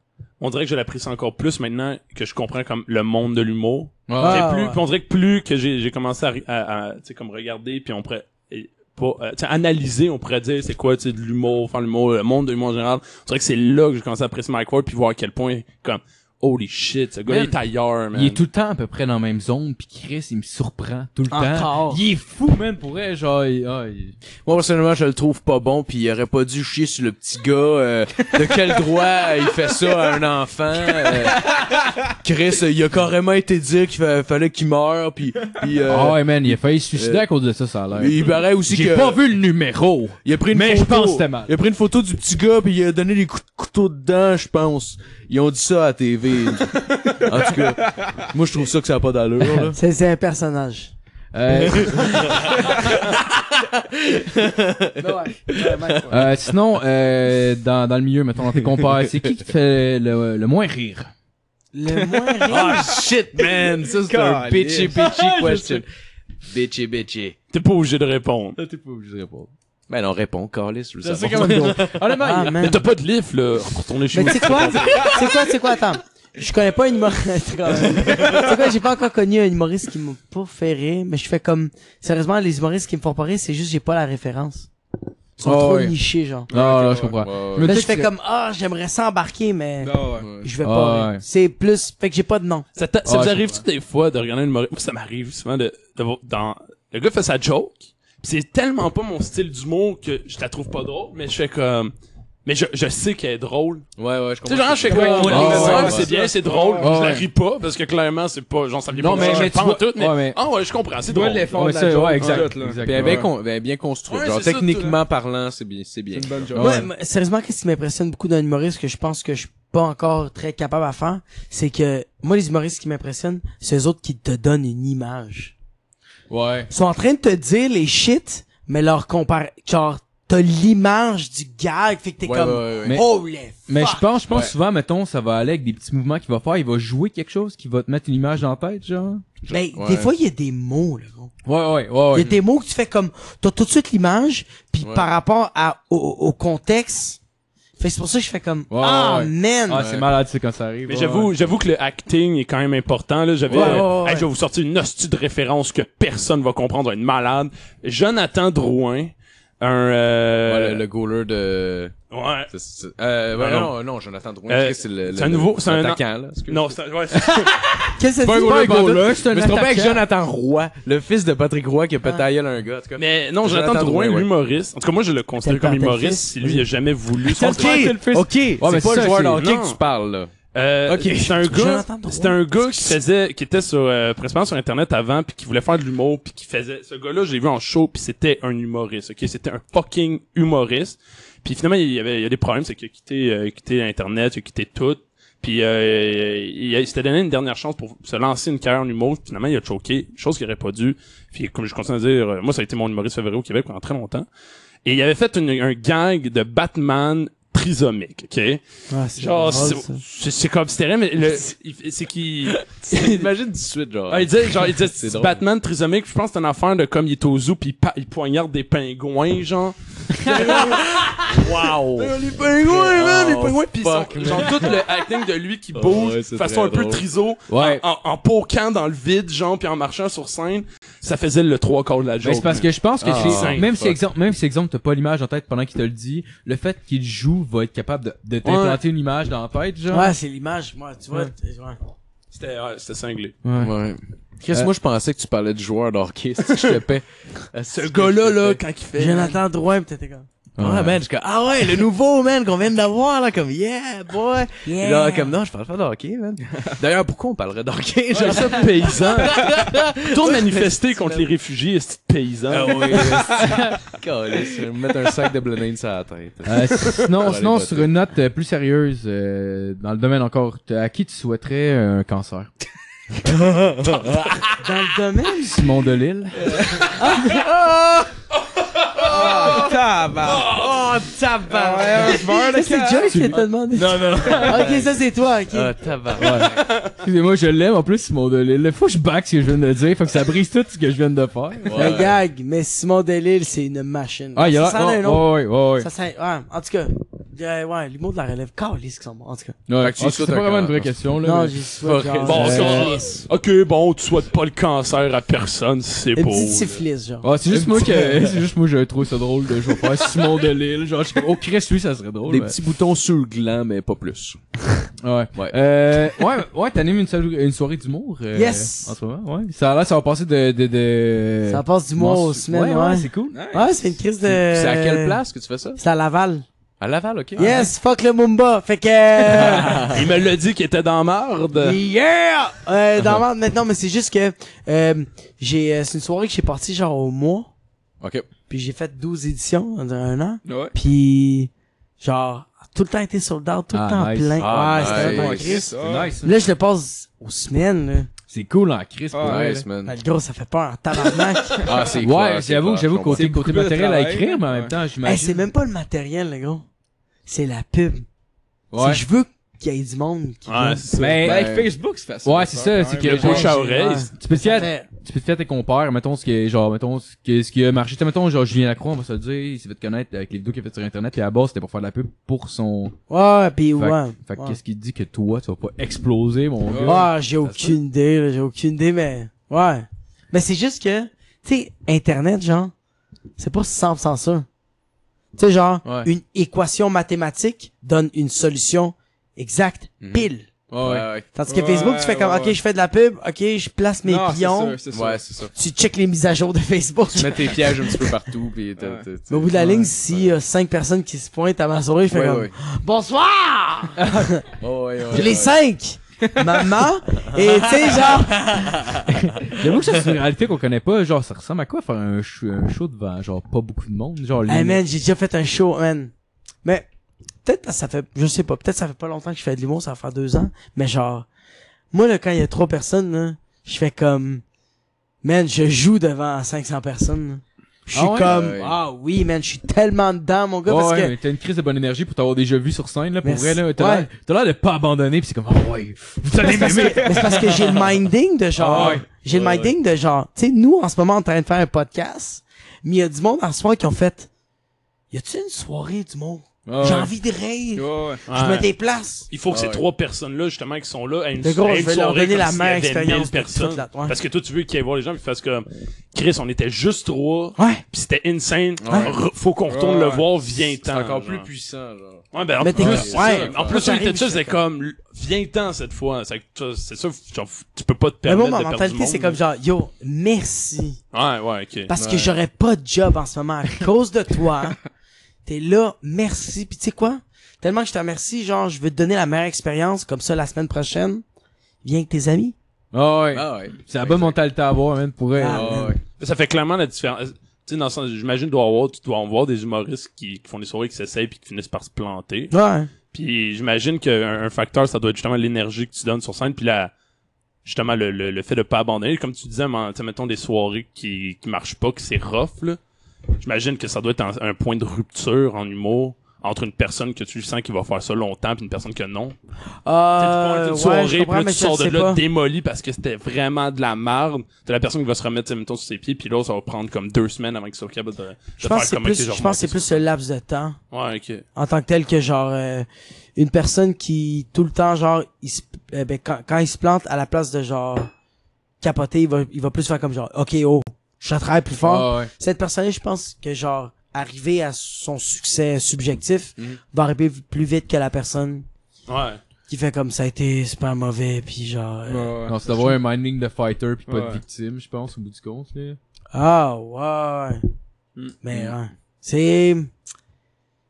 [SPEAKER 4] On dirait que je l'apprécie encore plus maintenant que je comprends comme le monde de l'humour.
[SPEAKER 5] Ah,
[SPEAKER 4] J'ai plus,
[SPEAKER 5] ouais.
[SPEAKER 4] puis on dirait que plus que j'ai j'ai commencé à, ri- à, à, tu sais, comme regarder, puis on pourrait et pas, euh, tu sais, analyser, on pourrait dire c'est quoi tu sais, de l'humour, enfin l'humour, le monde de l'humour en général. On dirait que c'est là que j'ai commencé à apprécier Mike Ward, puis voir à quel point comme holy shit, ce gars
[SPEAKER 3] Man,
[SPEAKER 4] il est ailleurs, man.
[SPEAKER 3] Il est tout le temps à peu près dans la même zone, puis Chris, il me surprend tout le
[SPEAKER 5] Encore.
[SPEAKER 3] temps. Il est fou, man, pour vrai, genre, il, ah, il-
[SPEAKER 6] moi personnellement je le trouve pas bon puis il aurait pas dû chier sur le petit gars euh, de quel droit euh, il fait ça à un enfant euh. Chris euh, il a carrément été dire qu'il fa- fallait qu'il meure puis puis, euh,
[SPEAKER 3] Ah ouais, man, il a failli se suicider
[SPEAKER 6] euh,
[SPEAKER 3] à cause de ça, ça a
[SPEAKER 6] Mais
[SPEAKER 3] l'air.
[SPEAKER 6] il paraît aussi
[SPEAKER 3] J'ai
[SPEAKER 6] que
[SPEAKER 3] pas vu le numéro.
[SPEAKER 6] il a pris une
[SPEAKER 3] mais je
[SPEAKER 6] photo.
[SPEAKER 3] pense que c'était mal.
[SPEAKER 6] Il a pris une photo du petit gars puis il a donné les coups de couteau dedans, je pense. Ils ont dit ça à la TV. en tout cas, moi je trouve ça que ça a pas d'allure là.
[SPEAKER 5] C'est c'est un personnage.
[SPEAKER 3] Euh, euh, sinon, euh, dans, dans le milieu, mettons, dans tes compères, c'est qui qui te fait le, le moins rire?
[SPEAKER 5] Le moins
[SPEAKER 6] Oh
[SPEAKER 3] Ah,
[SPEAKER 6] shit, man! Ça, c'est un bitchy, bitchy question. Ah, Bitchy, bitchy.
[SPEAKER 4] T'es pas obligé de répondre.
[SPEAKER 3] T'es pas obligé de répondre.
[SPEAKER 6] Ben non, réponds, Carlis, je veux
[SPEAKER 3] Ça, c'est
[SPEAKER 6] savoir.
[SPEAKER 3] quand même drôle. Honnêtement, il-
[SPEAKER 5] Ah, man.
[SPEAKER 4] Mais t'as pas de lift, là. Retournez chez
[SPEAKER 5] Mais
[SPEAKER 4] vous.
[SPEAKER 5] tu sais quoi? C'est quoi, c'est quoi? Attends. Je connais pas un humoriste. C'est quoi, C'est quoi, j'ai pas encore connu un humoriste qui m'a pas fait rire, mais je fais comme, sérieusement, les humoristes qui me font pas rire, c'est juste, j'ai pas la référence. Ils sont
[SPEAKER 3] Ah
[SPEAKER 5] trop
[SPEAKER 3] ouais.
[SPEAKER 5] nichés, genre.
[SPEAKER 3] Non, non, je comprends.
[SPEAKER 6] Ouais, ouais.
[SPEAKER 3] Je me
[SPEAKER 5] Là,
[SPEAKER 3] dis
[SPEAKER 5] je
[SPEAKER 3] que
[SPEAKER 5] fais
[SPEAKER 3] c'est-
[SPEAKER 5] comme, ah, j'aimerais s'embarquer, mais
[SPEAKER 7] Ah ouais.
[SPEAKER 5] je vais
[SPEAKER 3] Ah
[SPEAKER 5] pas. rire.
[SPEAKER 3] ouais.
[SPEAKER 5] C'est plus, fait que j'ai pas de nom.
[SPEAKER 4] Ça, t'a- ça
[SPEAKER 3] Ah,
[SPEAKER 4] vous
[SPEAKER 3] je
[SPEAKER 4] arrive-tu des fois de regarder une humoriste? Moi, ça m'arrive souvent de, de voir- dans, le gars fait sa joke, pis c'est tellement pas mon style d'humour que je la trouve pas drôle, mais je fais comme, mais je, je sais qu'elle est drôle.
[SPEAKER 6] Ouais, ouais, je
[SPEAKER 4] Tu sais,
[SPEAKER 6] comprends.
[SPEAKER 4] genre, je fais
[SPEAKER 7] Ouais,
[SPEAKER 4] comme,
[SPEAKER 7] ouais,
[SPEAKER 4] Ah,
[SPEAKER 6] ouais,
[SPEAKER 4] ouais,
[SPEAKER 6] ouais.
[SPEAKER 4] c'est bien, c'est drôle,
[SPEAKER 3] Ouais,
[SPEAKER 4] je la
[SPEAKER 3] ouais.
[SPEAKER 4] ris pas, parce que clairement, c'est pas, j'en savais
[SPEAKER 6] Non,
[SPEAKER 4] pas,
[SPEAKER 6] mais-
[SPEAKER 4] mais,
[SPEAKER 6] mais
[SPEAKER 4] pas
[SPEAKER 6] tu
[SPEAKER 4] en
[SPEAKER 6] vois-
[SPEAKER 4] tout, mais,
[SPEAKER 3] ouais, mais-
[SPEAKER 4] ah ouais, je comprends, c'est
[SPEAKER 7] Tu vois
[SPEAKER 4] drôle.
[SPEAKER 7] l'effort
[SPEAKER 3] Ouais,
[SPEAKER 7] de la
[SPEAKER 3] ça,
[SPEAKER 7] joke,
[SPEAKER 3] ouais, exact.
[SPEAKER 7] tout, là.
[SPEAKER 3] exact.
[SPEAKER 6] Ben,
[SPEAKER 3] Ouais.
[SPEAKER 6] bien, con- ben, bien construit.
[SPEAKER 4] Ouais,
[SPEAKER 6] genre,
[SPEAKER 4] c'est ça,
[SPEAKER 6] techniquement parlant, c'est bien. C'est bien.
[SPEAKER 7] C'est une bonne joke.
[SPEAKER 3] Ah
[SPEAKER 5] Ouais,
[SPEAKER 3] ouais.
[SPEAKER 5] mais sérieusement, qu'est-ce qui m'impressionne beaucoup d'un humoriste que je pense que je suis pas encore très capable à faire, c'est que, moi, les humoristes qui m'impressionnent, c'est eux autres qui te donnent une image.
[SPEAKER 3] Ouais.
[SPEAKER 5] Ils sont en train de te dire les shit, mais leur compar... Genre, t'as l'image du gag, fait que t'es
[SPEAKER 6] Ouais,
[SPEAKER 5] comme...
[SPEAKER 6] ouais, ouais, ouais.
[SPEAKER 3] Mais-
[SPEAKER 5] Holy
[SPEAKER 3] Mais je
[SPEAKER 5] fuck!
[SPEAKER 3] pense, je pense
[SPEAKER 6] Ouais.
[SPEAKER 3] souvent, mettons, ça va aller avec des petits mouvements qu'il va faire. Il va jouer quelque chose qui va te mettre une image dans la tête, genre.
[SPEAKER 5] Mais
[SPEAKER 6] Ouais.
[SPEAKER 5] Ben, des fois, il y a des mots, là, gros.
[SPEAKER 3] Ouais, ouais, ouais,
[SPEAKER 5] Il y a des mots que tu fais comme... T'as tout de suite l'image, puis
[SPEAKER 6] Ouais.
[SPEAKER 5] par rapport à, au, au- au contexte... Fait que c'est pour ça que je fais comme...
[SPEAKER 3] Ouais,
[SPEAKER 5] Ah,
[SPEAKER 3] ouais.
[SPEAKER 5] man!
[SPEAKER 3] Ah, c'est malade, c'est quand ça arrive.
[SPEAKER 4] Mais
[SPEAKER 3] ouais,
[SPEAKER 4] j'avoue, j'avoue que le acting est quand même important. Là, j'avais,
[SPEAKER 5] Ouais,
[SPEAKER 4] euh,
[SPEAKER 5] ouais, ouais.
[SPEAKER 4] hey, je vais vous sortir une hostie de référence que personne va comprendre, une malade. Jonathan Drouin, un, euh,
[SPEAKER 6] Ouais, le, le goaler de.
[SPEAKER 4] ouais.
[SPEAKER 6] c'est- c'est- Euh, ouais,
[SPEAKER 4] Ah, non.
[SPEAKER 6] non, non, Jonathan Drouin.
[SPEAKER 4] Euh,
[SPEAKER 6] Chris, c'est le-
[SPEAKER 4] c'est
[SPEAKER 6] le-
[SPEAKER 4] un nouveau- c'est
[SPEAKER 6] le-
[SPEAKER 4] un-
[SPEAKER 6] attaquant, là. excuse.
[SPEAKER 4] Non, c'est, ouais, c'est-
[SPEAKER 5] Qu'est-ce que
[SPEAKER 6] Pas
[SPEAKER 5] ça
[SPEAKER 6] un
[SPEAKER 5] dit?
[SPEAKER 6] goaler,
[SPEAKER 3] pas un
[SPEAKER 6] pas
[SPEAKER 3] goaler,
[SPEAKER 6] un
[SPEAKER 3] c'est un
[SPEAKER 6] Mais c'est pas avec
[SPEAKER 3] attaquant.
[SPEAKER 6] Jonathan Roy, le fils de Patrick Roy qui a pété la gueule à un gars, en tout cas.
[SPEAKER 4] Mais non,
[SPEAKER 6] Jonathan
[SPEAKER 4] Jonathan Drouin,
[SPEAKER 6] Drouin, ouais.
[SPEAKER 4] l'humoriste. En tout cas, moi, je le considère
[SPEAKER 5] Quel
[SPEAKER 4] comme
[SPEAKER 5] père, quel
[SPEAKER 4] humoriste.
[SPEAKER 5] fils?
[SPEAKER 4] Si lui, il a jamais voulu. son-
[SPEAKER 6] Ok, ok, c'est
[SPEAKER 3] mais c'est
[SPEAKER 6] pas le
[SPEAKER 3] ça,
[SPEAKER 6] joueur
[SPEAKER 3] c'est-
[SPEAKER 6] d'hockey
[SPEAKER 4] Non.
[SPEAKER 6] que tu parles, là.
[SPEAKER 4] Euh, C'est un gars,
[SPEAKER 5] Jonathan Drouin.
[SPEAKER 4] c'est un gars qui faisait, qui était sur, euh, principalement sur Internet avant, puis qui voulait faire de l'humour, puis qui faisait. Ce gars-là, je l'ai vu en show, puis c'était un humoriste. Ok, c'était un fucking humoriste. Puis finalement, il y avait, il y a des problèmes, c'est qu'il a quitté, euh, quitté Internet, il a quitté tout. Puis euh, il, il s'était donné une dernière chance pour se lancer une carrière en humour. Finalement, il a choqué, chose qu'il aurait pas dû. Puis comme je continue à dire, euh, moi, ça a été mon humoriste favori au Québec pendant très longtemps. Et il avait fait une- un gang de Batman trisomique, ok?
[SPEAKER 5] Ah, c'est
[SPEAKER 4] Genre,
[SPEAKER 5] drôle,
[SPEAKER 4] c'est-
[SPEAKER 5] ça.
[SPEAKER 4] c'est c'est comme c'était rien, mais le- il- c'est qu'il.
[SPEAKER 6] Imagine 18, genre.
[SPEAKER 4] Ah, il disait, genre, il disait,
[SPEAKER 6] C'est
[SPEAKER 4] c'est
[SPEAKER 6] drôle.
[SPEAKER 4] Batman trisomique, je pense que c'est une affaire de comme il est au zoo pis il, pa- il poignarde des pingouins, genre. wow! Les pingouins, man, les pingouins pis ils sont-
[SPEAKER 6] fuck, man.
[SPEAKER 4] genre, tout le acting de lui qui
[SPEAKER 6] Oh,
[SPEAKER 4] bouge,
[SPEAKER 6] ouais,
[SPEAKER 4] de
[SPEAKER 6] c'est
[SPEAKER 4] façon un
[SPEAKER 6] très
[SPEAKER 4] peu
[SPEAKER 6] drôle.
[SPEAKER 4] triso,
[SPEAKER 3] Ouais.
[SPEAKER 4] en, en, en poquant dans le vide, genre, pis en marchant sur scène, ça faisait le trois quarts de la
[SPEAKER 3] Mais
[SPEAKER 4] joke.
[SPEAKER 3] c'est parce que je pense que
[SPEAKER 6] Ah,
[SPEAKER 3] c'est-
[SPEAKER 4] cinq,
[SPEAKER 3] même si
[SPEAKER 6] fuck.
[SPEAKER 3] exemple même si exemple t'as pas l'image en tête pendant qu'il te le dit, le fait qu'il joue va être capable de, de t'implanter une image dans la tête genre.
[SPEAKER 5] Ouais, c'est l'image, moi, tu vois. t- ouais.
[SPEAKER 4] C'était ouais, c'était cinglé.
[SPEAKER 3] Ouais.
[SPEAKER 6] Ouais. Chris,
[SPEAKER 3] Euh,
[SPEAKER 6] moi, je pensais que tu parlais du joueur d'hockey, c'est que je te paie.
[SPEAKER 4] Ce gars-là, là, quand il fait.
[SPEAKER 5] Jonathan Drouin, peut-être comme...
[SPEAKER 6] Ouais, man, je suis comme, ah ouais, le nouveau, man, qu'on vient d'avoir, là, comme, yeah, boy.
[SPEAKER 5] Yeah.
[SPEAKER 6] Là, comme, non, je parle pas d'hockey, man. D'ailleurs, pourquoi on parlerait d'hockey, genre?
[SPEAKER 4] ça paysan. Tourne manifester contre les réfugiés, c'est paysan.
[SPEAKER 6] Ah oui, c'est- Calisse, je vais me mettre un sac de blenheim sur la tête.
[SPEAKER 3] Euh, sinon,
[SPEAKER 6] Allez,
[SPEAKER 3] sinon
[SPEAKER 6] voter.
[SPEAKER 3] sur une note euh, plus sérieuse, euh, dans le domaine encore, t- à qui tu souhaiterais euh, un cancer?
[SPEAKER 5] Dans le domaine?
[SPEAKER 3] Simon Delille?
[SPEAKER 7] Oh, Tabarnak.
[SPEAKER 5] Oh, tabarnak!
[SPEAKER 7] Ah ouais, un joueur
[SPEAKER 5] Ça,
[SPEAKER 7] de
[SPEAKER 5] c'est Joyce qui t'a demandé. Non, non. ok, ça, c'est toi, ok.
[SPEAKER 6] Ah, tabarnak.
[SPEAKER 3] Excusez-moi, je l'aime en plus Simon Delille. Faut que je back ce que je viens de dire, faut que ça brise tout ce que je viens de faire.
[SPEAKER 6] Ouais.
[SPEAKER 5] Le gag, mais Simon Delille, c'est une machine.
[SPEAKER 3] Ah, il y a
[SPEAKER 5] ça sent un
[SPEAKER 3] l'air...
[SPEAKER 5] autre.
[SPEAKER 3] Oh, ouais, ouais, ouais.
[SPEAKER 5] Ça sent, ouais, en tout cas. euh, ouais, l'humour de la relève. Calisse qui sont bons, en tout cas.
[SPEAKER 3] Ouais.
[SPEAKER 6] Fait que tu
[SPEAKER 3] Ah,
[SPEAKER 6] sautes
[SPEAKER 3] c'est pas
[SPEAKER 6] un
[SPEAKER 3] vraiment une vraie
[SPEAKER 6] cancer.
[SPEAKER 3] question, là.
[SPEAKER 5] Non,
[SPEAKER 3] mais-
[SPEAKER 5] j'y souhaite genre. euh,
[SPEAKER 4] Bon,
[SPEAKER 5] une
[SPEAKER 4] ça-
[SPEAKER 5] syphilis.
[SPEAKER 4] Euh, Ok, bon, tu souhaites pas le cancer à personne, c'est
[SPEAKER 5] Une
[SPEAKER 4] beau.
[SPEAKER 5] petite
[SPEAKER 4] là.
[SPEAKER 5] syphilis, genre.
[SPEAKER 3] Ah, c'est juste moi que, c'est juste moi, je trouve ça drôle de jouer faire Simon Delille. Genre, je suis comme, oh Chris, lui, ça serait drôle.
[SPEAKER 6] Des
[SPEAKER 3] mais-
[SPEAKER 6] petits boutons sur le gland, mais pas plus.
[SPEAKER 3] Ouais.
[SPEAKER 6] Ouais.
[SPEAKER 3] Euh, ouais, ouais, t'animes une, sal- une soirée d'humour. euh,
[SPEAKER 5] Yes.
[SPEAKER 3] En ce moment, ouais. Ça a l'air, ça va passer de, de, de...
[SPEAKER 5] Ça passe du mois aux semaines,
[SPEAKER 3] Ouais,
[SPEAKER 5] ouais.
[SPEAKER 3] ouais, c'est cool.
[SPEAKER 5] Ouais, c'est une crise de...
[SPEAKER 6] C'est à quelle place Ah, que tu fais ça?
[SPEAKER 5] C'est à Laval.
[SPEAKER 6] À Laval, ok.
[SPEAKER 5] Euh, Yes, fuck le Mumba. Fait que... euh,
[SPEAKER 4] Il me l'a dit qu'il était dans merde.
[SPEAKER 5] Yeah! Euh,
[SPEAKER 3] Uh-huh.
[SPEAKER 5] dans ma- maintenant, mais c'est juste que... euh, j'ai, euh, c'est une soirée que j'ai partie genre au mois.
[SPEAKER 6] Ok.
[SPEAKER 5] Puis j'ai fait 12 éditions en un an.
[SPEAKER 7] Ouais.
[SPEAKER 5] Puis, genre, tout le temps été sur le down, tout le
[SPEAKER 3] Ah,
[SPEAKER 5] temps
[SPEAKER 3] nice.
[SPEAKER 5] plein.
[SPEAKER 6] Ah,
[SPEAKER 5] ouais, c'était
[SPEAKER 6] nice.
[SPEAKER 5] un bon Christ.
[SPEAKER 7] Ah.
[SPEAKER 3] nice.
[SPEAKER 5] Là, je le passe aux semaines, là.
[SPEAKER 3] C'est cool en Chris. pour
[SPEAKER 7] Ah,
[SPEAKER 3] vrai,
[SPEAKER 6] Nice,
[SPEAKER 3] là.
[SPEAKER 5] Ben,
[SPEAKER 6] man.
[SPEAKER 5] le gros, ça fait peur en tabarnak.
[SPEAKER 6] Ah, c'est
[SPEAKER 3] Ouais, j'avoue, j'avoue, côté,
[SPEAKER 7] beaucoup
[SPEAKER 3] côté
[SPEAKER 7] de
[SPEAKER 3] matériel à
[SPEAKER 7] travail.
[SPEAKER 3] écrire, mais en même
[SPEAKER 7] Ouais.
[SPEAKER 3] temps,
[SPEAKER 5] hey,
[SPEAKER 3] j'imagine.
[SPEAKER 5] c'est même pas le matériel, le gros. C'est la pub.
[SPEAKER 3] Ouais.
[SPEAKER 5] C'est je veux qu'il y ait du monde qui
[SPEAKER 4] Ouais,
[SPEAKER 5] vient.
[SPEAKER 4] c'est ça.
[SPEAKER 3] Ben,
[SPEAKER 7] Ben, avec Facebook, c'est facile.
[SPEAKER 3] ouais, c'est ça, c'est que
[SPEAKER 4] Le
[SPEAKER 3] genre,
[SPEAKER 4] bouche à oreille. c'est-
[SPEAKER 3] tu peux te
[SPEAKER 5] Ça
[SPEAKER 3] faire,
[SPEAKER 5] fait-
[SPEAKER 3] tu peux te faire tes compères, mettons ce qui est, genre, mettons ce qui, est- ce qui a marché. Tu sais, mettons, genre, Julien Lacroix, on va se le dire, il s'est fait connaître avec les vidéos qu'il a fait sur Internet, puis à la base, c'était pour faire de la pub pour son,
[SPEAKER 5] Ouais, pis
[SPEAKER 3] Fait-
[SPEAKER 5] ouais.
[SPEAKER 3] fait que
[SPEAKER 5] ouais.
[SPEAKER 3] qu'est-ce qui te dit que toi, tu vas pas exploser, mon gars?
[SPEAKER 5] Ah, j'ai aucune idée, là, j'ai aucune idée, mais ouais. Mais c'est juste que, tu sais, Internet, genre, c'est pas simple sans ça. Tu sais, genre,
[SPEAKER 3] Ouais.
[SPEAKER 5] une équation mathématique donne une solution exacte,
[SPEAKER 6] Mhm.
[SPEAKER 5] pile.
[SPEAKER 3] Ah ouais.
[SPEAKER 6] ouais.
[SPEAKER 5] Tandis que Facebook, tu fais comme,
[SPEAKER 7] Ouais, ouais,
[SPEAKER 5] ok, je fais de la pub, ok, je place mes pions,
[SPEAKER 7] c'est
[SPEAKER 6] Ouais, c'est ça.
[SPEAKER 5] tu check les mises à jour de Facebook.
[SPEAKER 6] Tu mets tes pièges un petit peu partout, puis t'as-
[SPEAKER 7] Ouais.
[SPEAKER 6] t'as- t'as-
[SPEAKER 5] Mais au bout de la
[SPEAKER 7] Ouais,
[SPEAKER 5] ligne, s'il y a cinq personnes qui se pointent à ma souris, je fais
[SPEAKER 6] Ouais,
[SPEAKER 5] comme,
[SPEAKER 6] ouais.
[SPEAKER 5] bonsoir!
[SPEAKER 6] Ouais, ouais, ouais,
[SPEAKER 5] J'ai les
[SPEAKER 6] ouais.
[SPEAKER 5] cinq! Maman! Et tu sais, genre,
[SPEAKER 3] J'avoue que ça, c'est une réalité qu'on connaît pas. Genre, ça ressemble à quoi faire un, sh- un show devant, genre, pas beaucoup de monde? Genre, les-
[SPEAKER 5] Hey Eh, man, j'ai déjà fait un show, man. Mais peut-être que ça fait, je sais pas, peut-être que ça fait pas longtemps que je fais de l'humour, ça va faire deux ans. Mais genre, moi là, quand il y a trois personnes, là, je fais comme, man, je joue devant 500 personnes. là. Je suis
[SPEAKER 3] Ah ouais?
[SPEAKER 5] comme,
[SPEAKER 6] Ouais.
[SPEAKER 5] ah oui, man, je suis tellement dedans, mon gars,
[SPEAKER 3] Ouais,
[SPEAKER 5] parce
[SPEAKER 3] ouais,
[SPEAKER 5] que.
[SPEAKER 3] mais t'as une crise de bonne énergie pour t'avoir déjà vu sur scène, là, pour
[SPEAKER 5] Merci.
[SPEAKER 3] vrai, là. T'as
[SPEAKER 5] Ouais.
[SPEAKER 3] l'air- t'as l'air de pas abandonner, pis c'est comme, oh ouais, vous
[SPEAKER 5] Mais
[SPEAKER 3] allez
[SPEAKER 5] c'est parce
[SPEAKER 3] m'aimer.
[SPEAKER 5] que, mais c'est parce que j'ai le minding de genre,
[SPEAKER 3] Ah ouais.
[SPEAKER 5] j'ai le
[SPEAKER 3] Ouais,
[SPEAKER 5] minding de genre, tu sais, nous, en ce moment, on est en train de faire un podcast, mais il y a du monde en soir qui ont fait, y a-tu une soirée du monde?
[SPEAKER 3] Ah
[SPEAKER 5] J'ai
[SPEAKER 3] ouais.
[SPEAKER 5] envie de rire.
[SPEAKER 7] Ouais, ouais.
[SPEAKER 5] Je me
[SPEAKER 4] Ouais.
[SPEAKER 5] déplace.
[SPEAKER 4] Il faut que
[SPEAKER 6] Ah
[SPEAKER 4] ces
[SPEAKER 6] ouais.
[SPEAKER 4] trois personnes-là, justement, qui sont là, à une,
[SPEAKER 5] Le gros,
[SPEAKER 4] à une
[SPEAKER 5] je vais leur
[SPEAKER 4] soirée
[SPEAKER 5] donner
[SPEAKER 4] comme
[SPEAKER 5] la
[SPEAKER 4] s'il y
[SPEAKER 5] meilleure
[SPEAKER 4] avait
[SPEAKER 5] expérience
[SPEAKER 4] 1000 personnes.
[SPEAKER 5] de toute la- ouais.
[SPEAKER 4] Parce que toi, tu veux qu'il aille voir les gens, puis fasse comme, Chris, on était juste trois,
[SPEAKER 5] Ouais.
[SPEAKER 4] puis c'était insane.
[SPEAKER 6] Ouais.
[SPEAKER 4] Re- Faut qu'on retourne
[SPEAKER 7] Ouais,
[SPEAKER 4] le
[SPEAKER 7] ouais.
[SPEAKER 4] voir, viens
[SPEAKER 6] C'est
[SPEAKER 4] ten
[SPEAKER 6] encore plus puissant, genre.
[SPEAKER 4] Ouais, ben, en
[SPEAKER 5] Mais
[SPEAKER 4] plus,
[SPEAKER 5] t'es
[SPEAKER 6] Ouais,
[SPEAKER 4] ouais,
[SPEAKER 6] c'est
[SPEAKER 5] ouais.
[SPEAKER 6] ça.
[SPEAKER 4] en plus, on
[SPEAKER 5] J'arrive,
[SPEAKER 4] était tous,
[SPEAKER 5] j'étais
[SPEAKER 4] c'est comme, viens ten cette fois. C'est que toi, c'est ça, genre, tu peux pas te
[SPEAKER 5] Mais
[SPEAKER 4] permettre
[SPEAKER 5] bon, ma
[SPEAKER 4] de perdre du
[SPEAKER 5] mentalité,
[SPEAKER 4] monde.
[SPEAKER 5] c'est comme genre, yo, merci.
[SPEAKER 4] Ouais, ouais, ok.
[SPEAKER 5] Parce que j'aurais pas de job en ce moment à cause de toi. hein. T'es là, merci. Puis tu sais quoi? Tellement que je te remercie, genre, je veux te donner la meilleure expérience, comme ça, la semaine prochaine. Viens avec tes amis.
[SPEAKER 3] Ah ouais.
[SPEAKER 6] Ah ouais.
[SPEAKER 3] C'est la bonne mentalité à avoir, man, pour vrai.
[SPEAKER 5] Ah.
[SPEAKER 6] Ah ouais.
[SPEAKER 4] Ça fait clairement la différence. Tu sais, dans le sens, j'imagine, doit avoir, tu dois en voir des humoristes qui, qui font des soirées, qui s'essayent, puis qui finissent par se planter.
[SPEAKER 5] Ouais.
[SPEAKER 4] Puis j'imagine qu'un un facteur, ça doit être justement l'énergie que tu donnes sur scène, puis la, justement le, le, le fait de pas abandonner. Comme tu disais, man, tu sais, mettons des soirées qui, qui marchent pas, que c'est rough, là. J'imagine que ça doit être un, un point de rupture en humour entre une personne que tu sens qui va faire ça longtemps puis une personne que non.
[SPEAKER 5] Euh,
[SPEAKER 4] tu sais, tu prends une
[SPEAKER 5] ouais, je
[SPEAKER 4] soirée, puis
[SPEAKER 5] comprends,
[SPEAKER 4] là,
[SPEAKER 5] mais
[SPEAKER 4] tu
[SPEAKER 5] je le
[SPEAKER 4] sors de
[SPEAKER 5] sais
[SPEAKER 4] là
[SPEAKER 5] pas.
[SPEAKER 4] démoli parce que c'était vraiment de la merde. T'as la personne qui va se remettre, tu sais, mettons, sur ses pieds, puis là, ça va prendre comme deux semaines avant qu'il soit capable de, de
[SPEAKER 5] Je pense
[SPEAKER 4] faire
[SPEAKER 5] que c'est
[SPEAKER 4] comme Ok,
[SPEAKER 5] plus, je
[SPEAKER 4] remonte
[SPEAKER 5] pense que c'est
[SPEAKER 4] ça.
[SPEAKER 5] plus le laps de temps.
[SPEAKER 4] Ouais, ok.
[SPEAKER 5] en tant que tel que genre euh, une personne qui tout le temps genre il se- euh, ben, quand, quand il se plante à la place de genre capoter il va il va plus faire comme genre ok oh je travaille plus fort
[SPEAKER 3] Ah ouais.
[SPEAKER 5] cette personne là je pense que genre arriver à son succès subjectif va arriver plus vite que la personne
[SPEAKER 4] Ouais.
[SPEAKER 5] qui fait comme ça a été super mauvais puis genre euh,
[SPEAKER 7] Ouais, ouais.
[SPEAKER 3] Non, c'est d'avoir un minding de fighter pis pas
[SPEAKER 7] Ouais.
[SPEAKER 3] de victime, je pense, au bout du compte, là.
[SPEAKER 5] ah ouais mais ouais c'est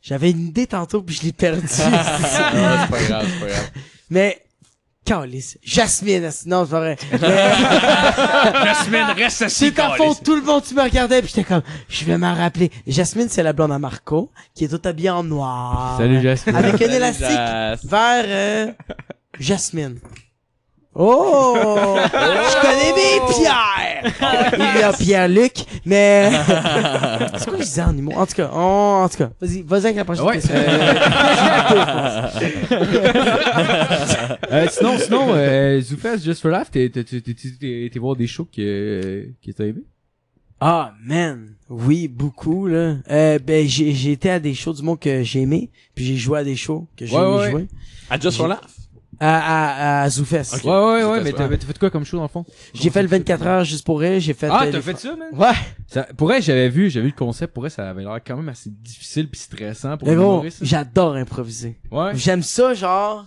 [SPEAKER 5] j'avais une idée tantôt puis je l'ai perdue
[SPEAKER 6] Ah, c'est pas grave, c'est pas grave.
[SPEAKER 5] mais Calice. Jasmine, non, c'est pas vrai.
[SPEAKER 8] La semaine reste assis.
[SPEAKER 5] C'est ta
[SPEAKER 8] câlisse.
[SPEAKER 5] faute, tout le monde, tu me regardais, puis j'étais comme, je vais m'en rappeler. Jasmine, c'est la blonde à Marco, qui est toute habillée en noir.
[SPEAKER 3] Salut, Jasmine.
[SPEAKER 5] Avec un élastique
[SPEAKER 6] Jas.
[SPEAKER 5] vers euh, Jasmine. Oh! Je connais mes pierres! Il y a Pierre-Luc, mais... c'est quoi que je disais en humour? En tout cas, on- en tout cas, vas-y, vas-y avec la prochaine
[SPEAKER 3] Ouais,
[SPEAKER 5] question.
[SPEAKER 3] Euh, sinon, sinon, euh, Zoufès, Just for Life, t'es, t'es, t'es, t'es, t'es- t'es voir des shows qui, euh, qui t'ont aimé?
[SPEAKER 5] Ah, man. Oui, beaucoup, là. Euh, ben, j'ai, j'ai été à des shows du monde que j'ai aimé, puis j'ai joué à des shows que j'ai
[SPEAKER 3] Ouais,
[SPEAKER 5] aimé
[SPEAKER 3] ouais.
[SPEAKER 5] jouer.
[SPEAKER 4] À Just for Laugh?
[SPEAKER 5] À, à, à Zoufest.
[SPEAKER 3] Ouais, ouais, ouais,
[SPEAKER 6] Zoufès,
[SPEAKER 3] mais
[SPEAKER 6] ouais.
[SPEAKER 3] t'as, t'as fait quoi comme show, dans le fond?
[SPEAKER 5] J'ai fait le 24 heures juste pour elle, j'ai fait... euh, les-
[SPEAKER 3] Ah, ça, man?
[SPEAKER 5] Ouais,
[SPEAKER 3] Ça, pour vrai, j'avais vu, j'avais vu le concept, pour vrai, ça avait l'air quand même assez difficile pis stressant pour
[SPEAKER 5] mais gros,
[SPEAKER 3] humoriste, ça.
[SPEAKER 5] j'adore improviser.
[SPEAKER 3] Ouais.
[SPEAKER 5] J'aime ça, genre...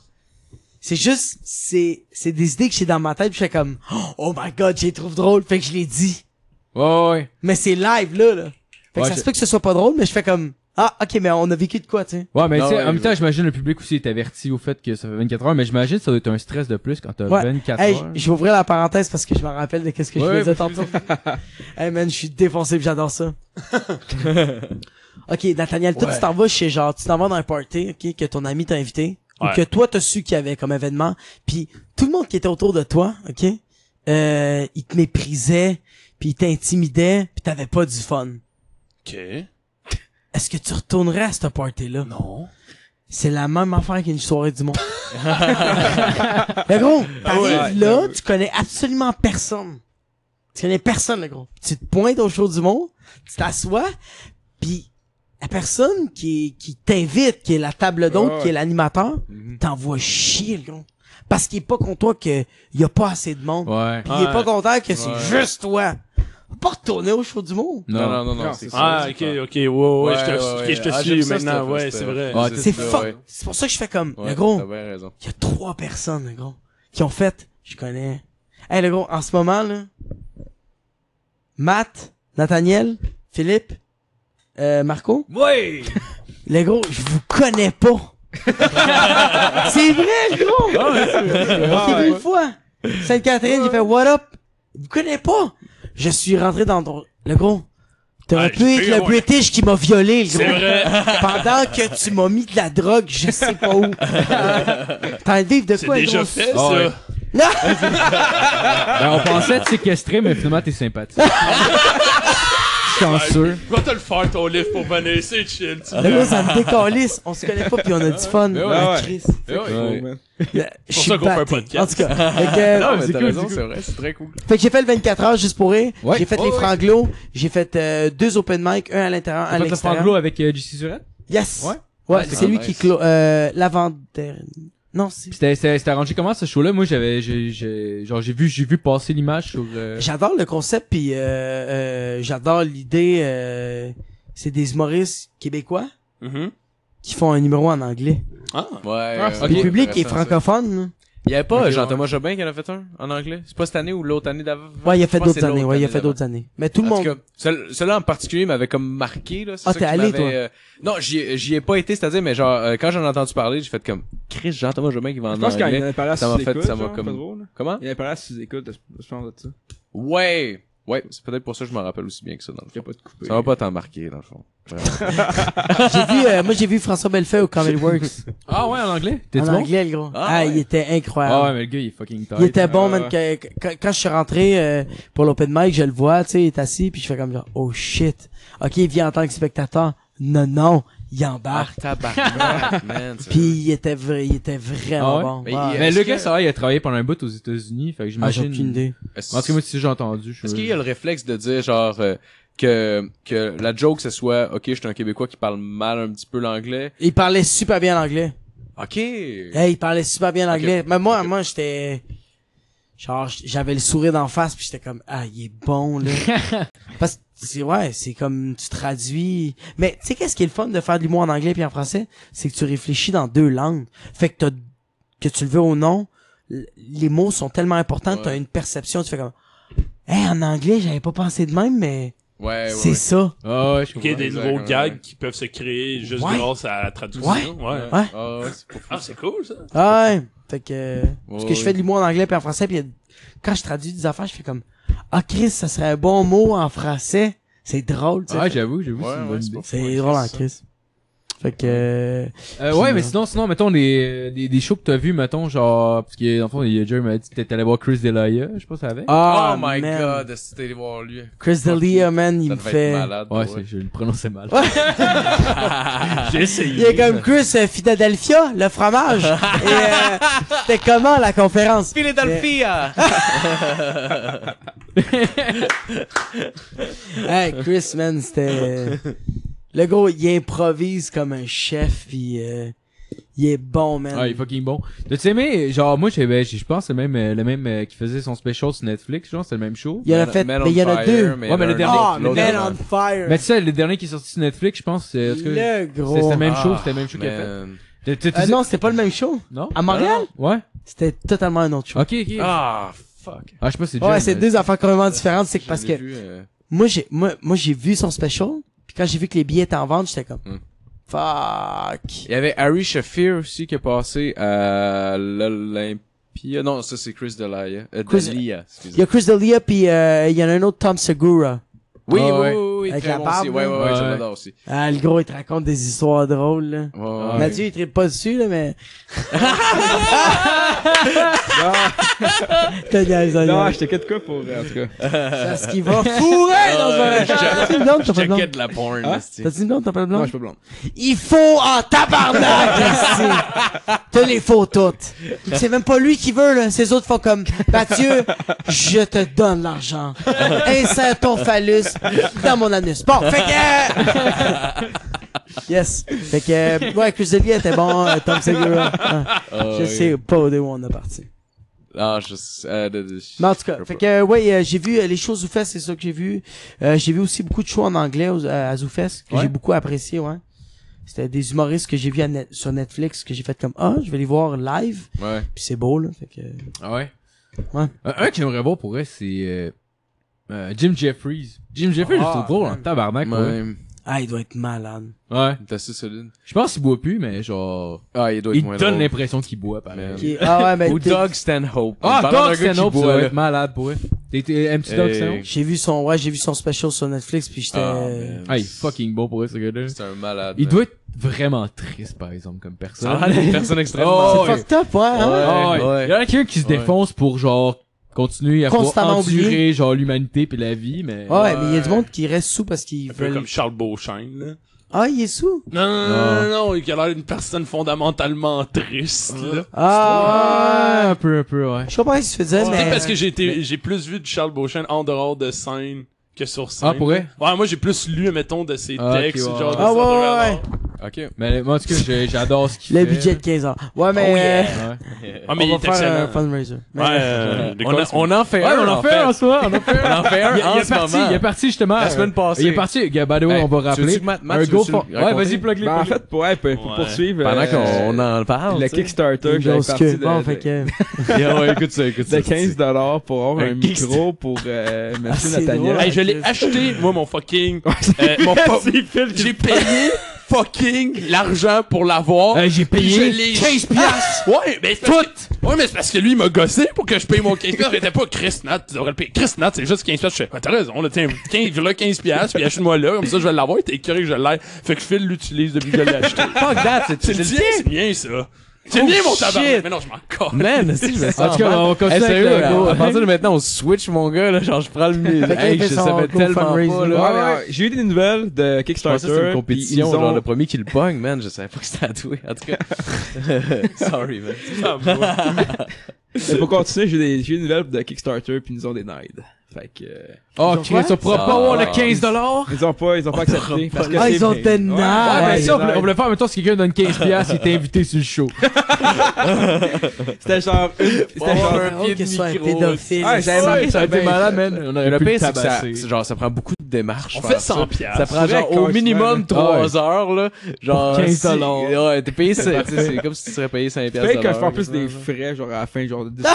[SPEAKER 5] C'est juste, c'est, c'est des idées que j'ai dans ma tête, puis je fais comme, oh my god, je les trouve drôles, fait que je les dis.
[SPEAKER 3] Ouais, ouais.
[SPEAKER 5] Mais c'est live, là, là. Fait que
[SPEAKER 3] Ouais,
[SPEAKER 5] ça
[SPEAKER 3] je-
[SPEAKER 5] se peut que ce soit pas drôle, mais je fais comme, ah, ok, mais on a vécu de quoi, tu sais.
[SPEAKER 3] Ouais, mais
[SPEAKER 6] Non,
[SPEAKER 3] tu sais,
[SPEAKER 6] ouais,
[SPEAKER 3] en même temps,
[SPEAKER 6] ouais.
[SPEAKER 3] j'imagine le public aussi est averti au fait que ça fait 24 heures, mais j'imagine que ça doit être un stress de plus quand t'as
[SPEAKER 5] Ouais.
[SPEAKER 3] 24
[SPEAKER 5] Hey,
[SPEAKER 3] heures.
[SPEAKER 5] je je vais ouvrir la parenthèse parce que je me rappelle de qu'est-ce que
[SPEAKER 3] Ouais,
[SPEAKER 5] je faisais
[SPEAKER 3] ouais,
[SPEAKER 5] tantôt. hey man, je suis défoncé, pis j'adore ça. ok, Nathaniel, toi tu t'en vas chez genre, tu t'en vas dans un party, ok, que ton ami t'a invité
[SPEAKER 4] Ouais.
[SPEAKER 5] ou que toi t'as su qu'il y avait comme événement, puis tout le monde qui était autour de toi, ok, euh, il te méprisait, puis il t'intimidait, puis t'avais pas du fun.
[SPEAKER 4] Ok.
[SPEAKER 5] Est-ce que tu retournerais à ce party là
[SPEAKER 4] Non.
[SPEAKER 5] c'est la même affaire qu'une soirée du monde. le gros, t'arrives
[SPEAKER 7] Ouais.
[SPEAKER 5] là, tu connais absolument personne. Tu connais personne, le gros. Tu te pointes au show du monde, tu t'assois, puis la personne qui, qui t'invite, qui est la table d'hôte,
[SPEAKER 7] Ouais.
[SPEAKER 5] qui est l'animateur, t'envoie chier, le gros. Parce qu'il est pas content que y a pas assez de monde.
[SPEAKER 3] Ouais.
[SPEAKER 5] Puis il est pas content que c'est juste toi. Faut pas retourner au show du monde.
[SPEAKER 6] Non,
[SPEAKER 3] Non.
[SPEAKER 6] non, non, non.
[SPEAKER 7] c'est ça.
[SPEAKER 4] Ah, ok, ok, ouais, ouais,
[SPEAKER 6] Ouais,
[SPEAKER 4] je te,
[SPEAKER 6] ouais,
[SPEAKER 4] ok,
[SPEAKER 6] ouais.
[SPEAKER 4] je te
[SPEAKER 6] Ah, j'aime
[SPEAKER 4] suis
[SPEAKER 6] ça, cette
[SPEAKER 4] maintenant, ouais,
[SPEAKER 6] afface,
[SPEAKER 4] c'est vrai.
[SPEAKER 3] Ouais,
[SPEAKER 5] C'est
[SPEAKER 6] ça,
[SPEAKER 5] fuck.
[SPEAKER 6] ouais.
[SPEAKER 5] C'est pour ça que je fais comme, le
[SPEAKER 6] Ouais,
[SPEAKER 5] gros.
[SPEAKER 6] T'as bien raison.
[SPEAKER 5] Il y a trois personnes, le gros, qui ont fait, je connais. Hey, le gros, en ce moment, là, Matt, Nathaniel, Philippe, euh, Marco,
[SPEAKER 1] Oui!
[SPEAKER 5] le gros, je vous connais pas. c'est vrai, le gros! Ah, C'est vrai Ah, une fois. Sainte-Catherine, j'ai fait, what up? Je vous connais pas. Je suis rentré dans ton- le gros. T'aurais
[SPEAKER 4] Ouais,
[SPEAKER 5] pu
[SPEAKER 4] j'ai
[SPEAKER 5] être
[SPEAKER 4] vu,
[SPEAKER 5] le
[SPEAKER 4] ouais.
[SPEAKER 5] British qui m'a violé, le gros.
[SPEAKER 4] C'est vrai.
[SPEAKER 5] Ah, Pendant que tu m'as mis de la drogue, je sais pas où. Euh, T'as le vivre de
[SPEAKER 4] C'est
[SPEAKER 5] quoi,
[SPEAKER 4] déjà
[SPEAKER 5] gros?
[SPEAKER 4] fait,
[SPEAKER 3] Ah, ouais.
[SPEAKER 4] ça.
[SPEAKER 5] Non!
[SPEAKER 3] Ben, on pensait te séquestrer, mais finalement, t'es sympathique. Chanceux.
[SPEAKER 4] Je vais te le faire, ton livre, pour venir, c'est chill. tu
[SPEAKER 5] Le gars, ça me décalisse. On se connaît pas, puis on a du fun.
[SPEAKER 6] ouais.
[SPEAKER 5] Ah,
[SPEAKER 7] Ouais.
[SPEAKER 5] Chris.
[SPEAKER 3] Ouais.
[SPEAKER 5] Je
[SPEAKER 4] pour
[SPEAKER 5] suis
[SPEAKER 4] ça qu'on fait un
[SPEAKER 5] batté.
[SPEAKER 4] podcast.
[SPEAKER 5] En tout cas. Fait que,
[SPEAKER 6] Non, mais
[SPEAKER 3] c'est
[SPEAKER 6] t'as
[SPEAKER 3] cool,
[SPEAKER 6] raison,
[SPEAKER 3] c'est
[SPEAKER 6] c'est vrai, c'est très cool.
[SPEAKER 5] fait que j'ai fait le 24 heures juste pour rire.
[SPEAKER 3] Ouais.
[SPEAKER 5] J'ai fait
[SPEAKER 6] Oh,
[SPEAKER 5] les
[SPEAKER 6] ouais.
[SPEAKER 5] franglos. J'ai fait euh, deux open mic, un à l'intérieur, un à
[SPEAKER 3] T'as fait le
[SPEAKER 5] l'extérieur.
[SPEAKER 3] franglo avec euh, JC Surette?
[SPEAKER 5] Yes.
[SPEAKER 3] Ouais.
[SPEAKER 5] Ouais,
[SPEAKER 3] Ah,
[SPEAKER 5] c'est lui
[SPEAKER 6] nice.
[SPEAKER 5] qui clôt, euh, l'avant-dernier. Non, c'est...
[SPEAKER 3] Pis c'était- c'était c'était arrangé comment ce show-là? Moi, j'avais, j'ai, j'ai- genre, j'ai vu, j'ai vu passer l'image sur, euh,
[SPEAKER 5] J'adore le concept, puis euh, euh, j'adore l'idée. euh, c'est des humoristes québécois
[SPEAKER 4] Mhm.
[SPEAKER 5] qui font un numéro en anglais.
[SPEAKER 6] Ouais.
[SPEAKER 7] Ah,
[SPEAKER 6] ouais,
[SPEAKER 7] c'est
[SPEAKER 6] ouais,
[SPEAKER 5] le public est
[SPEAKER 6] intéressant, ça.
[SPEAKER 5] francophone. là.
[SPEAKER 6] Il y avait pas
[SPEAKER 3] Ok,
[SPEAKER 6] euh, Jean-Thomas Jobin qui en a fait un en anglais. C'est pas cette année ou l'autre année d'avant.
[SPEAKER 5] Ouais, il a
[SPEAKER 6] Je
[SPEAKER 5] fait
[SPEAKER 6] pense que
[SPEAKER 5] d'autres
[SPEAKER 6] c'est
[SPEAKER 5] années.
[SPEAKER 6] l'autre
[SPEAKER 5] Ouais, il a
[SPEAKER 6] année
[SPEAKER 5] fait
[SPEAKER 6] d'avant.
[SPEAKER 5] d'autres années. Mais tout le
[SPEAKER 6] En tout
[SPEAKER 5] monde.
[SPEAKER 6] cas, cel- celui-là en particulier m'avait comme marqué là. c'est
[SPEAKER 5] Ah,
[SPEAKER 6] ça
[SPEAKER 5] t'es
[SPEAKER 6] qui
[SPEAKER 5] allé,
[SPEAKER 6] m'avait,
[SPEAKER 5] toi?
[SPEAKER 6] euh, Non, j'y ai- j'y ai pas été, c'est-à-dire, mais genre euh, quand j'en ai entendu parler, j'ai fait comme Chris Jean-Thomas Jobin qui va
[SPEAKER 7] Je
[SPEAKER 6] en
[SPEAKER 7] pense qu'il y en
[SPEAKER 6] anglais.
[SPEAKER 7] avait parlé à
[SPEAKER 6] Ça m'a fait-
[SPEAKER 7] sous-écoute,
[SPEAKER 6] ça m'a
[SPEAKER 7] genre,
[SPEAKER 6] comme-
[SPEAKER 7] pas drôle, là.
[SPEAKER 6] Comment
[SPEAKER 7] Il y en avait parlé à sous-écoute, je pense, de ça.
[SPEAKER 6] Ouais. Ouais, c'est peut-être pour ça que je me rappelle aussi bien que ça dans le
[SPEAKER 7] Il y a
[SPEAKER 6] fond.
[SPEAKER 7] pas de coupé.
[SPEAKER 6] Ça va pas t'en marquer dans le fond. Vraiment.
[SPEAKER 5] J'ai vu, euh, moi j'ai vu François Bellefeuille au Comedy Works.
[SPEAKER 3] Ah ouais, en anglais? T'es
[SPEAKER 5] en
[SPEAKER 3] bon?
[SPEAKER 5] anglais, le gros.
[SPEAKER 6] Ah
[SPEAKER 5] Ah,
[SPEAKER 6] ouais.
[SPEAKER 5] il était
[SPEAKER 3] Ah ouais,
[SPEAKER 5] incroyable.
[SPEAKER 3] mais le gars, il est fucking tight.
[SPEAKER 5] il était bon,
[SPEAKER 7] Ah
[SPEAKER 5] man. que- que- quand, quand je suis rentré euh, pour l'open mic, je le vois, tu sais, il est assis, puis je fais comme genre, oh shit. Ok, il vient en tant que spectateur. Non, non, il
[SPEAKER 6] Ah,
[SPEAKER 5] embarque.
[SPEAKER 6] tabarnak, man. Ah, c'est-
[SPEAKER 5] Puis il était, vra- il était
[SPEAKER 3] Ah ouais?
[SPEAKER 5] vraiment
[SPEAKER 6] Mais
[SPEAKER 5] bon. Ouais.
[SPEAKER 6] il-
[SPEAKER 3] Mais
[SPEAKER 6] Est-ce
[SPEAKER 3] le
[SPEAKER 6] que-
[SPEAKER 3] gars, ça va, il a travaillé pendant un bout aux États-Unis, fait que
[SPEAKER 5] Ah, j'ai
[SPEAKER 3] j'imagine.
[SPEAKER 5] aucune idée.
[SPEAKER 6] Est-ce
[SPEAKER 3] En tout cas, moi, c'est ce que j'ai entendu. je-
[SPEAKER 6] est-ce qu'il y a le réflexe de dire genre euh, que que la joke ce soit OK, je suis un québécois qui parle mal un petit peu l'anglais.
[SPEAKER 5] Il parlait super bien l'anglais.
[SPEAKER 6] OK.
[SPEAKER 5] Hey, il parlait super bien l'anglais.
[SPEAKER 6] Ok.
[SPEAKER 5] Mais moi,
[SPEAKER 6] Ok.
[SPEAKER 5] moi, j'étais... Genre, j- j'avais le sourire d'en face, puis j'étais comme, ah, il est bon, là. Parce que, c'est, ouais, c'est comme, tu traduis... Mais, tu sais, qu'est-ce qui est le fun de faire de l'humour en anglais puis en français? C'est que tu réfléchis dans deux langues. Fait que t'as... Que tu le veux ou non, l- les mots sont tellement importants,
[SPEAKER 6] Ouais.
[SPEAKER 5] t'as une perception, tu fais comme... Hey, en anglais, j'avais pas pensé de même, mais...
[SPEAKER 6] Eh Ouais, ouais.
[SPEAKER 5] c'est
[SPEAKER 6] ouais.
[SPEAKER 5] ça.
[SPEAKER 3] Ah ouais, je
[SPEAKER 4] Ok, des
[SPEAKER 6] Exact,
[SPEAKER 4] nouveaux
[SPEAKER 6] ouais,
[SPEAKER 4] gags
[SPEAKER 6] ouais.
[SPEAKER 4] qui peuvent se créer juste
[SPEAKER 5] Ouais.
[SPEAKER 4] grâce à la traduction. Ouais.
[SPEAKER 5] Ouais.
[SPEAKER 6] Ah, ouais, c'est pas fou.
[SPEAKER 4] Ah, c'est cool, ça.
[SPEAKER 5] Ah ouais. Fait que parce que
[SPEAKER 6] ouais.
[SPEAKER 5] je fais de l'humour en anglais puis en français puis il y a- quand je traduis des affaires, je fais comme ah Chris, ça serait un bon mot en français. C'est drôle, tu sais.
[SPEAKER 3] Ouais, Ah, j'avoue, j'avoue,
[SPEAKER 6] Ouais,
[SPEAKER 3] c'est une
[SPEAKER 6] ouais,
[SPEAKER 3] bonne
[SPEAKER 6] c'est
[SPEAKER 3] idée.
[SPEAKER 6] pas
[SPEAKER 5] c'est
[SPEAKER 6] ouais,
[SPEAKER 5] drôle en
[SPEAKER 6] c'est ça.
[SPEAKER 5] Chris. Fait que
[SPEAKER 3] Euh, ouais, mais sinon, sinon, mettons, des, des, des shows que t'as vu, mettons, genre, parce que, dans le fond, il y a Jerry m'a dit que t'étais allé voir Chris Delia, je sais pas si ça avait.
[SPEAKER 6] Oh,
[SPEAKER 5] ah
[SPEAKER 6] my
[SPEAKER 5] man.
[SPEAKER 6] god, est-ce que t'es allé voir lui?
[SPEAKER 5] Chris D'Elia, man, il
[SPEAKER 6] Ça
[SPEAKER 5] me
[SPEAKER 6] devait être
[SPEAKER 5] fait
[SPEAKER 6] malade.
[SPEAKER 3] ouais,
[SPEAKER 6] pour
[SPEAKER 3] c'est,
[SPEAKER 6] vrai.
[SPEAKER 3] je le prononçais mal.
[SPEAKER 4] J'ai essayé.
[SPEAKER 5] il est comme Chris euh, Philadelphia, le fromage. Et euh, c'était comment la conférence
[SPEAKER 8] Philadelphia!
[SPEAKER 5] Hey, Chris, man, c'était. Le gros, il improvise comme un chef, puis euh, il est bon, man.
[SPEAKER 3] Ah, il est fucking bon. T'as-tu aimé, genre, moi, j'ai, ben, j'ai- je pense, c'est le même, euh, le même euh, qui faisait son special sur Netflix, genre, c'était le même show.
[SPEAKER 5] Il y en a
[SPEAKER 6] Man-
[SPEAKER 5] fait,
[SPEAKER 6] Man
[SPEAKER 5] mais il y en
[SPEAKER 6] on
[SPEAKER 5] a
[SPEAKER 6] Fire,
[SPEAKER 5] deux.
[SPEAKER 3] Ouais, mais le
[SPEAKER 6] un-
[SPEAKER 3] dernier-
[SPEAKER 5] Ah,
[SPEAKER 6] l'autre
[SPEAKER 5] Man
[SPEAKER 6] avant.
[SPEAKER 5] on Fire.
[SPEAKER 3] Mais tu sais, le dernier qui est sorti sur Netflix, je pense, c'est, en tout cas,
[SPEAKER 5] le
[SPEAKER 3] c'était, c'était
[SPEAKER 5] gros.
[SPEAKER 3] le même show,
[SPEAKER 6] Ah,
[SPEAKER 3] c'était le même show qu'il a fait.
[SPEAKER 6] man.
[SPEAKER 3] T'as- t'as-
[SPEAKER 5] Euh,
[SPEAKER 3] t'as-
[SPEAKER 5] non, c'était pas le même show.
[SPEAKER 3] non?
[SPEAKER 5] À Montréal,
[SPEAKER 3] Ouais?
[SPEAKER 5] c'était totalement un autre show.
[SPEAKER 3] Ok, ok. Ah,
[SPEAKER 6] Ah, fuck.
[SPEAKER 3] je sais pas, c'est euh,
[SPEAKER 5] ouais,
[SPEAKER 3] Jerry,
[SPEAKER 5] c'est
[SPEAKER 3] mais-
[SPEAKER 5] deux affaires complètement différentes. C'est que
[SPEAKER 6] Je
[SPEAKER 5] parce que
[SPEAKER 6] l'ai vu, euh,
[SPEAKER 5] moi, j'ai, moi, moi, j'ai vu son special. Puis quand j'ai vu que les billets étaient en vente, j'étais comme,
[SPEAKER 6] Hmm.
[SPEAKER 5] fuck.
[SPEAKER 6] Il y avait Harry Shafir aussi qui a passé à l'Olympia. Non, ça c'est Chris Delia. Euh,
[SPEAKER 5] Chris-
[SPEAKER 6] Delia,
[SPEAKER 5] Il y
[SPEAKER 6] excusez.
[SPEAKER 5] a Chris D'Elia, puis euh, il y en a un autre, Tom Segura.
[SPEAKER 6] Oui,
[SPEAKER 3] Ah,
[SPEAKER 6] oui,
[SPEAKER 3] ouais.
[SPEAKER 6] oui, oui, oui,
[SPEAKER 5] Avec
[SPEAKER 6] très
[SPEAKER 5] la
[SPEAKER 6] bon
[SPEAKER 5] barbe,
[SPEAKER 6] aussi. Ouais,
[SPEAKER 5] là.
[SPEAKER 6] ouais, ouais, je
[SPEAKER 3] Ouais.
[SPEAKER 6] l'adore aussi.
[SPEAKER 5] Ah, le gros, il te raconte des histoires drôles, là.
[SPEAKER 6] Ouais, ouais.
[SPEAKER 3] Ah,
[SPEAKER 5] Mathieu, il tripe pas dessus, là, mais... T'as niaise, t'as
[SPEAKER 7] Non,
[SPEAKER 5] niaise.
[SPEAKER 7] j'étais quatre cas pour, euh, en tout cas.
[SPEAKER 5] Parce qu'il va fourrer dans un
[SPEAKER 6] Ouais,
[SPEAKER 5] restaurant. T'as-tu une blonde, t'as pas de blonde?
[SPEAKER 6] Jacket de la porn.
[SPEAKER 7] Hein?
[SPEAKER 6] esti.
[SPEAKER 5] T'as-tu une blonde, t'as pas de
[SPEAKER 7] Non, je
[SPEAKER 5] blonde?
[SPEAKER 7] suis pas blonde.
[SPEAKER 5] Il faut en tabarnak, ici. T'as les faux toutes. C'est même pas lui qui veut, là. Ces autres font comme, Mathieu, je te donne l'argent. Insère ton phallus dans mon anus. Bon, fait que... euh, Yes. Fait que, euh, ouais, Chris Delia était bon, euh, Tom Segura. Ah,
[SPEAKER 6] Ah,
[SPEAKER 5] je
[SPEAKER 6] oui.
[SPEAKER 5] sais pas où on est parti.
[SPEAKER 6] Ah, je sais. euh, de- de-
[SPEAKER 5] Mais en tout cas, fait que, euh, ouais, euh, j'ai vu euh, les shows Zoufest, c'est ça que j'ai vu. Euh, j'ai vu aussi beaucoup de shows en anglais aux- à, à Zoufest, que j'ai beaucoup apprécié, ouais. C'était des humoristes que j'ai vus à Net- sur Netflix, que j'ai fait comme, ah, je vais les voir live,
[SPEAKER 6] Ouais.
[SPEAKER 5] puis c'est beau, là. Fait que, euh,
[SPEAKER 3] Ah ouais?
[SPEAKER 5] Ouais.
[SPEAKER 3] Euh, un que j'aimerais voir pour vrai, c'est euh, euh, Jim Jeffries. Jim Jeffries, je le trouve drôle en tabarnak, ouais.
[SPEAKER 6] Ah, Ouais.
[SPEAKER 5] ah, il doit être malade.
[SPEAKER 3] Ouais.
[SPEAKER 6] T'es assez solide.
[SPEAKER 3] Je pense qu'il boit plus, mais genre...
[SPEAKER 6] Ah, il doit être
[SPEAKER 3] Il
[SPEAKER 6] moins
[SPEAKER 3] donne
[SPEAKER 6] drôle.
[SPEAKER 3] l'impression qu'il boit, pareil.
[SPEAKER 6] Man.
[SPEAKER 5] Ok, Ah ouais, mais
[SPEAKER 6] Ou
[SPEAKER 5] t'es-
[SPEAKER 6] Doug Stanhope. On
[SPEAKER 3] Ah,
[SPEAKER 6] parle d'un
[SPEAKER 3] Doug
[SPEAKER 6] gars qui
[SPEAKER 3] Stanhope,
[SPEAKER 6] boit,
[SPEAKER 3] ça va
[SPEAKER 6] là.
[SPEAKER 3] être malade, pour vrai. T'es- t'es- Aimes-tu Doug
[SPEAKER 6] Et-
[SPEAKER 3] Stanhope?
[SPEAKER 5] j'ai vu son, ouais, j'ai vu son special sur Netflix, puis j'étais,
[SPEAKER 6] Ah,
[SPEAKER 5] euh,
[SPEAKER 6] man.
[SPEAKER 3] Ah, il est fucking bon pour vrai, ce gars-là.
[SPEAKER 6] C'est un malade.
[SPEAKER 3] Il
[SPEAKER 6] man.
[SPEAKER 3] doit être vraiment triste, par exemple, comme personne.
[SPEAKER 4] Ça
[SPEAKER 6] Ah,
[SPEAKER 4] a l'air d'une personne extrêmement...
[SPEAKER 6] Oh,
[SPEAKER 5] c'est
[SPEAKER 6] ouais.
[SPEAKER 5] fucked up, ouais, hein?
[SPEAKER 3] Ah ouais.
[SPEAKER 6] Ouais, ouais.
[SPEAKER 3] Il y en a quelqu'un qui se
[SPEAKER 6] Ouais.
[SPEAKER 3] défonce pour genre continuer à
[SPEAKER 5] Constamment
[SPEAKER 3] pouvoir endurer
[SPEAKER 5] oublié.
[SPEAKER 3] genre l'humanité puis la vie mais
[SPEAKER 5] Ouais, mais il y a du monde qui reste sous parce qu'ils
[SPEAKER 4] Un peu
[SPEAKER 5] veulent.
[SPEAKER 4] comme Charles Beauchesne, là. Ah.
[SPEAKER 5] Ah, il est sous?
[SPEAKER 4] Non, non, non, non, non, il a l'air d'une personne fondamentalement triste, là.
[SPEAKER 5] Ah, ouais.
[SPEAKER 3] un peu un peu ouais
[SPEAKER 5] Je comprends ce que tu faisais,
[SPEAKER 4] Peut-être
[SPEAKER 5] mais.
[SPEAKER 4] parce que j'ai été, j'ai plus vu de Charles Beauchamp en dehors de scène que sur scène.
[SPEAKER 3] Ah, pour vrai?
[SPEAKER 4] Ouais, moi j'ai plus lu, mettons, de ses
[SPEAKER 3] Ah, ok,
[SPEAKER 4] textes,
[SPEAKER 3] ouais.
[SPEAKER 4] genre. de
[SPEAKER 5] Ah,
[SPEAKER 4] ses
[SPEAKER 5] ouais,
[SPEAKER 4] affaires
[SPEAKER 6] Ok.
[SPEAKER 3] mais moi en tout cas j'ai- j'adore ce qu'il
[SPEAKER 5] Le
[SPEAKER 3] fait
[SPEAKER 5] budget de 15 ans. Ouais, mais. euh,
[SPEAKER 3] ouais.
[SPEAKER 4] dehors. Ah, mais
[SPEAKER 5] on
[SPEAKER 4] il
[SPEAKER 5] va
[SPEAKER 4] est
[SPEAKER 5] faire un
[SPEAKER 4] excellent.
[SPEAKER 5] fundraiser. Mais-
[SPEAKER 4] Ouais, euh, des
[SPEAKER 6] On, a-
[SPEAKER 4] quoi,
[SPEAKER 6] on en fait Ah,
[SPEAKER 3] Ouais, on
[SPEAKER 6] un.
[SPEAKER 3] en fait un en soi on en fait
[SPEAKER 6] On
[SPEAKER 3] un
[SPEAKER 6] en fait un
[SPEAKER 3] il, il
[SPEAKER 6] en
[SPEAKER 3] est
[SPEAKER 6] ce
[SPEAKER 3] parti
[SPEAKER 6] moment.
[SPEAKER 3] il est parti justement euh,
[SPEAKER 6] La semaine passée.
[SPEAKER 3] il est parti gars, by the way
[SPEAKER 6] Hey,
[SPEAKER 3] on va
[SPEAKER 6] tu veux-tu
[SPEAKER 3] rappeler
[SPEAKER 6] que Matt- Matt,
[SPEAKER 3] un
[SPEAKER 6] tu veux-tu
[SPEAKER 3] GoFund-
[SPEAKER 6] le
[SPEAKER 3] ouais
[SPEAKER 6] raconter?
[SPEAKER 3] vas-y plug les
[SPEAKER 7] Ben, en fait, pour, ouais, pour, pour
[SPEAKER 4] Ouais.
[SPEAKER 7] poursuivre.
[SPEAKER 6] Pendant
[SPEAKER 7] euh,
[SPEAKER 6] qu'on en parle.
[SPEAKER 7] Le
[SPEAKER 6] tu sais.
[SPEAKER 7] Kickstarter,
[SPEAKER 5] Une
[SPEAKER 7] j'avais
[SPEAKER 5] grosse
[SPEAKER 7] parti
[SPEAKER 5] queue.
[SPEAKER 7] de,
[SPEAKER 5] Bon,
[SPEAKER 7] de-
[SPEAKER 5] fait que.
[SPEAKER 6] Yeah, ouais, écoute ça, écoute
[SPEAKER 7] de
[SPEAKER 6] ça.
[SPEAKER 7] 15 dollars pour avoir
[SPEAKER 6] Un
[SPEAKER 7] un,
[SPEAKER 6] Kickstarter.
[SPEAKER 7] micro pour euh, Monsieur
[SPEAKER 5] c'est
[SPEAKER 7] Nathaniel.
[SPEAKER 5] drôle.
[SPEAKER 4] Hey, je l'ai acheté, moi, mon fucking. euh, mon fu- j'ai payé fucking l'argent pour l'avoir.
[SPEAKER 3] Euh, j'ai
[SPEAKER 4] Puis
[SPEAKER 3] payé
[SPEAKER 4] je l'ai- Ah!
[SPEAKER 3] 15 piastres
[SPEAKER 4] Ouais, mais c'est parce que- Ouais, mais c'est parce que lui, il m'a gossé pour que je paye mon 15$. J'étais pas Chris Nat, tu devrais le payer. Chris Nat, c'est juste 15$. Je fais, Ah, t'as raison, là, tiens, 15, je l'ai 15$, puis achète-moi là, comme ça, je vais l'avoir, t'es curieux que je l'ai. Fait que Phil l'utilise depuis que je l'ai acheté.
[SPEAKER 6] Fuck that,
[SPEAKER 4] C'est le tien, Oh, c'est bien, ça. C'est bien, mon tabac.
[SPEAKER 6] shit.
[SPEAKER 4] Mais non, je m'en colle.
[SPEAKER 6] Man, si je me sens.
[SPEAKER 3] En tout cas,
[SPEAKER 6] mal.
[SPEAKER 3] on va continuer
[SPEAKER 6] Hey,
[SPEAKER 3] avec
[SPEAKER 6] sérieux,
[SPEAKER 3] le go.
[SPEAKER 6] À partir de maintenant, on switch, mon gars, là. Genre, je prends le milieu.
[SPEAKER 5] Fait qu'il
[SPEAKER 6] Hey,
[SPEAKER 5] fait
[SPEAKER 6] je
[SPEAKER 5] son
[SPEAKER 6] savais
[SPEAKER 5] go
[SPEAKER 6] tellement pas,
[SPEAKER 5] fundraiser.
[SPEAKER 6] là.
[SPEAKER 7] Ouais, mais, euh, j'ai eu des
[SPEAKER 6] Je pensais
[SPEAKER 7] nouvelles de
[SPEAKER 6] que c'était
[SPEAKER 7] Kickstarter.
[SPEAKER 6] une
[SPEAKER 7] puis ils
[SPEAKER 6] compétition,
[SPEAKER 7] ont-
[SPEAKER 6] genre le premier qui le pogne, man. Je savais pas que c'était à toi. En tout cas, sorry, man.
[SPEAKER 7] Mais pour continuer, j'ai des, j'ai eu des nouvelles de Kickstarter puis ils nous ont denied. Fait que, euh,
[SPEAKER 3] oh
[SPEAKER 5] ont
[SPEAKER 3] Chris
[SPEAKER 5] quoi?
[SPEAKER 3] on pourra pas
[SPEAKER 6] Ah.
[SPEAKER 3] avoir le 15 dollars
[SPEAKER 7] ils ont pas, ils ont pas accepté. Parce que
[SPEAKER 5] Ah,
[SPEAKER 7] c'est-
[SPEAKER 5] ils ont
[SPEAKER 7] Ouais,
[SPEAKER 5] denied.
[SPEAKER 3] Ouais,
[SPEAKER 5] Ah,
[SPEAKER 3] mais
[SPEAKER 5] ouais,
[SPEAKER 3] ça, on voulait- on voulait faire, mettons, si quelqu'un donne 15 piastres, il était invité sur le show.
[SPEAKER 7] C'était genre une, c'était genre,
[SPEAKER 5] Ah, ok, c'est un pédophile. Ah,
[SPEAKER 7] Ouais, j'avais
[SPEAKER 5] ça.
[SPEAKER 7] marqué
[SPEAKER 3] Ça a été
[SPEAKER 7] ben,
[SPEAKER 3] malade, man. On aurait
[SPEAKER 6] Le
[SPEAKER 3] pu
[SPEAKER 6] pire, c'est que ça,
[SPEAKER 3] tabasser.
[SPEAKER 6] c'est genre, ça prend beaucoup de démarches.
[SPEAKER 4] On
[SPEAKER 6] faire
[SPEAKER 4] fait
[SPEAKER 6] ça.
[SPEAKER 4] 100
[SPEAKER 6] Ça prend genre au
[SPEAKER 7] Ouais,
[SPEAKER 6] minimum
[SPEAKER 7] ouais.
[SPEAKER 6] 3 heures, là. Genre,
[SPEAKER 3] Pour 15
[SPEAKER 6] si-
[SPEAKER 3] dollars.
[SPEAKER 6] Ouais, t'es payé, c'est tu sais, c'est comme si tu serais payé 5
[SPEAKER 7] Fait
[SPEAKER 6] piastres.
[SPEAKER 7] que
[SPEAKER 6] de
[SPEAKER 7] je
[SPEAKER 6] l'heure,
[SPEAKER 7] fais plus
[SPEAKER 6] là.
[SPEAKER 7] des frais, genre à la fin, genre de 10-15%,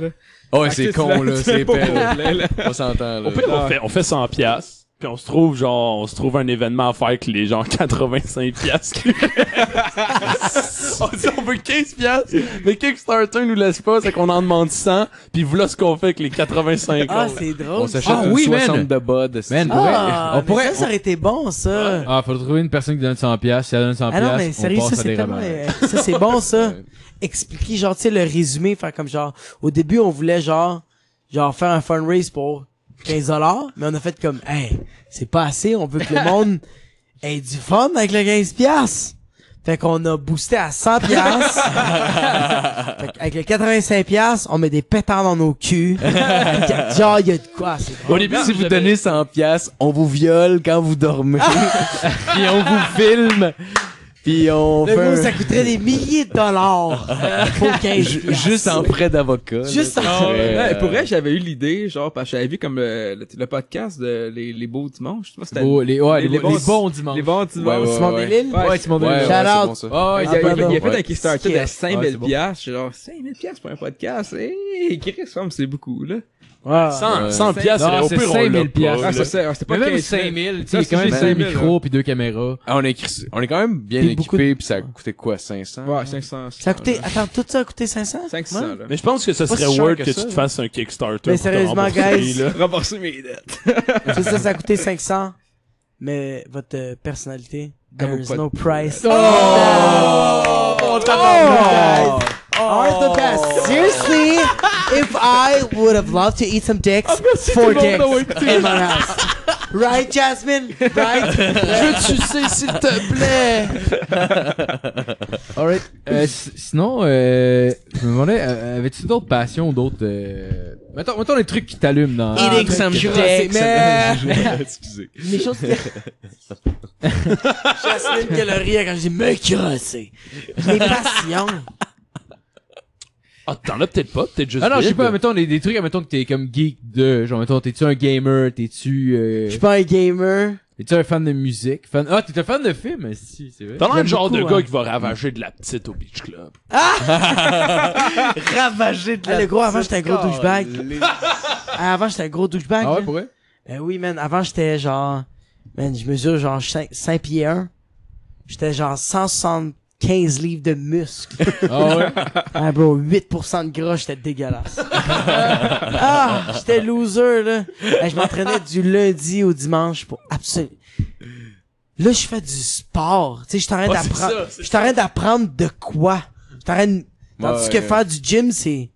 [SPEAKER 7] là.
[SPEAKER 6] Ouais, c'est con, là. C'est
[SPEAKER 7] pas
[SPEAKER 6] pelle.
[SPEAKER 7] pour vrai, là.
[SPEAKER 6] On s'entend, là.
[SPEAKER 4] Au pire, on fait, on fait 100 piastres. Puis on se trouve, genre, on se trouve un événement à faire avec les gens 85 piastres. on dit, on veut 15 piastres, mais Kickstarter nous laisse pas, c'est qu'on en demande 100, puis voilà ce qu'on fait avec les 85
[SPEAKER 5] Ah,
[SPEAKER 4] autres.
[SPEAKER 5] c'est drôle.
[SPEAKER 6] On s'achète
[SPEAKER 3] Ah
[SPEAKER 6] une
[SPEAKER 3] oui, man.
[SPEAKER 6] 60 de bod.
[SPEAKER 3] Man, pour vrai,
[SPEAKER 5] Ah,
[SPEAKER 3] on
[SPEAKER 5] mais
[SPEAKER 3] pourrait-
[SPEAKER 5] ça, ça aurait été bon, ça.
[SPEAKER 3] Ah, faut trouver une personne qui donne 100 piastres. Si elle donne 100
[SPEAKER 5] Ah non, mais
[SPEAKER 3] piastres, on
[SPEAKER 5] sérieux, ça,
[SPEAKER 3] passe à
[SPEAKER 5] c'est
[SPEAKER 3] des
[SPEAKER 5] tellement...
[SPEAKER 3] rabais.
[SPEAKER 5] euh, Ça, c'est bon, ça. Expliquer, genre, tu sais, le résumé, faire comme genre... Au début, on voulait, genre, genre faire un fundraise pour 15 mais on a fait comme, hey, c'est pas assez, on veut que le monde ait du fun avec le 15 piastres. Fait qu'on a boosté à 100 piastres. Fait qu'avec le 85 piastres, on met des pétards dans nos culs. genre, il y a de quoi, c'est bon.
[SPEAKER 4] Au début,
[SPEAKER 6] Si vous
[SPEAKER 4] j'avais-
[SPEAKER 6] donnez 100 piastres, on vous viole quand vous dormez. puis on vous filme. Puis on
[SPEAKER 5] Le
[SPEAKER 6] fait
[SPEAKER 5] gros, ça
[SPEAKER 6] un-
[SPEAKER 5] coûterait des milliers de dollars pour 15
[SPEAKER 6] ju-
[SPEAKER 5] piastres.
[SPEAKER 6] juste en frais d'avocat. là.
[SPEAKER 5] Juste en-
[SPEAKER 6] Ça serait,
[SPEAKER 7] Ouais, pour
[SPEAKER 6] euh,
[SPEAKER 7] vrai, j'avais eu l'idée, genre, parce que j'avais vu comme euh, le, le podcast de les, les beaux dimanches, je sais pas si c'était-
[SPEAKER 3] Beau- les, ouais, les, les
[SPEAKER 7] bons-
[SPEAKER 3] bons dimanches.
[SPEAKER 7] les bons dimanches.
[SPEAKER 6] ouais,
[SPEAKER 5] Simon
[SPEAKER 6] ouais.
[SPEAKER 5] Delille?
[SPEAKER 7] Ouais,
[SPEAKER 3] Ouais, Simon
[SPEAKER 6] Ouais, ouais,
[SPEAKER 3] Delille.
[SPEAKER 5] Shout out.
[SPEAKER 6] c'est bon, ça.
[SPEAKER 3] Ah, il y
[SPEAKER 7] Il,
[SPEAKER 3] a-
[SPEAKER 7] a,
[SPEAKER 5] Ah,
[SPEAKER 7] il a- il a
[SPEAKER 5] pardon.
[SPEAKER 7] fait un Kickstarter
[SPEAKER 5] Ouais.
[SPEAKER 7] de 5000
[SPEAKER 3] Ouais, c'est bon.
[SPEAKER 7] piastres, genre 5000 piastres pour un podcast. Hey, Chris, comme c'est beaucoup là.
[SPEAKER 5] Ouais.
[SPEAKER 4] 100, 100 piastres,
[SPEAKER 3] Non,
[SPEAKER 4] au
[SPEAKER 3] c'est
[SPEAKER 4] pire, on
[SPEAKER 3] 5000
[SPEAKER 4] l'a
[SPEAKER 3] piastres.
[SPEAKER 4] pas,
[SPEAKER 7] Ah,
[SPEAKER 4] là.
[SPEAKER 7] ça c'est ah, c'était Ah. pas
[SPEAKER 3] Mais même
[SPEAKER 7] 15 000.
[SPEAKER 3] 5000, tu
[SPEAKER 7] Ça,
[SPEAKER 3] sais, quand même
[SPEAKER 7] c'est
[SPEAKER 3] 5
[SPEAKER 7] 5000, là.
[SPEAKER 3] micros puis deux caméras.
[SPEAKER 6] Ah, on, est, cri- on est quand même bien
[SPEAKER 5] Puis beaucoup
[SPEAKER 6] équipé, puis ça a coûté quoi, 500?
[SPEAKER 7] Ouais, 500.
[SPEAKER 5] Ça a coûté, attends, tout ça a coûté 500?
[SPEAKER 7] 500 là.
[SPEAKER 4] Mais je pense que ce
[SPEAKER 6] Pas si
[SPEAKER 4] serait
[SPEAKER 6] cher
[SPEAKER 4] worth
[SPEAKER 6] que
[SPEAKER 4] que, tu
[SPEAKER 6] ça,
[SPEAKER 4] te
[SPEAKER 6] là.
[SPEAKER 4] fasses un Kickstarter. pour
[SPEAKER 5] Mais
[SPEAKER 4] te
[SPEAKER 5] sérieusement,
[SPEAKER 4] rembourser,
[SPEAKER 5] guys.
[SPEAKER 4] là.
[SPEAKER 7] Rembourser mes dettes.
[SPEAKER 5] Tout ça, ça a coûté 500. mais votre euh, personnalité,
[SPEAKER 7] Elle vaut
[SPEAKER 5] there's
[SPEAKER 7] pas
[SPEAKER 5] no price.
[SPEAKER 7] Oh!
[SPEAKER 5] Oh!
[SPEAKER 7] tabarnak!
[SPEAKER 5] Are the best. Seriously, if I would have loved to eat some dicks, four dicks in my house. Right, Jasmine? Right?
[SPEAKER 6] Je tu sais, s'il te plaît!
[SPEAKER 3] Alright. Euh, s- sinon, euh, je me demandais, euh, avais-tu d'autres passions ou d'autres. Euh... Mettons, mettons les trucs qui t'allument dans.
[SPEAKER 5] Eating some dicks.
[SPEAKER 6] Excusez.
[SPEAKER 5] Les choses qui... Jasmine Caloria quand je dis me crosser. Les passions.
[SPEAKER 4] Ah, t'en as peut-être pas, peut-être juste.
[SPEAKER 3] Ah non, je sais
[SPEAKER 4] vide.
[SPEAKER 3] pas, mettons des, des trucs, mettons que t'es comme geek de. Genre, mettons, t'es-tu un gamer, t'es-tu. Euh...
[SPEAKER 5] Je suis pas un gamer.
[SPEAKER 3] T'es-tu un fan de musique? Fan... Ah, t'es un fan de films, si, c'est vrai.
[SPEAKER 4] T'as l'air
[SPEAKER 5] J'aime
[SPEAKER 4] le genre de
[SPEAKER 5] beaucoup,
[SPEAKER 4] gars
[SPEAKER 5] hein.
[SPEAKER 4] qui va ravager de la petite au beach club.
[SPEAKER 8] Ravagé de
[SPEAKER 5] Ah,
[SPEAKER 8] la...
[SPEAKER 5] le gros, avant, j'étais un gros douchebag. Ah, avant, j'étais un gros douchebag.
[SPEAKER 3] Ah ouais,
[SPEAKER 5] là.
[SPEAKER 3] pour vrai?
[SPEAKER 5] Ben oui, man. Avant, j'étais genre... Man, je mesure genre 5, pieds 1. J'étais genre 175 livres de muscles.
[SPEAKER 3] Ah ouais?
[SPEAKER 5] Ah, bro, 8% de gras, j'étais dégueulasse. ah, j'étais loser, là. Ben, je m'entraînais du lundi au dimanche pour absolument... Là, je fais du sport. Tu sais, je suis en train
[SPEAKER 4] Ah, c'est
[SPEAKER 5] d'apprendre...
[SPEAKER 4] ça, c'est
[SPEAKER 5] Je suis en train d'apprendre de quoi. Je suis en train de- Tandis
[SPEAKER 6] Ouais,
[SPEAKER 5] que
[SPEAKER 6] ouais.
[SPEAKER 5] faire du gym, c'est...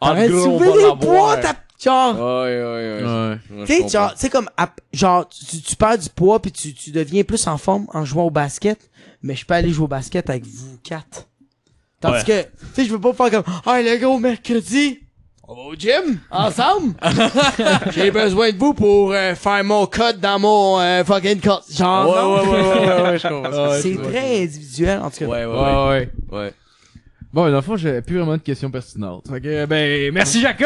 [SPEAKER 4] En
[SPEAKER 5] T'aurais
[SPEAKER 4] gros, on
[SPEAKER 5] soulevé
[SPEAKER 4] va
[SPEAKER 5] des
[SPEAKER 4] l'avoir.
[SPEAKER 5] poids, t'as... Genre,
[SPEAKER 6] Ouais, ouais, ouais.
[SPEAKER 3] ouais.
[SPEAKER 6] Ouais,
[SPEAKER 5] tu sais,
[SPEAKER 6] je comprends.
[SPEAKER 5] genre, tu sais, comme, à- genre, tu, tu perds du poids puis tu, tu deviens plus en forme en jouant au basket, mais je peux aller jouer au basket avec vous quatre. Tandis que, tu sais, je veux pas faire comme, ah, les gars, mercredi, on va au gym, ensemble. J'ai besoin de vous pour euh, faire mon code dans mon euh, fucking code. Genre, non.
[SPEAKER 6] Ouais, ouais, ouais, ouais, ouais, ouais, je comprends.
[SPEAKER 5] c'est très individuel, en tout cas.
[SPEAKER 6] Ouais, ouais, ouais.
[SPEAKER 3] Ah Ouais, ouais.
[SPEAKER 6] Ouais.
[SPEAKER 3] Bon, dans le fond, j'avais plus vraiment de questions pertinentes. Fait que, ben, merci Jacob!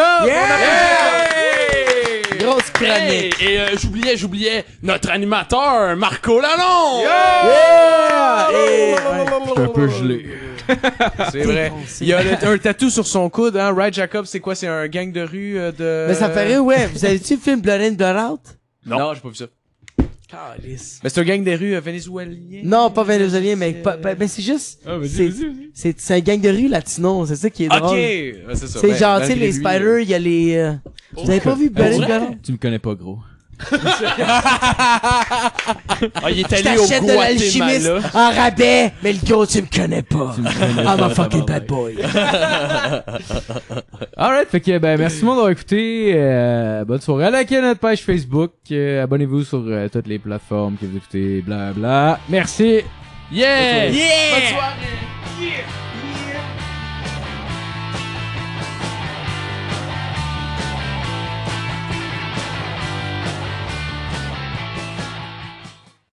[SPEAKER 5] Grosse
[SPEAKER 4] Hey,
[SPEAKER 5] chronique.
[SPEAKER 4] et euh, j'oubliais, j'oubliais notre animateur, Marco Lalonde! Oh,
[SPEAKER 5] Et- ouais.
[SPEAKER 3] Je suis un peu gelé.
[SPEAKER 6] C'est vrai. Il y a le- un tatou sur son coude, hein. Ride Jacob, c'est quoi? C'est un gang de rue euh, de...
[SPEAKER 5] Mais ça me fait rire, ouais. Vous avez-tu le film Blood In, Blood Out?
[SPEAKER 6] Non, j'ai pas vu ça. Mais c'est un gang des rues euh, vénézuélien.
[SPEAKER 5] Non, pas vénézuélien, mais, pas- pas- mais c'est juste. c'est- c'est c'est un gang de rue latino, c'est ça qui est
[SPEAKER 6] Ok!
[SPEAKER 5] drôle.
[SPEAKER 6] Ouais, c'est ça.
[SPEAKER 5] C'est
[SPEAKER 6] Ben,
[SPEAKER 5] genre, tu sais,
[SPEAKER 6] malgré
[SPEAKER 5] les
[SPEAKER 6] lui,
[SPEAKER 5] spiders, il y a les. euh, Vous avez pas vu Blood in, Blood Out?
[SPEAKER 3] Tu me connais pas, gros.
[SPEAKER 4] Ah, il est
[SPEAKER 5] Je
[SPEAKER 4] allé au
[SPEAKER 5] t'achète de l'alchimiste
[SPEAKER 4] Guatemala.
[SPEAKER 5] en rabais, mais le gros, tu me connais pas. I'm a fucking bad
[SPEAKER 3] tabarnak.
[SPEAKER 5] boy.
[SPEAKER 3] Alright, fait que ben merci tout le monde d'avoir écouté. Euh, bonne soirée. Likez notre page Facebook. Euh, Abonnez-vous sur euh, toutes les plateformes que vous écoutez. Bla bla. Merci.
[SPEAKER 4] Yeah!
[SPEAKER 5] Yeah!
[SPEAKER 4] Bonne soirée.